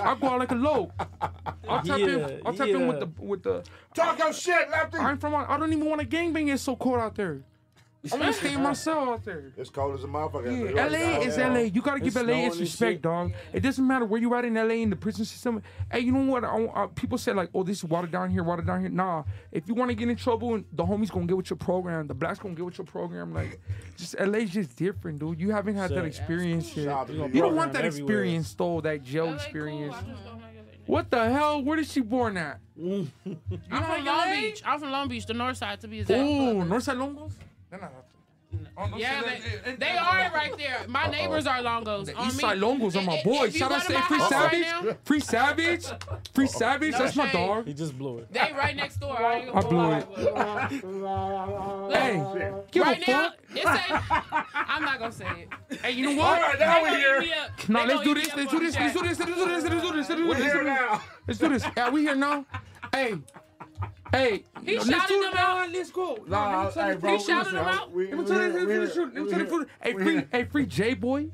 Speaker 9: I'll go out like a low. I'll tap in. I'll tap in with the with the
Speaker 4: talk your shit, lefty.
Speaker 9: I'm from. out- I don't even want to gangbang. It's so cold out there. I want to stay in my cell out there.
Speaker 4: It's cold as a motherfucker. in New
Speaker 9: Yeah,
Speaker 4: York,
Speaker 9: LA
Speaker 4: dog.
Speaker 9: is LA. You gotta give LA its respect, dog. It doesn't matter where you at in LA in the prison system. Hey, you know what? I, want- uh, people say like, "Oh, this is water down here, water down here." Nah, if you want to get in trouble, and the homies gonna get with your program. The blacks gonna get with your program. Like, just LA's just different, dude. You haven't had that
Speaker 4: Sick.
Speaker 9: experience
Speaker 4: Shout
Speaker 9: yet.
Speaker 4: out to New
Speaker 9: You don't
Speaker 4: York.
Speaker 9: want that
Speaker 4: Everywhere.
Speaker 9: experience, though. That jail experience. What the hell? Where is she born at? Ooh,
Speaker 14: I'm from Long Beach. I'm from Long Beach, the north side to be exact.
Speaker 9: Northside Longos. Oh,
Speaker 14: Yeah, they, they are right there. My
Speaker 9: Uh-oh.
Speaker 14: neighbors are Longos.
Speaker 9: The
Speaker 14: on
Speaker 9: East
Speaker 14: me.
Speaker 9: Side Longos are my
Speaker 14: If-
Speaker 9: boys.
Speaker 14: if you
Speaker 9: Shout
Speaker 14: go
Speaker 9: out
Speaker 14: to
Speaker 9: to
Speaker 14: my
Speaker 9: Free
Speaker 14: house right
Speaker 9: Savage.
Speaker 14: now-
Speaker 9: Free Savage. Free Savage.
Speaker 14: No
Speaker 9: That's my
Speaker 14: shade.
Speaker 9: dog.
Speaker 11: He just blew it.
Speaker 14: They right next door. I ain't
Speaker 9: I
Speaker 14: gonna
Speaker 9: blew
Speaker 14: lie.
Speaker 9: it. Hey, give
Speaker 14: right
Speaker 9: a
Speaker 14: now,
Speaker 9: fuck.
Speaker 14: it's a, I'm not gonna say it.
Speaker 9: Hey, you know what?
Speaker 14: All right, now we here. They gonna eat me up.
Speaker 9: Nah,
Speaker 14: They gonna
Speaker 9: let's do
Speaker 14: eat
Speaker 9: this.
Speaker 14: me
Speaker 9: Let's
Speaker 14: up
Speaker 9: do
Speaker 14: on
Speaker 9: this.
Speaker 14: the
Speaker 9: Let's do
Speaker 14: chat.
Speaker 9: this. Let's do this. Let's do this. Let's do this.
Speaker 14: We're
Speaker 9: Let's do
Speaker 14: here
Speaker 9: this.
Speaker 14: now.
Speaker 9: Let's do this. Yeah, we here now. Hey, hey.
Speaker 14: He
Speaker 9: let's
Speaker 14: shouted
Speaker 9: do it
Speaker 14: them
Speaker 9: now. Let's go.
Speaker 4: Nah,
Speaker 9: Nah, let me tell
Speaker 4: hey,
Speaker 9: you-
Speaker 4: bro,
Speaker 9: He
Speaker 4: we
Speaker 9: shouted
Speaker 4: listen,
Speaker 9: him
Speaker 4: I-
Speaker 9: out.
Speaker 4: we-
Speaker 9: Let me tell you
Speaker 4: we-
Speaker 9: this. Let me tell you
Speaker 4: we-
Speaker 9: this. Hey, free, hey, free J boy.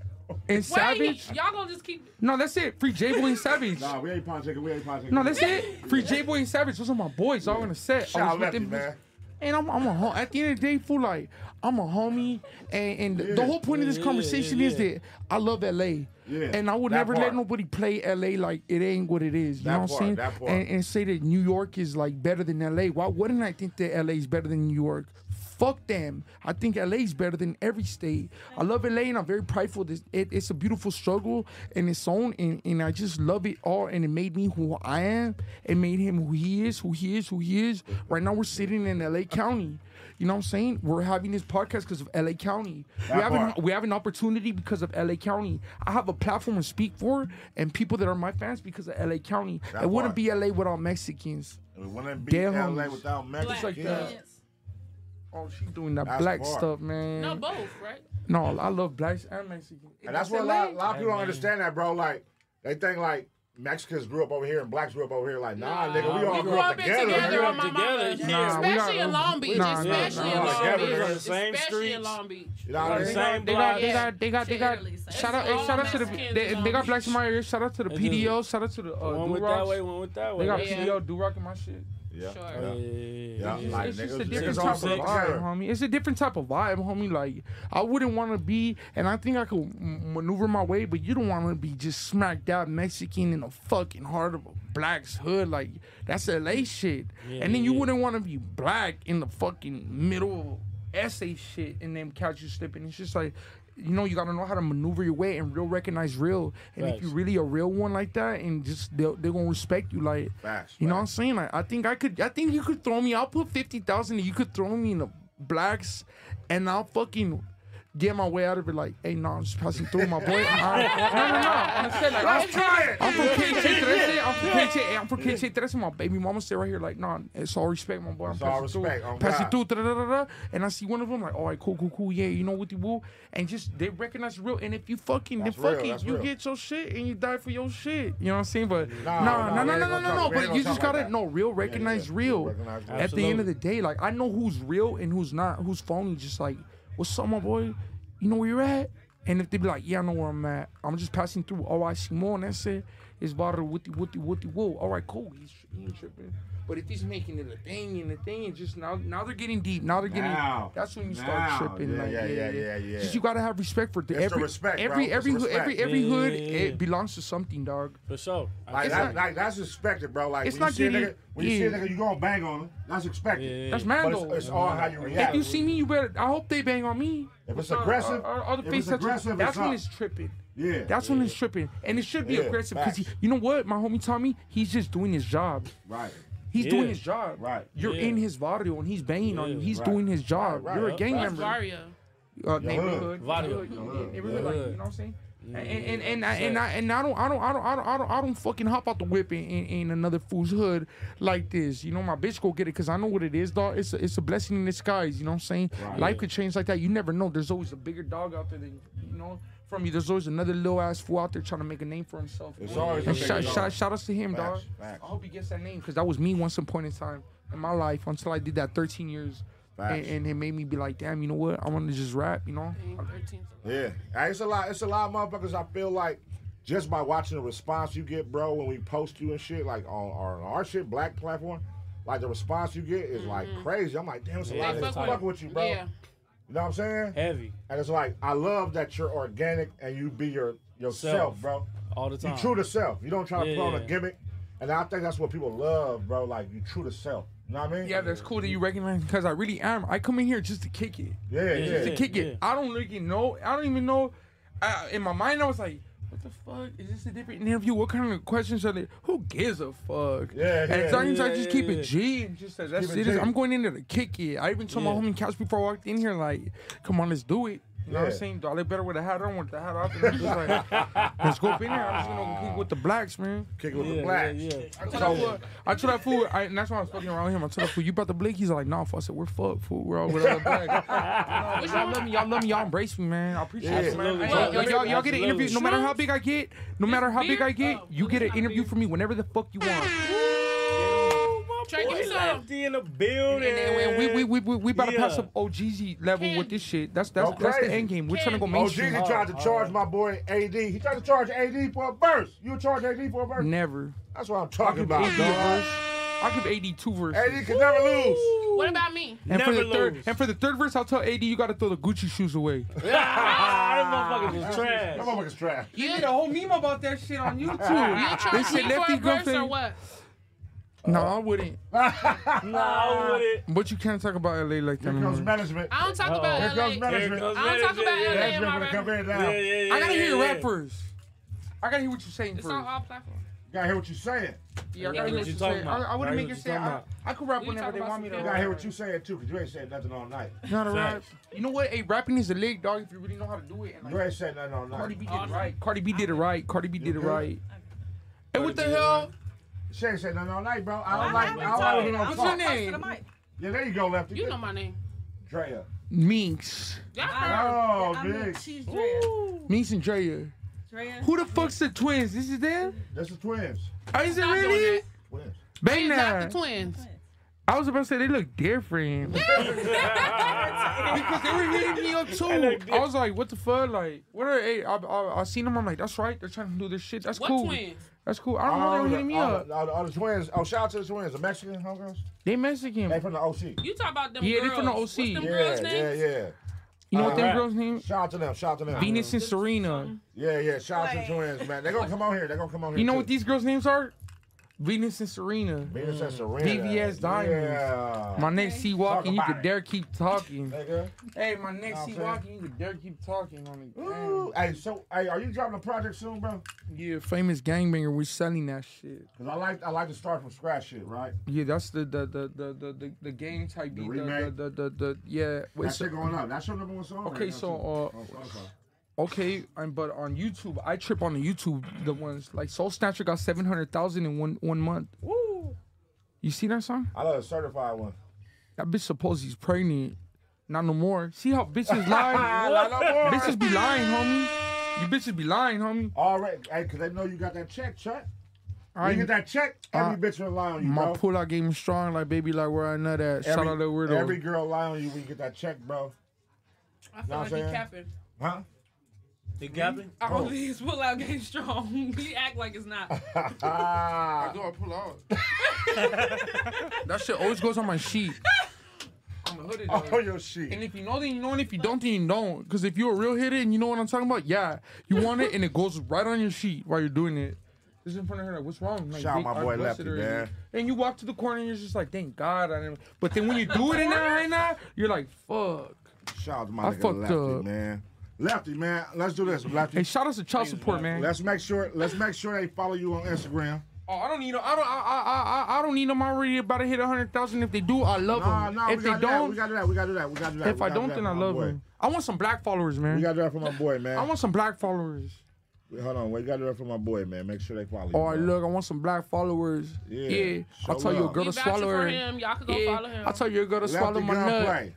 Speaker 9: and Savage.
Speaker 14: Y'all gonna just keep.
Speaker 9: No, that's it. Free J Boy and Savage.
Speaker 4: Nah, we ain't pawn chicken. We ain't pawn chicken.
Speaker 9: No, that's it. Free J Boy and Savage. Those are my boys. Y'all in a set.
Speaker 4: Shout
Speaker 9: I
Speaker 4: out
Speaker 9: was with
Speaker 4: Lefty,
Speaker 9: them.
Speaker 4: man.
Speaker 9: And I'm, I'm a hom- at the end of the day, fool. Like I'm a homie, and, and the
Speaker 4: Yeah.
Speaker 9: whole point of this
Speaker 4: Yeah, yeah,
Speaker 9: conversation
Speaker 4: yeah,
Speaker 9: is
Speaker 4: yeah.
Speaker 9: that I love LA,
Speaker 4: Yeah,
Speaker 9: and I would
Speaker 4: that
Speaker 9: never
Speaker 4: part.
Speaker 9: let nobody play LA like it ain't what it is. You
Speaker 4: That
Speaker 9: know what
Speaker 4: part,
Speaker 9: I'm saying?
Speaker 4: that part.
Speaker 9: And, and say that New York is like better than LA. Why wouldn't I think that LA is better than New York? Fuck them. I think LA is better than every state. I love LA and I'm very prideful. This it, it's a beautiful struggle in its own, and, and I just love it all. And it made me who I am. It made him who he is, who he is, who he is. Right now we're sitting in LA County. You know what I'm saying? We're having this podcast because of LA County. we
Speaker 4: That
Speaker 9: have an,
Speaker 4: part.
Speaker 9: we have an opportunity because of LA County. I have a platform to speak for and people that are my fans because of LA County.
Speaker 4: That
Speaker 9: it wouldn't
Speaker 4: part.
Speaker 9: be LA without Mexicans.
Speaker 4: We wouldn't be
Speaker 9: Damn
Speaker 4: LA
Speaker 9: homies.
Speaker 4: without Mexicans.
Speaker 9: Just like that. Oh, she doing that
Speaker 4: That's
Speaker 9: black
Speaker 4: part.
Speaker 9: stuff, man.
Speaker 14: No, both, right?
Speaker 9: No, I love blacks and Mexicans.
Speaker 4: And that's what a lot, a lot of people don't understand that, bro. Like, they think, like, Mexicans grew up over here and blacks grew up over here. Like, nah, nigga, we,
Speaker 11: we
Speaker 4: all
Speaker 11: grew
Speaker 4: grew up,
Speaker 11: up in
Speaker 4: together.
Speaker 11: together
Speaker 4: We
Speaker 11: on my mama's.
Speaker 4: together.
Speaker 11: Nah, we Especially got- in Long Beach,
Speaker 9: Nah, nah,
Speaker 11: especially
Speaker 9: nah.
Speaker 11: in Long
Speaker 4: Together,
Speaker 11: Beach.
Speaker 4: bro.
Speaker 14: Especially
Speaker 11: Same
Speaker 14: in
Speaker 11: streets.
Speaker 14: Long Beach.
Speaker 4: You know what I'm
Speaker 9: They
Speaker 4: saying?
Speaker 9: got, they got, they got, they got, they got. Shout out, hey,
Speaker 14: all
Speaker 9: shout out to the,
Speaker 14: Mexicans
Speaker 9: they,
Speaker 14: in
Speaker 9: they
Speaker 14: Long
Speaker 9: got blacks in my area. Shout out to the
Speaker 11: just-
Speaker 9: PDO. Shout out to the uh,
Speaker 11: One went that
Speaker 9: Durocs.
Speaker 11: way, one went that way.
Speaker 9: They got
Speaker 11: Yeah.
Speaker 9: PDO, Duroc, and my shit.
Speaker 4: Yeah.
Speaker 14: Sure.
Speaker 4: Yeah. Yeah.
Speaker 9: It's,
Speaker 4: Like,
Speaker 9: it's just
Speaker 4: niggas
Speaker 9: a
Speaker 4: was
Speaker 9: different
Speaker 4: all
Speaker 9: type of
Speaker 4: together.
Speaker 9: vibe, homie. It's a different type of vibe, homie. Like I wouldn't want to be, and I think I could m- maneuver my way, but you don't want to be just smacked out Mexican in the fucking heart of a black's hood. Like that's LA shit.
Speaker 11: Yeah,
Speaker 9: and then you
Speaker 11: yeah.
Speaker 9: wouldn't want to be black in the fucking middle of essay shit, and then catch you slipping. It's just like. You know, you gotta know how to maneuver your way and real recognize real. And if
Speaker 11: Facts.
Speaker 9: you really a real one like that, and just they're, they're gonna respect you. Like,
Speaker 4: Facts.
Speaker 9: you know what I'm saying? Like, I think I could. I think you could throw me. I'll put fifty thousand. You could throw me in the blacks, and I'll fucking get my way out of it. Like, hey, no, I'm just passing through, my boy. I- no, no, no. I'm saying like,
Speaker 4: Let's
Speaker 9: I'm,
Speaker 4: try it.
Speaker 9: I'm from KJ13. I'm from KJ. I'm from KJ13. My baby mama stay right here. Like, nah, it's all respect, my boy. I'm
Speaker 4: It's all
Speaker 9: passing
Speaker 4: respect,
Speaker 9: through.
Speaker 4: on
Speaker 9: Passing
Speaker 4: God.
Speaker 9: through. da-da-da-da-da. And I see one of them. Like, all right, cool, cool, cool. Yeah, you know what the woo. And just they recognize real. And if you fucking, then
Speaker 4: That's real,
Speaker 9: fuck it.
Speaker 4: that's
Speaker 9: You
Speaker 4: real.
Speaker 9: get your shit and you die for your shit. You know what I'm saying? But
Speaker 4: Nah, nah,
Speaker 9: no, no,
Speaker 4: we
Speaker 9: no,
Speaker 4: ain't
Speaker 9: no,
Speaker 4: gonna
Speaker 9: no,
Speaker 4: talk-
Speaker 9: no.
Speaker 4: we ain't
Speaker 9: But you
Speaker 4: gonna
Speaker 9: just
Speaker 4: talk
Speaker 9: gotta
Speaker 4: like
Speaker 9: no real. Recognize real. At
Speaker 4: recognize real.
Speaker 9: the end
Speaker 4: Absolutely.
Speaker 9: of the day, like I know who's real and who's not, who's phony. Just like, what's up, my boy? You know where you're at. And if they be like, yeah, I know where I'm at. I'm just passing through. Oh, I see more, and that's it. It's bother wooty wooty wooty whoa. All right, cool. He's, he ain't tripping. But if he's making it a thing and a thing, and just now, now they're getting deep. Now they're getting.
Speaker 4: Now.
Speaker 9: that's when you start
Speaker 4: Now.
Speaker 9: tripping.
Speaker 4: Yeah,
Speaker 9: like,
Speaker 4: yeah, yeah, yeah, yeah.
Speaker 9: Just you gotta have respect for the,
Speaker 4: It's the
Speaker 9: every
Speaker 4: respect,
Speaker 9: every
Speaker 4: bro. It's
Speaker 9: every hood,
Speaker 4: respect.
Speaker 9: every every
Speaker 4: Yeah,
Speaker 9: hood.
Speaker 4: yeah, yeah, yeah.
Speaker 9: It belongs to something, dog.
Speaker 11: For sure.
Speaker 4: Like,
Speaker 9: It's not-
Speaker 4: that, like that's expected, bro. Like
Speaker 9: It's
Speaker 4: when you
Speaker 9: not
Speaker 4: see a
Speaker 9: getting-
Speaker 4: nigga, when you see a
Speaker 9: yeah.
Speaker 4: nigga, you gonna bang on him. That's expected.
Speaker 9: That's man
Speaker 4: But it's-
Speaker 9: though.
Speaker 4: It's, all how you react.
Speaker 9: If you see me, you better. I hope they bang on me.
Speaker 4: If it's aggressive-
Speaker 9: or, or, or the
Speaker 4: if it's
Speaker 9: face touch-
Speaker 4: aggressive,
Speaker 9: that's
Speaker 4: it's
Speaker 9: when
Speaker 4: up.
Speaker 9: it's tripping.
Speaker 4: Yeah.
Speaker 9: That's when it's tripping, and it should be
Speaker 4: Yeah,
Speaker 9: aggressive because you know what, my homie Tommy, he's just doing his job.
Speaker 4: Right.
Speaker 9: He's
Speaker 11: Yeah.
Speaker 9: doing his job.
Speaker 4: Right.
Speaker 9: You're
Speaker 11: Yeah.
Speaker 9: in his barrio and he's banging on you.
Speaker 11: Yeah.
Speaker 9: He's
Speaker 11: Right.
Speaker 9: doing his job.
Speaker 11: Right, right.
Speaker 9: You're a gang
Speaker 11: Right.
Speaker 9: member.
Speaker 14: Barrio.
Speaker 9: Uh,
Speaker 11: Your
Speaker 9: neighborhood.
Speaker 11: hood. Barrio.
Speaker 9: Neighborhood.
Speaker 11: Your hood.
Speaker 9: Neighborhood.
Speaker 11: Your
Speaker 9: Like, you
Speaker 11: hood.
Speaker 9: know what I'm saying?
Speaker 11: Yeah,
Speaker 9: And and
Speaker 11: yeah,
Speaker 9: and I and
Speaker 11: yeah.
Speaker 9: I and I don't I don't I don't I don't I don't I don't fucking hop out the whip in, in, in another fool's hood like this. You know my bitch go get it because I know what it is, dog. It's a, it's a blessing in disguise. You know what I'm saying?
Speaker 11: Right.
Speaker 9: Life
Speaker 11: Yeah.
Speaker 9: could change like that. You never know. There's always a bigger dog out there than you know from you. There's always another little ass fool out there trying to make a name for himself.
Speaker 4: It's always a
Speaker 9: and
Speaker 4: bigger
Speaker 9: shout,
Speaker 4: dog.
Speaker 9: shout shout outs to him, dog.
Speaker 4: Facts, facts.
Speaker 9: I hope he gets that name because that was me once upon in time in my life until I did that 13 years. And,
Speaker 4: Facts.
Speaker 9: and it made me be like, damn, you know what? I want to just rap, you know?
Speaker 4: Yeah, Hey, it's a lot. It's a lot of motherfuckers. I feel like just by watching the response you get, bro, when we post you and shit, like on our, our shit, black platform, like the response you get is like crazy. I'm like, damn, it's a
Speaker 11: Mm-hmm. Yeah,
Speaker 4: lot
Speaker 11: they
Speaker 4: of
Speaker 11: fuck
Speaker 4: niggas
Speaker 11: with
Speaker 4: fucking
Speaker 11: you.
Speaker 4: with you, bro.
Speaker 11: Yeah.
Speaker 4: You know what I'm saying?
Speaker 11: Heavy.
Speaker 4: And it's like I love that you're organic and you be your yourself,
Speaker 11: Self.
Speaker 4: bro.
Speaker 11: All the time.
Speaker 4: You true to self. You don't try to
Speaker 11: Yeah,
Speaker 4: put on a
Speaker 11: yeah.
Speaker 4: gimmick. And I think that's what people love, bro. Like you true to self. You know what I mean?
Speaker 9: Yeah, that's cool that you recognize because I really am. I come in here just to kick it.
Speaker 4: Yeah, yeah,
Speaker 9: Just to
Speaker 4: yeah,
Speaker 9: kick
Speaker 4: yeah.
Speaker 9: it. I don't really know. I don't even know. I, in my mind, I was like, what the fuck? Is this a different interview? What kind of questions are they? Who gives a fuck?
Speaker 4: Yeah,
Speaker 9: And
Speaker 4: yeah,
Speaker 9: sometimes I
Speaker 4: yeah,
Speaker 9: just
Speaker 4: yeah,
Speaker 9: keep
Speaker 4: yeah.
Speaker 9: it G and just says, that's
Speaker 4: Keep
Speaker 9: it.
Speaker 4: it
Speaker 9: It's-
Speaker 4: G.
Speaker 9: I'm going in there to kick it. I even told my
Speaker 4: Yeah.
Speaker 9: homie Couch before I walked in here, like, come on, let's do it. You know what
Speaker 4: Yeah.
Speaker 9: I'm saying? Do I look better with a hat on, with the hat off? And I'm just like, let's go up in there. I'm just gonna kick with the blacks, man.
Speaker 4: Kick it with the Yeah, blacks. yeah, yeah.
Speaker 9: I told that fool, I told that fool, I, and that's why I was fucking around with him. I told that fool, you brought the Blake? He's like, nah, fool. I said, we're fucked, fool. We're all with all the blacks. No, y'all love me, y'all love me, y'all embrace me, man. I appreciate it, man.
Speaker 11: Absolutely.
Speaker 9: Hey, y'all- y'all- y'all, y'all get an
Speaker 11: Absolutely.
Speaker 9: interview. No matter how big I get, no matter how big I get, you get an interview from me whenever the fuck you want.
Speaker 14: Trey, give me some.
Speaker 11: Lefty in the building.
Speaker 9: And then we we we we, we about to pass
Speaker 11: Yeah.
Speaker 9: up OGZ level with this shit. That's that's that's the end game. We're trying to go mainstream.
Speaker 4: Oh, Jeezy tried to charge my boy AD. He tried to charge AD for a verse. You would charge AD for a verse?
Speaker 9: Never.
Speaker 4: That's what I'm
Speaker 9: I
Speaker 4: talking
Speaker 9: give
Speaker 4: about,
Speaker 9: 80 a
Speaker 4: dog.
Speaker 9: verse. I give AD two verses.
Speaker 4: AD can never lose.
Speaker 14: What about me?
Speaker 9: And for the third and for the third verse, I'll tell AD you gotta throw the Gucci shoes away.
Speaker 11: Ah, them motherfuckers was trash.
Speaker 4: That motherfucker's trash.
Speaker 9: You did a whole meme about that shit on YouTube.
Speaker 14: You trying to
Speaker 9: They said
Speaker 14: me for
Speaker 9: Lefty
Speaker 14: a verse
Speaker 9: Griffin-
Speaker 14: or what?
Speaker 9: No, I wouldn't.
Speaker 11: Nah, with it.
Speaker 9: But you can't talk about LA like that. Here
Speaker 4: comes management.
Speaker 14: I don't talk about
Speaker 4: Here
Speaker 14: LA.
Speaker 4: comes management.
Speaker 14: I don't talk about LA in my
Speaker 4: Management
Speaker 14: rap.
Speaker 4: gonna come in now.
Speaker 9: Yeah, yeah, yeah, I gotta yeah, hear yeah. rap first. I gotta hear what you're saying
Speaker 14: It's
Speaker 9: first.
Speaker 14: on all platforms.
Speaker 4: Gotta hear what you're saying.
Speaker 9: Yeah, I gotta hear what you're saying. I, I wouldn't make you say I, I could rap whenever they want me to.
Speaker 4: You
Speaker 9: rap.
Speaker 4: gotta hear what you saying too, cause you ain't said nothing all night.
Speaker 9: Not a rap. You know what? Hey, rapping is a leg, dog. If you really know how to do it. And like,
Speaker 4: You ain't said nothing all night.
Speaker 9: Cardi B did it right. Cardi B did it right. Cardi B did it right. Hey, what the hell?
Speaker 4: She ain't said nothing all night, bro. I don't
Speaker 14: I
Speaker 4: like.
Speaker 14: haven't
Speaker 4: I don't like
Speaker 14: told
Speaker 4: when
Speaker 14: you.
Speaker 4: you don't
Speaker 14: I'm
Speaker 4: talk.
Speaker 14: so close to the mic.
Speaker 4: Yeah, there you go, Lefty.
Speaker 14: You know my name.
Speaker 4: Drea.
Speaker 9: Minx.
Speaker 14: Y'all
Speaker 4: Oh,
Speaker 14: heard.
Speaker 4: big.
Speaker 14: She's Drea.
Speaker 9: Minx and Drea. Who the fuck's the twins? This is them?
Speaker 4: That's the twins.
Speaker 9: Oh, is it
Speaker 14: Stop doing
Speaker 9: really?
Speaker 14: that.
Speaker 9: Bang
Speaker 14: She's
Speaker 9: that.
Speaker 14: not the twins.
Speaker 9: I was about to say they look different. because they were hitting me up too. I was like, what the fuck? Like, what are hey, I, I, I seen them. I'm like, that's right. They're trying to do this shit. That's
Speaker 14: What
Speaker 9: cool.
Speaker 14: twins?
Speaker 9: That's cool. I don't know. They were
Speaker 4: the-
Speaker 9: hitting me
Speaker 4: all
Speaker 9: up.
Speaker 4: The, all, the, all the twins. Oh, shout out to the twins, the Mexican homegirls.
Speaker 9: They Mexican.
Speaker 4: They from the OC.
Speaker 14: You talk about them
Speaker 9: Yeah, they
Speaker 14: girls.
Speaker 9: from the
Speaker 14: What's
Speaker 9: OC.
Speaker 14: them
Speaker 4: yeah,
Speaker 14: girls'
Speaker 4: yeah,
Speaker 14: names?
Speaker 4: yeah.
Speaker 9: You know
Speaker 4: Uh,
Speaker 9: what them girls' name?
Speaker 4: Shout out to them. Shout out to them.
Speaker 9: Venus and Serena.
Speaker 4: Yeah, yeah. Shout out to the twins, man. They're gonna come on here. They're gonna come on here.
Speaker 9: You know
Speaker 4: too.
Speaker 9: what these girls' names are? Venus and Serena.
Speaker 4: Venus and Serena.
Speaker 9: VVS Diamonds.
Speaker 4: Yeah.
Speaker 9: My next C walking, you
Speaker 4: about
Speaker 9: could dare keep talking.
Speaker 4: Nigga.
Speaker 9: Hey, my next
Speaker 4: Know
Speaker 9: C
Speaker 4: what I'm
Speaker 9: walking, you could dare keep talking on it.
Speaker 4: Ooh. Hey, so hey, are you dropping a project soon, bro?
Speaker 9: Yeah, famous gangbanger, we selling that shit.
Speaker 4: Cause I like I like to start from scratch, shit, right?
Speaker 9: Yeah, that's the the the the the, the, the game type beat. The
Speaker 4: remake?
Speaker 9: The, the, the, the- yeah. Wait,
Speaker 4: that
Speaker 9: so-
Speaker 4: shit going up. That's your number one song. right
Speaker 9: Okay,
Speaker 4: now,
Speaker 9: so,
Speaker 4: too. Oh,
Speaker 9: uh,
Speaker 4: On Spotify.
Speaker 9: Okay, and but on YouTube, I trip on the YouTube the ones like Soul Snatcher got seven hundred thousand in one one month.
Speaker 4: Woo.
Speaker 9: You see that song?
Speaker 4: I love a certified one.
Speaker 9: That bitch suppose he's pregnant. Not no more. See how bitches lie?
Speaker 4: Not no more.
Speaker 9: Bitches be lying, homie. You bitches be lying, homie.
Speaker 4: All right, hey, cause they know you got that check, Chuck.
Speaker 9: I-
Speaker 4: you get that check, every
Speaker 9: I-
Speaker 4: bitch will lie on you,
Speaker 9: My
Speaker 4: bro.
Speaker 9: pullout game strong, like baby, like where I know that. Shout out to weirdo.
Speaker 4: every girl lie on you when you get that check, bro.
Speaker 14: I feel like
Speaker 4: Know what I'm
Speaker 14: he
Speaker 4: saying? Oh.
Speaker 14: capping.
Speaker 4: Huh?
Speaker 11: The gapping?
Speaker 14: I don't think his pull out game strong. he act like it's not.
Speaker 4: Ah.
Speaker 9: do I pull out? that shit always goes on my sheet. I'm a hooded.
Speaker 4: Oh,
Speaker 9: dog.
Speaker 4: your shit.
Speaker 9: And if you know, then you know, and if you don't, then you don't. Because if you're a real hitter and you know what I'm talking about, yeah, you want it, and it goes right on your sheet while you're doing it. This in front of her, like, what's wrong? Like,
Speaker 4: Shout out
Speaker 9: big,
Speaker 4: my
Speaker 9: I
Speaker 4: boy
Speaker 9: blessed
Speaker 4: Lefty,
Speaker 9: her.
Speaker 4: man.
Speaker 9: And you walk to the corner and you're just like, thank God I didn't. But then when you do it in that right now, you're like, fuck.
Speaker 4: Shout out to my
Speaker 9: I
Speaker 4: nigga
Speaker 9: fucked
Speaker 4: Lefty,
Speaker 9: up.
Speaker 4: man. Lefty, man. Let's do this, Lefty.
Speaker 9: Hey, shout out to child support, man.
Speaker 4: Let's make sure. Let's make sure they follow you on Instagram.
Speaker 9: Oh, I don't need them. I don't. I I I, I- I don't need them. I already about to hit hundred thousand. If they do, I love
Speaker 4: Nah,
Speaker 9: them.
Speaker 4: nah,
Speaker 9: if
Speaker 4: we
Speaker 9: they
Speaker 4: gotta do that.
Speaker 9: don't,
Speaker 4: We gotta do that. We gotta do that. We gotta do that.
Speaker 9: if
Speaker 4: We
Speaker 9: I
Speaker 4: gotta
Speaker 9: don't,
Speaker 4: do that
Speaker 9: then
Speaker 4: for
Speaker 9: I
Speaker 4: my
Speaker 9: love
Speaker 4: boy.
Speaker 9: them. I want some black followers, man.
Speaker 4: We gotta do that for my boy,
Speaker 9: I
Speaker 4: man.
Speaker 9: want some black followers.
Speaker 4: Wait, Hold on, we gotta do that for my boy, man. Make sure they follow you.
Speaker 9: All right,
Speaker 4: man.
Speaker 9: look, I want some black followers.
Speaker 4: Yeah,
Speaker 9: Yeah,
Speaker 4: show
Speaker 9: I'll tell you a
Speaker 4: love.
Speaker 9: girl
Speaker 14: We
Speaker 9: to
Speaker 14: vouching
Speaker 9: swallow
Speaker 14: for
Speaker 9: her.
Speaker 14: him. Y'all can go
Speaker 9: yeah,
Speaker 14: follow him.
Speaker 9: I'll tell you a girl to
Speaker 4: Lefty
Speaker 9: swallow my nut.
Speaker 4: Gunplay.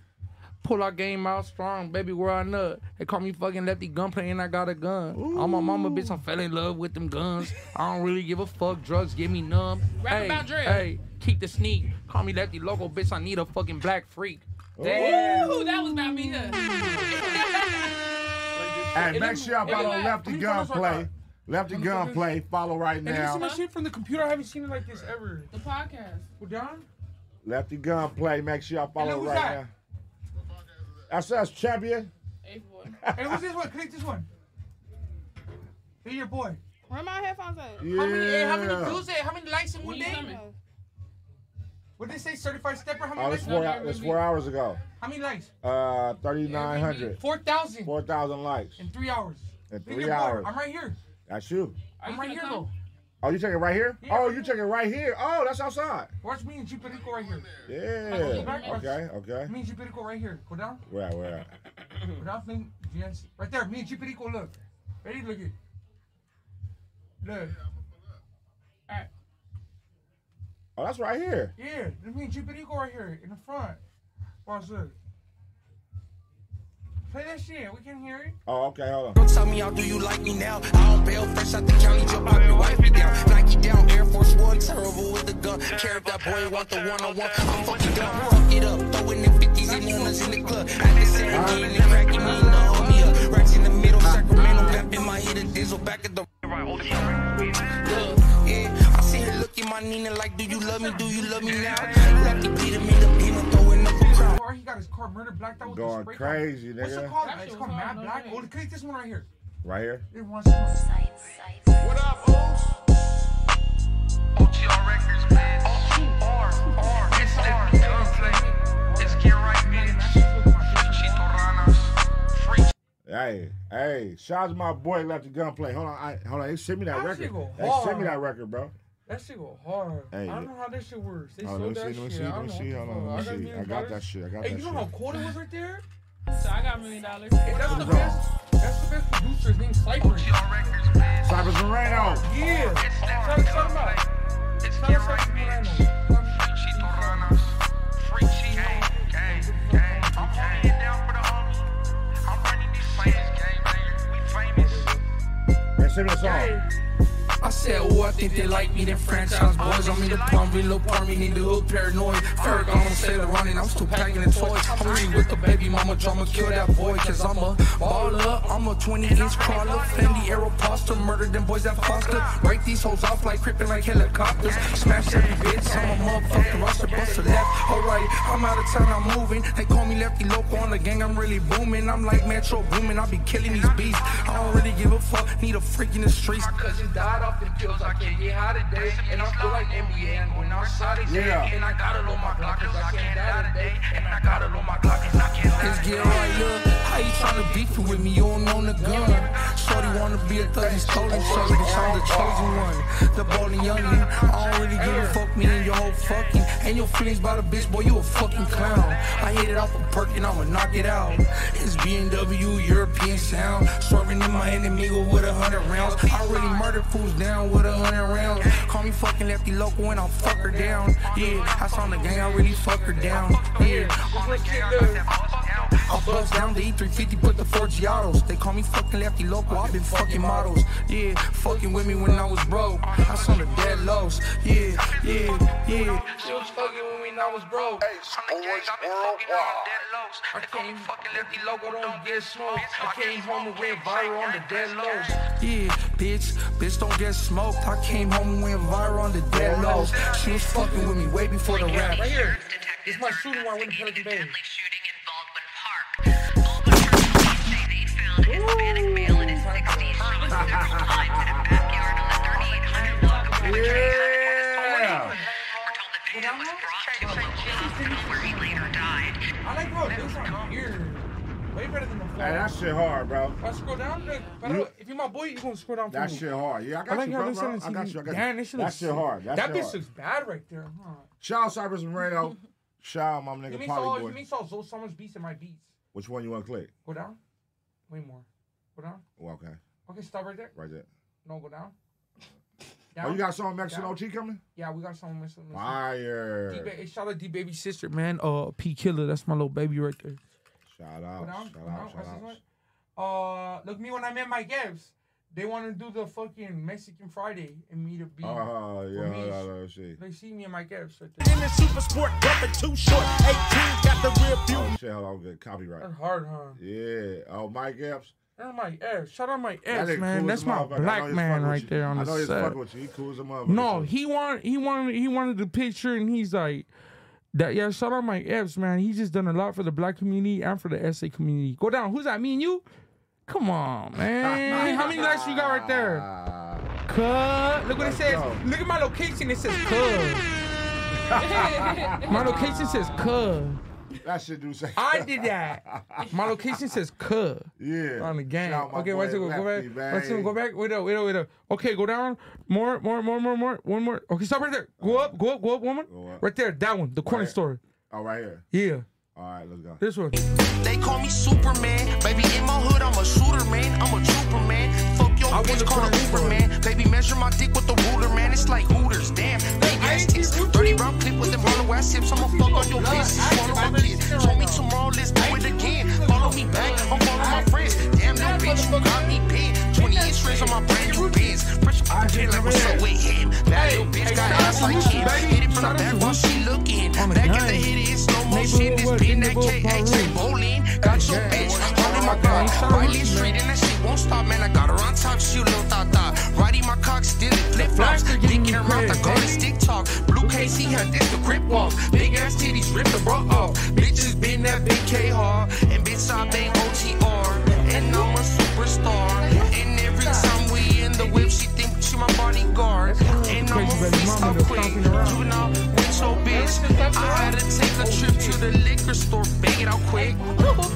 Speaker 9: Pull our game out strong, baby. Where I nut. They call me fucking lefty gunplay, and I got a gun. I'm my mama, bitch. I fell in love with them guns. I don't really give a fuck. Drugs get me numb.
Speaker 14: Rap
Speaker 9: hey,
Speaker 14: about Dre.
Speaker 9: Hey, keep the sneak. Call me lefty local, bitch. I need a fucking black freak. Damn.
Speaker 14: Ooh, that was about me, huh?
Speaker 4: Hey, make sure y'all follow
Speaker 9: Anyway,
Speaker 4: Lefty
Speaker 9: let me follow this right
Speaker 4: Gunplay.
Speaker 9: now.
Speaker 4: Lefty Gunplay, follow right
Speaker 9: And you see my
Speaker 4: now.
Speaker 9: shit from the computer. I haven't seen it like this ever.
Speaker 14: the podcast.
Speaker 9: Well, Don?
Speaker 4: Lefty Gunplay, make sure y'all follow
Speaker 9: who's
Speaker 4: right
Speaker 9: that?
Speaker 4: now. That's us, champion.
Speaker 9: Hey, what's this one? Click this one. Be your boy.
Speaker 14: Where my headphones at?
Speaker 4: Yeah.
Speaker 9: How many, eh, how many views eh? How many likes in
Speaker 14: When
Speaker 9: one
Speaker 14: you
Speaker 9: day?
Speaker 14: coming?
Speaker 9: What they say, certified stepper? How many
Speaker 4: Oh,
Speaker 9: likes?
Speaker 4: that's four, that's four hours ago.
Speaker 9: How many likes?
Speaker 4: Uh, 3,900.
Speaker 9: 4,000
Speaker 4: 4,000 likes
Speaker 9: in three hours.
Speaker 4: in
Speaker 9: Be
Speaker 4: three
Speaker 9: your boy.
Speaker 4: hours.
Speaker 9: I'm right here.
Speaker 4: That's you.
Speaker 9: I'm right here, though.
Speaker 4: Oh, you checking right here? Oh, you checking right here. Oh, that's outside.
Speaker 9: Watch me and Juperico right here.
Speaker 4: Yeah. Okay, okay.
Speaker 9: Me and Juperico right here. Go down.
Speaker 4: Where at, where at?
Speaker 9: Go down. Flynn, Jens. Right there. Me and Juperico, look. Ready? Look it. Look.
Speaker 4: Oh, that's right here.
Speaker 9: Yeah, me and Juperico right here in the front. Watch this.
Speaker 11: Play that shit. We can hear it.
Speaker 4: Oh, okay, hold
Speaker 9: Don't tell me how do you like me now? I don't bail fresh out the county, jump out your wife down. Nike down, Air Force One, terrible with the gun. Care if that boy want the one on one. I'm fucking done. Rock it up, throwing the 50s and ones in the club. I just said a kid and cracking me, no hold me up. Racks in the middle, Sacramento, rap in my head, a dizzle back at the. Look, yeah, I see her looking my Nina like, do you love me? Do you love me now? Lucky Peter, me the beamer, throwing up a crowd.
Speaker 11: He got his car murdered, blacked out with the
Speaker 4: Going
Speaker 11: spray car.
Speaker 4: crazy,
Speaker 11: What's
Speaker 4: nigga.
Speaker 11: it called? It's called Mad Black. Oh, click this one right here.
Speaker 4: Right here.
Speaker 11: It wants this one. What up, O's? OTR Records, man. OTR. R. It's the gunplay. It's get right,
Speaker 4: Hey, hey, shout out to my boy left the gunplay. Hold on, I, hold on. They sent me that,
Speaker 11: That shit
Speaker 4: record.
Speaker 11: go
Speaker 4: They sent
Speaker 11: hard.
Speaker 4: me that record, bro.
Speaker 11: That shit go hard.
Speaker 4: Hey,
Speaker 11: I don't
Speaker 4: yeah.
Speaker 11: know how that shit works. They
Speaker 4: Oh,
Speaker 11: sold
Speaker 4: let me
Speaker 11: that
Speaker 4: see, let me
Speaker 11: shit.
Speaker 4: see,
Speaker 11: I
Speaker 4: let
Speaker 11: don't
Speaker 4: me
Speaker 11: know what the
Speaker 4: see, hold on,
Speaker 11: fuck.
Speaker 4: let me see. I
Speaker 11: million
Speaker 4: got
Speaker 11: dollars.
Speaker 4: that shit, I got
Speaker 11: hey,
Speaker 4: that
Speaker 11: you know how
Speaker 4: shit.
Speaker 11: cold it was right there?
Speaker 18: So I got a million dollars.
Speaker 11: Hey, that's the best. That's the best producer. His name's Cypress.
Speaker 4: Cypress Moreno.
Speaker 11: Yeah. Tell us something about it. Tell us something about it.
Speaker 4: They sent me a song.
Speaker 9: I said, oh, I think they like me, them franchise boys. I'm in the palm, we little party, need the hood paranoid. Ferg, I don't say the running, I'm still packing the toys. I'm really with the baby mama drama, kill that boy, cause I'm a baller. I'm a 20 inch crawler, Fendi Aeropasta, murder them boys that foster. Break these hoes off like crippin' like helicopters. Smash every bitch, I'm a motherfucking roster, bust a left. Alright, I'm out of town, I'm moving. They call me Lefty Loco on the gang, I'm really booming. I'm like Metro booming, I be killing these beasts. I don't really give a fuck, need a freak in the streets. My cousin died off the pills, I can't get high today. And I feel like NBA, I'm going outside today.
Speaker 11: Yeah.
Speaker 9: And I got it on my Glock 'cause I can't die today. And I got it on my Glock 'cause I can't die Let's get right, look. How you tryna beef it with me? You don't own the gun. Shorty wanna be a thug, he's stolen. Shorty, bitch, I'm the chosen one. The ballin' youngin'. I don't really give a fuck, me and your whole fucking. And your feelings about a bitch, boy, you a fucking clown. I hit it off a perk and I'ma knock it out. It's BMW, European sound. Swerving in my enemigo with a hundred rounds. I already murdered fools down with a hundred rounds. Call me fucking lefty local and I'll fuck her down. Yeah, I saw the gang, I really fuck her down. Yeah, on the gang, I got that I bust down the E350, put the four Giottos. They call me fucking lefty local, I've been fucking models. Yeah, fucking with me when I was broke. I saw the dead lows. Yeah, yeah, yeah. She was fucking with me when I was broke. Hey, I've been fucking on dead lows. I can't fucking lefty local, don't get smoked. I came home and went viral on the dead lows. Yeah, bitch, bitch, don't get smoked. I came home and went viral on the dead lows. She was fucking with me way before the rap.
Speaker 11: Right here. It's my shooting one. I win the Pelican Bay.
Speaker 4: Yeah.
Speaker 11: I like how this on here. Way better than the floor.
Speaker 4: Hey, that shit hard, bro.
Speaker 11: If I scroll down, look, if I
Speaker 4: You-
Speaker 11: don't- if you're my boy, you gonna scroll down for
Speaker 4: That
Speaker 11: me.
Speaker 4: shit hard. Yeah, I got
Speaker 11: like
Speaker 4: you,
Speaker 11: how
Speaker 4: bro,
Speaker 11: this
Speaker 4: bro.
Speaker 11: on the
Speaker 4: I got
Speaker 11: TV.
Speaker 4: you, I got you.
Speaker 11: Damn, this shit
Speaker 4: That
Speaker 11: looks
Speaker 4: shit
Speaker 11: sick.
Speaker 4: hard. That
Speaker 11: That
Speaker 4: shit
Speaker 11: bitch
Speaker 4: hard.
Speaker 11: looks bad right there. Huh?
Speaker 4: Shout out Cypress Moreno. Shout out my
Speaker 11: You
Speaker 4: nigga
Speaker 11: mean saw,
Speaker 4: Polly
Speaker 11: you
Speaker 4: Boy.
Speaker 11: mean saw so, so much beats in my beats.
Speaker 4: Which one you want to click?
Speaker 11: Go down. Way more. Go down.
Speaker 4: Oh, okay,
Speaker 11: Okay, stop right there.
Speaker 4: right there.
Speaker 11: No, go down.
Speaker 4: Oh, you got some Mexican
Speaker 11: Down.
Speaker 4: OT coming?
Speaker 11: Yeah, we got some Mexican.
Speaker 4: Fire.
Speaker 11: D-ba- shout out D baby sister.
Speaker 19: Man, uh, P Killer, that's my little baby right there.
Speaker 4: Shout
Speaker 11: Go
Speaker 4: out.
Speaker 11: down.
Speaker 4: Shout
Speaker 11: Go down.
Speaker 4: out. Shout
Speaker 11: What's this
Speaker 4: out.
Speaker 11: one? Uh, look me when I met my Gabs. They want to do the fucking Mexican Friday and me to be.
Speaker 4: Oh,
Speaker 11: for
Speaker 4: yeah,
Speaker 11: me,
Speaker 4: yeah, yeah, shit.
Speaker 11: They see me and my Gabs right there.
Speaker 20: In the super sport, jumping too short. 18 got the rear view.
Speaker 4: Oh, shit, hold on. Good. Copyright.
Speaker 11: That's hard, huh?
Speaker 4: Yeah. Oh, Mike Epps.
Speaker 11: That's my ass. Shout out my
Speaker 4: That
Speaker 11: ass,
Speaker 4: nigga
Speaker 19: man,
Speaker 4: cool as
Speaker 19: that's
Speaker 4: a
Speaker 19: my
Speaker 4: motherfucker. I know
Speaker 19: black
Speaker 4: he's
Speaker 19: man
Speaker 4: fucking with
Speaker 19: right
Speaker 4: you.
Speaker 19: there on
Speaker 4: I
Speaker 19: the
Speaker 4: know he's
Speaker 19: set.
Speaker 4: fucking with you. He cool as a motherfucker.
Speaker 19: No, he wanted he wanted he wanted the picture, and he's like, "That yeah, shout out Mike Epps, man. He's just done a lot for the black community and for the SA community. Go down. Who's that? Me and you? Come on, man. How many likes you got right there? Cut. Look what it says. Look at my location. It says cut. my location says cut.
Speaker 4: That shit do say.
Speaker 19: I did that. My location says "cuz"
Speaker 4: Yeah.
Speaker 19: on the game.
Speaker 4: Shout out my
Speaker 19: Okay,
Speaker 4: boy
Speaker 19: wait a second. Go
Speaker 4: Lefty,
Speaker 19: back.
Speaker 4: man.
Speaker 19: Wait a second. Go back. Wait up. Wait up. Wait up. Okay, go down. More. More. More. More. More. One more. Okay, stop right there. Go up. Go up. Go up. One more. Right there. That one. The corner store.
Speaker 4: Oh, right here.
Speaker 19: Yeah.
Speaker 4: All right, let's go.
Speaker 19: This one.
Speaker 9: They call me Superman. Baby, in my hood, I'm a shooter, man. I'm a trooper, man. Fuck your
Speaker 11: I wanna call an Uber, man. Baby, measure my dick with the ruler, man. It's like Hooters, damn. Big ass tits, 30 round clip with them hollow ass hips. I'ma fuck on your bitch, swallow my kids. Show me tomorrow, let's do it again. Follow me back, I'm following my friends. Damn, no bitch, you got me pinned. 20 inch rings on my brand new pins. Pressure on the like what's up with him. That little bitch got ass like him. Hit it from the back while she looking. Back at the hit it in slow motion. This pin that KH bowling. Got your bitch, holding my God. Riley straight and that shit won't stop, man. I got her on top, she little thought thought. Riding my cock, stealing flip flops. Dick in her mouth, I call it stick talk. Blue KC had this the grip off. Big ass titties, rip the bra off. Bitches been that big K hard. And bitch, I bang OTR. And I'm a superstar. And every time we in the whip, she think she my bodyguard. And I'm a fist up quick. Juvenile, with your bitch. I had to take a trip to the liquor store, bang it out quick.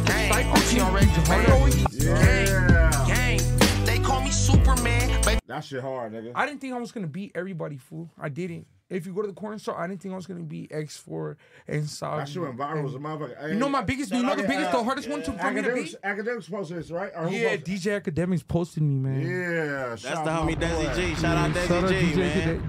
Speaker 11: Gang, OT on record, gang, gang. They call me Superman. Baby.
Speaker 4: That shit hard, nigga.
Speaker 9: I didn't think I was gonna beat everybody, fool. I didn't. If you go to the corner store, I didn't think I was gonna be X4 and Saudi.
Speaker 4: That shit went viral as a motherfucker. Hey,
Speaker 9: You know my biggest, you know the
Speaker 4: yeah,
Speaker 9: biggest,
Speaker 4: uh,
Speaker 9: the hardest one to
Speaker 4: yeah.
Speaker 9: for me to
Speaker 4: Academics-
Speaker 9: beat.
Speaker 4: Academics posted this, right? Or who
Speaker 9: Yeah,
Speaker 4: posted it?
Speaker 9: DJ Academics posted me, man.
Speaker 4: Yeah,
Speaker 9: that's
Speaker 4: the shout homie out my Desi boy. G.
Speaker 9: Shout
Speaker 4: out Desi G, man.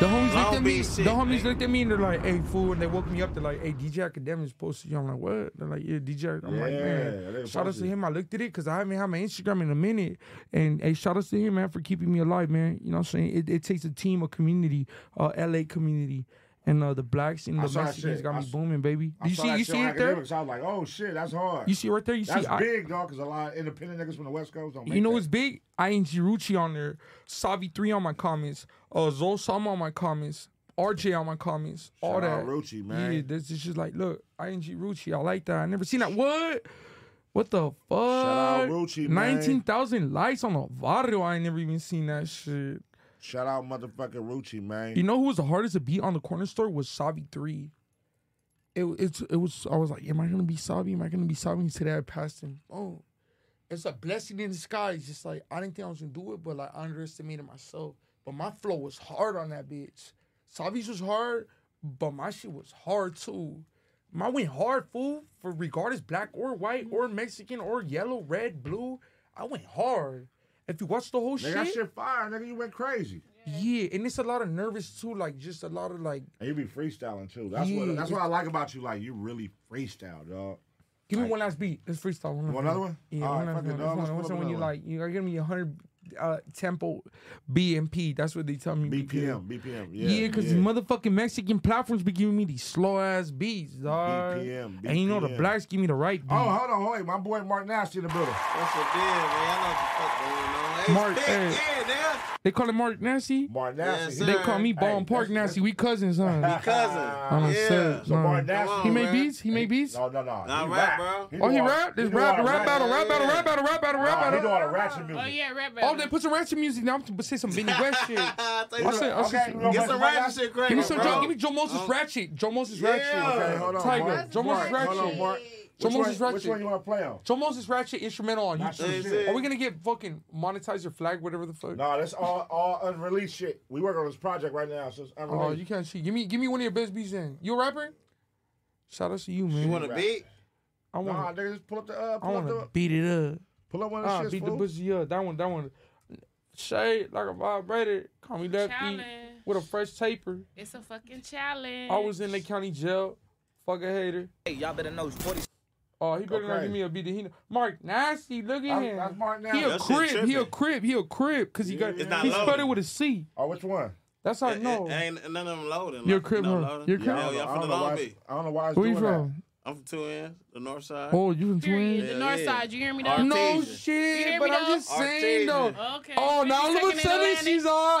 Speaker 9: The homies, the homies
Speaker 4: Long
Speaker 9: looked at me.
Speaker 4: Beach shit,
Speaker 9: the homies looked at me and they're like, "Hey, fool!" And they woke me up. They're like, "Hey, DJ Academics posted you." I'm like, "What?" They're like, "Yeah, DJ." I'm like,
Speaker 4: Yeah,
Speaker 9: "Man,
Speaker 4: they
Speaker 9: shout out to
Speaker 4: posted.
Speaker 9: him." I looked at it because I haven't had my Instagram in a minute. And hey, shout out to him, man, for keeping me alive, man. You know what I'm saying? It, it takes a team, a community, uh, LA community. And uh, the blacks and
Speaker 4: I
Speaker 9: the
Speaker 4: saw that
Speaker 9: Mexicans
Speaker 4: shit.
Speaker 9: got
Speaker 4: I
Speaker 9: me
Speaker 4: s-
Speaker 9: booming, baby.
Speaker 4: I
Speaker 9: you
Speaker 4: saw
Speaker 9: see,
Speaker 4: that
Speaker 9: you
Speaker 4: shit
Speaker 9: see
Speaker 4: on
Speaker 9: it there.
Speaker 4: Academics. I was like, oh shit, that's hard.
Speaker 9: You see it right there? You see-
Speaker 4: that's
Speaker 9: I-
Speaker 4: big, dog, because a lot of independent niggas from the West Coast don't make
Speaker 9: You know
Speaker 4: that.
Speaker 9: what's big? ING Rucci on there, Savi three on my comments, uh, Zol Sama on my comments, RJ on my comments, all
Speaker 4: Shout
Speaker 9: that.
Speaker 4: out Rucci, man.
Speaker 9: Yeah, this is just like, look, ING Rucci, I like that. I never seen that. What? What the fuck?
Speaker 4: out Rucci, man.
Speaker 9: Nineteen thousand likes on a barrio. I ain't never even seen that shit.
Speaker 4: Shout out motherfucking Rucci, man.
Speaker 9: You know who was the hardest to beat on the corner store was Savi three. It it's it was I was like, am I gonna be Savi? Am I gonna be Savi? Today I passed him. Oh, it's a blessing in disguise. Just like I didn't think I was gonna do it, but like I underestimated myself. But my flow was hard on that bitch. Savi's was hard, but my shit was hard too. My went hard, fool. For regardless, black or white or
Speaker 4: Mm-hmm.
Speaker 9: Mexican or yellow, red, blue, I went hard. If you watch the whole
Speaker 4: Nigga, that shit
Speaker 9: fire, nigga. You went crazy. Yeah. and it's a lot of nervous too. Like just a lot of like.
Speaker 4: And you be freestyling too. That's
Speaker 9: Yeah,
Speaker 4: what that's what I
Speaker 9: it's-
Speaker 4: like about you. Like you really freestyle, dog.
Speaker 9: Give me
Speaker 4: Like-
Speaker 9: one last beat. Let's freestyle. One,
Speaker 4: You
Speaker 9: last
Speaker 4: want
Speaker 9: beat.
Speaker 4: another one?
Speaker 9: Yeah,
Speaker 4: All
Speaker 9: one
Speaker 4: right,
Speaker 9: last
Speaker 4: fuck it,
Speaker 9: one. That's
Speaker 4: dog. Let's
Speaker 9: one.
Speaker 4: put
Speaker 9: That's
Speaker 4: up
Speaker 9: one when you
Speaker 4: another
Speaker 9: like you gotta give me a hundred uh, tempo BMP. That's what they tell me.
Speaker 4: BPM,
Speaker 9: because-
Speaker 4: BPM, yeah,
Speaker 9: Yeah, because
Speaker 4: yeah.
Speaker 9: motherfucking Mexican platforms be giving me these slow ass beats, dog.
Speaker 4: BPM,
Speaker 9: And you know the
Speaker 4: BPM.
Speaker 9: blacks give me the right beat.
Speaker 4: Oh, hold on, wait. My boy Mark Nasty in the building.
Speaker 1: What's up, deal, man? I know
Speaker 9: Mark,
Speaker 1: what the fuck going on.
Speaker 9: hey.
Speaker 1: Hey, Mark, yeah,
Speaker 9: They call him Mark Nasty.
Speaker 4: Mark
Speaker 1: Nasty. Yes,
Speaker 9: they
Speaker 1: sir.
Speaker 9: call me Ball and Park Nasty. We cousins, huh?
Speaker 1: We cousins.
Speaker 9: I'm
Speaker 1: Yeah.
Speaker 9: upset.
Speaker 1: So
Speaker 9: Nah.
Speaker 1: Mark Nasty-
Speaker 9: He
Speaker 1: Come on,
Speaker 9: made
Speaker 1: man.
Speaker 9: beats. He made beats.
Speaker 4: No, no, no.
Speaker 1: Nah,
Speaker 4: He
Speaker 1: rap, bro.
Speaker 9: Oh, he
Speaker 4: do all-
Speaker 9: rap. This
Speaker 4: do
Speaker 9: rap,
Speaker 4: all
Speaker 9: rap battle, rap battle,
Speaker 4: Yeah.
Speaker 9: rap battle, rap battle,
Speaker 4: Nah,
Speaker 9: rap battle.
Speaker 4: He do all the ratchet music.
Speaker 14: Oh yeah, rap
Speaker 9: Oh, then put some ratchet music. Now I'm gonna say some Benny West shit. I
Speaker 4: you were-
Speaker 9: said, I
Speaker 4: okay,
Speaker 9: said,
Speaker 4: you know Get some what? ratchet shit
Speaker 9: Give
Speaker 4: Oh.
Speaker 9: me
Speaker 4: cracking,
Speaker 9: some
Speaker 4: bro.
Speaker 9: Joe. Give me Joe Moses ratchet. Joe Moses ratchet.
Speaker 4: Okay, hold on.
Speaker 9: Tiger.
Speaker 4: Mark.
Speaker 9: Joe Moses
Speaker 4: Mark,
Speaker 9: ratchet.
Speaker 4: Hold on, Mark.
Speaker 9: Joe
Speaker 4: Which
Speaker 9: Moses
Speaker 4: one,
Speaker 9: ratchet.
Speaker 4: which one you want to play on?
Speaker 9: Joe Moses ratchet instrumental on
Speaker 4: That's
Speaker 9: YouTube.
Speaker 4: the shit.
Speaker 9: Are we gonna get fucking monetize your flag, whatever the fuck?
Speaker 4: No, that's all all unreleased shit. We work on this project right now, so it's unreleased.
Speaker 9: Oh, you can't see. Give me, give me one of your best beats. Then you a rapper? Shout out to you, man.
Speaker 4: You want a beat?
Speaker 9: I want.
Speaker 4: Nah, nigga, just pull up the uh,
Speaker 9: I
Speaker 4: pull up
Speaker 9: want
Speaker 4: the
Speaker 9: to beat it up.
Speaker 4: pull up one of the
Speaker 9: Ah,
Speaker 4: shits,
Speaker 9: beat
Speaker 4: fool.
Speaker 9: the pussy up. That one, that one. Shade like a vibrator. Call me lefty
Speaker 14: Challenge.
Speaker 9: with a fresh taper.
Speaker 14: It's a fucking challenge.
Speaker 9: I was in the county jail. Fuck a hater. Hey, y'all better know. Oh, he better not
Speaker 14: Okay.
Speaker 9: give me a beat. that He know. Mark Nasty, look at
Speaker 4: That's-
Speaker 9: him.
Speaker 4: that's Mark
Speaker 9: He a
Speaker 4: Nasty. That shit
Speaker 9: crib. He a
Speaker 4: tripping.
Speaker 9: crib. He a crib. Cause he got
Speaker 1: It's not
Speaker 9: he
Speaker 1: loaded.
Speaker 9: spelled it with a C.
Speaker 4: Oh, which one?
Speaker 9: That's how I know.
Speaker 1: It ain't none of them loading.
Speaker 9: You're
Speaker 1: like,
Speaker 9: crib,
Speaker 1: no
Speaker 9: huh?
Speaker 1: loading.
Speaker 9: You're crib?
Speaker 1: Yeah,
Speaker 9: I
Speaker 1: yeah,
Speaker 9: don't
Speaker 1: I'm from
Speaker 9: know
Speaker 1: the
Speaker 9: why
Speaker 1: Long
Speaker 9: it's-
Speaker 1: Beach.
Speaker 4: I don't know why
Speaker 9: it's Where you doing that. from?
Speaker 1: I'm from Two Ends, the North Side.
Speaker 9: Oh, you from Twins?
Speaker 1: Yeah,
Speaker 14: The north
Speaker 1: yeah.
Speaker 14: side, you hear me though?
Speaker 9: No
Speaker 1: Artesian. You
Speaker 9: shit,
Speaker 14: hear
Speaker 9: but
Speaker 14: me
Speaker 9: I'm
Speaker 14: though?
Speaker 9: just saying though.
Speaker 14: Artesian. Okay.
Speaker 9: Oh, now all of a
Speaker 14: Second
Speaker 9: sudden
Speaker 14: Atlantic.
Speaker 9: she's all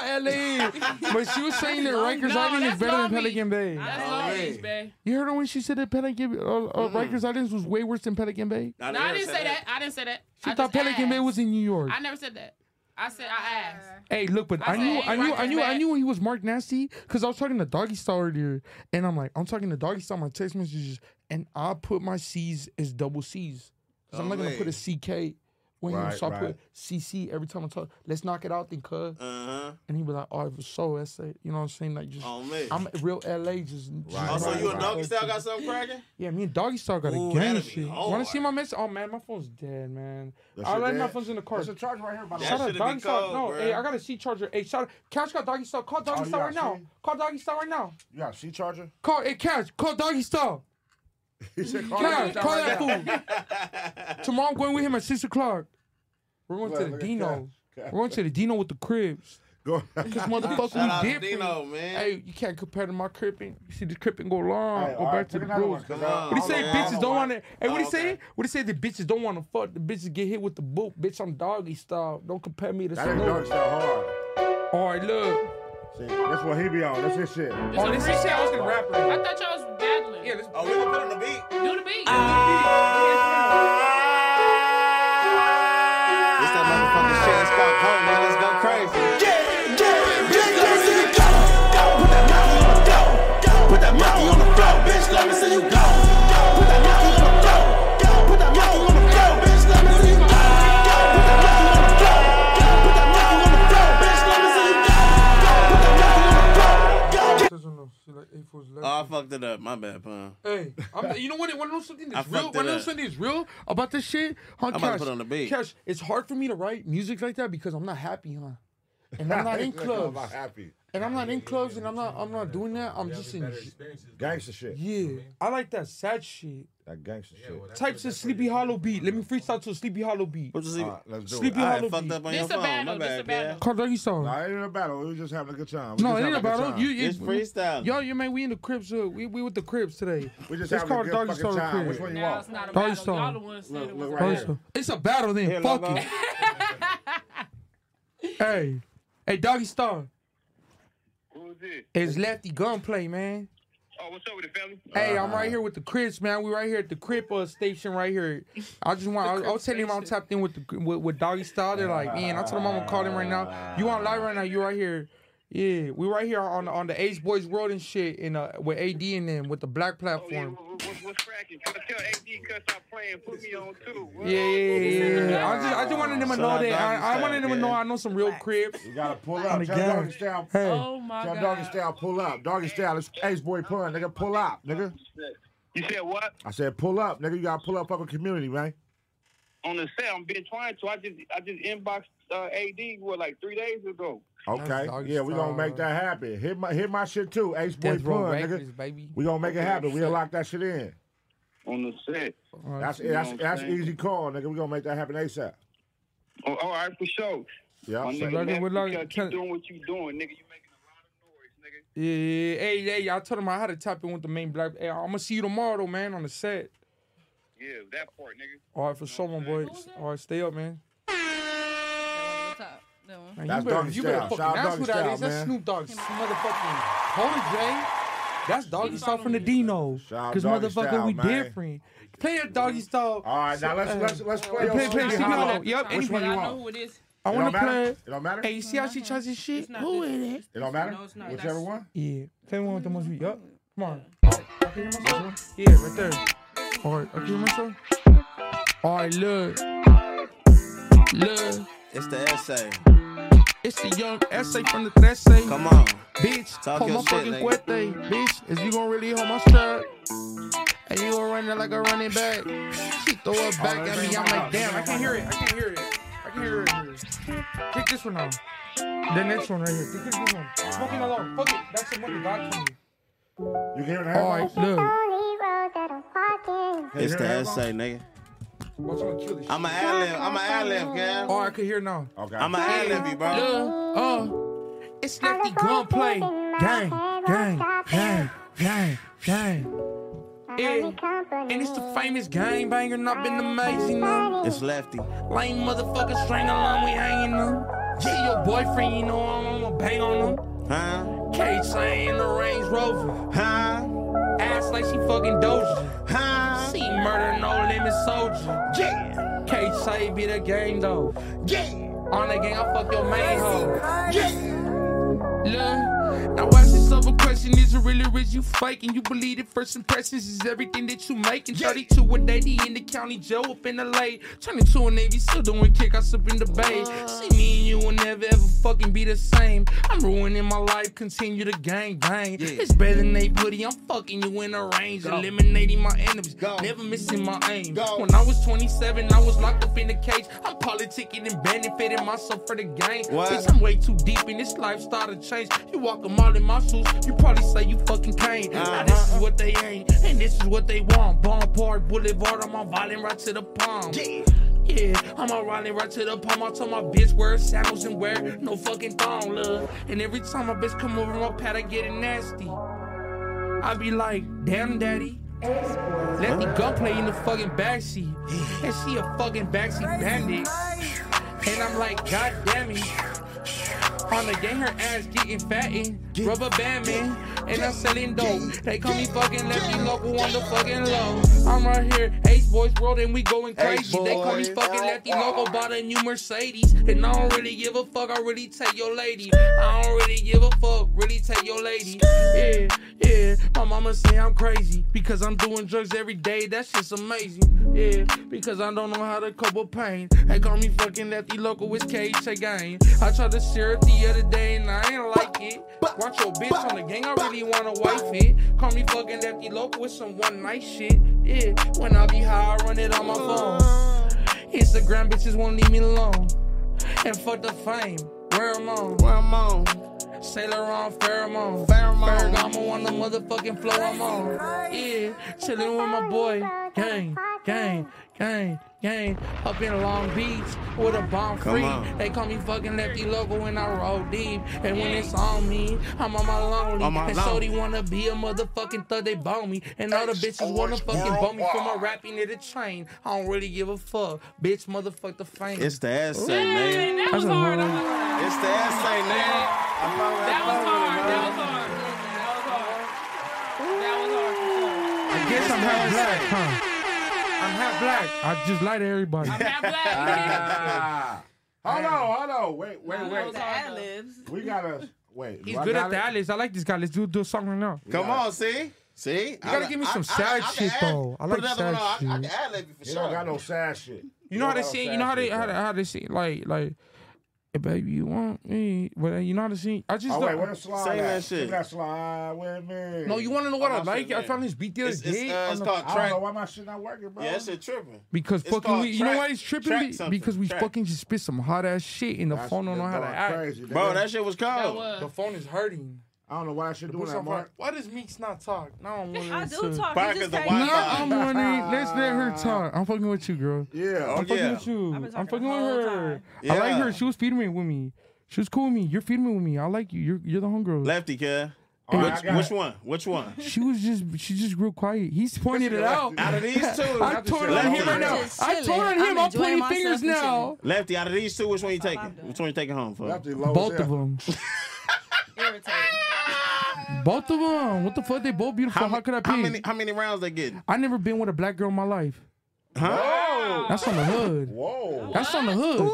Speaker 9: LA, but she was saying that Rikers
Speaker 14: No,
Speaker 9: Island is
Speaker 14: that's
Speaker 9: better than
Speaker 14: Long Beach.
Speaker 9: Pelican Bay.
Speaker 14: That's Long Beach, babe.
Speaker 9: You heard her when she said that Pelican uh, uh, Rikers Island was way worse than Pelican Bay.
Speaker 14: No, I didn't say that. I didn't say that.
Speaker 9: She
Speaker 14: I
Speaker 9: thought
Speaker 14: just
Speaker 9: Pelican Bay
Speaker 14: asked.
Speaker 9: was in New York.
Speaker 14: I never said that. I said I asked.
Speaker 9: Hey, look, but
Speaker 14: I
Speaker 9: I, knew,
Speaker 14: said,
Speaker 9: I knew, I
Speaker 14: Rikers
Speaker 9: knew, I
Speaker 14: Bay.
Speaker 9: knew he was Mark Nasty because I was talking to Doggy Style earlier, and I'm like, I'm talking to Doggy Style on my text messages, and I put my C's as double C's because I'm not gonna
Speaker 1: Golly.
Speaker 9: put a CK when he
Speaker 21: Right,
Speaker 9: was so I
Speaker 21: right.
Speaker 9: put CC every time I talk. Let's knock it out, then cuz.
Speaker 21: Uh-huh.
Speaker 9: And he was like, "Oh, for sure, that's it." You know what I'm saying? Like just,
Speaker 21: Oh, man.
Speaker 9: I'm real LA. Just,
Speaker 21: Right,
Speaker 9: just
Speaker 21: Oh, so
Speaker 9: right,
Speaker 21: you and
Speaker 9: right.
Speaker 21: Doggy
Speaker 1: Style got something cracking?
Speaker 9: Yeah, me and Doggy Star got
Speaker 1: Ooh,
Speaker 9: a gang
Speaker 1: that'd
Speaker 9: of
Speaker 1: be
Speaker 9: shit.
Speaker 1: hard.
Speaker 9: Want to see my message? Oh man, my phone's dead, man.
Speaker 1: That
Speaker 9: I
Speaker 1: shit
Speaker 9: left my
Speaker 1: dead?
Speaker 9: phone's in the car.
Speaker 1: There's a charger right here, by the way.
Speaker 9: Shout
Speaker 1: That
Speaker 9: out
Speaker 1: should've been
Speaker 9: Doggy Star.
Speaker 1: cold,
Speaker 9: No,
Speaker 1: bruh.
Speaker 9: hey, I got a C charger. Hey, shout out Cash got Doggy Star. Call Doggy
Speaker 1: Oh, you
Speaker 9: Star right
Speaker 1: got a
Speaker 9: now. Call Doggy Star right now.
Speaker 4: You got a C charger?
Speaker 9: Call hey Cash. Call Doggy Star.
Speaker 4: He said,
Speaker 9: call,
Speaker 4: "Call
Speaker 9: Cash,
Speaker 4: Doggy Star
Speaker 9: call
Speaker 4: right
Speaker 9: that fool. Tomorrow I'm going with him at six o'clock. We're going
Speaker 4: Look,
Speaker 9: to the
Speaker 4: look at
Speaker 9: Dino.
Speaker 4: Cash. Cash.
Speaker 9: We're going to the Dino with the cribs.
Speaker 4: Go.
Speaker 9: Cause
Speaker 4: Shout out
Speaker 9: motherfucker,
Speaker 4: to
Speaker 9: we different.
Speaker 4: Dino, man.
Speaker 9: Hey, you can't compare to my cripping. You see the cripping go long,
Speaker 4: Hey,
Speaker 9: go
Speaker 4: all
Speaker 9: back
Speaker 4: right,
Speaker 9: to
Speaker 4: pick
Speaker 9: the
Speaker 4: another
Speaker 9: rules.
Speaker 4: one, 'cause I-
Speaker 9: What he
Speaker 4: I
Speaker 9: say?
Speaker 4: don't know.
Speaker 9: Bitches don't want to. Hey, what he
Speaker 4: Oh,
Speaker 9: say? What he say? The bitches don't want to fuck. The bitches get hit with the boot. Bitch, I'm doggy style. Don't compare me to.
Speaker 4: That nigga
Speaker 9: Snoop.
Speaker 4: Doggy Style hard.
Speaker 9: All right, look.
Speaker 4: See, that's what he be on. That's his shit.
Speaker 9: Oh, this is how I was gonna rap right
Speaker 14: I thought y'all was battling. Yeah,
Speaker 1: oh, we can put on the beat.
Speaker 14: Do the beat.
Speaker 1: It's that motherfucking shit. It's called coke, man. Let's go crazy. Yeah, yeah, bitch. Let me see you go. Go. Put that monkey on the floor. Go. Put that monkey on the floor, bitch. Let me see you go. Go. Put that monkey on the floor. Go. Put that monkey on the floor, bitch. Let me see you go. Go. Put that monkey on the floor. Go. Put that monkey on the floor, bitch. Let me see you go. Go. Put that monkey on the floor. Go.
Speaker 8: Oh, I fucked it up. My bad, pun.
Speaker 9: Hey, I'm, you know what? Want to know something
Speaker 8: I
Speaker 9: that's real?
Speaker 8: fucked
Speaker 9: Want
Speaker 8: it
Speaker 9: to know
Speaker 8: up.
Speaker 9: something that's real about this shit? Huh,
Speaker 8: I'm about to
Speaker 9: Cash,
Speaker 8: put on the beat.
Speaker 9: Cash, it's hard for me to write music like that because I'm not happy, huh? And I'm not in clubs.
Speaker 4: I'm happy.
Speaker 9: And I'm not in clubs, and I'm not. I'm not doing that. I'm just in.
Speaker 4: Gangster shit.
Speaker 9: Yeah, I like that sad shit.
Speaker 4: That gangster shit.
Speaker 9: Types of Sleepy Hollow beat. Let me freestyle to a Sleepy Hollow beat.
Speaker 4: What's the Sleepy- Alright, let's do it.
Speaker 9: Sleepy
Speaker 4: Alright,
Speaker 9: Hollow
Speaker 4: fucked
Speaker 9: beat.
Speaker 4: up on your This a phone. My battle, this bad, a battle. yeah.
Speaker 9: Call Dougie Star.
Speaker 4: Nah, it ain't a battle. We was just having a good time. We
Speaker 9: No,
Speaker 4: just
Speaker 9: it ain't
Speaker 4: having a
Speaker 9: about
Speaker 4: good
Speaker 9: us.
Speaker 4: time.
Speaker 9: You, Yo, you man, we in the cribs. Uh, we we with the cribs today.
Speaker 4: We just
Speaker 9: it's
Speaker 4: having a
Speaker 9: called
Speaker 4: good
Speaker 9: Doggy Star
Speaker 4: fucking time.
Speaker 9: Crib.
Speaker 4: Which one you Now want? it's not a
Speaker 9: Doggy
Speaker 4: battle.
Speaker 9: Star.
Speaker 4: Y'all the ones said Look, it was look a right
Speaker 9: Doggy
Speaker 4: here.
Speaker 9: Star. It's a battle then.
Speaker 4: Here,
Speaker 9: Fuck
Speaker 4: Lobo.
Speaker 9: it. hey, hey, Doggy Star. It's Lefty Gunplay, man. Oh, what's up with the family? Hey, I'm
Speaker 4: Uh-huh.
Speaker 9: right here with the Crips, man. We right here at the Crip uh, station right here. I just want, I, was- I was telling him I'm tapped in with the with, with Doggy Style. They're like, man, I told him I'm gonna call him right now. You on live right now? You right here? Yeah, we right here on on the Ace Boys World and shit, and uh, with AD and them with the Black Platform. yeah, yeah, yeah, yeah. I just I just wanted them to
Speaker 4: Shout
Speaker 9: know
Speaker 4: out
Speaker 9: that
Speaker 4: Doggy
Speaker 9: I, I
Speaker 4: Style,
Speaker 9: wanted them to
Speaker 4: man.
Speaker 9: know I know some real Crips.
Speaker 4: You gotta pull
Speaker 9: On
Speaker 4: up.
Speaker 9: the
Speaker 4: Tell
Speaker 9: gang.
Speaker 4: doggy style.
Speaker 9: Hey. Oh my
Speaker 4: Tell
Speaker 9: God.
Speaker 4: doggy style. Pull up. Doggy style. It's Ace Boy Pun. Nigga, pull up, nigga.
Speaker 11: You said what?
Speaker 4: I said pull up, nigga. You gotta pull up, fucking community, man.
Speaker 11: On the set, I'm been trying to. I just I just inboxed uh, AD what like three days ago.
Speaker 4: Okay. Yeah, we gonna make that happen. Hit my hit my shit too. Ace Boy
Speaker 9: Death
Speaker 4: Pun,
Speaker 9: Row Records,
Speaker 4: nigga.
Speaker 9: baby.
Speaker 4: We gonna make it happen. We'll lock that shit in.
Speaker 11: On the set.
Speaker 9: Oh,
Speaker 4: That's
Speaker 11: You know
Speaker 4: that's
Speaker 11: what I'm
Speaker 4: that's
Speaker 11: saying?
Speaker 4: easy call, nigga. We gonna make that happen ASAP.
Speaker 11: Oh, all right, for sure.
Speaker 4: Yeah.
Speaker 11: My
Speaker 4: so-
Speaker 11: nigga, man, keep doing what you doing, nigga. You
Speaker 9: Yeah, yeah, yeah. hey, hey, I told him I had to tap in with the main black. Hey, I'm gonna see you tomorrow, though, man, on the set.
Speaker 11: make, yeah, that part, nigga.
Speaker 9: All right, for sure, my boy. All right, stay up, man. Man,
Speaker 4: That's
Speaker 9: you better,
Speaker 4: Doggy
Speaker 9: you better
Speaker 4: Style.
Speaker 9: fucking,
Speaker 4: Shout out
Speaker 9: that's who
Speaker 4: Doggy
Speaker 9: that is.
Speaker 4: Style,
Speaker 9: That's
Speaker 4: man.
Speaker 9: Snoop Dogg. Motherfucking Holy J. That's Doggy Style from the Dino.
Speaker 4: out
Speaker 9: Because
Speaker 4: Doggy
Speaker 9: motherfucker,
Speaker 4: Style,
Speaker 9: we
Speaker 4: man. Mm-hmm.
Speaker 9: different. Play a Doggy Style.
Speaker 4: All right, now let's
Speaker 9: Uh,
Speaker 4: let's let's play.
Speaker 9: Play, play,
Speaker 4: Sleepy
Speaker 9: Sleepy
Speaker 4: Hollow.
Speaker 9: Hollow. Yep,
Speaker 4: Which one
Speaker 9: anybody.
Speaker 4: you
Speaker 9: I
Speaker 4: want?
Speaker 9: know who I
Speaker 4: It
Speaker 9: want
Speaker 4: don't
Speaker 9: to
Speaker 4: matter?
Speaker 9: play.
Speaker 4: It don't matter?
Speaker 9: Hey, you see how she tries this shit? Who is it?
Speaker 4: It don't matter. Whichever one.
Speaker 9: Yeah. Play one with the most. Yup. Come on. I can hear myself? Yeah, right there. All right, I can hear myself. All right, look. Look.
Speaker 8: It's the essay.
Speaker 9: It's the young essay from the Thessay.
Speaker 8: Come on.
Speaker 9: Bitch,
Speaker 8: Talk
Speaker 9: hold
Speaker 8: your
Speaker 9: my
Speaker 8: shit,
Speaker 9: fucking
Speaker 8: nigga.
Speaker 9: cuete. Bitch, is you gonna really hold my strap? And you gonna run it like a running back. She throw it back at me, I'm like, damn, I can't hear it. I can't hear it. I can hear it. Pick this one out. The next one right here. Pick this one. Smoking alone. Fuck it. That's the one that God gave me.
Speaker 4: You can hear
Speaker 9: All right, look.
Speaker 8: It's the essay, nigga. I'm a ad lib. I'm a ad lib, gang.
Speaker 9: Oh, I can hear now.
Speaker 4: Okay.
Speaker 8: I'm a ad lib, you, bro.
Speaker 9: Uh, uh, it's Lefty Gunplay. Gang, gang, gang, gang, gang. Yeah. And it's the famous gang banger, not been amazing. uh.
Speaker 8: It's lefty.
Speaker 9: Lame motherfucker, string along, we hanging them. Yeah, your boyfriend, you know I'm gonna bang on him.
Speaker 8: Huh?
Speaker 9: K saying in the Range Rover.
Speaker 8: Huh?
Speaker 9: Ass like she fucking Doja.
Speaker 8: Huh?
Speaker 9: She murder no limit soldier. Yeah. K say be the game though. Yeah. On the gang, I fuck your main hoe. Yeah. Look, now watch this of a question is it really rich? You faking? You believe that first impressions is everything that you making? 32 with 80 in the county jail up in LA. Turning to a Navy, still doing kickouts up in the bay. See me and you will never ever fucking be the same. I'm ruining my life, continue to gang bang. It's better than they putty, I'm fucking you in a range.
Speaker 12: Go.
Speaker 9: Eliminating my enemies, never missing my aim. When I was 27, I was locked up in the cage. I'm politicking and benefiting myself for the game.
Speaker 22: What?
Speaker 9: Bitch, I'm way too deep in this lifestyle to change. You walk a mile in my shoes, you probably say you fucking came. Now this is what they ain't, and this is what they want. Bomb Park Boulevard, I'm on violent right to the palm. Yeah. I'm on riding right to the palm. I told my bitch wear sandals and wear no fucking thong, love. And every time my bitch come over my pad, I get it nasty. I be like, damn, daddy. Let the gun play in the fucking backseat. And she a fucking backseat bandit. And I'm like, god damn it. On the gang, her ass getting fattened. Rubber band man. And I'm selling dope. They call me fucking lefty local on the fucking low. I'm right here, Ace Boys World, and we going crazy. They call me fucking lefty local, bought a new Mercedes. And I don't really give a fuck, I really take your lady. I don't really give a fuck, really take your lady. Yeah, yeah. My mama say I'm crazy because I'm doing drugs every day. That shit's amazing. Yeah, because I don't know how to cope with pain. They call me fucking lefty local with cage again. I tried to share it the other day and I ain't like it. Watch your bitch on the gang, I really wanna wife it. Call me fucking lefty local with some one night shit. Yeah, when I be high, I run it on my phone. Instagram bitches won't leave me alone. And fuck the fame. Where I'm on. Where I'm on. Sailor on pheromone. Pheromone. Ferragamo on the motherfucking flow I'm on. Yeah. Chillin' with my boy. Gang. Gang. Gang. Gang. Up in Long Beach with a bomb
Speaker 22: Come
Speaker 9: free.
Speaker 22: on.
Speaker 9: They call me fucking lefty local when I roll deep. And when it's on me, I'm on my lonely.
Speaker 22: On my
Speaker 9: and so
Speaker 22: lonely.
Speaker 9: they wanna be a motherfucking thug, they bone me. And all the bitches wanna fucking bone me for my rapping at the train. I don't really give a fuck. Bitch, motherfuck the fame.
Speaker 22: It's the essay, man.
Speaker 9: that was hard.
Speaker 22: It's the essay, man.
Speaker 14: That was hard. That was hard. That was hard. That was hard.
Speaker 11: I guess I'm half black, huh? I'm half black. I just lie to everybody. I'm half
Speaker 4: black. Hold on, hold on. Wait, wait,
Speaker 11: that
Speaker 4: wait.
Speaker 11: was hard,
Speaker 4: We gotta wait.
Speaker 11: He's
Speaker 4: do I
Speaker 11: good at
Speaker 4: gotta-
Speaker 11: the alleys. I like this guy. Let's do do something right now.
Speaker 4: Come on,
Speaker 22: see? See? You
Speaker 11: gotta give me some sad shit though. I like sad shit.
Speaker 4: for sure. don't got no sad shit.
Speaker 11: You know how they
Speaker 4: got no
Speaker 11: sing.
Speaker 4: sad
Speaker 11: You know how they
Speaker 4: shit,
Speaker 11: how
Speaker 4: though.
Speaker 11: they, how they sing. Like like, hey, baby, you want me? But uh, you know how to sing. I just
Speaker 4: Oh,
Speaker 11: don't-
Speaker 4: wait, where's Slide? at? Give me that slide with me.
Speaker 11: No, you want to know what I like? I found this beat the other day.
Speaker 22: uh,
Speaker 11: on the-
Speaker 4: I don't know why my shit not working, bro.
Speaker 22: Yeah, that shit tripping.
Speaker 11: Because
Speaker 22: It's
Speaker 11: fucking,
Speaker 22: called
Speaker 11: we, you know
Speaker 22: track-
Speaker 11: why it's tripping?
Speaker 22: track
Speaker 11: Be-
Speaker 22: something,
Speaker 11: because we
Speaker 22: track.
Speaker 11: fucking just spit some hot ass shit, and the
Speaker 22: That's-
Speaker 11: phone don't know
Speaker 22: that's
Speaker 11: how to
Speaker 22: going
Speaker 11: act.
Speaker 22: crazy, Bro, nigga. that shit was cold. That was.
Speaker 11: The phone is hurting.
Speaker 4: I don't know why that shit
Speaker 11: The
Speaker 4: doing
Speaker 11: push
Speaker 4: that,
Speaker 11: on
Speaker 4: Mark.
Speaker 11: fire. Why does Meeks not talk? Now I'm wondering.
Speaker 23: I do
Speaker 11: too.
Speaker 23: talk, Probably he just 'cause the can't- Wi-Fi.
Speaker 11: Now I'm wondering. Let's let her talk. I'm fucking with you, girl.
Speaker 4: Yeah,
Speaker 22: oh,
Speaker 11: I'm fucking
Speaker 22: yeah.
Speaker 11: with
Speaker 22: I've been
Speaker 11: you. I'm
Speaker 22: talking
Speaker 11: fucking
Speaker 22: the
Speaker 11: with
Speaker 22: whole
Speaker 11: her.
Speaker 22: time.
Speaker 11: I like
Speaker 22: Yeah.
Speaker 11: her. She was feeding me with me. She was cool with me. You're feeding me with me. I like you. You're you're the homegirl.
Speaker 22: Lefty, kid.
Speaker 11: All right, I
Speaker 22: which,
Speaker 11: got
Speaker 22: which
Speaker 11: it.
Speaker 22: one? Which one?
Speaker 11: She was just she just real quiet. He's pointed it out.
Speaker 22: Out of these two,
Speaker 11: I told it on him right now. I told on him. I'm pointing fingers now.
Speaker 22: Lefty, out of these two, which one you taking? Which one you taking home for?
Speaker 4: Lefty,
Speaker 11: Both of them. Both of them. What the fuck? They both beautiful. How, could I pick?
Speaker 22: How many? How many rounds they get?
Speaker 11: I never been with a black girl in my life.
Speaker 22: Huh?
Speaker 11: That's on the hood.
Speaker 4: Whoa.
Speaker 11: That's on the hood.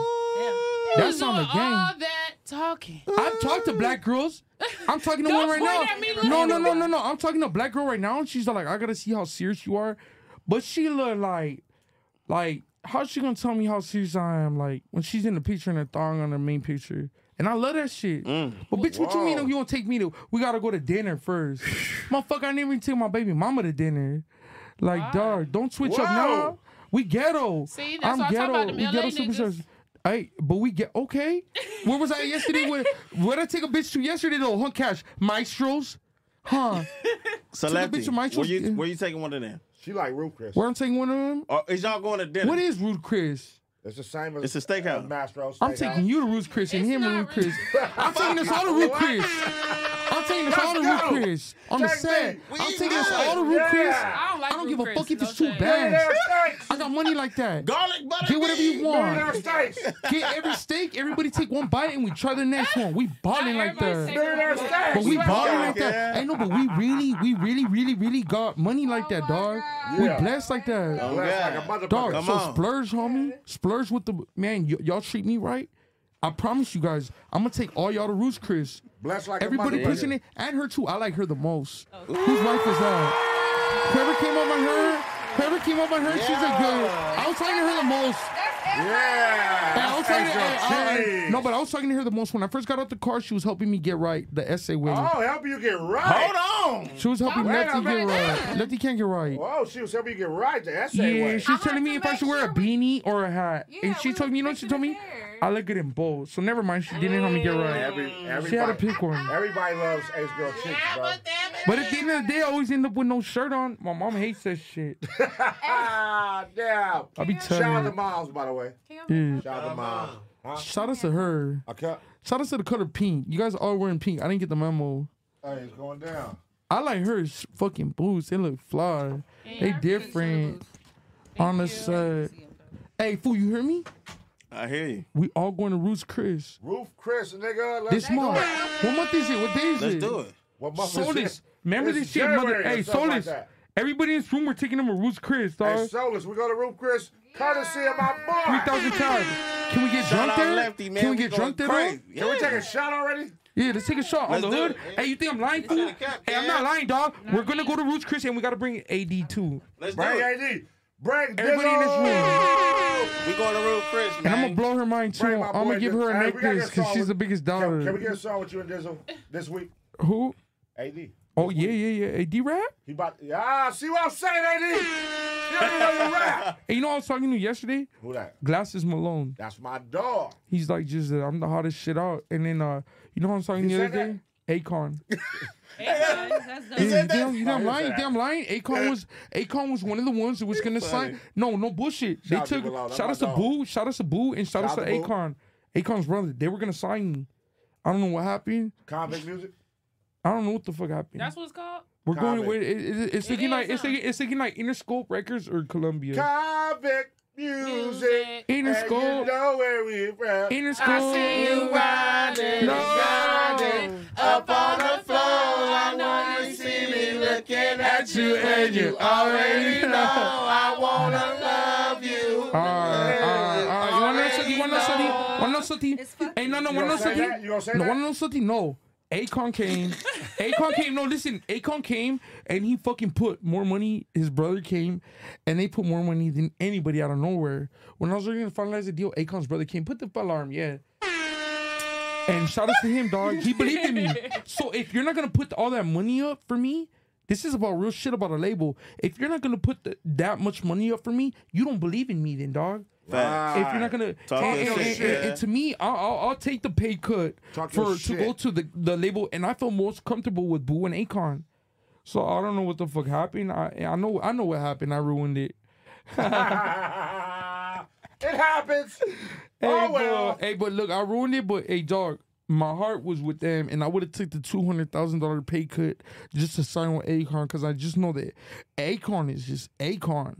Speaker 11: That's on
Speaker 14: All
Speaker 11: the game.
Speaker 14: that talking.
Speaker 11: I've talked to black girls. I'm talking to
Speaker 14: Don't
Speaker 11: one right
Speaker 14: point
Speaker 11: now.
Speaker 14: at me,
Speaker 11: no,
Speaker 14: look.
Speaker 11: no, no, no, no. I'm talking to a black girl right now, and she's like, I gotta see how serious you are. But she look like, like, how's she gonna tell me how serious I am? Like when she's in the picture and her thong on her main picture. And I love that shit. But bitch, what you mean you don't take me to? We gotta go to dinner first. Motherfucker, I didn't even take my baby mama to dinner. Like, dog, don't switch up now.
Speaker 22: Whoa.
Speaker 11: We ghetto.
Speaker 14: See, that's
Speaker 11: I'm
Speaker 14: what I'm
Speaker 11: ghetto.
Speaker 14: talking about, them
Speaker 11: we
Speaker 14: LA
Speaker 11: ghetto
Speaker 14: niggas.
Speaker 11: superstars. Hey, but we get okay. Where was I yesterday? Where where I take a bitch to yesterday though? Huh, Cash Maestros, huh?
Speaker 22: So
Speaker 11: Took a
Speaker 22: Lefty,
Speaker 11: bitch to
Speaker 22: where
Speaker 11: Maestros.
Speaker 22: you where you taking one of them?
Speaker 4: She like Ruth Chris.
Speaker 11: Where I'm taking one of them?
Speaker 22: Or is y'all going to dinner?
Speaker 11: What is Ruth Chris?
Speaker 4: It's the same as uh,
Speaker 22: It's a steakhouse.
Speaker 4: Mastro
Speaker 11: I'm taking you to Ruth Chris and him to Ruth Chris. I'm taking us all to Ruth Chris. I'm taking us all to Ruth
Speaker 4: Let's go.
Speaker 11: Chris on the
Speaker 4: Check
Speaker 11: set.
Speaker 4: me.
Speaker 11: I'm
Speaker 4: We
Speaker 11: taking us
Speaker 4: good.
Speaker 11: all to Ruth Chris.
Speaker 4: Yeah. I don't like
Speaker 11: don't
Speaker 4: Ruth
Speaker 11: give a
Speaker 4: Chris,
Speaker 11: fuck if it's
Speaker 4: no
Speaker 11: two
Speaker 4: shade.
Speaker 11: bags.
Speaker 4: Millionaire steaks.
Speaker 11: I got money like that.
Speaker 22: Garlic butter.
Speaker 11: Get whatever you want.
Speaker 4: Millionaire steaks.
Speaker 11: Get every steak. Everybody take one bite and we try the next one. We balling like that.
Speaker 4: Millionaire steaks.
Speaker 11: But we
Speaker 4: Let's
Speaker 11: balling
Speaker 4: go.
Speaker 11: like that. Ain't no, but we really, we really, really, really got money like that, dog. We
Speaker 4: Yeah.
Speaker 11: blessed like that.
Speaker 4: Oh, Blessed God. like a motherfucker.
Speaker 11: Dog,
Speaker 4: Come
Speaker 11: so
Speaker 4: on.
Speaker 11: splurge, homie. Splurge with the man. Y- y'all treat me right.
Speaker 9: I promise you guys, I'm gonna take all y'all to Roost Chris.
Speaker 4: Bless like a
Speaker 9: everybody
Speaker 4: motherfucker.
Speaker 9: pushing it, and her too. I like her the most. Whose wife is that? Whoever came up on her, whoever came up on her, she's a good. I was talking to her the most.
Speaker 4: Yeah.
Speaker 9: And I was talking to-
Speaker 4: That's
Speaker 9: and-
Speaker 4: your
Speaker 9: and-
Speaker 4: cheese.
Speaker 9: no, but I was talking to her the most when I first got out the car. She was helping me get right the essay win.
Speaker 4: Oh, help you get right. Hold
Speaker 9: She was helping
Speaker 4: Wait a
Speaker 9: Lefty get
Speaker 4: minute.
Speaker 9: right. Lefty can't get right.
Speaker 4: Whoa, she was helping you get right. The essay
Speaker 9: Yeah,
Speaker 4: was.
Speaker 9: she's telling me if I should wear a beanie or a hat. and she told me, you know what she told me? I look good in both. So never mind, she didn't help me get right.
Speaker 4: Every-
Speaker 9: she had to
Speaker 4: everybody-
Speaker 9: pick one.
Speaker 4: Everybody loves ace girl chicks, bro.
Speaker 9: But at the end of the day, I always end up with no shirt on. My mom hates that shit.
Speaker 4: Ah, damn.
Speaker 9: I be
Speaker 4: Shout
Speaker 9: telling
Speaker 4: out
Speaker 9: you.
Speaker 4: to moms, by the way.
Speaker 9: Yeah.
Speaker 4: Shout out to moms. Huh?
Speaker 9: Shout out to her. Shout out to the color pink. You guys all wearing pink. I didn't get the memo.
Speaker 4: Hey, it's going down.
Speaker 9: I like her s- fucking boots. They look fly. They different. On the side. Hey, fool, you hear me?
Speaker 11: I hear you.
Speaker 9: We all going to Roots Chris.
Speaker 4: Roof Chris, nigga. Let's
Speaker 9: This month. What month is it? What day is
Speaker 11: Let's
Speaker 9: it?
Speaker 11: do it.
Speaker 4: What month is
Speaker 9: Solis.
Speaker 4: it?
Speaker 9: Remember
Speaker 4: It's
Speaker 9: this shit,
Speaker 4: January
Speaker 9: mother.
Speaker 4: or
Speaker 9: Hey,
Speaker 4: something like
Speaker 9: Solis.
Speaker 4: that.
Speaker 9: Everybody in this room, we're taking them to Roots Chris,
Speaker 4: Hey,
Speaker 9: dog.
Speaker 4: Solis, we go to Roof Chris, courtesy of my boy.
Speaker 9: 3,000 times. Can we get
Speaker 4: Shout
Speaker 9: drunk
Speaker 4: out
Speaker 9: there?
Speaker 4: Lefty, man.
Speaker 9: Can we
Speaker 4: We
Speaker 9: get
Speaker 4: going
Speaker 9: drunk there, dog?
Speaker 4: crazy. Can we take a shot already?
Speaker 9: Yeah, let's take a shot
Speaker 11: Let's
Speaker 9: on the
Speaker 11: do
Speaker 9: hood.
Speaker 11: it.
Speaker 9: Hey, you think I'm lying, fool? Hey, I'm not lying, dog. We're gonna go to Roots Chris and we gotta bring AD too.
Speaker 11: Let's do
Speaker 4: Bring
Speaker 11: it.
Speaker 4: AD. Bring
Speaker 9: Everybody in this room.
Speaker 11: We going to real Chris,
Speaker 9: And
Speaker 11: man.
Speaker 9: I'm gonna blow her mind too.
Speaker 4: Bring my
Speaker 9: I'm gonna
Speaker 4: boy
Speaker 9: give
Speaker 4: Diz-
Speaker 9: her a
Speaker 4: Hey, we gotta
Speaker 9: necklace
Speaker 4: get a
Speaker 9: because
Speaker 4: song
Speaker 9: she's
Speaker 4: with-
Speaker 9: the biggest
Speaker 4: Can,
Speaker 9: dollar.
Speaker 4: can we get a song with you and Dizzle this week?
Speaker 9: Who?
Speaker 4: AD.
Speaker 9: Oh yeah, yeah, yeah. AD rap.
Speaker 4: He about yeah. See what I'm saying, AD? You don't even know the rap.
Speaker 9: Hey, you know I was talking to yesterday.
Speaker 4: Who that?
Speaker 9: Glasses Malone.
Speaker 4: That's my dog.
Speaker 9: He's like, just uh, I'm the hottest shit out. And then uh, you know what I'm talking
Speaker 4: He
Speaker 9: the other day?
Speaker 4: said
Speaker 9: Akon.
Speaker 4: He
Speaker 9: Yeah,
Speaker 4: said
Speaker 9: you
Speaker 4: that?
Speaker 9: damn, you
Speaker 4: Oh,
Speaker 9: damn
Speaker 4: he
Speaker 9: lying,
Speaker 4: said
Speaker 9: damn lying. Akon was Akon was one of the ones that was gonna sign. No, no bullshit. They
Speaker 4: Shout out to
Speaker 9: took
Speaker 4: Bilal, that's
Speaker 9: shout
Speaker 4: my
Speaker 9: out to
Speaker 4: dog.
Speaker 9: Boo, shout out to Boo, and shout,
Speaker 4: Shout
Speaker 9: out
Speaker 4: out
Speaker 9: to
Speaker 4: to Boo.
Speaker 9: Akon. Akon's brother. They were gonna sign me. I don't know what happened.
Speaker 4: Convict music.
Speaker 9: I don't know what the fuck happened.
Speaker 14: That's what it's called.
Speaker 9: we're going.
Speaker 4: Convict.
Speaker 9: Wait, it, it, it's
Speaker 14: It
Speaker 9: thinking
Speaker 14: is,
Speaker 9: like it's
Speaker 14: huh?
Speaker 9: thinking, it's thinking like Interscope Records or Columbia.
Speaker 4: Convict music.
Speaker 9: In a
Speaker 4: and
Speaker 9: school.
Speaker 4: You know where we from.
Speaker 9: In a
Speaker 4: I
Speaker 9: school.
Speaker 4: see you riding,
Speaker 9: No.
Speaker 4: riding up on the floor. I know you see me looking at you, and you already know I wanna love you.
Speaker 9: Alright, alright, alright. You wanna know something? You wanna know something? Wanna know something? Hey, no, no,
Speaker 4: You
Speaker 9: wanna know
Speaker 4: gonna say that?
Speaker 9: something?
Speaker 4: You gonna say
Speaker 9: No,
Speaker 4: that?
Speaker 9: wanna know something? No. Akon came. Akon came. No, listen. Akon came and he fucking put more money. His brother came and they put more money than anybody out of nowhere. When I was ready to finalize the deal, Akon's brother came. Put the alarm, yeah. And shout out to him, dog. He believed in me. So if you're not gonna put all that money up for me, this is about real shit about a label. If you're not gonna put the, that much money up for me, you don't believe in me, then, dog.
Speaker 11: Facts.
Speaker 9: If you're not gonna,
Speaker 11: Talk
Speaker 9: and,
Speaker 11: your
Speaker 9: and-
Speaker 11: shit,
Speaker 9: and-
Speaker 11: yeah.
Speaker 9: and to me, I'll, I'll, I'll take the pay cut
Speaker 4: Talk your
Speaker 9: for to
Speaker 4: shit.
Speaker 9: go to the, the label, and I feel most comfortable with Boo and Akon. So I don't know what the fuck happened. I I know I know what happened. I ruined it.
Speaker 4: It happens.
Speaker 9: Hey,
Speaker 4: oh
Speaker 9: but-
Speaker 4: well.
Speaker 9: hey, but look, I ruined it. But hey, dog, my heart was with them, and I would have took the two hundred thousand dollar pay cut just to sign with Akon because I just know that Akon is just Akon.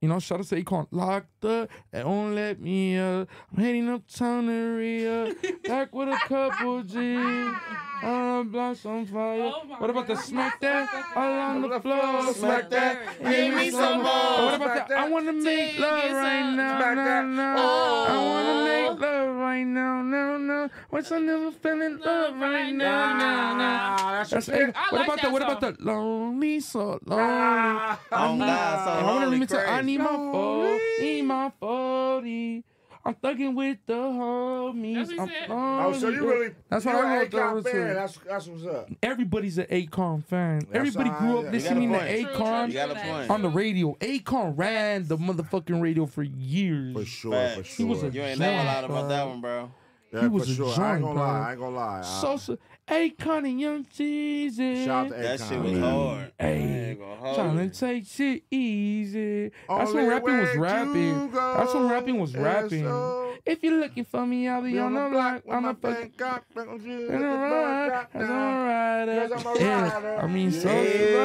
Speaker 9: You know, shout out to Akon. Locked up, they won't let me up. I'm heading up town area, back with a couple G's. I'm blocks on fire. what about the smack that? All on the floor, smack that. Give me some more. What about that? I wanna make love right now, now, now. I wanna make love right now, now, now. Once I never fell in love right now, now, now.
Speaker 4: that's
Speaker 9: That's
Speaker 4: your
Speaker 9: it.
Speaker 4: shit. I
Speaker 9: What
Speaker 4: like
Speaker 9: about
Speaker 4: that
Speaker 9: that? What about
Speaker 4: song. Ah.
Speaker 9: that? Lonely, so lonely.
Speaker 4: Oh,
Speaker 9: need-
Speaker 4: God, so
Speaker 9: I wanna
Speaker 11: lonely,
Speaker 9: remix it. I
Speaker 11: crazy.
Speaker 9: need my phone, need my forty. I'm thugging with the homies. I'm
Speaker 4: Oh, so you
Speaker 9: lonely.
Speaker 4: really?
Speaker 9: That's what I
Speaker 4: you're an
Speaker 9: wrote
Speaker 4: A-Cop
Speaker 9: down
Speaker 4: fan.
Speaker 9: to.
Speaker 4: That's that's what's up.
Speaker 9: Everybody's an Akon fan. Everybody
Speaker 4: all
Speaker 9: grew up
Speaker 4: right.
Speaker 9: listening
Speaker 4: You
Speaker 9: to
Speaker 4: got a point. True,
Speaker 9: Akon
Speaker 4: true, You got a true. point.
Speaker 9: on the radio. Akon ran the motherfucking radio for years. For
Speaker 4: sure,
Speaker 11: Facts.
Speaker 9: He was a
Speaker 11: you ain't never lied
Speaker 9: giant,
Speaker 11: about that
Speaker 9: bro.
Speaker 11: one, bro.
Speaker 9: He was a
Speaker 4: sure.
Speaker 9: giant,
Speaker 4: I ain't gonna lie.
Speaker 9: bro.
Speaker 4: I ain't gonna lie. So,
Speaker 9: Sosa, Akon and Young Jesus.
Speaker 4: Shout out to
Speaker 11: That
Speaker 4: Akon,
Speaker 11: shit was
Speaker 4: man.
Speaker 11: hard.
Speaker 9: Hey, trying to take shit easy. That's
Speaker 4: Only
Speaker 9: when rapping was
Speaker 4: way to
Speaker 9: rapping.
Speaker 4: go
Speaker 9: That's when rapping was
Speaker 4: is
Speaker 9: rapping. If you're looking for me, I'll be on the block. I'm a fucking.
Speaker 4: In
Speaker 9: In a ride, as I'm a rider.
Speaker 4: Yes, I'm a rider.
Speaker 9: uh, Yeah, I mean, so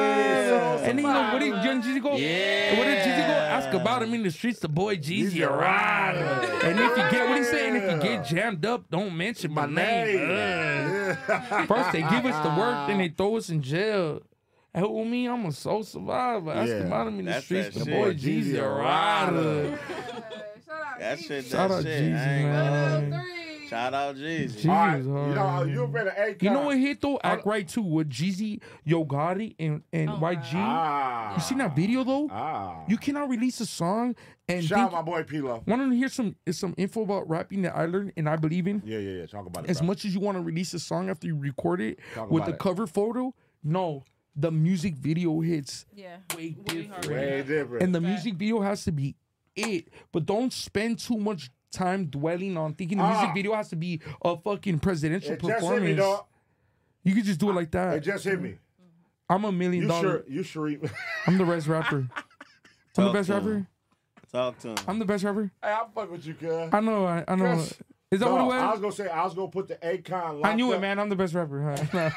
Speaker 9: yeah. And then, you know, what did Young Jeezy go? Yeah. What did Jeezy go? Ask about him in the streets, the boy Jeezy a rider. And if you get what he's saying, if you get jammed up, don't mention my, name. Ugh. First, they give us the work, then they throw us in jail. Help me, I'm a soul survivor. Ask
Speaker 4: Yeah.
Speaker 9: about him in the
Speaker 11: That's
Speaker 9: streets,
Speaker 11: that
Speaker 9: the
Speaker 11: shit.
Speaker 9: boy Jeezy a rider.
Speaker 11: That shit, that
Speaker 9: Shout out
Speaker 11: shit.
Speaker 9: Jeezy,
Speaker 11: I ain't gonna
Speaker 9: man.
Speaker 11: lie.
Speaker 1: Shout out Jeezy.
Speaker 9: Jesus, all right.
Speaker 4: you better eight.
Speaker 9: You know what hit though? Act right too with Jeezy, Yo Gotti, and and YG.
Speaker 4: Ah.
Speaker 9: You seen that video though? You cannot release a song and
Speaker 4: Shout out
Speaker 9: think-
Speaker 4: my boy Pilo.
Speaker 9: Want to hear some some info about rapping that I learned and I believe in?
Speaker 4: Yeah, yeah, yeah. Talk about it.
Speaker 9: As
Speaker 4: bro.
Speaker 9: much as you want to release a song after you record it
Speaker 4: Talk
Speaker 9: with
Speaker 4: about
Speaker 9: the
Speaker 4: it.
Speaker 9: cover photo, no, the music video hits.
Speaker 14: Yeah.
Speaker 9: Way
Speaker 14: different.
Speaker 4: Way different.
Speaker 9: And the music video has to be it, but don't spend too much time dwelling on thinking the
Speaker 4: Ah.
Speaker 9: music video has to be a fucking presidential
Speaker 4: It just hit me,
Speaker 9: performance.
Speaker 4: dog.
Speaker 9: you could just do it like that.
Speaker 4: It just hit me.
Speaker 9: I'm a million
Speaker 4: You sure?
Speaker 9: dollar.
Speaker 4: You sure? Hey,
Speaker 9: I'm the best rapper. I'm the
Speaker 1: Talk
Speaker 9: best
Speaker 1: to him.
Speaker 9: rapper.
Speaker 1: Talk to him.
Speaker 9: I'm the best rapper.
Speaker 4: I fuck with you, cuz.
Speaker 9: I know. I, I know.
Speaker 4: Chris,
Speaker 9: Is that what it
Speaker 4: no,
Speaker 9: was?
Speaker 4: I was gonna say I was gonna put the Akon.
Speaker 9: I knew
Speaker 4: locked
Speaker 9: it,
Speaker 4: up-
Speaker 9: man. I'm the best rapper. Huh?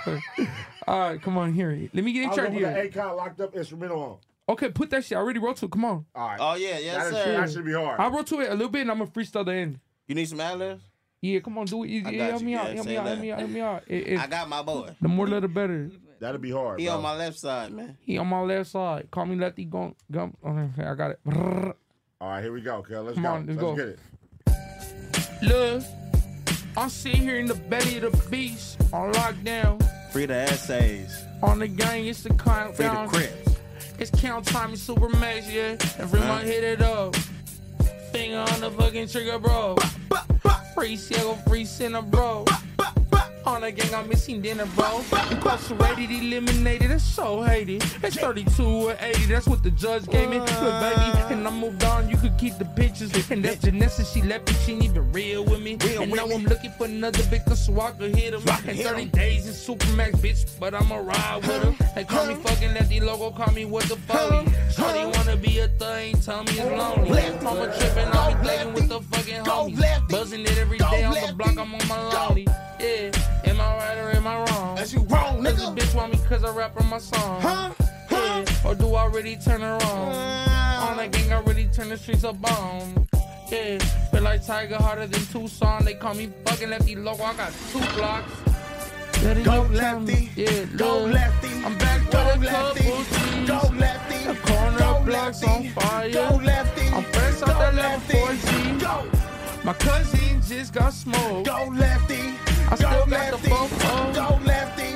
Speaker 9: All right, come on here. Let me
Speaker 4: I
Speaker 9: get
Speaker 4: was
Speaker 9: your
Speaker 4: gonna put
Speaker 9: idea.
Speaker 4: the Akon locked up instrumental on.
Speaker 9: Okay, put that shit. I already wrote to it. Come on.
Speaker 4: All right.
Speaker 1: Oh, yeah, yes,
Speaker 4: That is-
Speaker 1: sir.
Speaker 4: That should be hard.
Speaker 9: I wrote to it a little bit, and I'm gonna freestyle the end.
Speaker 1: You need some ad libs?
Speaker 9: Yeah, come on, do it. Yeah,
Speaker 1: I got
Speaker 9: help
Speaker 1: you,
Speaker 9: me out.
Speaker 1: yeah,
Speaker 9: Help me
Speaker 1: say
Speaker 9: out. Help
Speaker 1: that.
Speaker 9: me out. Help me out. It- it-
Speaker 1: I got my boy.
Speaker 9: the more letter, better.
Speaker 4: That'd be hard.
Speaker 1: He
Speaker 9: bro.
Speaker 1: on my left side, man.
Speaker 9: He on my left side. Call me Lefty Gum. Gum. Okay, I got it. Brrr.
Speaker 4: All right, here we go, cuz. Let's
Speaker 9: Come
Speaker 4: go.
Speaker 9: on, let's
Speaker 4: let's
Speaker 9: go.
Speaker 4: get it.
Speaker 9: Look, I'm sitting here in the belly of the beast on lockdown.
Speaker 1: Free the essays.
Speaker 9: On the gang, it's the
Speaker 1: Free the
Speaker 9: countdown.
Speaker 1: crib.
Speaker 9: It's count time and super max, yeah. Everyone
Speaker 1: Huh?
Speaker 9: hit it up. Finger on the fucking trigger, bro. Free Seattle, free center, bro. On the gang, I'm missing dinner, bro. Incarcerated, eliminated, it's so hated. It's 32 or 80, that's what the judge gave me. Look, baby, and I moved on, you could keep the pictures. And that's Janessa, she left me, she ain't even real with me. And now I'm looking for another victim so I could hit him. In 30 days in Supermax, bitch, but I'ma ride with him. They call me fucking Lefty Logo, call me what the fuck. Shorty wanna be a thing, tell me it's lonely. Mama tripping, I be playing with the fucking homies. Buzzing it every day on the block, I'm on my lonely. Yeah, am I right or am I wrong? That's you wrong, nigga. Does a bitch want me cause I rap on my song? Huh? Yeah, or do I really turn her on? On that gang, I really turn the streets up on. Yeah, feel like Tiger harder than Tucson. They call me fucking Lefty Loco, I got two blocks. Go lefty, yeah, go lefty. I'm back with a couple trees. Go lefty, the corner blocks on fire. Go lefty, I'm fresh off that lefty. 4G. Go. My cousin just got smoked. Go lefty, I still got the phone. Go lefty.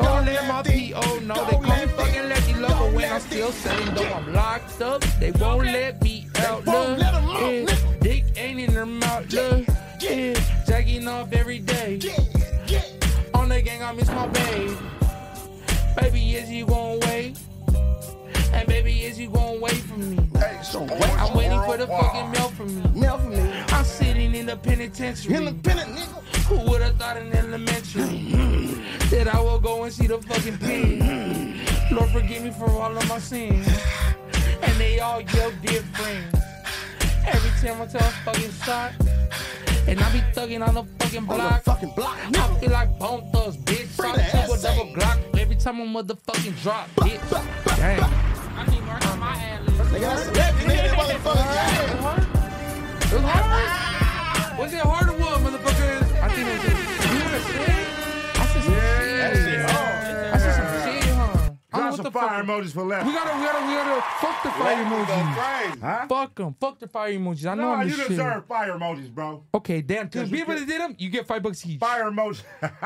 Speaker 9: Don't let my PO know they call me fucking lefty lover when I'm still saying though I'm locked up. They won't let me out.
Speaker 24: won't
Speaker 9: look.
Speaker 24: let 'em out,
Speaker 9: Yeah. Dick ain't in her mouth. Look. Yeah, jacking off every day. On the gang, I miss my babe. Baby, is you gon' wait? And baby, is you gon' wait for me? I'm waiting for the fucking mail from me. Mail from me. I'm sitting in the penitentiary. In the penitentiary. Mm-hmm. Who would have thought in elementary that I will go and see the fucking pen? Lord, forgive me for all of my sins. And they all your dear friends. Every time I tell a fucking shot, and I be thugging on the fucking block. fucking block. I feel like bone thugs, bitch. Shot to a double Glock every time a motherfucking drop, bitch. Damn.
Speaker 14: I need work on my ad lib.
Speaker 9: Nigga, that's lefty, nigga, that motherfucker. It was hard. Was it hard or what, motherfucker? I think it was. You know what I said? I said some shit. I said some shit, huh? I don't know what
Speaker 4: Got
Speaker 9: the
Speaker 4: some
Speaker 9: fuck.
Speaker 4: fire emojis for left.
Speaker 9: We gotta, we gotta, we gotta fuck the fire
Speaker 4: Let me go
Speaker 9: emojis.
Speaker 4: crazy. Huh?
Speaker 9: Fuck them. Fuck the fire emojis. I know
Speaker 4: No,
Speaker 9: I'm
Speaker 4: you
Speaker 9: the shit.
Speaker 4: deserve fire emojis, bro.
Speaker 9: Okay, damn. Because
Speaker 4: Just-
Speaker 9: people that did them, you get five bucks each.
Speaker 4: Fire emojis.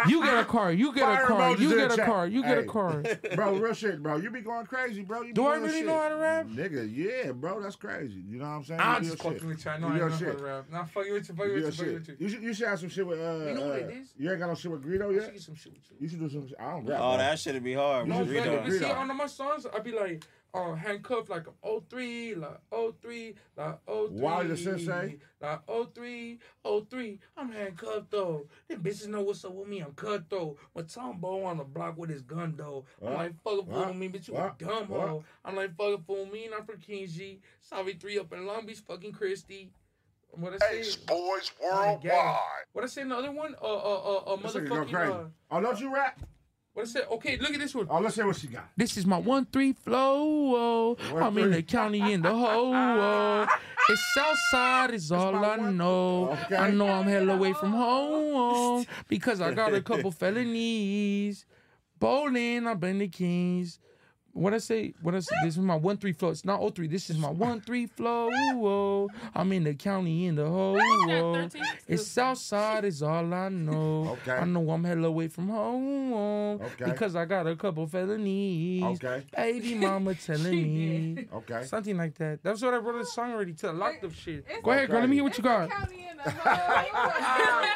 Speaker 9: You get a car. You get
Speaker 4: Fire
Speaker 9: a car.
Speaker 4: emojis
Speaker 9: You
Speaker 4: in
Speaker 9: get
Speaker 4: the
Speaker 9: a
Speaker 4: chat.
Speaker 9: car. You get a
Speaker 4: Hey,
Speaker 9: car.
Speaker 4: bro, real shit, bro. You be going crazy, bro. You be
Speaker 9: Do I
Speaker 4: real
Speaker 9: really
Speaker 4: shit.
Speaker 9: know how to rap?
Speaker 4: Nigga, yeah, bro. That's crazy. You know what I'm saying?
Speaker 11: I'm
Speaker 4: You
Speaker 11: just
Speaker 4: real
Speaker 11: fucking
Speaker 4: shit.
Speaker 11: with you. I know I
Speaker 4: You real
Speaker 11: know how
Speaker 4: shit.
Speaker 11: to rap. Nah, fucking with you, fucking
Speaker 4: You
Speaker 11: with
Speaker 4: real
Speaker 11: you, fucking with
Speaker 4: shit.
Speaker 11: you.
Speaker 4: You should, you should have some shit with. Uh,
Speaker 11: You know what it
Speaker 4: uh,
Speaker 11: is?
Speaker 4: You ain't got no shit with Greedo yet?
Speaker 11: some shit with you.
Speaker 4: You should do some shit. I
Speaker 9: Uh,
Speaker 4: don't rap.
Speaker 1: Oh,
Speaker 4: bro.
Speaker 1: that shit'd be hard.
Speaker 4: No,
Speaker 1: with
Speaker 4: it's
Speaker 1: Greedo.
Speaker 4: better.
Speaker 11: You see,
Speaker 4: Greedo.
Speaker 11: on my songs, I'd be like, uh, handcuffed like a 03, like 03, like 03.
Speaker 4: Wally the Sensei?
Speaker 11: Like 03, 03. I'm handcuffed though. Them bitches know what's up with me. I'm cut though. My Tombo on the block with his gun though. I'm
Speaker 24: What?
Speaker 11: like, fuck up
Speaker 24: What?
Speaker 11: with me, bitch. You
Speaker 24: What?
Speaker 11: a dumb
Speaker 24: What?
Speaker 11: hoe. I'm like, fuck up with me, and I'm from King G. Salvi 3 up in Long Beach, fucking Christie. What I say?
Speaker 25: Boys
Speaker 11: Yeah.
Speaker 25: worldwide.
Speaker 11: What I say? Another one? Uh, uh, uh, uh
Speaker 4: This nigga go
Speaker 11: motherfucking.
Speaker 4: crazy.
Speaker 11: Uh,
Speaker 4: Oh, don't you rap?
Speaker 11: what I say? Okay, look at this one.
Speaker 4: Oh, let's hear what she got.
Speaker 9: This is my one three flow. oh.
Speaker 4: One,
Speaker 9: I'm in
Speaker 4: three.
Speaker 9: the county in the hole. oh. It's Southside is all I know. I know I'm hell away from home oh, because I got a couple felonies. Bowling, I've been the kings. When I say when I say this is my one three flow, it's not 03. This is my one three flow. Whoa, I'm in the county in the hole. Whoa. It's Southside is all I know.
Speaker 4: Okay.
Speaker 9: I know I'm hella away from home
Speaker 4: Okay.
Speaker 9: because I got a couple felonies.
Speaker 4: Okay.
Speaker 9: Baby mama telling me.
Speaker 4: Okay.
Speaker 9: Something like that. That's what I wrote a song already to a lot of shit. Go ahead, girl. Let me hear what you got.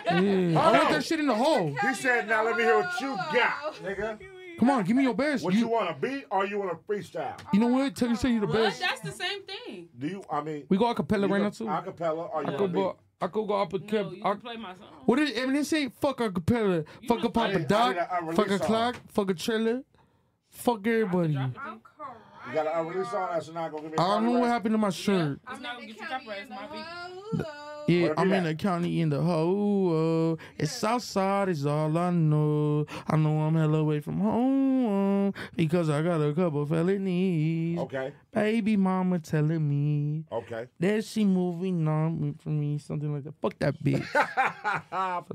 Speaker 9: Yeah. I want that shit in the hole.
Speaker 4: He said, now let me hear what you got, nigga.
Speaker 9: Come on, give me your best.
Speaker 4: What you, want to beat or you want to freestyle?
Speaker 9: You know what? Tell you, tell you the
Speaker 14: Well,
Speaker 9: best.
Speaker 14: that's the same thing.
Speaker 4: Do you, I mean.
Speaker 9: We go acapella
Speaker 4: you
Speaker 9: right
Speaker 4: go
Speaker 9: now too.
Speaker 4: Acapella or you
Speaker 9: I
Speaker 4: want
Speaker 9: could
Speaker 4: to
Speaker 9: go. I could go up a cap. I-
Speaker 14: Play my song.
Speaker 9: What did Eminem say? Fuck acapella. Fuck a
Speaker 4: I
Speaker 9: Papa
Speaker 4: need- I
Speaker 9: Doc.
Speaker 4: need a- a
Speaker 9: Fuck a
Speaker 4: release song.
Speaker 9: clock. Fuck a trailer. Fuck everybody. I
Speaker 4: You got an unreleased song that's not going to give me a
Speaker 9: don't know what
Speaker 4: copyright?
Speaker 9: happened to my shirt.
Speaker 14: I'm not gonna get you copyrighted. It's my beat.
Speaker 9: Yeah,
Speaker 4: Whatever
Speaker 9: I'm
Speaker 4: you
Speaker 9: in the county in the hole. It's Southside is all I know. I know I'm hella away from home because I got a couple felonies.
Speaker 4: Okay.
Speaker 9: Baby mama telling me.
Speaker 4: Okay.
Speaker 9: That she moving on from me, something like that. Fuck that bitch. Fuck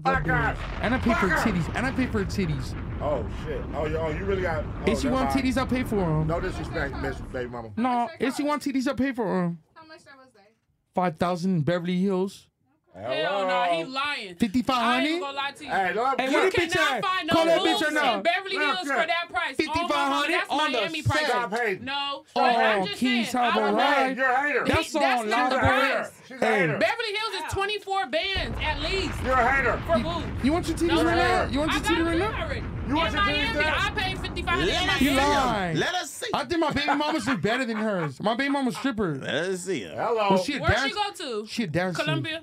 Speaker 9: that bitch. And I pay for titties. And I pay for titties.
Speaker 4: Oh, shit. Oh, you, oh, you really got. Oh,
Speaker 9: if she
Speaker 4: never
Speaker 9: want
Speaker 4: mind.
Speaker 9: titties, I pay for them.
Speaker 4: No disrespect, bitch, baby mama.
Speaker 9: No, if she want titties, I pay for them.
Speaker 26: How much that was that?
Speaker 9: Five thousand Beverly Hills.
Speaker 14: Hell no, he lying.
Speaker 9: Fifty five
Speaker 14: I ain't
Speaker 9: hundred.
Speaker 14: gonna lie to you.
Speaker 9: Hey, don't- Hey,
Speaker 14: you
Speaker 9: where the bitch
Speaker 14: cannot
Speaker 9: at?
Speaker 14: find no
Speaker 9: Call that
Speaker 14: boobs
Speaker 9: bitch right now.
Speaker 14: in Beverly
Speaker 9: Real
Speaker 14: Hills for
Speaker 9: quick.
Speaker 14: that price. Oh, my God,
Speaker 9: 5,500
Speaker 14: that's
Speaker 9: on the
Speaker 14: Miami price.
Speaker 9: Stop hating.
Speaker 14: No,
Speaker 9: Oh,
Speaker 14: but I'm just
Speaker 9: Keys
Speaker 14: saying,
Speaker 9: Harbor
Speaker 14: I would-
Speaker 9: Ride. You're a hater. That's
Speaker 14: that's
Speaker 9: on
Speaker 14: not the
Speaker 9: Lana Del Rey.
Speaker 14: price.
Speaker 9: She's a hater.
Speaker 14: Beverly Hills is 24 bands at least.
Speaker 4: You're a hater.
Speaker 14: For boobs.
Speaker 9: You want your titties right now? You want your titties right now?
Speaker 14: You want your titties right now? I paid 55 in
Speaker 9: You
Speaker 14: Miami.
Speaker 9: lying.
Speaker 1: Let us see.
Speaker 9: I think my baby mama's is better than hers. My baby mama's stripper. Let
Speaker 1: us see.
Speaker 4: Hello.
Speaker 9: Well, she a
Speaker 14: Where'd
Speaker 9: dance-
Speaker 14: she go to?
Speaker 9: She a dancer.
Speaker 14: Columbia?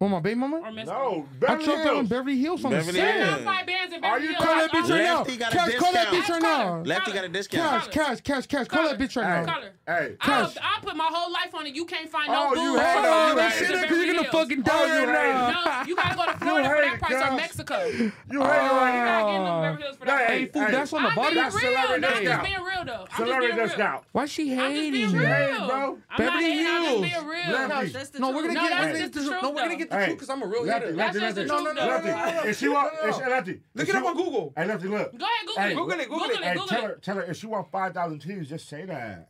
Speaker 9: Well, my baby mama?
Speaker 14: Or
Speaker 4: No,
Speaker 9: I
Speaker 4: Beverly
Speaker 9: choked her in
Speaker 4: Hills.
Speaker 9: Beverly Hills on
Speaker 1: Beverly
Speaker 9: the set.
Speaker 1: Hills.
Speaker 14: That's my bands in
Speaker 9: Are
Speaker 14: Beverly
Speaker 9: you
Speaker 14: Hills.
Speaker 9: call that
Speaker 14: I-
Speaker 9: bitch right now?
Speaker 1: Lefty got a
Speaker 9: Cash, call that
Speaker 1: discount.
Speaker 9: bitch right now.
Speaker 1: Lefty got a
Speaker 9: Cash,
Speaker 1: discount.
Speaker 9: cash, cash, cash. Call that bitch right now.
Speaker 14: Color.
Speaker 4: Hey,
Speaker 14: I'll, I'll put my whole life on it. You can't find no
Speaker 9: Oh,
Speaker 14: booze.
Speaker 9: you
Speaker 14: in
Speaker 9: hate it.
Speaker 14: Beverly
Speaker 9: You
Speaker 14: Hills in
Speaker 9: hate it.
Speaker 14: Beverly
Speaker 9: You're gonna
Speaker 14: Hills.
Speaker 9: fucking die
Speaker 14: No,
Speaker 9: right now.
Speaker 14: Oh, No, you gotta go to Florida
Speaker 9: You
Speaker 14: for
Speaker 9: hate
Speaker 14: that
Speaker 9: it,
Speaker 14: price or
Speaker 9: girls.
Speaker 14: Mexico.
Speaker 4: You
Speaker 14: hate it right now. You
Speaker 9: Oh.
Speaker 14: gotta get them Beverly Hills for that
Speaker 9: Hey,
Speaker 14: price.
Speaker 9: fool, that's on the
Speaker 14: I'm
Speaker 9: body.
Speaker 14: being real. No, I'm just being real though. I'm just being
Speaker 9: Celebrity
Speaker 14: real.
Speaker 9: discount. Why she hating?
Speaker 14: being real. I'm not
Speaker 9: Beverly
Speaker 14: hating, I'm just
Speaker 9: Hills.
Speaker 14: being real. No,
Speaker 9: Lefty.
Speaker 14: that's the
Speaker 9: No, Oh, we're
Speaker 14: truth.
Speaker 9: gonna
Speaker 14: No,
Speaker 9: get.
Speaker 14: that's
Speaker 9: we're gonna
Speaker 14: just the
Speaker 9: get No,
Speaker 14: truth,
Speaker 9: we're gonna get the
Speaker 4: though.
Speaker 9: truth because I'm a real
Speaker 4: Lefty,
Speaker 9: hater.
Speaker 4: Lefty,
Speaker 14: That's
Speaker 4: Lefty.
Speaker 14: just the
Speaker 9: No, no, no,
Speaker 14: truth,
Speaker 9: no, no, no,
Speaker 4: Lefty,
Speaker 9: no.
Speaker 4: if she want,
Speaker 9: No, no,
Speaker 4: if she,
Speaker 9: no.
Speaker 4: Lefty.
Speaker 9: Look
Speaker 4: if
Speaker 9: it
Speaker 4: she
Speaker 9: up on
Speaker 4: want-
Speaker 9: Google.
Speaker 4: Hey, Lefty, look.
Speaker 14: Go ahead, Google
Speaker 4: Hey,
Speaker 14: it.
Speaker 9: Google it, Google it.
Speaker 4: Hey,
Speaker 9: Google
Speaker 4: tell
Speaker 9: it.
Speaker 4: her, tell her, if she want 5,000 titties, just say that.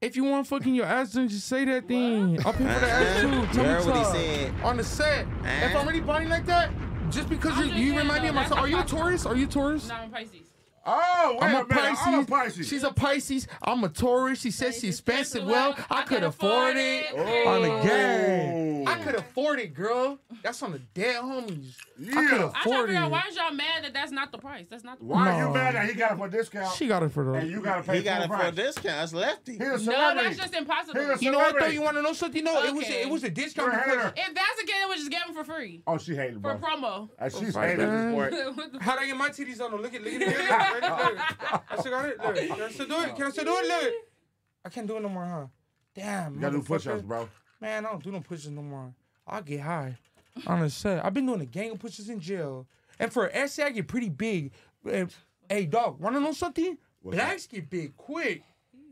Speaker 9: If you want fucking your ass, then just say that thing. I'll pay for the ass too.
Speaker 1: You
Speaker 9: Tell me
Speaker 1: heard what he
Speaker 9: so.
Speaker 1: said.
Speaker 9: On the set.
Speaker 1: Eh?
Speaker 9: If I'm really buying like that, just because
Speaker 14: I'm
Speaker 9: you,
Speaker 14: just
Speaker 9: you
Speaker 14: saying,
Speaker 9: remind me
Speaker 14: though,
Speaker 9: of myself.
Speaker 14: that's
Speaker 9: Are you a
Speaker 14: not
Speaker 9: Taurus? Are you a Taurus?
Speaker 14: No, I'm Pisces.
Speaker 4: Oh,
Speaker 9: I'm a,
Speaker 4: minute,
Speaker 9: Pisces.
Speaker 4: I'm a Pisces.
Speaker 9: She's a Pisces. I'm a Taurus. She says she spends it well. I could afford it. On the game. I could afford it, girl. That's on the dead homies. I could
Speaker 14: I try to
Speaker 9: afford
Speaker 14: figure out
Speaker 9: it.
Speaker 14: why is y'all mad that that's not the price. That's not the
Speaker 4: Why are
Speaker 9: No.
Speaker 4: you mad that he got it for a discount?
Speaker 9: She got it for the.
Speaker 4: And you got to pay
Speaker 1: He got
Speaker 4: full
Speaker 1: it for
Speaker 4: price.
Speaker 1: a discount. That's Lefty.
Speaker 4: He a
Speaker 14: No,
Speaker 4: celebrity.
Speaker 14: that's just impossible.
Speaker 4: He a
Speaker 9: You know what though?
Speaker 4: celebrity.
Speaker 9: You want to know something? No, it was
Speaker 14: Okay.
Speaker 9: it was a discount.
Speaker 4: You're a
Speaker 9: because-
Speaker 4: hater.
Speaker 14: If that's the case, they would just get them for free
Speaker 4: Oh, she hated,
Speaker 14: for
Speaker 4: bro.
Speaker 14: promo.
Speaker 4: Uh, she's
Speaker 9: my
Speaker 4: hated
Speaker 9: God.
Speaker 4: for it.
Speaker 14: What the
Speaker 9: How'd I get my titties on? Look at, look at it. Look at it. Look at it. I still got it. Look. Can I still do it? Can I still do it? Look. I can't do it no more, huh? Damn.
Speaker 4: You got to do
Speaker 9: motherfucker.
Speaker 4: push-ups, bro.
Speaker 9: Man, I don't do no pushes no more. I get high. On the set, I've been doing a gang of pushes in jail, and for an essay, I get pretty big. And, hey, dog, wanna know something? Blacks get big quick.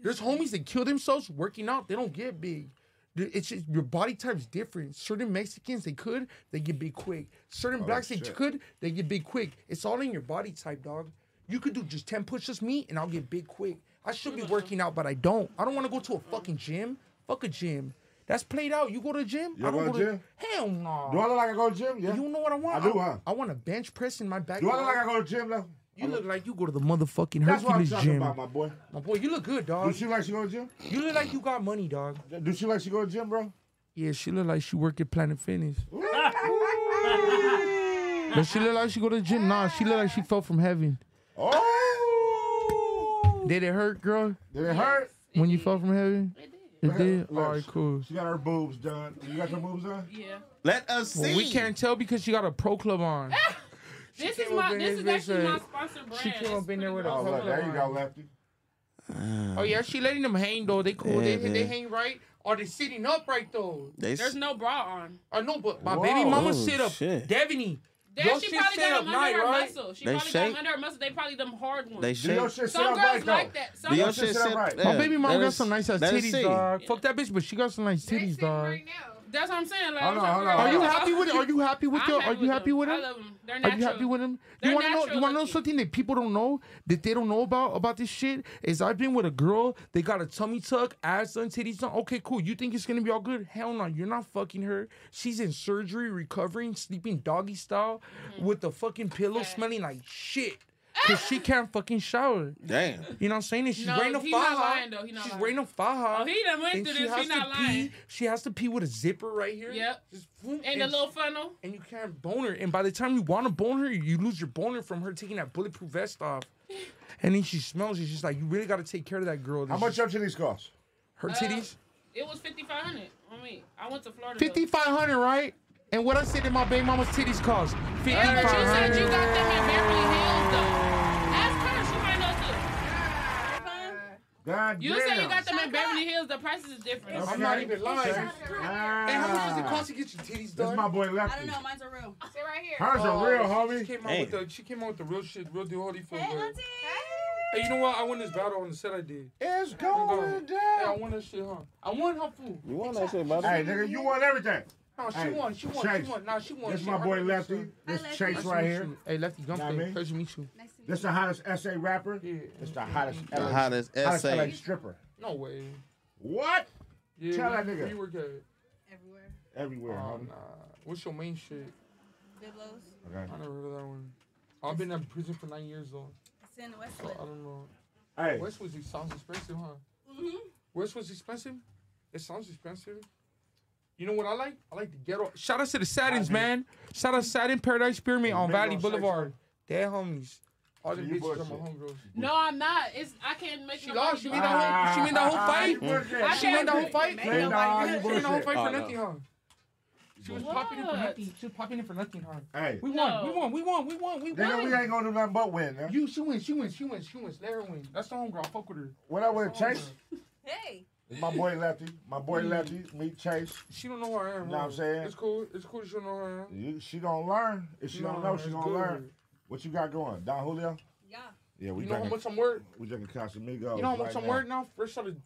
Speaker 9: There's homies that kill themselves working out. They don't get big. Th- It's just your body type's different. Certain Mexicans they could, they get big quick. Certain
Speaker 4: Oh,
Speaker 9: blacks they
Speaker 4: shit.
Speaker 9: could, they get big quick. It's all in your body type, dog. You could do just ten push-ups, me, and I'll get big quick. I should be working out, but I don't. I don't want to go to a fucking gym. Fuck a gym. That's played out. You go to the gym?
Speaker 4: You
Speaker 9: I don't
Speaker 4: go to gym?
Speaker 9: Hell no.
Speaker 4: Do I look like I go to gym? Yeah.
Speaker 9: You know what I want?
Speaker 4: I do, huh?
Speaker 9: I, want a bench press in my back.
Speaker 4: Do I look like I go to gym, though?
Speaker 9: You look like you go to the motherfucking
Speaker 4: That's what I'm
Speaker 9: Hercules
Speaker 4: talking
Speaker 9: gym.
Speaker 4: about, my boy.
Speaker 9: My boy, you look good,
Speaker 4: Do
Speaker 9: dog.
Speaker 4: she like she go to gym?
Speaker 9: You look like you got money, dog.
Speaker 4: Do she like she go to gym, bro?
Speaker 9: Yeah, she look like she work at Planet Fitness. but she look like she go to the gym. Nah, she look like she fell from heaven.
Speaker 4: Oh.
Speaker 9: Did it hurt, girl?
Speaker 4: Did it hurt?
Speaker 9: When you fell from heaven? It did.
Speaker 4: Look,
Speaker 9: All right, cool.
Speaker 4: She got her boobs done. You got your boobs done?
Speaker 14: Yeah.
Speaker 1: Let us
Speaker 9: Well, we
Speaker 1: see.
Speaker 9: can't tell because she got a pro club on.
Speaker 14: This
Speaker 9: came
Speaker 14: is
Speaker 9: up
Speaker 14: my.
Speaker 9: in
Speaker 14: This
Speaker 9: his
Speaker 14: is actually my
Speaker 9: business.
Speaker 14: sponsored brand.
Speaker 9: She came
Speaker 14: It's
Speaker 9: up in there with a
Speaker 4: Oh,
Speaker 9: pro
Speaker 4: look,
Speaker 9: club
Speaker 4: there you go,
Speaker 9: on.
Speaker 4: Lefty.
Speaker 9: Oh yeah, she letting them hang though. They cool. they,
Speaker 1: Yeah,
Speaker 9: they
Speaker 1: man.
Speaker 9: hang right. Or they sitting up right though.
Speaker 1: They
Speaker 14: There's no bra on.
Speaker 9: I know, but my
Speaker 1: Whoa.
Speaker 9: baby mama
Speaker 1: Oh,
Speaker 9: sit up.
Speaker 1: shit.
Speaker 9: Devaney.
Speaker 14: Damn,
Speaker 9: your
Speaker 14: she
Speaker 9: shit
Speaker 14: probably
Speaker 9: sit
Speaker 14: got
Speaker 9: up
Speaker 14: them under
Speaker 9: night,
Speaker 14: her
Speaker 9: right?
Speaker 14: muscle. She
Speaker 1: They
Speaker 14: probably got
Speaker 1: shake?
Speaker 14: them under her muscle. They probably them hard ones.
Speaker 1: They
Speaker 4: Do your
Speaker 1: shake.
Speaker 4: shit sit
Speaker 14: Some
Speaker 4: up
Speaker 14: girls
Speaker 4: right, though?
Speaker 14: like that. Some
Speaker 1: Do your
Speaker 14: girls-
Speaker 1: shit
Speaker 4: sit up
Speaker 1: sit
Speaker 4: right.
Speaker 1: right.
Speaker 9: My baby mama got some nice ass
Speaker 1: let us
Speaker 9: titties,
Speaker 1: see.
Speaker 9: dog. Fuck that bitch, but she got some nice titties, dog.
Speaker 14: That's what I'm saying. Like, I'm
Speaker 9: Hold on,
Speaker 14: trying to
Speaker 9: hold on.
Speaker 14: figure
Speaker 9: Are you
Speaker 14: out-
Speaker 9: happy with it? Are you happy with
Speaker 14: I'm
Speaker 9: your- are you
Speaker 14: with
Speaker 9: happy with
Speaker 14: them? I
Speaker 9: him?
Speaker 14: love them. They're
Speaker 9: Are
Speaker 14: natural.
Speaker 9: you happy with him?
Speaker 14: They're
Speaker 9: you want to know? You
Speaker 14: natural
Speaker 9: want to know something that people don't know that they don't know about about this shit is I've been with a girl. They got a tummy tuck, ass done, titties done. Okay, cool. You think it's gonna be all good? Hell no. You're not fucking her. She's in surgery, recovering, sleeping doggy style,
Speaker 14: Mm.
Speaker 9: with the fucking pillow smelling like shit. Cause she can't fucking shower.
Speaker 11: Damn.
Speaker 9: You know what I'm saying? And she's
Speaker 14: No,
Speaker 9: wearing a
Speaker 14: he not
Speaker 9: faja.
Speaker 14: lying, though. He not
Speaker 9: she's
Speaker 14: lying.
Speaker 9: wearing a faja.
Speaker 14: Oh, he done went
Speaker 9: and
Speaker 14: through
Speaker 9: she
Speaker 14: this.
Speaker 9: has
Speaker 14: He not
Speaker 9: to pee.
Speaker 14: lying.
Speaker 9: She has to pee with a zipper right here.
Speaker 14: Yep. And
Speaker 9: and
Speaker 14: the
Speaker 9: sh-
Speaker 14: little funnel.
Speaker 9: And you can't bone her. And by the time you want to bone her, you lose your boner from her taking that bulletproof vest off. And then she smells you. She's like, you really got to take care of that girl.
Speaker 4: How much your titties cost?
Speaker 9: Her
Speaker 14: Uh,
Speaker 9: titties?
Speaker 14: It was 5500 I mean, I went to Florida. though.
Speaker 9: 5500 right? And what I said that my baby mama's titties cost?
Speaker 14: Yeah, but you said you
Speaker 9: 5500
Speaker 14: got them in Beverly Hills, though. Ask her. She might know, too.
Speaker 4: God
Speaker 14: You said you got them in Beverly Hills. The prices is different.
Speaker 4: I'm not even lying.
Speaker 9: Hey, how much does it cost to get your titties done?
Speaker 4: That's my boy Lefty.
Speaker 14: Mine's are real. Sit right here.
Speaker 4: Hers are real, homie.
Speaker 9: Oh, She came, out
Speaker 4: Hey.
Speaker 9: with the, she came out with the real shit, real deal, hoodie for hey, Hey, you know what? I won this battle on the set I did.
Speaker 4: It's
Speaker 9: going Hey, I won that shit, huh? I won her food.
Speaker 4: You
Speaker 9: want
Speaker 4: that shit, brother? Hey, nigga, you want everything.
Speaker 9: No, she
Speaker 4: Hey,
Speaker 9: won. She won.
Speaker 4: Chase.
Speaker 9: She won. Nah, she won.
Speaker 4: This
Speaker 9: she
Speaker 4: my
Speaker 9: won.
Speaker 4: boy Lefty. This
Speaker 9: Lefty.
Speaker 4: Chase
Speaker 9: Nice to
Speaker 4: right
Speaker 9: meet
Speaker 4: here.
Speaker 9: you. Hey, Lefty
Speaker 4: Know what I
Speaker 9: Gumpy.
Speaker 4: mean?
Speaker 9: Pleasure to meet you.
Speaker 4: This the hottest SA rapper. Yeah. It's the hottest.
Speaker 11: The
Speaker 4: LA
Speaker 11: hottest SA.
Speaker 4: LA stripper.
Speaker 9: No way.
Speaker 4: What?
Speaker 9: Yeah,
Speaker 4: Tell
Speaker 9: we-
Speaker 4: that nigga.
Speaker 9: We work at
Speaker 4: Everywhere,
Speaker 9: Oh,
Speaker 4: homie.
Speaker 9: nah. What's your main shit?
Speaker 27: Biblos.
Speaker 4: Okay.
Speaker 9: I never heard of that one. I've been in prison for nine years though.
Speaker 27: It's in
Speaker 9: So
Speaker 27: Westwood.
Speaker 9: I don't know.
Speaker 4: Hey.
Speaker 9: West was it sounds expensive, huh?
Speaker 27: Mm-hmm.
Speaker 9: West was expensive? It sounds expensive. You know what I like? I like the ghetto. Shout out to the Satins, man. Shout out Satin Paradise Pyramid on
Speaker 28: Big
Speaker 9: Valley
Speaker 28: old sex
Speaker 9: Boulevard. Their homies. All the
Speaker 28: So you
Speaker 9: bitches are my
Speaker 28: bullshit.
Speaker 9: homegirls.
Speaker 14: No, I'm not. It's I can't make.
Speaker 9: She
Speaker 14: nobody
Speaker 9: lost. She
Speaker 14: do
Speaker 9: made
Speaker 14: it.
Speaker 9: that
Speaker 4: Ah,
Speaker 9: whole. She made that whole fight.
Speaker 14: I
Speaker 9: She made
Speaker 14: can't
Speaker 9: that whole
Speaker 14: make
Speaker 9: fight. She made
Speaker 14: nobody do it.
Speaker 9: that whole fight
Speaker 14: Oh,
Speaker 9: for
Speaker 14: no.
Speaker 9: nothing, huh? She was popping in for
Speaker 14: What?
Speaker 9: nothing. She was popping in for nothing, huh?
Speaker 4: Hey.
Speaker 9: We won. We won. We won. We won. We
Speaker 4: Nigga, we
Speaker 9: won.
Speaker 4: ain't gonna do nothing but win, man.
Speaker 9: You, she wins. She wins. She wins. She wins. Let her win. That's the homegirl. I Fuck with her.
Speaker 4: What up with Chase?
Speaker 27: Hey.
Speaker 4: It's my boy Lefty. My boy
Speaker 9: Mm.
Speaker 4: Lefty. Meet Chase.
Speaker 9: She don't know who I am.
Speaker 4: Know what I'm
Speaker 9: huh?
Speaker 4: saying?
Speaker 9: It's cool. It's cool. She don't know who I am.
Speaker 4: You, she gonna learn. If she don't
Speaker 9: Nah,
Speaker 4: know, she
Speaker 9: it's
Speaker 4: gonna
Speaker 9: good.
Speaker 4: learn. What you got going, Don Julio?
Speaker 27: Yeah.
Speaker 4: Yeah, we
Speaker 9: You know how
Speaker 4: drinking-
Speaker 9: much I'm worth?
Speaker 4: We drinking Casamigos.
Speaker 9: You know how much
Speaker 4: right
Speaker 9: I'm
Speaker 4: now.
Speaker 9: worth now? Fresh out of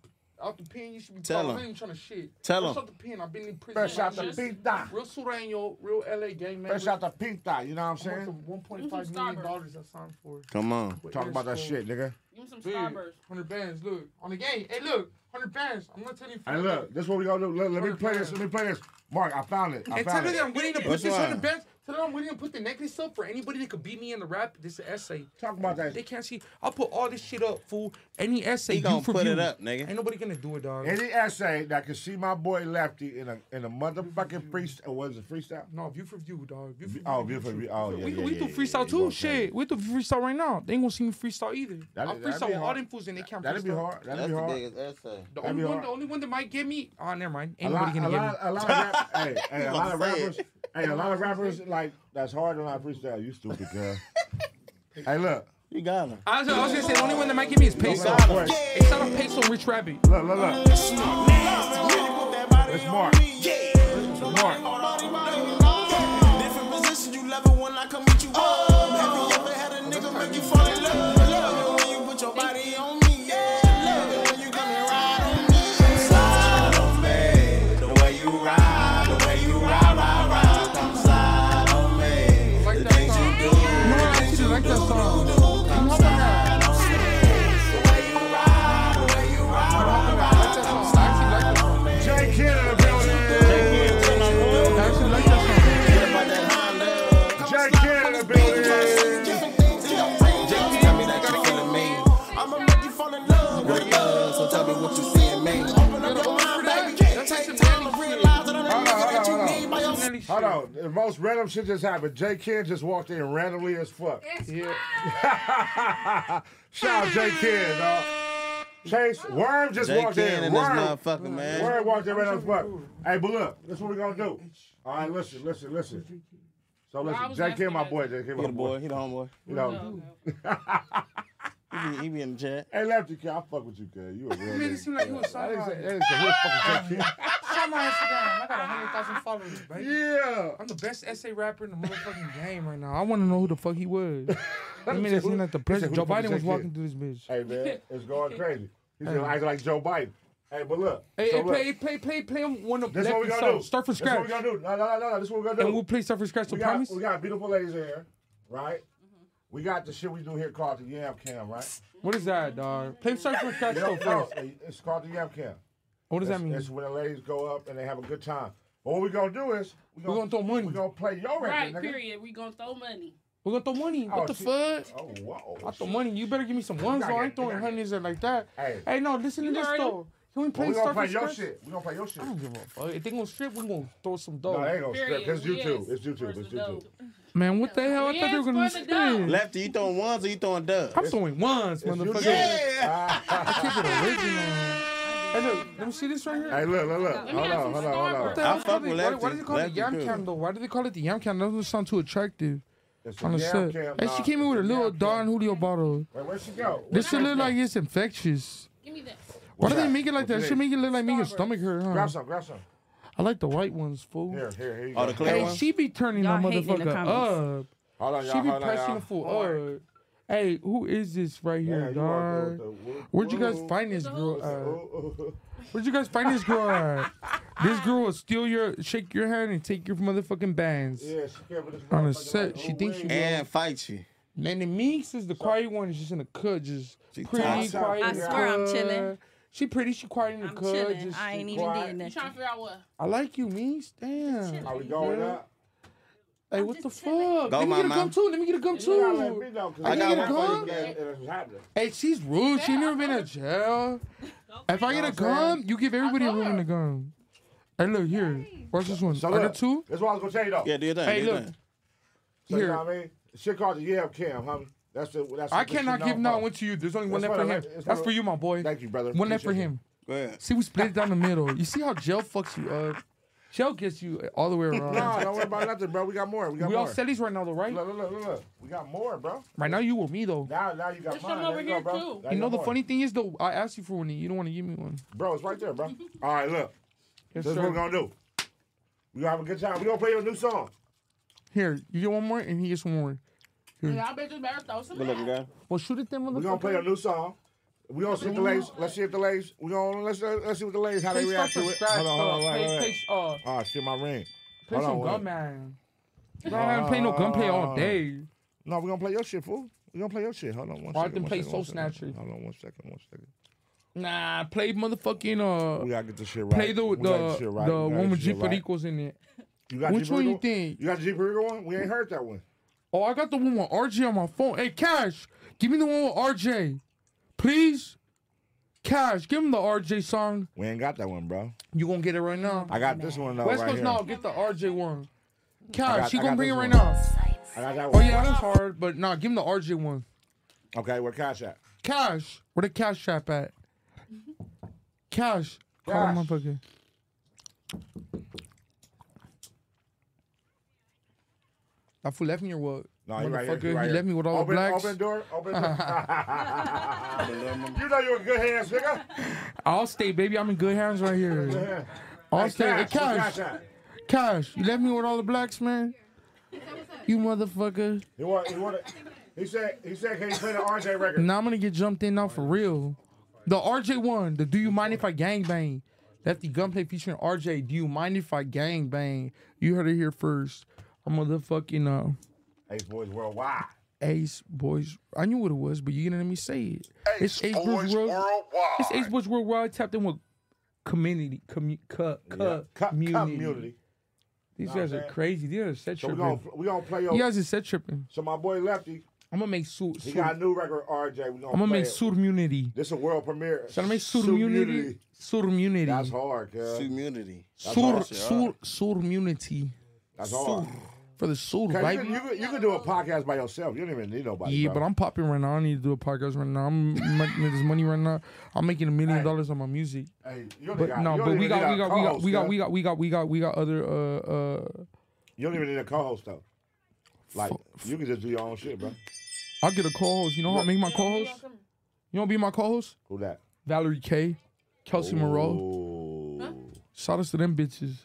Speaker 9: out the pen, you should be
Speaker 4: Tell
Speaker 9: proud.
Speaker 4: 'em.
Speaker 9: I ain't trying to shit.
Speaker 4: Tell
Speaker 9: Fresh
Speaker 4: 'em.
Speaker 9: out the pen. I've been in prison.
Speaker 4: Fresh out the
Speaker 9: Just-
Speaker 4: pita.
Speaker 9: Real Sureño, real LA gang man.
Speaker 4: Fresh out the pink dot, you know what
Speaker 9: I'm
Speaker 4: I'm
Speaker 9: worth
Speaker 4: saying?
Speaker 9: One point five million dollars. I signed for.
Speaker 11: Come on.
Speaker 4: Talk about that shit, nigga.
Speaker 9: Give me some Starburst. Hundred bands. Look on the game. Hey, look. Hundred bands. I'm not telling you.
Speaker 4: Hey, look, this is what we gonna do. Look, let me play this. Let me play this. Mark, I found it. I
Speaker 9: And tell
Speaker 4: found
Speaker 9: her
Speaker 4: it.
Speaker 9: that I'm willing to put
Speaker 4: What's
Speaker 9: this
Speaker 4: mine?
Speaker 9: hundred bands. Tell her I'm willing to put the necklace up for anybody that could beat me in the rap. This is an essay.
Speaker 4: Talk about that.
Speaker 9: They can't see. I'll put all this shit up, fool. Any essay.
Speaker 4: He gonna
Speaker 9: view for
Speaker 4: put it
Speaker 9: view.
Speaker 4: up, nigga.
Speaker 9: Ain't nobody gonna do it, dog.
Speaker 4: Any essay that can see my boy Lefty in a in a motherfucking freestyle. Was it freestyle?
Speaker 9: No, view for view, dog. View for
Speaker 4: Oh, view for view. Oh, yeah.
Speaker 9: we
Speaker 4: yeah,
Speaker 9: we
Speaker 4: yeah,
Speaker 9: do
Speaker 4: yeah,
Speaker 9: freestyle
Speaker 4: yeah,
Speaker 9: too.
Speaker 4: yeah.
Speaker 9: Shit, we do freestyle right now. They ain't gonna see me freestyle either.
Speaker 4: That'd-
Speaker 9: I
Speaker 4: that'd
Speaker 9: freestyle
Speaker 4: be
Speaker 9: with all
Speaker 4: hard.
Speaker 9: them fools and they can't
Speaker 4: That'd
Speaker 9: freestyle.
Speaker 4: be hard. That'd
Speaker 11: That's
Speaker 4: be
Speaker 11: the
Speaker 4: hard.
Speaker 11: biggest essay.
Speaker 9: The
Speaker 4: That'd
Speaker 9: only
Speaker 4: be
Speaker 9: one,
Speaker 4: hard.
Speaker 9: the only one that might get me. Oh, never mind.
Speaker 4: A
Speaker 9: Ain't
Speaker 4: lot,
Speaker 9: nobody
Speaker 4: a
Speaker 9: gonna
Speaker 4: lot,
Speaker 9: get me.
Speaker 4: a lot, of rap, hey, hey, a
Speaker 9: You
Speaker 4: lot of
Speaker 9: gonna say
Speaker 4: rappers,
Speaker 9: it.
Speaker 4: hey, a lot of rappers like that's hard on our freestyle. You stupid girl. hey, look,
Speaker 11: you got him.
Speaker 9: I was, I was gonna say the only one that might get me is peso.
Speaker 4: Don't let it work.
Speaker 9: It's not a peso, Rich Rabbit.
Speaker 4: Look, look, look. It's Mark.
Speaker 1: Different position, you love it when I come with you up. Have you ever had a nigga make you fall in love? Love it when you put your body on me. Yeah, love it when you come and ride on me. Slide on me, the way you ride, the way you ride, ride, ride. Come slide on me. the things you do, the things you do, do. Come slide on me. The way you ride, the way you ride, ride, ride. Come slide on me.
Speaker 4: Jay Kidd in the building. Jay Kidd in the building.
Speaker 1: I'ma make you fall in love with love. So tell me what you see in me. Open up your mind, baby. Take time to realize that I'm the nigga that you need by your
Speaker 4: Hold on, hold on. The most random shit just happened. Jay Kidd just walked in randomly as fuck. Shout out Jay Kidd, dog. Chase Worm just
Speaker 11: Jay
Speaker 4: walked
Speaker 11: Kidd
Speaker 4: in.
Speaker 11: and this
Speaker 4: Worm.
Speaker 11: motherfucker, man.
Speaker 4: Worm walked in random as fuck. Hey, but look, this what we gonna do. All right, listen, listen, listen. So
Speaker 11: Well, I
Speaker 4: listen,
Speaker 11: was
Speaker 4: Jay Kidd,
Speaker 11: asking
Speaker 4: my
Speaker 11: that.
Speaker 4: boy. Jay Kidd,
Speaker 11: He
Speaker 4: my
Speaker 11: the boy. He the homeboy.
Speaker 4: You know.
Speaker 11: He be, he be in the chat.
Speaker 4: Hey, Lefty Kid, I fuck with you, kid. You a real
Speaker 9: You made it seem like you was so
Speaker 4: I didn't say-
Speaker 9: hard.
Speaker 4: I didn't say you was fucking Jay Kidd.
Speaker 9: Shout my Instagram. I got hundred thousand followers, baby.
Speaker 4: Yeah.
Speaker 9: I'm the best essay rapper in the motherfucking game right now. I want to know who the fuck he was. I mean, it seemed like the
Speaker 4: He said,
Speaker 9: president
Speaker 4: who
Speaker 9: Joe
Speaker 4: the fuck is
Speaker 9: Biden was
Speaker 4: that
Speaker 9: walking
Speaker 4: kid?
Speaker 9: through this bitch.
Speaker 4: Hey man, it's going crazy. He said,
Speaker 9: Hey.
Speaker 4: "Act like Joe Biden." Hey, but look.
Speaker 9: Hey,
Speaker 4: so
Speaker 9: hey,
Speaker 4: look.
Speaker 9: play, play, play, play them when the
Speaker 4: This is
Speaker 9: left
Speaker 4: what we
Speaker 9: and
Speaker 4: gonna do.
Speaker 9: start. Start from
Speaker 4: This is what
Speaker 9: scratch.
Speaker 4: we gonna do. No, no, no, no, no. This is what we gonna do.
Speaker 9: And we'll play start from scratch. I
Speaker 4: We got-
Speaker 9: promise.
Speaker 4: We got beautiful ladies in here, right? We got the shit we do here called the Yam Cam, right?
Speaker 9: What is that, dog? Play start from scratch
Speaker 4: No,
Speaker 9: though
Speaker 4: no,
Speaker 9: first.
Speaker 4: it's called the Yam Cam.
Speaker 9: What does that
Speaker 4: It's-
Speaker 9: mean?
Speaker 4: It's when the ladies go up and they have a good time. But what we gonna do is we gonna,
Speaker 9: gonna throw money.
Speaker 4: We gonna play your
Speaker 14: Right,
Speaker 4: record, nigga.
Speaker 14: period. We gonna throw money.
Speaker 9: We got the money. What
Speaker 4: Oh,
Speaker 9: the
Speaker 4: she-
Speaker 9: fuck?
Speaker 4: Oh, whoa.
Speaker 9: I throw money. You better give me some
Speaker 4: You
Speaker 9: ones.
Speaker 4: gotta
Speaker 9: though. I
Speaker 4: get-
Speaker 9: ain't throwing
Speaker 4: you
Speaker 9: hundreds in like that. Hey, no, listen to
Speaker 4: You
Speaker 9: this
Speaker 4: heard
Speaker 9: though.
Speaker 4: him.
Speaker 9: Can we
Speaker 4: But
Speaker 9: play
Speaker 4: we gonna
Speaker 9: start
Speaker 4: play
Speaker 9: from
Speaker 4: your
Speaker 9: scratch?
Speaker 4: shit. We gonna play your shit.
Speaker 9: I don't give a fuck. If they gonna strip, we gonna throw some dough.
Speaker 4: No, they ain't gonna strip. Period. It's YouTube. It's YouTube. It's YouTube.
Speaker 9: Man, what the hell? I thought they were gonna
Speaker 14: Hands for the dough.
Speaker 9: strip.
Speaker 1: Lefty, you throwing ones or you throwing dubs?
Speaker 9: I'm throwing ones, motherfucker.
Speaker 1: Yeah.
Speaker 9: I keep it original. Hey, look, let me see this right here.
Speaker 4: Hey, look, look, look. Hold on, hold on,
Speaker 9: What
Speaker 4: hold on.
Speaker 9: the hell is it- why- Why
Speaker 1: Lefty.
Speaker 9: does it call it
Speaker 1: Lefty
Speaker 9: yam
Speaker 1: good.
Speaker 9: cam though? Why do they call it the yam cam? That doesn't sound too attractive.
Speaker 4: It's a
Speaker 9: On the
Speaker 4: yam
Speaker 9: set.
Speaker 4: cam,
Speaker 9: And she
Speaker 4: dog.
Speaker 9: came in with a little Don Julio bottle.
Speaker 4: Wait, where'd she go?
Speaker 9: This shit look like it's infectious.
Speaker 14: Give me that.
Speaker 9: Why
Speaker 4: What's
Speaker 9: do they
Speaker 4: that?
Speaker 9: make it like
Speaker 4: What's
Speaker 9: that?
Speaker 4: it?
Speaker 9: Should make it look like make your stomach hurt, huh?
Speaker 4: Grab some, grab some.
Speaker 9: I like the white ones, fool.
Speaker 4: Here, here, here you
Speaker 1: Oh,
Speaker 4: go.
Speaker 1: the clear
Speaker 9: hey,
Speaker 1: one?
Speaker 9: she be turning
Speaker 1: Y'all
Speaker 9: that
Speaker 1: hating in the
Speaker 9: motherfucker up.
Speaker 1: comments.
Speaker 4: Hold on, y'all.
Speaker 9: she be
Speaker 4: hold on,
Speaker 9: pressing
Speaker 4: y'all.
Speaker 9: the fool
Speaker 4: Hold
Speaker 9: up. Hey, who is this right here,
Speaker 4: you wanna
Speaker 9: dog?
Speaker 4: do the woo-
Speaker 9: Where'd you guys
Speaker 4: woo.
Speaker 9: find this girl at?
Speaker 4: on.
Speaker 9: Where'd you guys find this girl at? This girl will steal your, shake your hand, and take your motherfucking bands.
Speaker 4: Yeah, she came with this
Speaker 9: On a
Speaker 4: motherfucker
Speaker 9: set,
Speaker 4: like,
Speaker 9: she
Speaker 4: oh,
Speaker 9: thinks she
Speaker 4: wait.
Speaker 1: And fight you.
Speaker 9: Man, the Meeks is the quiet one. Is just in the cut, just pretty
Speaker 1: tired.
Speaker 9: quiet.
Speaker 4: I
Speaker 9: in the
Speaker 4: swear
Speaker 14: I'm
Speaker 9: cut.
Speaker 14: chilling.
Speaker 9: She pretty. She quiet in the
Speaker 14: I'm
Speaker 9: cut.
Speaker 14: chilling.
Speaker 9: Just,
Speaker 14: I ain't even
Speaker 9: quiet.
Speaker 14: doing nothing. You trying to figure out what?
Speaker 9: I like you, Meeks. Damn.
Speaker 4: Are we going
Speaker 9: Yeah.
Speaker 4: up?
Speaker 9: Hey, what the fuck?
Speaker 1: Go,
Speaker 9: Let me get a
Speaker 1: mama.
Speaker 9: gum too. Let me get a gum
Speaker 4: You gotta let me
Speaker 9: too.
Speaker 4: know, 'cause
Speaker 9: I
Speaker 4: I
Speaker 9: can
Speaker 4: got
Speaker 9: get a
Speaker 4: one
Speaker 9: gun.
Speaker 4: for you, and it's happening.
Speaker 9: Hey, she's rude. She never been in jail. If I get a gum, you give everybody a room to gum. Hey, look here. Watch this one.
Speaker 4: So
Speaker 9: Are there
Speaker 4: look,
Speaker 9: two?
Speaker 4: That's what I was gonna tell you though.
Speaker 1: Yeah, do your thing.
Speaker 9: Hey,
Speaker 1: do your
Speaker 9: look.
Speaker 1: thing.
Speaker 4: So you
Speaker 9: Here.
Speaker 4: know what I mean? Shit called the Yam Cam, homie. That's the that's
Speaker 9: I
Speaker 4: what this
Speaker 9: cannot
Speaker 4: shit
Speaker 9: give
Speaker 4: known
Speaker 9: not
Speaker 4: for.
Speaker 9: one to you. There's only one
Speaker 4: That's
Speaker 9: left for
Speaker 4: what I
Speaker 9: him.
Speaker 4: like. It's
Speaker 9: That's
Speaker 4: what-
Speaker 9: for you, my boy.
Speaker 4: Thank you, brother.
Speaker 9: One left for
Speaker 4: Appreciate
Speaker 9: him.
Speaker 4: you. Go ahead.
Speaker 9: See, we split it down the middle. You see how jail fucks you up? Jail gets you all the way around.
Speaker 4: No, don't worry about nothing, bro. We got more. We got
Speaker 9: uh, we
Speaker 4: more.
Speaker 9: all sellies right now, though, right?
Speaker 4: Look, look, look, look, look. We got more, bro.
Speaker 9: Right now, you with me, though.
Speaker 4: Now, now you got
Speaker 14: There's
Speaker 4: mine.
Speaker 14: some
Speaker 4: There
Speaker 14: over
Speaker 4: you
Speaker 14: here,
Speaker 4: go, bro.
Speaker 14: too.
Speaker 4: There
Speaker 9: You know,
Speaker 4: go
Speaker 9: the
Speaker 4: more.
Speaker 9: funny thing is, though, I asked you for one and you don't want to give me one.
Speaker 4: Bro, it's right there, bro. All right, look.
Speaker 9: Yes,
Speaker 4: this is what
Speaker 9: sir.
Speaker 4: we're gonna do. We gonna have a good time. We gonna play your new song.
Speaker 9: Here, you get one more and he gets one more.
Speaker 4: Hmm.
Speaker 9: Here.
Speaker 14: Y'all bitches better throw some.
Speaker 1: Good looking
Speaker 14: out.
Speaker 1: guy.
Speaker 9: Well, shoot it then, motherfucker.
Speaker 4: We gonna play a new song. We gonna see if the ladies. Let's see if the ladies. We gonna let's let's see what the ladies how they
Speaker 9: Please
Speaker 4: react to
Speaker 9: stop
Speaker 4: it.
Speaker 9: subscribe,
Speaker 4: Hold on, hold on,
Speaker 9: uh,
Speaker 4: wait,
Speaker 9: please,
Speaker 4: wait,
Speaker 9: please, uh,
Speaker 4: Ah, shit, my ring.
Speaker 9: Play
Speaker 4: Hold
Speaker 9: some
Speaker 4: on, wait.
Speaker 9: gunman. You don't have to play no
Speaker 4: Uh,
Speaker 9: gunplay all day.
Speaker 4: No, we gonna play your shit, fool. We gonna play your shit. Hold on, one
Speaker 9: Or I
Speaker 4: second,
Speaker 9: can
Speaker 4: one
Speaker 9: play
Speaker 4: second,
Speaker 9: Soul
Speaker 4: one second.
Speaker 9: Snatcher.
Speaker 4: Hold on, one second, one second.
Speaker 9: Nah, play motherfucking uh.
Speaker 4: We gotta get this shit right.
Speaker 9: Play the
Speaker 4: We
Speaker 9: the,
Speaker 4: gotta get this
Speaker 9: the
Speaker 4: shit right. We gotta
Speaker 9: one
Speaker 4: get
Speaker 9: with
Speaker 4: this shit
Speaker 9: Jeep
Speaker 4: right.
Speaker 9: Pericos in it.
Speaker 4: You got
Speaker 9: Which
Speaker 4: Jeep
Speaker 9: one you
Speaker 4: Perico?
Speaker 9: think?
Speaker 4: You got the Jeep Perico one? We ain't heard that one.
Speaker 9: Oh, I got the one with RJ on my phone. Hey, Cash, give me the one with RJ, please. Cash, give him the RJ song.
Speaker 4: We ain't got that one, bro.
Speaker 9: You gonna get it right now?
Speaker 4: I got this one though.
Speaker 9: West
Speaker 4: right
Speaker 9: Coast
Speaker 4: here.
Speaker 9: now, get the RJ one.
Speaker 4: I
Speaker 9: Cash,
Speaker 4: got-
Speaker 9: she
Speaker 4: I
Speaker 9: gonna
Speaker 4: got
Speaker 9: bring it
Speaker 4: this
Speaker 9: right
Speaker 4: one.
Speaker 9: now.
Speaker 4: I got that
Speaker 9: Oh
Speaker 4: one.
Speaker 9: yeah, that's hard, but nah, give him the RJ one.
Speaker 4: Okay, where Cash at?
Speaker 9: Cash, where the Cash app at? Cash, call
Speaker 4: Cash.
Speaker 9: my fucking. That fool left me or what?
Speaker 4: No, you right here.
Speaker 9: Motherfucker,
Speaker 4: You right
Speaker 9: he
Speaker 4: here.
Speaker 9: left me with all the
Speaker 4: open,
Speaker 9: blacks.
Speaker 4: Open the door. Open the door. you know you're a good hands, nigga.
Speaker 9: I'll stay, baby. I'm in good hands right here. I'll
Speaker 4: Hey,
Speaker 9: stay. Hey,
Speaker 4: Cash, where
Speaker 9: Cash,
Speaker 4: Cash at?
Speaker 9: Cash, you left me with all the blacks, man. You motherfucker.
Speaker 4: He want, he want He said, he said, can you play the RJ record?
Speaker 9: Now I'm gonna get jumped in now for real. The RJ one, the Do You Mind If I Gangbang? Lefty Gunplay featuring RJ. Do you mind if I gangbang? You heard it here first. A motherfucking uh,
Speaker 4: Ace Boys Worldwide.
Speaker 9: Ace Boys. I knew what it was, but you gonna let me say it. it's Ace
Speaker 29: Boys
Speaker 9: World-
Speaker 29: Worldwide.
Speaker 9: It's Ace Boys Worldwide tapped in with community, commu- cu-
Speaker 4: Yeah.
Speaker 9: cu- community.
Speaker 4: community.
Speaker 9: These
Speaker 4: Nah,
Speaker 9: guys
Speaker 4: man.
Speaker 9: are crazy. These are set
Speaker 4: So we
Speaker 9: tripping.
Speaker 4: gonna we gonna play your.
Speaker 9: you guys are set tripping.
Speaker 4: So my boy Lefty,
Speaker 9: I'm gonna make suit.
Speaker 4: he
Speaker 9: suit.
Speaker 4: got a new record RJ. We gonna.
Speaker 9: I'm gonna
Speaker 4: play
Speaker 9: make
Speaker 4: it.
Speaker 9: suit immunity.
Speaker 4: This a world premiere.
Speaker 9: Shall I make suit
Speaker 4: Submunity.
Speaker 9: immunity? Suit immunity.
Speaker 4: That's hard, cuz.
Speaker 1: Community.
Speaker 4: That's
Speaker 9: Sur,
Speaker 4: hard.
Speaker 9: sur, sur immunity.
Speaker 4: That's hard.
Speaker 9: For the sur,
Speaker 4: Cuz
Speaker 9: right?
Speaker 4: You, can- you, can- you can do a podcast by yourself. You don't even need nobody.
Speaker 9: yeah,
Speaker 4: bro.
Speaker 9: but I'm popping right now. I need to do a podcast right now. I'm making this money right now. I'm making a million dollars on my music.
Speaker 4: Hey, you only
Speaker 9: But
Speaker 4: got,
Speaker 9: no,
Speaker 4: you
Speaker 9: but
Speaker 4: only
Speaker 9: we got, we
Speaker 4: need a
Speaker 9: got,
Speaker 4: co-host,
Speaker 9: we got,
Speaker 4: cuz.
Speaker 9: we got, we got, we got, we got other uh uh.
Speaker 4: You don't even need a co-host though. Like you can just do your own shit, bro.
Speaker 9: I'll get a co-host. You know how I make my co-host? You want to be my co-host?
Speaker 4: Who that?
Speaker 9: Valerie K, Kelsey Moreau. Shout outs to them bitches.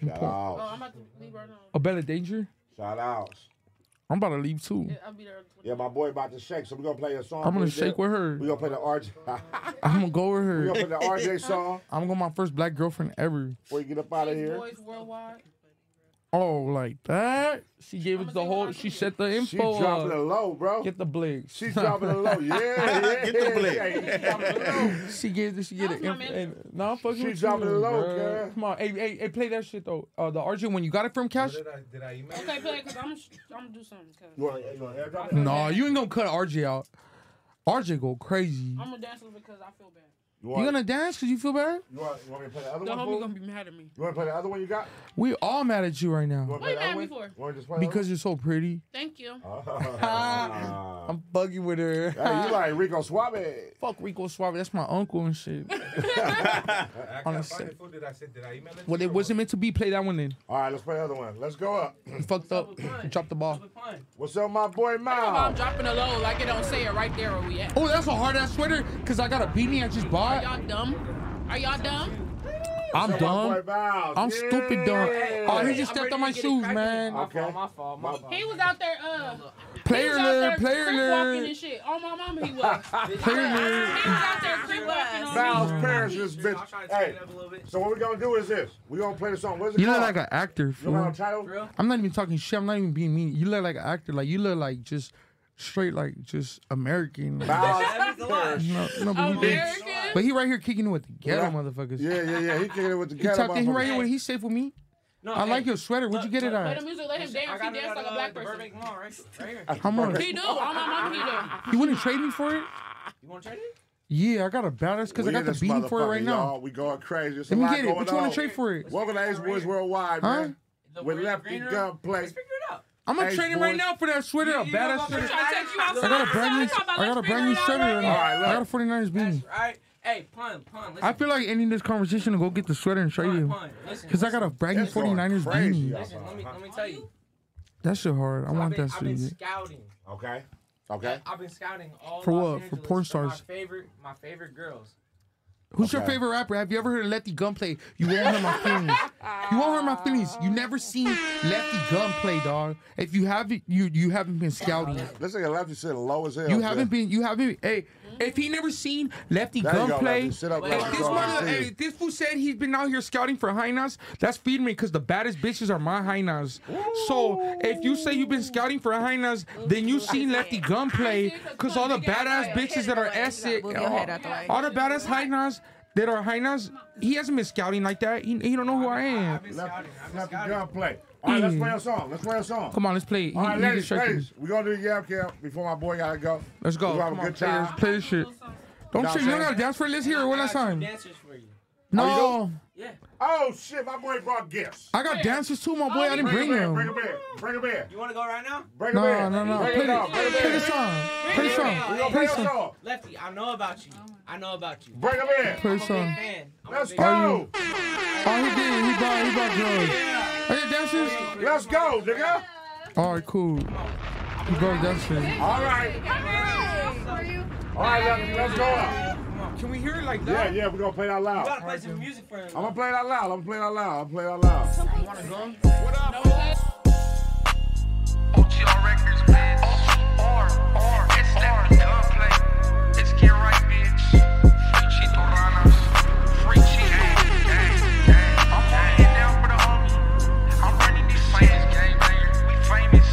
Speaker 4: Shout
Speaker 9: Important.
Speaker 14: Oh,
Speaker 4: out.
Speaker 14: I'm about to leave right now.
Speaker 9: Abella Danger.
Speaker 4: Shout out.
Speaker 9: I'm about to leave too.
Speaker 4: Yeah, my boy about to shake, so we're gonna play a song.
Speaker 9: I'm gonna
Speaker 4: We
Speaker 9: shake
Speaker 4: did-
Speaker 9: with her.
Speaker 4: We gonna play the RJ.
Speaker 9: I'm gonna go with her.
Speaker 4: We gonna put the RJ song?
Speaker 9: I'm gonna my first black girlfriend ever.
Speaker 4: Before you get up out of here.
Speaker 14: Boys worldwide.
Speaker 9: Oh, like that? She gave us the whole. She set the info.
Speaker 4: She dropping
Speaker 9: up.
Speaker 4: it low, bro.
Speaker 9: Get the blink. She
Speaker 4: dropping it low. Yeah, yeah, Get the blick.
Speaker 9: blink. she gave. She gave it. Info. and- No, I'm fucking
Speaker 4: She
Speaker 9: with
Speaker 4: dropping
Speaker 9: you,
Speaker 4: it low,
Speaker 9: bruh.
Speaker 4: girl.
Speaker 9: Come on, hey, hey, hey, play that shit though. Uh, the RJ when you got it from Cash.
Speaker 14: Okay, play because I'm, I'm gonna do something. Cause
Speaker 4: You want, you want airdrop?
Speaker 9: Nah, you ain't gonna cut RJ out. RJ go crazy.
Speaker 14: I'm gonna dance with it because I feel bad.
Speaker 4: You,
Speaker 9: You gonna dance cause you feel bad?
Speaker 4: You want, you want me to play the other
Speaker 14: The
Speaker 4: one?
Speaker 14: homie
Speaker 4: fool?
Speaker 14: gonna be mad at me.
Speaker 4: You want to play the other one you got?
Speaker 9: We all mad at you right now.
Speaker 4: What
Speaker 14: What you mad at me for?
Speaker 4: You want to just play the
Speaker 9: Because you're so pretty.
Speaker 14: Thank you.
Speaker 9: I'm bugging with her.
Speaker 4: Hey, you like Rico Suave.
Speaker 9: Fuck Rico Suave. That's my uncle and shit. On a set. Well, it wasn't meant to be. Play that one then.
Speaker 4: All right, let's play the other one. Let's go up.
Speaker 9: You fucked up. Drop the ball.
Speaker 4: What's up, my boy
Speaker 14: I'm
Speaker 4: Miles?
Speaker 14: dropping a low like it don't say it right there where we at.
Speaker 9: Oh, that's a hard ass sweater because I got a beanie I just
Speaker 14: Are
Speaker 9: bought.
Speaker 14: y'all dumb? Are y'all dumb?
Speaker 9: I'm
Speaker 4: What's up,
Speaker 9: dumb.
Speaker 4: my boy Miles?
Speaker 9: I'm stupid dumb.
Speaker 4: Yeah.
Speaker 9: Oh, he
Speaker 4: I'm
Speaker 9: just stepped
Speaker 4: ready
Speaker 9: on my
Speaker 4: to get it
Speaker 9: shoes,
Speaker 4: cracking.
Speaker 9: man.
Speaker 4: My fault, my
Speaker 9: fault,
Speaker 4: my
Speaker 14: He was out there, uh, he
Speaker 9: Player
Speaker 14: was out
Speaker 9: alert,
Speaker 14: there
Speaker 9: player
Speaker 14: crip
Speaker 9: alert.
Speaker 14: walking and shit. Oh my mama, he was.
Speaker 9: Player alert.
Speaker 14: He was out there crip walking on
Speaker 4: Miles
Speaker 14: me.
Speaker 4: Parrish, this bitch. Hey, so what we gonna do is this. We gonna play the song. What's it
Speaker 9: You look
Speaker 4: called?
Speaker 9: like an actor,
Speaker 4: You want a
Speaker 9: fool.
Speaker 4: title?
Speaker 9: I'm not even talking shit. I'm not even being mean. You look like an actor. Like you look like just straight, like just American. Like,
Speaker 4: Miles Parrish.
Speaker 9: no, no, but he, big. but he right here kicking it with the ghetto
Speaker 4: Yeah.
Speaker 9: motherfuckers.
Speaker 4: Yeah, yeah, yeah. He kicking it with the
Speaker 9: He
Speaker 4: ghetto
Speaker 9: tapped in here right here.
Speaker 4: motherfuckers.
Speaker 9: When he's safe with me. I like your sweater. Where'd you get it
Speaker 14: Play
Speaker 9: at?
Speaker 14: the music, let him dance. He danced like a
Speaker 11: uh,
Speaker 14: black person.
Speaker 9: How much?
Speaker 14: He do. Oh my mama, he do.
Speaker 9: You wouldn't trade me for it?
Speaker 14: You want to trade it?
Speaker 9: Yeah, I got a badass because I
Speaker 4: We
Speaker 9: got
Speaker 4: in
Speaker 9: the
Speaker 4: this
Speaker 9: beanie for it
Speaker 4: motherfucker,
Speaker 9: right now.
Speaker 4: y'all. We going crazy. It's
Speaker 9: Let
Speaker 4: a
Speaker 9: me
Speaker 4: lot
Speaker 9: get it.
Speaker 4: going
Speaker 9: What you wanna
Speaker 4: on.
Speaker 9: trade for it?
Speaker 4: Welcome to Ace Boys Worldwide,
Speaker 9: Huh?
Speaker 4: man. With Lefty Gunplay. Let's figure it out.
Speaker 9: I'm gonna trade it right now for that sweater, a badass sweater. I got a brand new, I got a brand new sweater.
Speaker 4: already.
Speaker 9: on it.
Speaker 4: All right, look.
Speaker 9: I got a 49ers beanie.
Speaker 30: Alright, hey, pun, pun. Listen,
Speaker 9: I feel like ending this conversation and go get the sweater and trade it.
Speaker 30: pun. Listen,
Speaker 9: Cause I got a brand new
Speaker 30: It's going
Speaker 9: 49ers
Speaker 4: crazy,
Speaker 9: beanie.
Speaker 4: y'all.
Speaker 30: listen, let me let me tell you.
Speaker 9: That shit hard. I
Speaker 30: I've
Speaker 9: want
Speaker 30: been,
Speaker 9: that
Speaker 30: I've been
Speaker 9: shit.
Speaker 30: scouting.
Speaker 4: Okay. Okay.
Speaker 30: I've been scouting all
Speaker 9: For
Speaker 30: Los
Speaker 9: what? For
Speaker 30: Angeles
Speaker 9: porn
Speaker 30: My
Speaker 9: stars.
Speaker 30: favorite, my favorite girls.
Speaker 9: Who's your
Speaker 4: Okay.
Speaker 9: favorite rapper? Have you ever heard of Lefty Gunplay? You won't hurt my feelings. You won't hurt my feelings. You never seen Lefty Gunplay, dog. If you haven't, you you haven't been scouting.
Speaker 4: This nigga Lefty sitting low as hell.
Speaker 9: You
Speaker 4: man.
Speaker 9: haven't been. You haven't. Hey, if he never seen Lefty
Speaker 4: There you go,
Speaker 9: Gunplay,
Speaker 4: Lefty. Sit up,
Speaker 9: if
Speaker 4: Lefty.
Speaker 9: this
Speaker 4: Go on,
Speaker 9: mother,
Speaker 4: see.
Speaker 9: hey, this fool said he's been out here scouting for hyenas. That's feeding me because the baddest bitches are my hyenas. So if you say you've been scouting for hyenas, then you seen Lefty Gunplay because all the badass bitches that are Essex,
Speaker 31: Move your head out the way.
Speaker 9: all the badass hyenas that are hyenas, he hasn't been scouting like that. He, he don't know who I am.
Speaker 4: Lefty, Lefty Gunplay. All right, let's play a song. Let's play a song.
Speaker 9: Mm. Come on, let's play.
Speaker 4: All right,
Speaker 9: He- he
Speaker 4: ladies,
Speaker 9: distracted me.
Speaker 4: ladies, we're gonna do the yap camp before my boy gotta go.
Speaker 9: Let's go.
Speaker 4: We're
Speaker 9: Come
Speaker 4: gonna have a
Speaker 9: on,
Speaker 4: good time.
Speaker 9: play this play this shit. Don't
Speaker 4: Nah,
Speaker 9: trip. You don't
Speaker 4: man.
Speaker 9: gotta dance for it. Let's hear it one last time.
Speaker 30: Dancers for you.
Speaker 9: No,
Speaker 30: Yeah. Oh,
Speaker 4: Oh shit, my boy brought gifts.
Speaker 9: I got dancers too, my boy. I didn't bring
Speaker 4: it in,
Speaker 9: them.
Speaker 4: Bring him in. Bring him in.
Speaker 30: You want to go right now?
Speaker 4: Bring him
Speaker 9: No,
Speaker 4: in.
Speaker 9: no, no.
Speaker 4: Bring
Speaker 9: Play
Speaker 4: it down. Bring
Speaker 9: the,
Speaker 4: it
Speaker 9: play the
Speaker 4: in.
Speaker 9: song. Play the
Speaker 30: We
Speaker 9: song.
Speaker 30: gonna
Speaker 9: Play the
Speaker 30: play
Speaker 4: a
Speaker 9: song.
Speaker 4: song.
Speaker 30: Lefty, I know about you. I know about you.
Speaker 4: Bring him in.
Speaker 9: Play the song.
Speaker 30: Man, I'm a
Speaker 4: Let's
Speaker 30: big-
Speaker 4: go.
Speaker 9: Oh, he did. He brought. He brought drugs. Are you dancers?
Speaker 4: Let's go, nigga.
Speaker 9: All right, cool. He brought that shit.
Speaker 4: All right. All right, Lefty, let's go up.
Speaker 9: Can we hear it like
Speaker 4: Yeah, yeah, we're gonna play that
Speaker 30: You
Speaker 4: loud.
Speaker 30: gotta play some music for him.
Speaker 4: I'm gonna play that loud. I'm gonna play that loud. I'm gonna play that loud.
Speaker 11: OTR Records, bitch. R, R, it's that gunplay. It's get right, bitch. Freaky Toranas. Freaky gang, gang, gang. I'm holding down for the homie. I'm running these fans, gang, gang. We famous.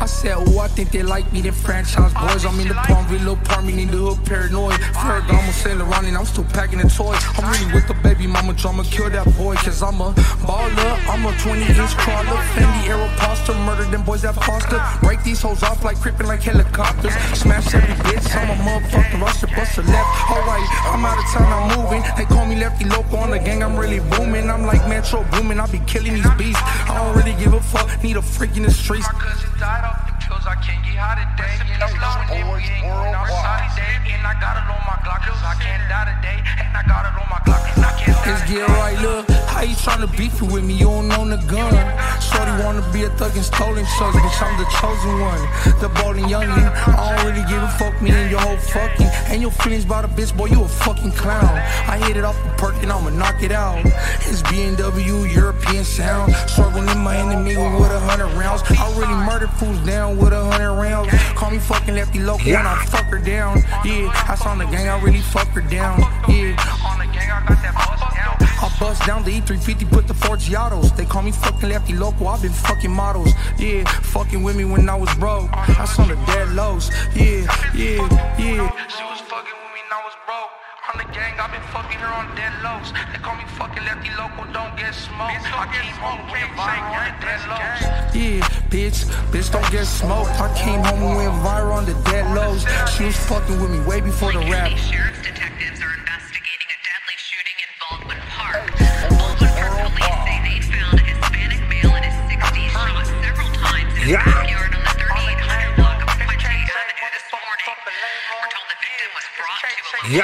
Speaker 32: I said, oh, I think they like me, the franchise boys. I'm in the palm, we little apartment in the hood, paranoid. Ferragamo sailing around and I'm still packing the toy. I'm really with the baby mama drama, kill that boy, cause I'm a baller. I'm a 20 inch crawler, Fendi Aeropasta, murder them boys that pasta. Break these hoes off like crippin' like helicopters. Smash every bitch, I'm a motherfucking rusher, bust a left. Alright, I'm out of town, I'm moving. They call me Lefty Loco on the gang, I'm really booming. I'm like Metro booming, I be killing these beasts. I don't really give a fuck, need a freak in the streets.
Speaker 11: My cousin died off the pills. I can't get high today. And it's snowing and we ain't going outside today. And I got it on my Glock 'cause I can't die today. And I got it on my Glock 'cause I can't die
Speaker 32: It's get right, look.
Speaker 9: How you tryna beef it with me? You don't own a gun. Shorty wanna be a thug and stolen shows, bitch. I'm the chosen one, the bold and youngin. I don't really give a fuck me and your whole fucking. And your feelings about a bitch, boy, you a fucking clown. I hit it off a perk and I'ma knock it out. It's BMW European sound, swerving in my enemy with a hundred rounds. I really murder fools down with a hundred rounds. Call me fucking lefty local when I fuck her down. Yeah, that's on the gang. I really fuck her down. Yeah. I bust down the E350, put the four Giottos. They call me fucking lefty local, I've been fucking models. Yeah, fucking with me when I was broke. That's on the dead lows. Yeah, yeah, yeah. She was fucking with me and I was broke. On the gang, I've been fucking her on dead lows. They call me fucking lefty local, don't get smoked. I came home with a viral on the dead lows. Yeah, bitch, bitch, don't get smoked. I came home and went viral on the dead lows. She was fucking with me way before the rap.
Speaker 11: Yeah.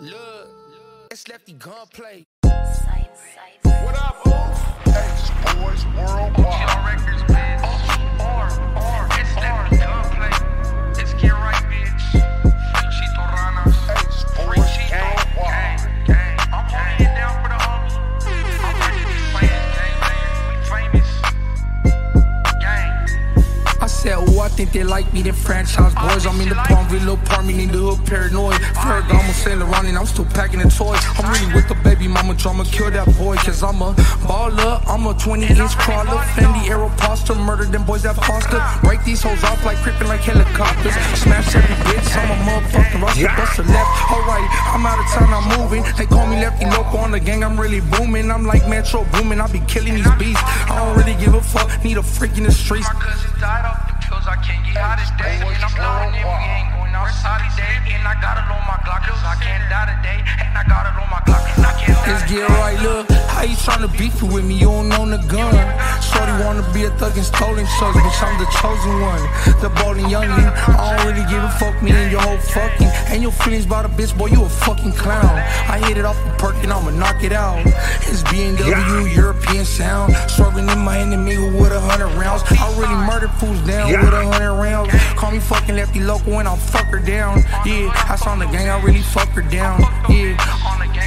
Speaker 9: Look, it's lefty gunplay.
Speaker 11: Boys worldwide.
Speaker 9: I said, oh, I think they like me, the franchise boys. I'm in the Palm Villa apartment in the hood, paranoid. Ferragamo, Saint Laurent, and I'm still packing the toys. I'm really with the baby mama drama, kill that boy, cause I'm a baller. I'm a 20 inch crawler, Fendi arrow pasta, murder them boys that foster. Break these hoes off like crippin' like helicopters. Smash every bitch, I'm a motherfucking roster, bust a left. Alright, I'm out of town, I'm moving. They call me lefty loco on the gang, I'm really booming. I'm like Metro booming, I be killing these beasts. I don't really give a fuck, need a freak in the streets. Let's get right, look. How you tryna beef it with me? You don't own a gun. Shorty wanna be a thug and stolen shows, bitch. I'm the chosen one, the bold and youngin. I don't really give a fuck me and your whole fucking. And your feelings about a bitch, boy, you a fucking clown. I hit it off a perk and I'ma knock it out. It's BMW European sound, swerving in my enemy with a hundred rounds. I really murder fools down with a hundred rounds. Call me fucking lefty local and I'll fuck her down. Yeah, that's on the gang. I really fuck her down. Yeah.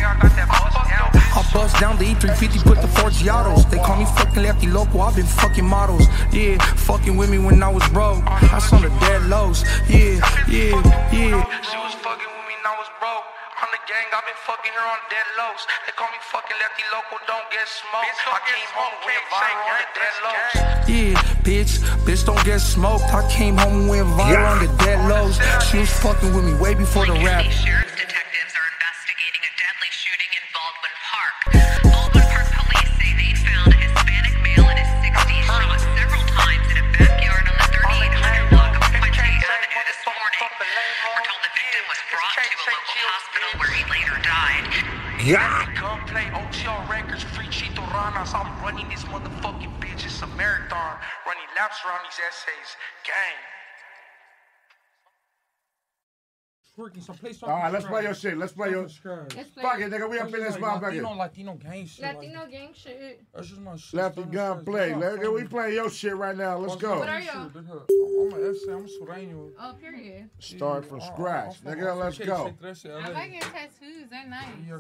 Speaker 9: I bust down the E350, put the four Giottos. They call me fucking lefty local, I've been fucking models. Yeah, fucking with me when I was broke. That's on the dead lows. Yeah, yeah, yeah. She was fucking with me and I was broke. On the gang, I've been fucking her on dead lows. They call me fucking lefty local, don't get smoked. I came home with a viral on the dead lows. Yeah, bitch, bitch, don't get smoked. I came home and went viral on the dead lows. She was fucking with me way before the rap.
Speaker 11: Yeah.
Speaker 9: Gunplay, OTR records, free Chito Ranas. I'm running this motherfucking bitch. It's a marathon. Running laps around these essays. Gang.
Speaker 33: Twerking, so play
Speaker 4: All right, let's play your shit. Let's play your.
Speaker 33: Let's
Speaker 14: play-
Speaker 4: Fuck it, nigga. We up in this
Speaker 33: Latino,
Speaker 4: motherfucker.
Speaker 33: Latino gang shit. like-
Speaker 14: Latino gang shit.
Speaker 33: that's just my shit.
Speaker 4: Lefty gun play, nigga. We play your shit right now. Let's go.
Speaker 14: What are y'all?
Speaker 33: I'm an FC, I'm a Sereno.
Speaker 14: Oh, period.
Speaker 4: Start from scratch, nigga. Let's go.
Speaker 14: I like your tattoos. They're nice.
Speaker 4: All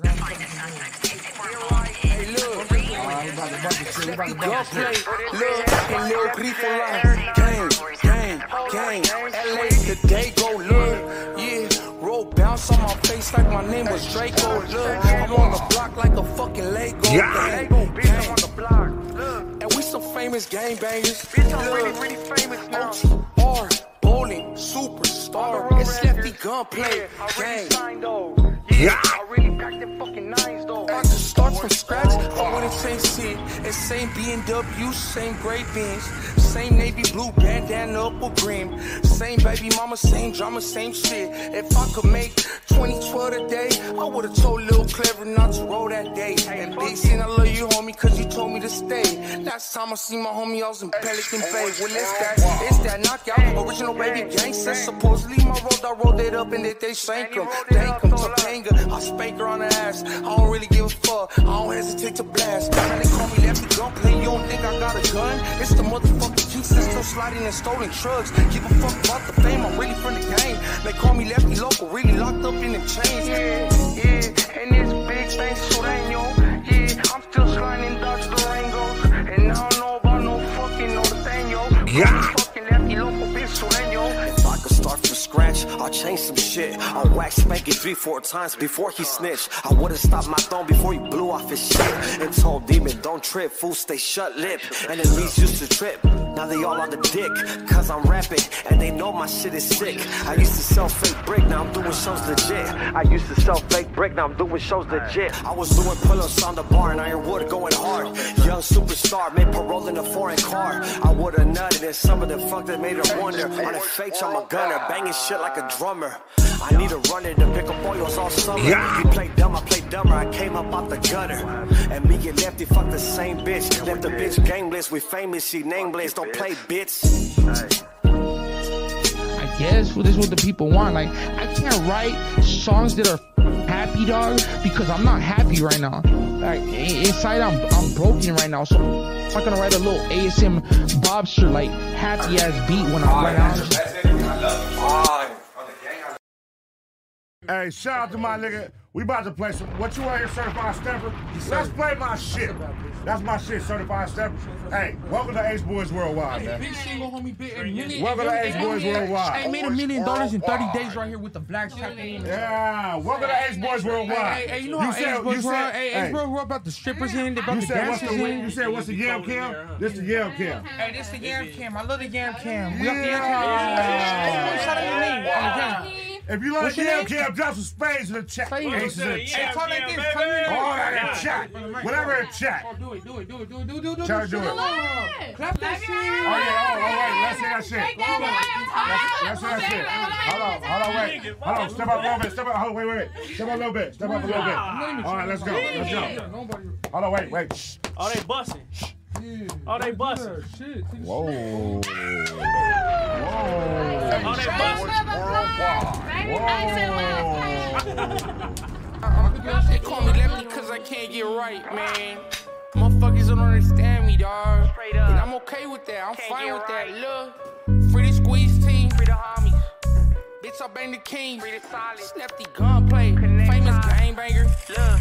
Speaker 4: right, we about to bust this shit. We about to bust this shit.
Speaker 9: Lil and Lil Grifo like gang, gang, gang. LA today go look, yeah. Roll bounce on my face like my name was Draco. Look, I'm on the block like a fucking Lego. Gang, gang. And we some famous gangbangers. Bitch, I'm really, really famous now. OTR, bowling, superstar. It's lefty gunplay, gang. Yeah. I really packed them fucking nines though. I just start from scratch. I wanna change shit. It's same BMW, same gray beans, same navy blue bandana upper brim, same baby mama, same drama, same shit. If I could make 2012 today, I would've told Lil Clever not to roll that day. And Big Sin, I love you, homie, cause you told me to stay. Now
Speaker 12: Last time I seen my homie, I was in Pelican Bay. Well, it's that, it's that knockout. Original baby gangster. Supposedly my road, I rolled it up and they, they sank him. Dank him, Topanga. I spank her on the ass. I don't really give a fuck. I don't hesitate to blast. Now they call me Lefty Gunplay. You don't think I got a gun? It's the motherfucking key system sliding and stolen drugs. Give a fuck about the fame. I'm really from the game. They call me Lefty Local. Really locked up in the chains. Yeah, yeah. And it's big things, so they know. Yeah, I'm still sliding Dodge Durangos. And I don't know about no fucking no Nathaniel. Yeah. Fucking lefty local bitch, so they know.
Speaker 34: If I could start from scratch, I'll change some shit. I wax spank it three, four times before he snitched. I would've stopped my thumb before he blew off his shit. And told Demon, don't trip, fool, stay shut lip. And at least used to trip. Now they all on the dick, cause I'm rapping, and they know my shit is sick. I used to sell fake brick, now I'm doing shows legit. I used to sell fake brick, now I'm doing shows legit. I was doing pull-ups on the bar in Ironwood, going hard. Young superstar, made parole in a foreign car. I would've nutted at some of the fuck that made her wonder. On the fakes, I'm a gunner, banging shit like a drummer. I need a runner to pick up oils all summer.
Speaker 1: Yeah.
Speaker 34: You play dumb, I play dumber. I came up out the gutter. And me and Lefty fuck the same bitch. Left the bitch gameless. We famous, she nameless. Don't play bits.
Speaker 9: I guess well, this is what the people want. Like, I can't write songs that are happy, dog, because I'm not happy right now. Like, i- inside, I'm I'm broken right now. So I'm not gonna write a little ASM bobster like happy ass beat when I write out.
Speaker 4: Hey, shout out to my nigga. We about to play some. What you out here, certified stepper? Let's play my shit. That's my shit, certified stepper. Hey, welcome to Ace Boys Worldwide, man. Welcome to Ace Boys Worldwide.
Speaker 11: Hey, made a million dollars in 30 days right here with the black strap.
Speaker 4: Yeah, welcome to Ace Boys Worldwide.
Speaker 11: Hey, hey, you know
Speaker 4: You
Speaker 11: how
Speaker 4: said-
Speaker 11: Ace Boys
Speaker 4: you said-
Speaker 11: Worldwide- hey,
Speaker 4: hey.
Speaker 11: Ace Boys Worldwide brought the strippers in, they brought
Speaker 4: You
Speaker 11: the
Speaker 4: said what's the
Speaker 11: dancers in.
Speaker 4: you said what's the yam cam? This the yam cam.
Speaker 11: Hey, this the yam cam. I love the yam cam.
Speaker 4: We up the yam cam. Shout out your name on the If you like
Speaker 11: What's your
Speaker 4: yam
Speaker 11: name?
Speaker 4: cam, drop some spades in the chat.
Speaker 11: Say it.
Speaker 4: Aces in the
Speaker 11: Hey,
Speaker 4: chat.
Speaker 11: talk like this,
Speaker 4: All
Speaker 11: talk like this.
Speaker 4: that in chat.
Speaker 11: Yeah.
Speaker 4: Whatever in chat.
Speaker 11: Oh, do it, do it, do it, do it, do it, do it, do it.
Speaker 4: Try to do
Speaker 11: Shut
Speaker 4: it.
Speaker 11: up. Clap that shit.
Speaker 4: Oh yeah, oh, all right, let's hear that shit. Let's, let's hear that shit. Hold on, hold on, wait. Hold on, step up a little bit, step up, hold on, wait, wait, wait. Step up a little bit, step up a little bit. All right, let's go, let's go. Hold on, wait, wait. Shh.
Speaker 6: Are they busting? Are they busting?
Speaker 4: Whoa. Whoa.
Speaker 6: Are they
Speaker 9: They call me lefty cause I can't get right, man. Motherfuckers don't understand me, dog. And I'm okay with that. I'm fine with that. Look, free the squeeze team. Free the homies. Bitch, I bang the king. Free the solid. Lefty gunplay. Famous gangbanger. Look,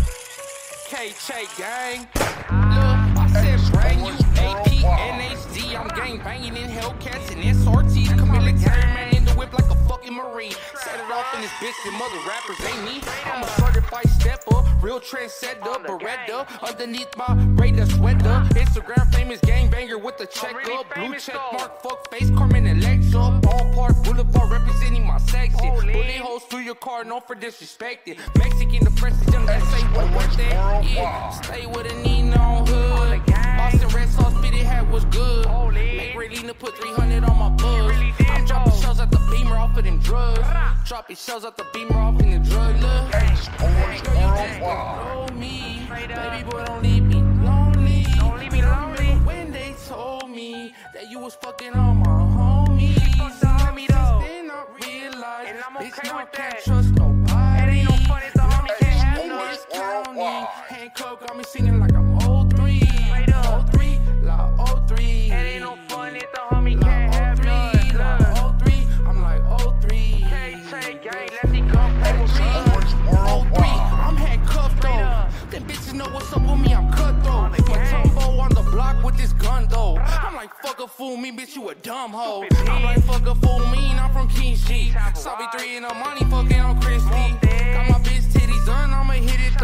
Speaker 9: K-Che gang. Look, I said bang you AP, NHD. I'm gang banging in Hellcats and SRTs. Camilla Terryman in the whip like a fucking Marine. Set it off in this bitch and mother rappers ain't me. I'm a certified stepper, real trendsetter, Beretta. Underneath my Raider sweater. Instagram famous gangbanger with the check up. Blue check mark, fuck face, Carmen Alexa. Ballpark Boulevard representing my section. Bullet holes through your car, no for disrespecting. Mexican, the president, that say what was that? Yeah, stay with a Nino hood. Boston Red Sauce fitted hat was good. Make Raylina put 300 on my buzz. I'm dropping shells at the beamer off of them drugs. Dropping shells at the beamer off in the drug look. Hey, girl, you just don't know me. Baby boy, don't leave me lonely. Don't leave me lonely. When they told me that you was fucking on my homies. Fucked me though. Then I realized and I'm okay with that. Trust nobody. It ain't no fun if the homie can't have none. this county, handcuff got me singing like I'm 03. 03, la 03. It ain't no fun if the homie can't have none. La 03, I'm like 03. K-Chain gang, let me come play with me. 03, I'm handcuffed though. Them bitches know what's up with me, I'm cutthroat. Matumbo on the block with this gun though. I'm like, fuck a fool me, bitch, you a dumb hoe. I'm like, fuck a fool me, and I'm from King G. Sabi 3 in the money, fucking on Christie. Got my bitch titties done, I'ma hit it though.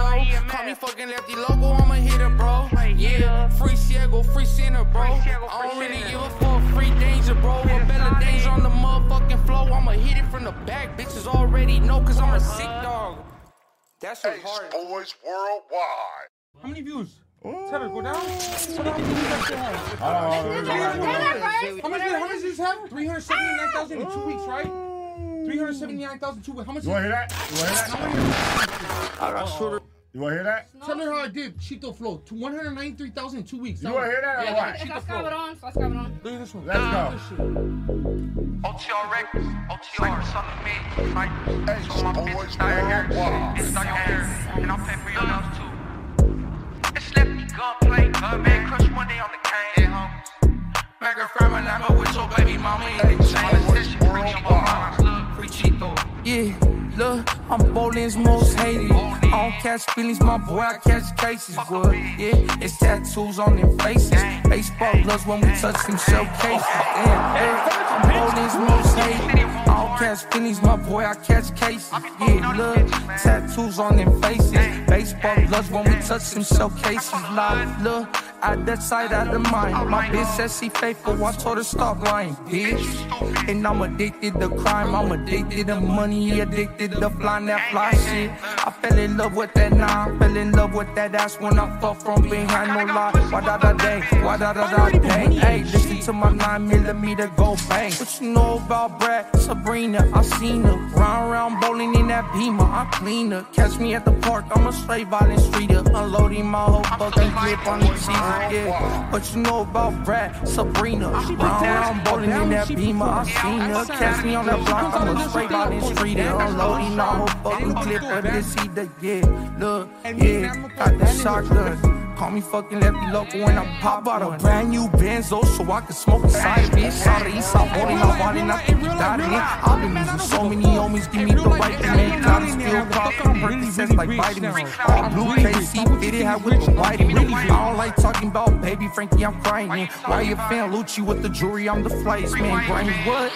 Speaker 9: Call me fucking lefty logo, I'ma hit it, bro. Yeah, free Ciego, free center, bro. I don't really give a fuck, free danger, bro. A better danger on the motherfucking flow. I'ma hit it from the back, bitches already know, cause I'm a sick dog. That's what's hard. Boys worldwide.
Speaker 11: How many views? Tell her, go down. How many views that shit have?
Speaker 4: How
Speaker 11: many views
Speaker 4: that
Speaker 11: How many- how many views have? 379,000 in two weeks, right? 379,000 in two weeks. How much?
Speaker 4: You wanna hear that? You wanna hear that?
Speaker 11: I got shorter.
Speaker 4: You want to hear that?
Speaker 35: Tell her how I did Cheeto Flow. To 193,000 in two weeks.
Speaker 4: You wanna hear that or
Speaker 35: Yeah,
Speaker 4: what?
Speaker 35: Cheeto
Speaker 14: Let's
Speaker 35: Flow.
Speaker 14: grab it on. Let's grab it on.
Speaker 35: Look at this one.
Speaker 4: Let's go.
Speaker 2: OTR records, OTR, son of me. Like, so my bitch is tired here. It's not your hair, and I'll pay for your love too. It's left me gunplay, gunman, crush money on the cane. Yeah, homie. Back in front when I go with your baby mama. Ain't the same as this shit, bring your mama. Look, free Cheeto.
Speaker 9: Yeah, look, I'm Bolin's most hated. I don't catch feelings, my boy, I catch cases. Well, yeah, it's tattoos on their faces. Baseball gloves when we touch them shell cases. Damn, yeah, I'm Bolin's most hated. I don't catch feelings, my boy, I catch cases. Yeah, look, tattoos on their faces. Baseball gloves when we touch them shell cases. Live, look. Out that sight, out of mind. My bitch says she faithful. I told her stop lying, bitch. And I'm addicted to crime. I'm addicted to money. Addicted to flying that fly shit. I fell in love with that nine. Fell in love with that ass when I fuck from behind. No lie. Why da da day? Why da da da day? Hey, listen to my nine millimeter go bang. What you know about Brad? Sabrina, I seen her. Round round bowling in that beamer. I clean her. Catch me at the park. I'm a straight violent streeter. Unloading my whole fucking clip on the teaser. Yeah. What you know about Brad? Sabrina. Round round bowling in that beamer. I seen her. Catch me on that block. I'm a straight violent streeter. Unloading my whole fucking clip on this either. Yeah. Look. Yeah. Got the shotgun. Call me fucking lefty local when I pop out a brand new Benzo so I can smoke the side bitch. Out of East, I'm holding, I'm holding, I think you got it. I've been losing so many homies, give me the right to make dollars feel pop. I'm really sense like vitamins. All blue KC fitted hat with the white in it. I don't like talking about baby Frankie, I'm crying. in. Why you fan Lucci with the jewelry? I'm the flights, man. Grimy, what?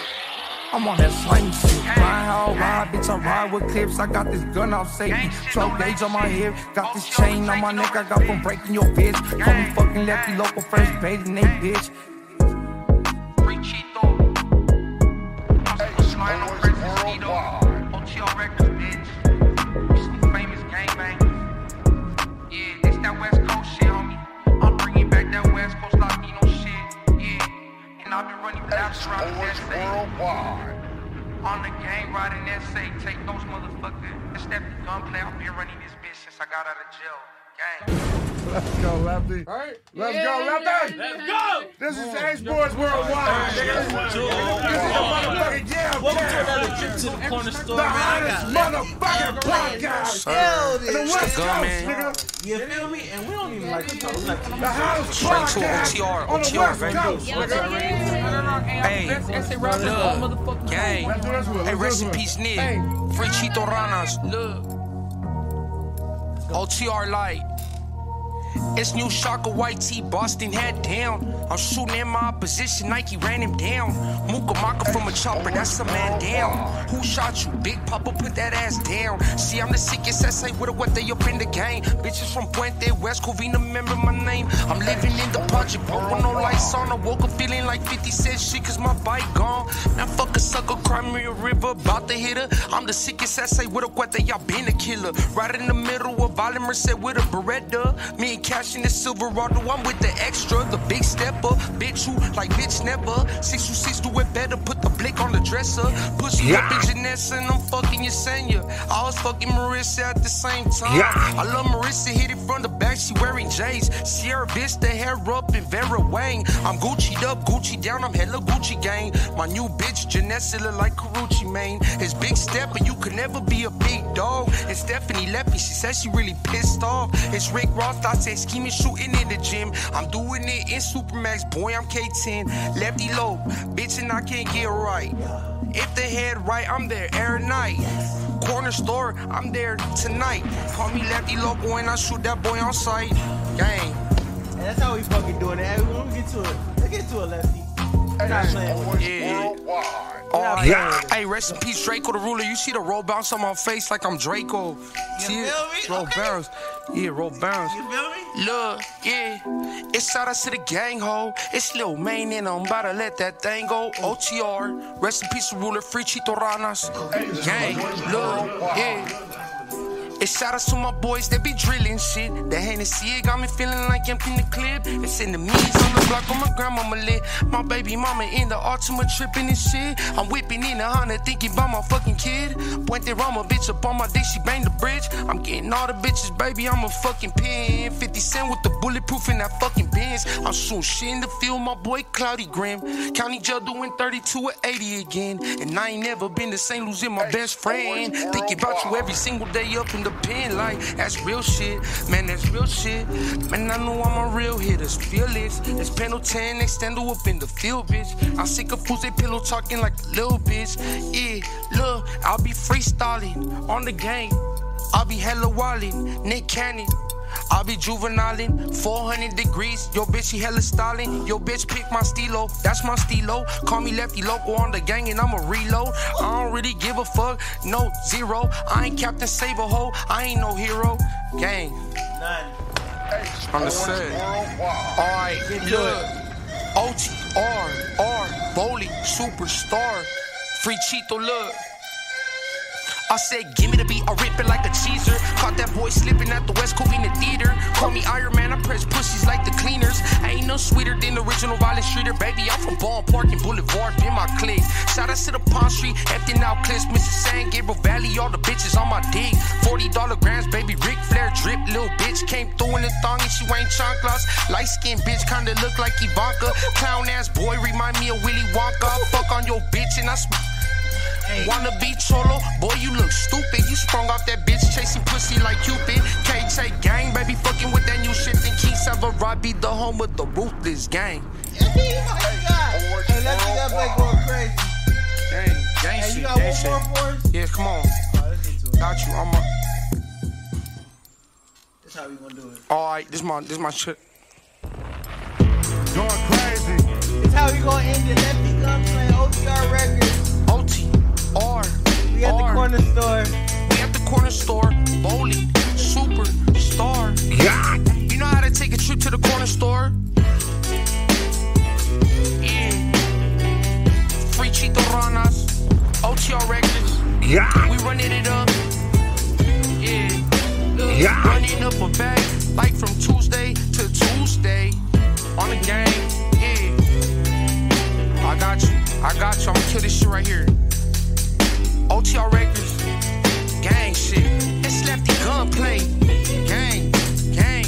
Speaker 9: I'm on that slimy shit. Ride how I ride, bitch. I ride with clips. I got this gun off safety. 12 gauge on my hip. Got this chain on my neck. I got from breaking your bitch. Call me fucking lefty local first bathing they bitch.
Speaker 2: On the game riding that say, take those motherfuckers. It's that gunplay. I've been running this bitch since I got out of jail.
Speaker 4: Let's go, Lefty. All right. Let's go, Lefty.
Speaker 2: Let's go.
Speaker 4: This is Ace Boys Worldwide. Nigga, this is motherfucking jail.
Speaker 6: Welcome to another trip to the corner store,
Speaker 4: The
Speaker 6: man.
Speaker 4: hottest motherfucking podcast.
Speaker 22: Sir.
Speaker 4: in the West Coast,
Speaker 22: Go, man.
Speaker 4: nigga.
Speaker 6: You feel me? And we don't even like to talk like
Speaker 4: The hottest
Speaker 22: Straight to
Speaker 4: podcast
Speaker 22: OTR,
Speaker 4: on the West
Speaker 22: OTR, right?
Speaker 4: Coast, nigga.
Speaker 22: Hey, look, gang. Hey, rest in peace, Nick. Free Chito Ranas. Look. OTR light. It's new shocker, white tee, Boston head down. I'm shooting in my opposition, Nike ran him down. Mooka Maka from a chopper, that's a man down. Who shot you? Big Papa put that ass down. See, I'm the sickest essay with what they up in the game. Bitches from Puente West Covina, remember my name. I'm living in the project, but with no lights on. I woke up feeling like 50 cent shit, cause my bike gone. Now fuck a sucker, cry me a river, about to hit her. I'm the sickest essay with a guata, y'all been a killer. Right in the middle of Oliver said with a Beretta. Me and Cash in the Silverado, I'm with the extra, the big stepper. Bitch who, like bitch never. 626 do it better, put the blick on the dresser. Pussy
Speaker 2: Yeah.
Speaker 22: up in Janessa and I'm fucking Yesenia. I was fucking Marissa at the same time.
Speaker 2: Yeah.
Speaker 22: I love Marissa, hit it from the back, she wearing J's. Sierra Vista, hair up in Vera Wang. I'm Gucci'd up, Gucci down, I'm hella Gucci gang. My new bitch, Janessa, look like Karuchi, man. It's big step, but you could never be a big dog. And Stephanie left me, she said she really pissed off. It's Rick Ross, I said scheming, shooting in the gym. I'm doing it in Supermax, boy, I'm K10. Lefty low, bitch, and I can't get right. If the head right, I'm there every night. Corner store, I'm there tonight. Call me Lefty Loco and I shoot that boy on sight. Gang.
Speaker 36: And that's how we fucking doing it. Hey, When we get to it, let's get to it, Lefty. We're not playing with it.
Speaker 22: Oh,
Speaker 36: Nah,
Speaker 22: yeah. Hey, rest in peace, Draco the ruler. You see the roll bounce on my face like I'm Draco. See it? Roll bounce. Yeah, roll bounce. You feel me? Look, yeah. It's shout out to the gang ho. It's Lil Main and I'm about to let that thing go. OTR. Rest in peace, ruler. Free Chitoranas. Gang. Look, yeah.
Speaker 9: And shout outs to my boys that be drilling shit. That Hennessy, it got me feeling like emptying the clip. It's in the means on the block on my grandmama lit. My baby mama in the ultimate tripping and shit. I'm whipping in a Honda thinking about my fucking kid. Puente Roma, bitch up on my dick, she banged the bridge. I'm getting all the bitches, baby, I'm a fucking pin. 50 Cent with the bulletproof in that fucking Benz. I'm shooting shit in the field, my boy Cloudy Grim. County jail doing 32 or 80 again. And I ain't never been to St. Louis in my best friend. Thinking about you every single day up in the pen, like that's real shit. Man, that's real shit. Man, I know I'm a real hitter. Feel this. It's panel 10, extendo up in the field, bitch. I'm sick of fools, they pillow talking like a little bitch. Yeah, look, I'll be freestyling on the game. I'll be hella wildin', Nick Cannon. I'll be juvenilin', 400 degrees. Yo, bitch, she hella styling. Yo, bitch, pick my stilo. That's my stilo. Call me Lefty Loco on the gang and I'ma reload. I don't really give a fuck. No, zero. I ain't Captain Save a Ho. I ain't no hero. Gang. I'm the same. Alright, look. OTR, R, bowling, superstar. Free Cheeto, look. I said, give me the beat, I rip it like a cheeser. Caught that boy slipping at the West Covina Theater. Call me Iron Man, I press pussies like the cleaners. I ain't no sweeter than the original violent streeter, baby. I'm from Ball Park and Boulevard, been my clique. Shout out to the Palm Street, emptying out clips, Mr. San Gabriel Valley, all the bitches on my dick. $40 grams, baby, Ric Flair drip, little bitch. Came through in the thong and she wearing chanclas. Light skinned bitch, kinda look like Ivanka. Clown ass boy, remind me of Willy Wonka. I Fuck on your bitch and I sm- Wanna be cholo? Boy, you look stupid. You sprung off that bitch chasing pussy like Cupid. KJ gang, baby, fucking with that new shit. Then King Savarai the home of the ruthless gang.
Speaker 37: Hey, let me that black going crazy.
Speaker 9: Gang, gang
Speaker 37: Hey, you
Speaker 9: shit,
Speaker 37: got
Speaker 9: gang
Speaker 37: one
Speaker 9: shit.
Speaker 37: more for us?
Speaker 9: Yeah, come on. Got you. I'm a.
Speaker 37: That's how we gonna do it.
Speaker 9: All right, this my this my shit.
Speaker 4: Going crazy.
Speaker 37: That's how we gonna end it. Let me come playing OTR records.
Speaker 9: OTR.
Speaker 37: We at the corner store.
Speaker 9: We at the corner store. Bowling, superstar. You know how to take a trip to the corner store? Yeah. Free Chito Ranas. OTR Records.
Speaker 6: Yeah.
Speaker 9: We running it up. Yeah. Look,
Speaker 6: Yeah.
Speaker 9: Running up a bag. Like from Tuesday to Tuesday. On the game. Yeah. I got you. I got you. I'm gonna kill this shit right here. OTR Records. Gang shit. It's lefty gunplay. Gang. Gang.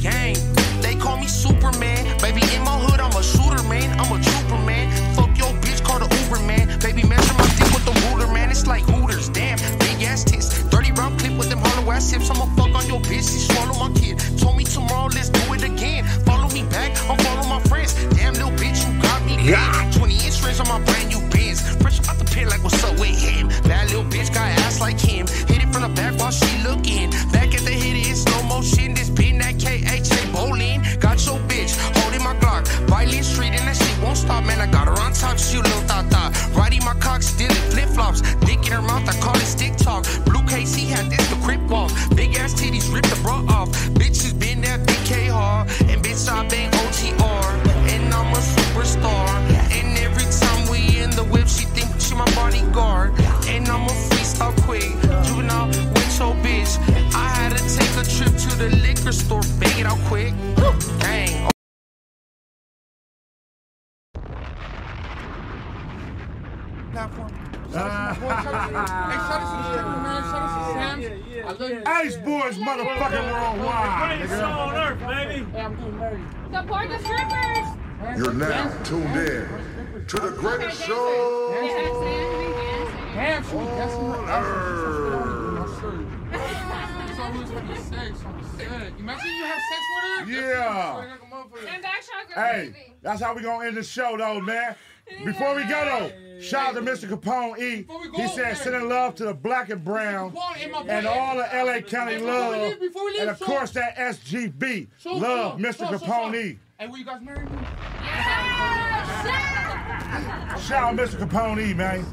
Speaker 9: Gang. They call me Superman. Baby, in my hood, I'm a shooter, man. I'm a trooper, man. Fuck your bitch, call the Uber, man. Baby, measure my dick with the ruler, man. It's like Hooters, damn. Big ass tits. 30 round clip with them hollow ass hips. I'ma fuck on your bitch. She swallow my kid. Told me tomorrow, let's do it again. Follow me back, I'm follow my friends. Damn, little bitch, you got me.
Speaker 6: Yeah.
Speaker 9: 20 inch rims on my brand new Benz. Fresh out the pit like what's up with him. That little bitch got ass like him. Hit it from the back while she looking. Back at the hit it in slow motion. This been that KHA bowling. Got your bitch holding my Glock. Violent street and that shit won't stop. Man, I got her on top. She a little thot thot. Riding my cock, stealing flip flops. Dick in her mouth, I call it stick talk. Blue case, he had this the crip walk. Big ass titties, rip the bra off. Bitches been that big K hard. And bitch, I bang OTR. And I'm a superstar. And every time we in the whip, she think she my bodyguard. And I'm a freestyle queen. Juvenile with your bitch. I had to take a trip to the liquor store. Bang it out quick. Dang.
Speaker 4: Ace boys, motherfucking worldwide.
Speaker 6: Greatest show on earth,
Speaker 4: baby.
Speaker 11: Support the strippers.
Speaker 1: You're now tuned in to the greatest show.
Speaker 11: Damn, she was
Speaker 1: guessing her
Speaker 14: Imagine you have sex with her.
Speaker 4: Yeah.
Speaker 11: And back shots are
Speaker 4: Hey, that's how we gonna end the show though, man. Before we go though, shout out to Mr. Capone E. He said sending love to the black and brown and all the LA
Speaker 14: Before
Speaker 4: County
Speaker 14: we
Speaker 4: love.
Speaker 14: leave, before we leave,
Speaker 4: And of
Speaker 14: so-
Speaker 4: course that SGB.
Speaker 14: So,
Speaker 4: Love
Speaker 14: so,
Speaker 4: Mr.
Speaker 14: so, so,
Speaker 4: Capone
Speaker 14: so.
Speaker 4: E.
Speaker 14: Hey, will you guys marry me?
Speaker 4: Shout out Mr. Capone E, man.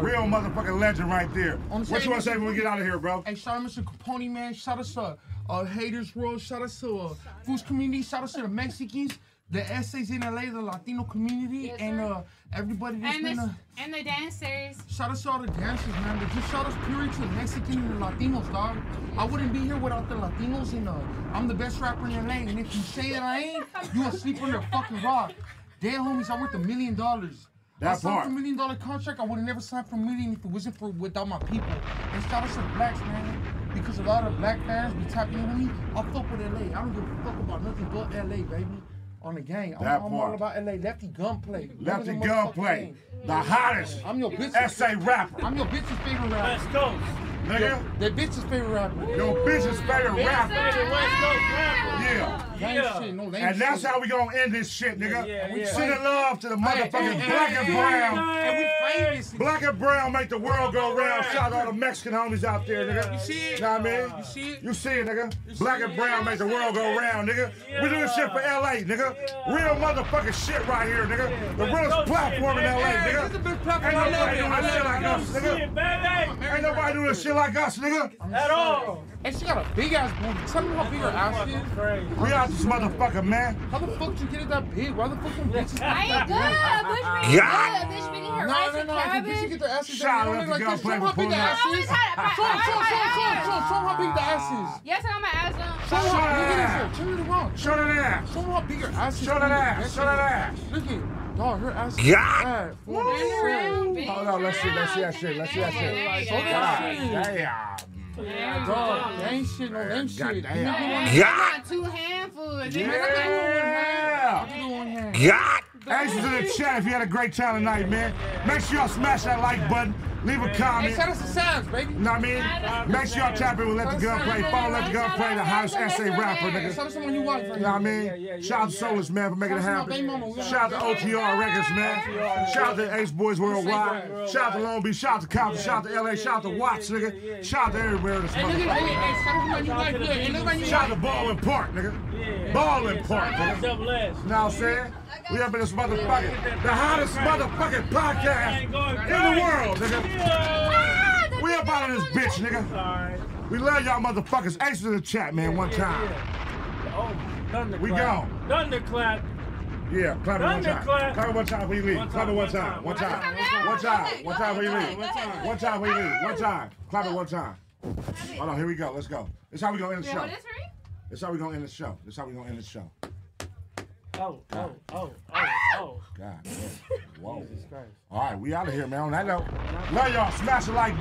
Speaker 4: Real motherfucking legend right there. What you wanna say when we get out of here, bro?
Speaker 14: Hey, shout out Mr. Capone, man. Shout out to
Speaker 9: uh, Haters World. Shout out to uh, Foods Community. Shout out to the Mexicans, the essays in LA, the Latino community, and uh, everybody that's
Speaker 14: And
Speaker 9: been.
Speaker 14: the,
Speaker 9: Uh,
Speaker 14: and the dancers.
Speaker 9: Shout out to all the dancers, man. But just shout out period to the Mexican and the Latinos, dog. I wouldn't be here without the Latinos, and uh, I'm the best rapper in LA. And if you say that I ain't, you will sleep under a fucking rock. Damn, homies, I worth a million dollars.
Speaker 4: That
Speaker 9: I signed
Speaker 4: part.
Speaker 9: for a million dollar contract. I would have never signed for a million if it wasn't for without my people. And shout out to the blacks, man. Because a lot of black fans be tapping in with me. I fuck with LA. I don't give a fuck about nothing but LA, baby. On the gang. I'm,
Speaker 4: That
Speaker 9: I'm
Speaker 4: part.
Speaker 9: all about LA. Lefty gunplay.
Speaker 4: Lefty
Speaker 9: What is the motherfucking
Speaker 4: Gunplay,
Speaker 9: name?
Speaker 4: the hottest
Speaker 9: I'm your bitch's
Speaker 4: essay rapper.
Speaker 9: I'm your bitch's favorite rapper.
Speaker 4: West Coast. Nigga.
Speaker 9: Your, that bitch's favorite rapper.
Speaker 4: Your bitch's favorite Bitch rapper. favorite West Coast rapper. Yeah.
Speaker 9: Gang
Speaker 4: Yeah.
Speaker 9: shit, no lame
Speaker 4: And that's
Speaker 9: shit.
Speaker 4: how we gonna end this shit, nigga.
Speaker 9: yeah, yeah.
Speaker 4: Send the love to the
Speaker 9: Hey,
Speaker 4: motherfucking
Speaker 9: hey,
Speaker 4: black
Speaker 9: hey,
Speaker 4: and
Speaker 9: hey,
Speaker 4: brown.
Speaker 9: hey, And we famous.
Speaker 4: Black and brown make the world go round. Shout out all the Mexican homies out there, nigga. You
Speaker 9: see it?
Speaker 4: Know what I mean? You
Speaker 9: see it?
Speaker 4: You see it, nigga. black and brown make the world go round, nigga. We doing shit for LA, nigga. Real motherfucking shit right here, nigga. The
Speaker 9: West
Speaker 4: realest
Speaker 9: Coast
Speaker 4: platform
Speaker 9: shit,
Speaker 4: in LA,
Speaker 9: man. Yeah,
Speaker 4: nigga.
Speaker 9: this is the best platform.
Speaker 4: Ain't
Speaker 9: I love
Speaker 4: nobody
Speaker 9: it.
Speaker 4: doing
Speaker 9: I
Speaker 4: this shit
Speaker 9: love
Speaker 4: like
Speaker 9: it.
Speaker 4: us,
Speaker 9: Shit,
Speaker 4: nigga. Ain't nobody doing this shit like us, nigga. At all.
Speaker 9: And she got a big ass booty. Tell me how big her ass is.
Speaker 4: We out this motherfucker, man.
Speaker 9: How the fuck did you get it that big? Why the fuck don't bitches
Speaker 14: I ain't good. Bitch, we
Speaker 4: Yeah.
Speaker 14: good. Bitch, we get her
Speaker 9: No,
Speaker 14: rice
Speaker 9: no,
Speaker 14: and
Speaker 9: no, I think we should
Speaker 14: cabbage.
Speaker 9: get their asses
Speaker 4: Shout
Speaker 9: down. They
Speaker 4: out
Speaker 9: look
Speaker 4: to
Speaker 9: like this.
Speaker 4: Gunplay
Speaker 9: Show 'em
Speaker 4: for
Speaker 9: how big
Speaker 4: pulling
Speaker 9: the
Speaker 4: out.
Speaker 14: I
Speaker 9: ass
Speaker 14: always
Speaker 9: is. Show
Speaker 14: had my-
Speaker 9: 'em, show 'em,
Speaker 14: I
Speaker 9: show 'em, show 'em, show 'em, show 'em how big the ass is.
Speaker 14: Yes, I'm my ass on.
Speaker 9: Show 'em
Speaker 4: Shut
Speaker 9: how
Speaker 4: up.
Speaker 9: big it is. Turn it around.
Speaker 4: Shut it up.
Speaker 9: Show 'em how big her ass is.
Speaker 4: Shut it up. Shut it up.
Speaker 9: Look at dog, her ass is
Speaker 4: Yeah.
Speaker 9: fat. Full
Speaker 14: Turn around,
Speaker 9: of shit.
Speaker 14: bitch.
Speaker 4: Hold on, let's see, let's see that shit, let's see that shit.
Speaker 9: Show that shit.
Speaker 4: God damn.
Speaker 9: Dog, that ain't shit, no lame
Speaker 4: God
Speaker 9: shit.
Speaker 4: damn.
Speaker 9: You
Speaker 14: Yeah.
Speaker 9: wanna-
Speaker 14: I want two handfuls.
Speaker 4: Yeah. God. Ashes in the chat if you had a great time tonight, man. Make sure y'all smash that like button. Leave a
Speaker 9: Hey,
Speaker 4: comment.
Speaker 9: shout out to Sam's, baby.
Speaker 4: Know what I mean? Make sure y'all tap in with Let the Gun Play. Follow Let the Gun Play, the hottest essay rapper, nigga.
Speaker 9: Shout out to someone you want.
Speaker 4: You know what I mean? Shout out to Solus, man, for making it happen. Shout out to OTR Records, man. Shout out to Ace Boys Worldwide. Shout out to Long Beach. Shout out to Compton. Shout out to LA. Shout out to Watts, nigga. Shout out to everywhere in this
Speaker 9: Hey, nigga, hey, hey, shout
Speaker 4: motherfucker.
Speaker 9: out to someone you like. Look, ain't nobody you
Speaker 4: Shout out to
Speaker 9: like.
Speaker 4: Ballin Park, nigga. Ballin Park, nigga.
Speaker 6: Double S.
Speaker 4: You know what I'm saying? We up in this motherfucker, the hottest motherfucking podcast in the world, nigga. We up out of this bitch, nigga. We love y'all motherfuckers. Ace in the chat, man, one time.
Speaker 6: Oh, thunderclap.
Speaker 4: We gone.
Speaker 6: Thunderclap.
Speaker 4: Yeah, clap it one time.
Speaker 6: Thunderclap.
Speaker 4: Clap it one time when you leave. Clap it one time. One time. One time. One time when you leave. One time when you leave. One time. Clap it one time. Hold on, here we go. Let's go. This how we gonna end the
Speaker 14: Yeah,
Speaker 4: show.
Speaker 14: what is for me?
Speaker 4: This how we gonna end the show. This how we gonna end the show.
Speaker 6: Oh, oh, oh, oh,
Speaker 4: God.
Speaker 6: oh.
Speaker 4: Whoa.
Speaker 6: Jesus Christ.
Speaker 4: All right, we out of here, man. On that note, love y'all. Smash the like button.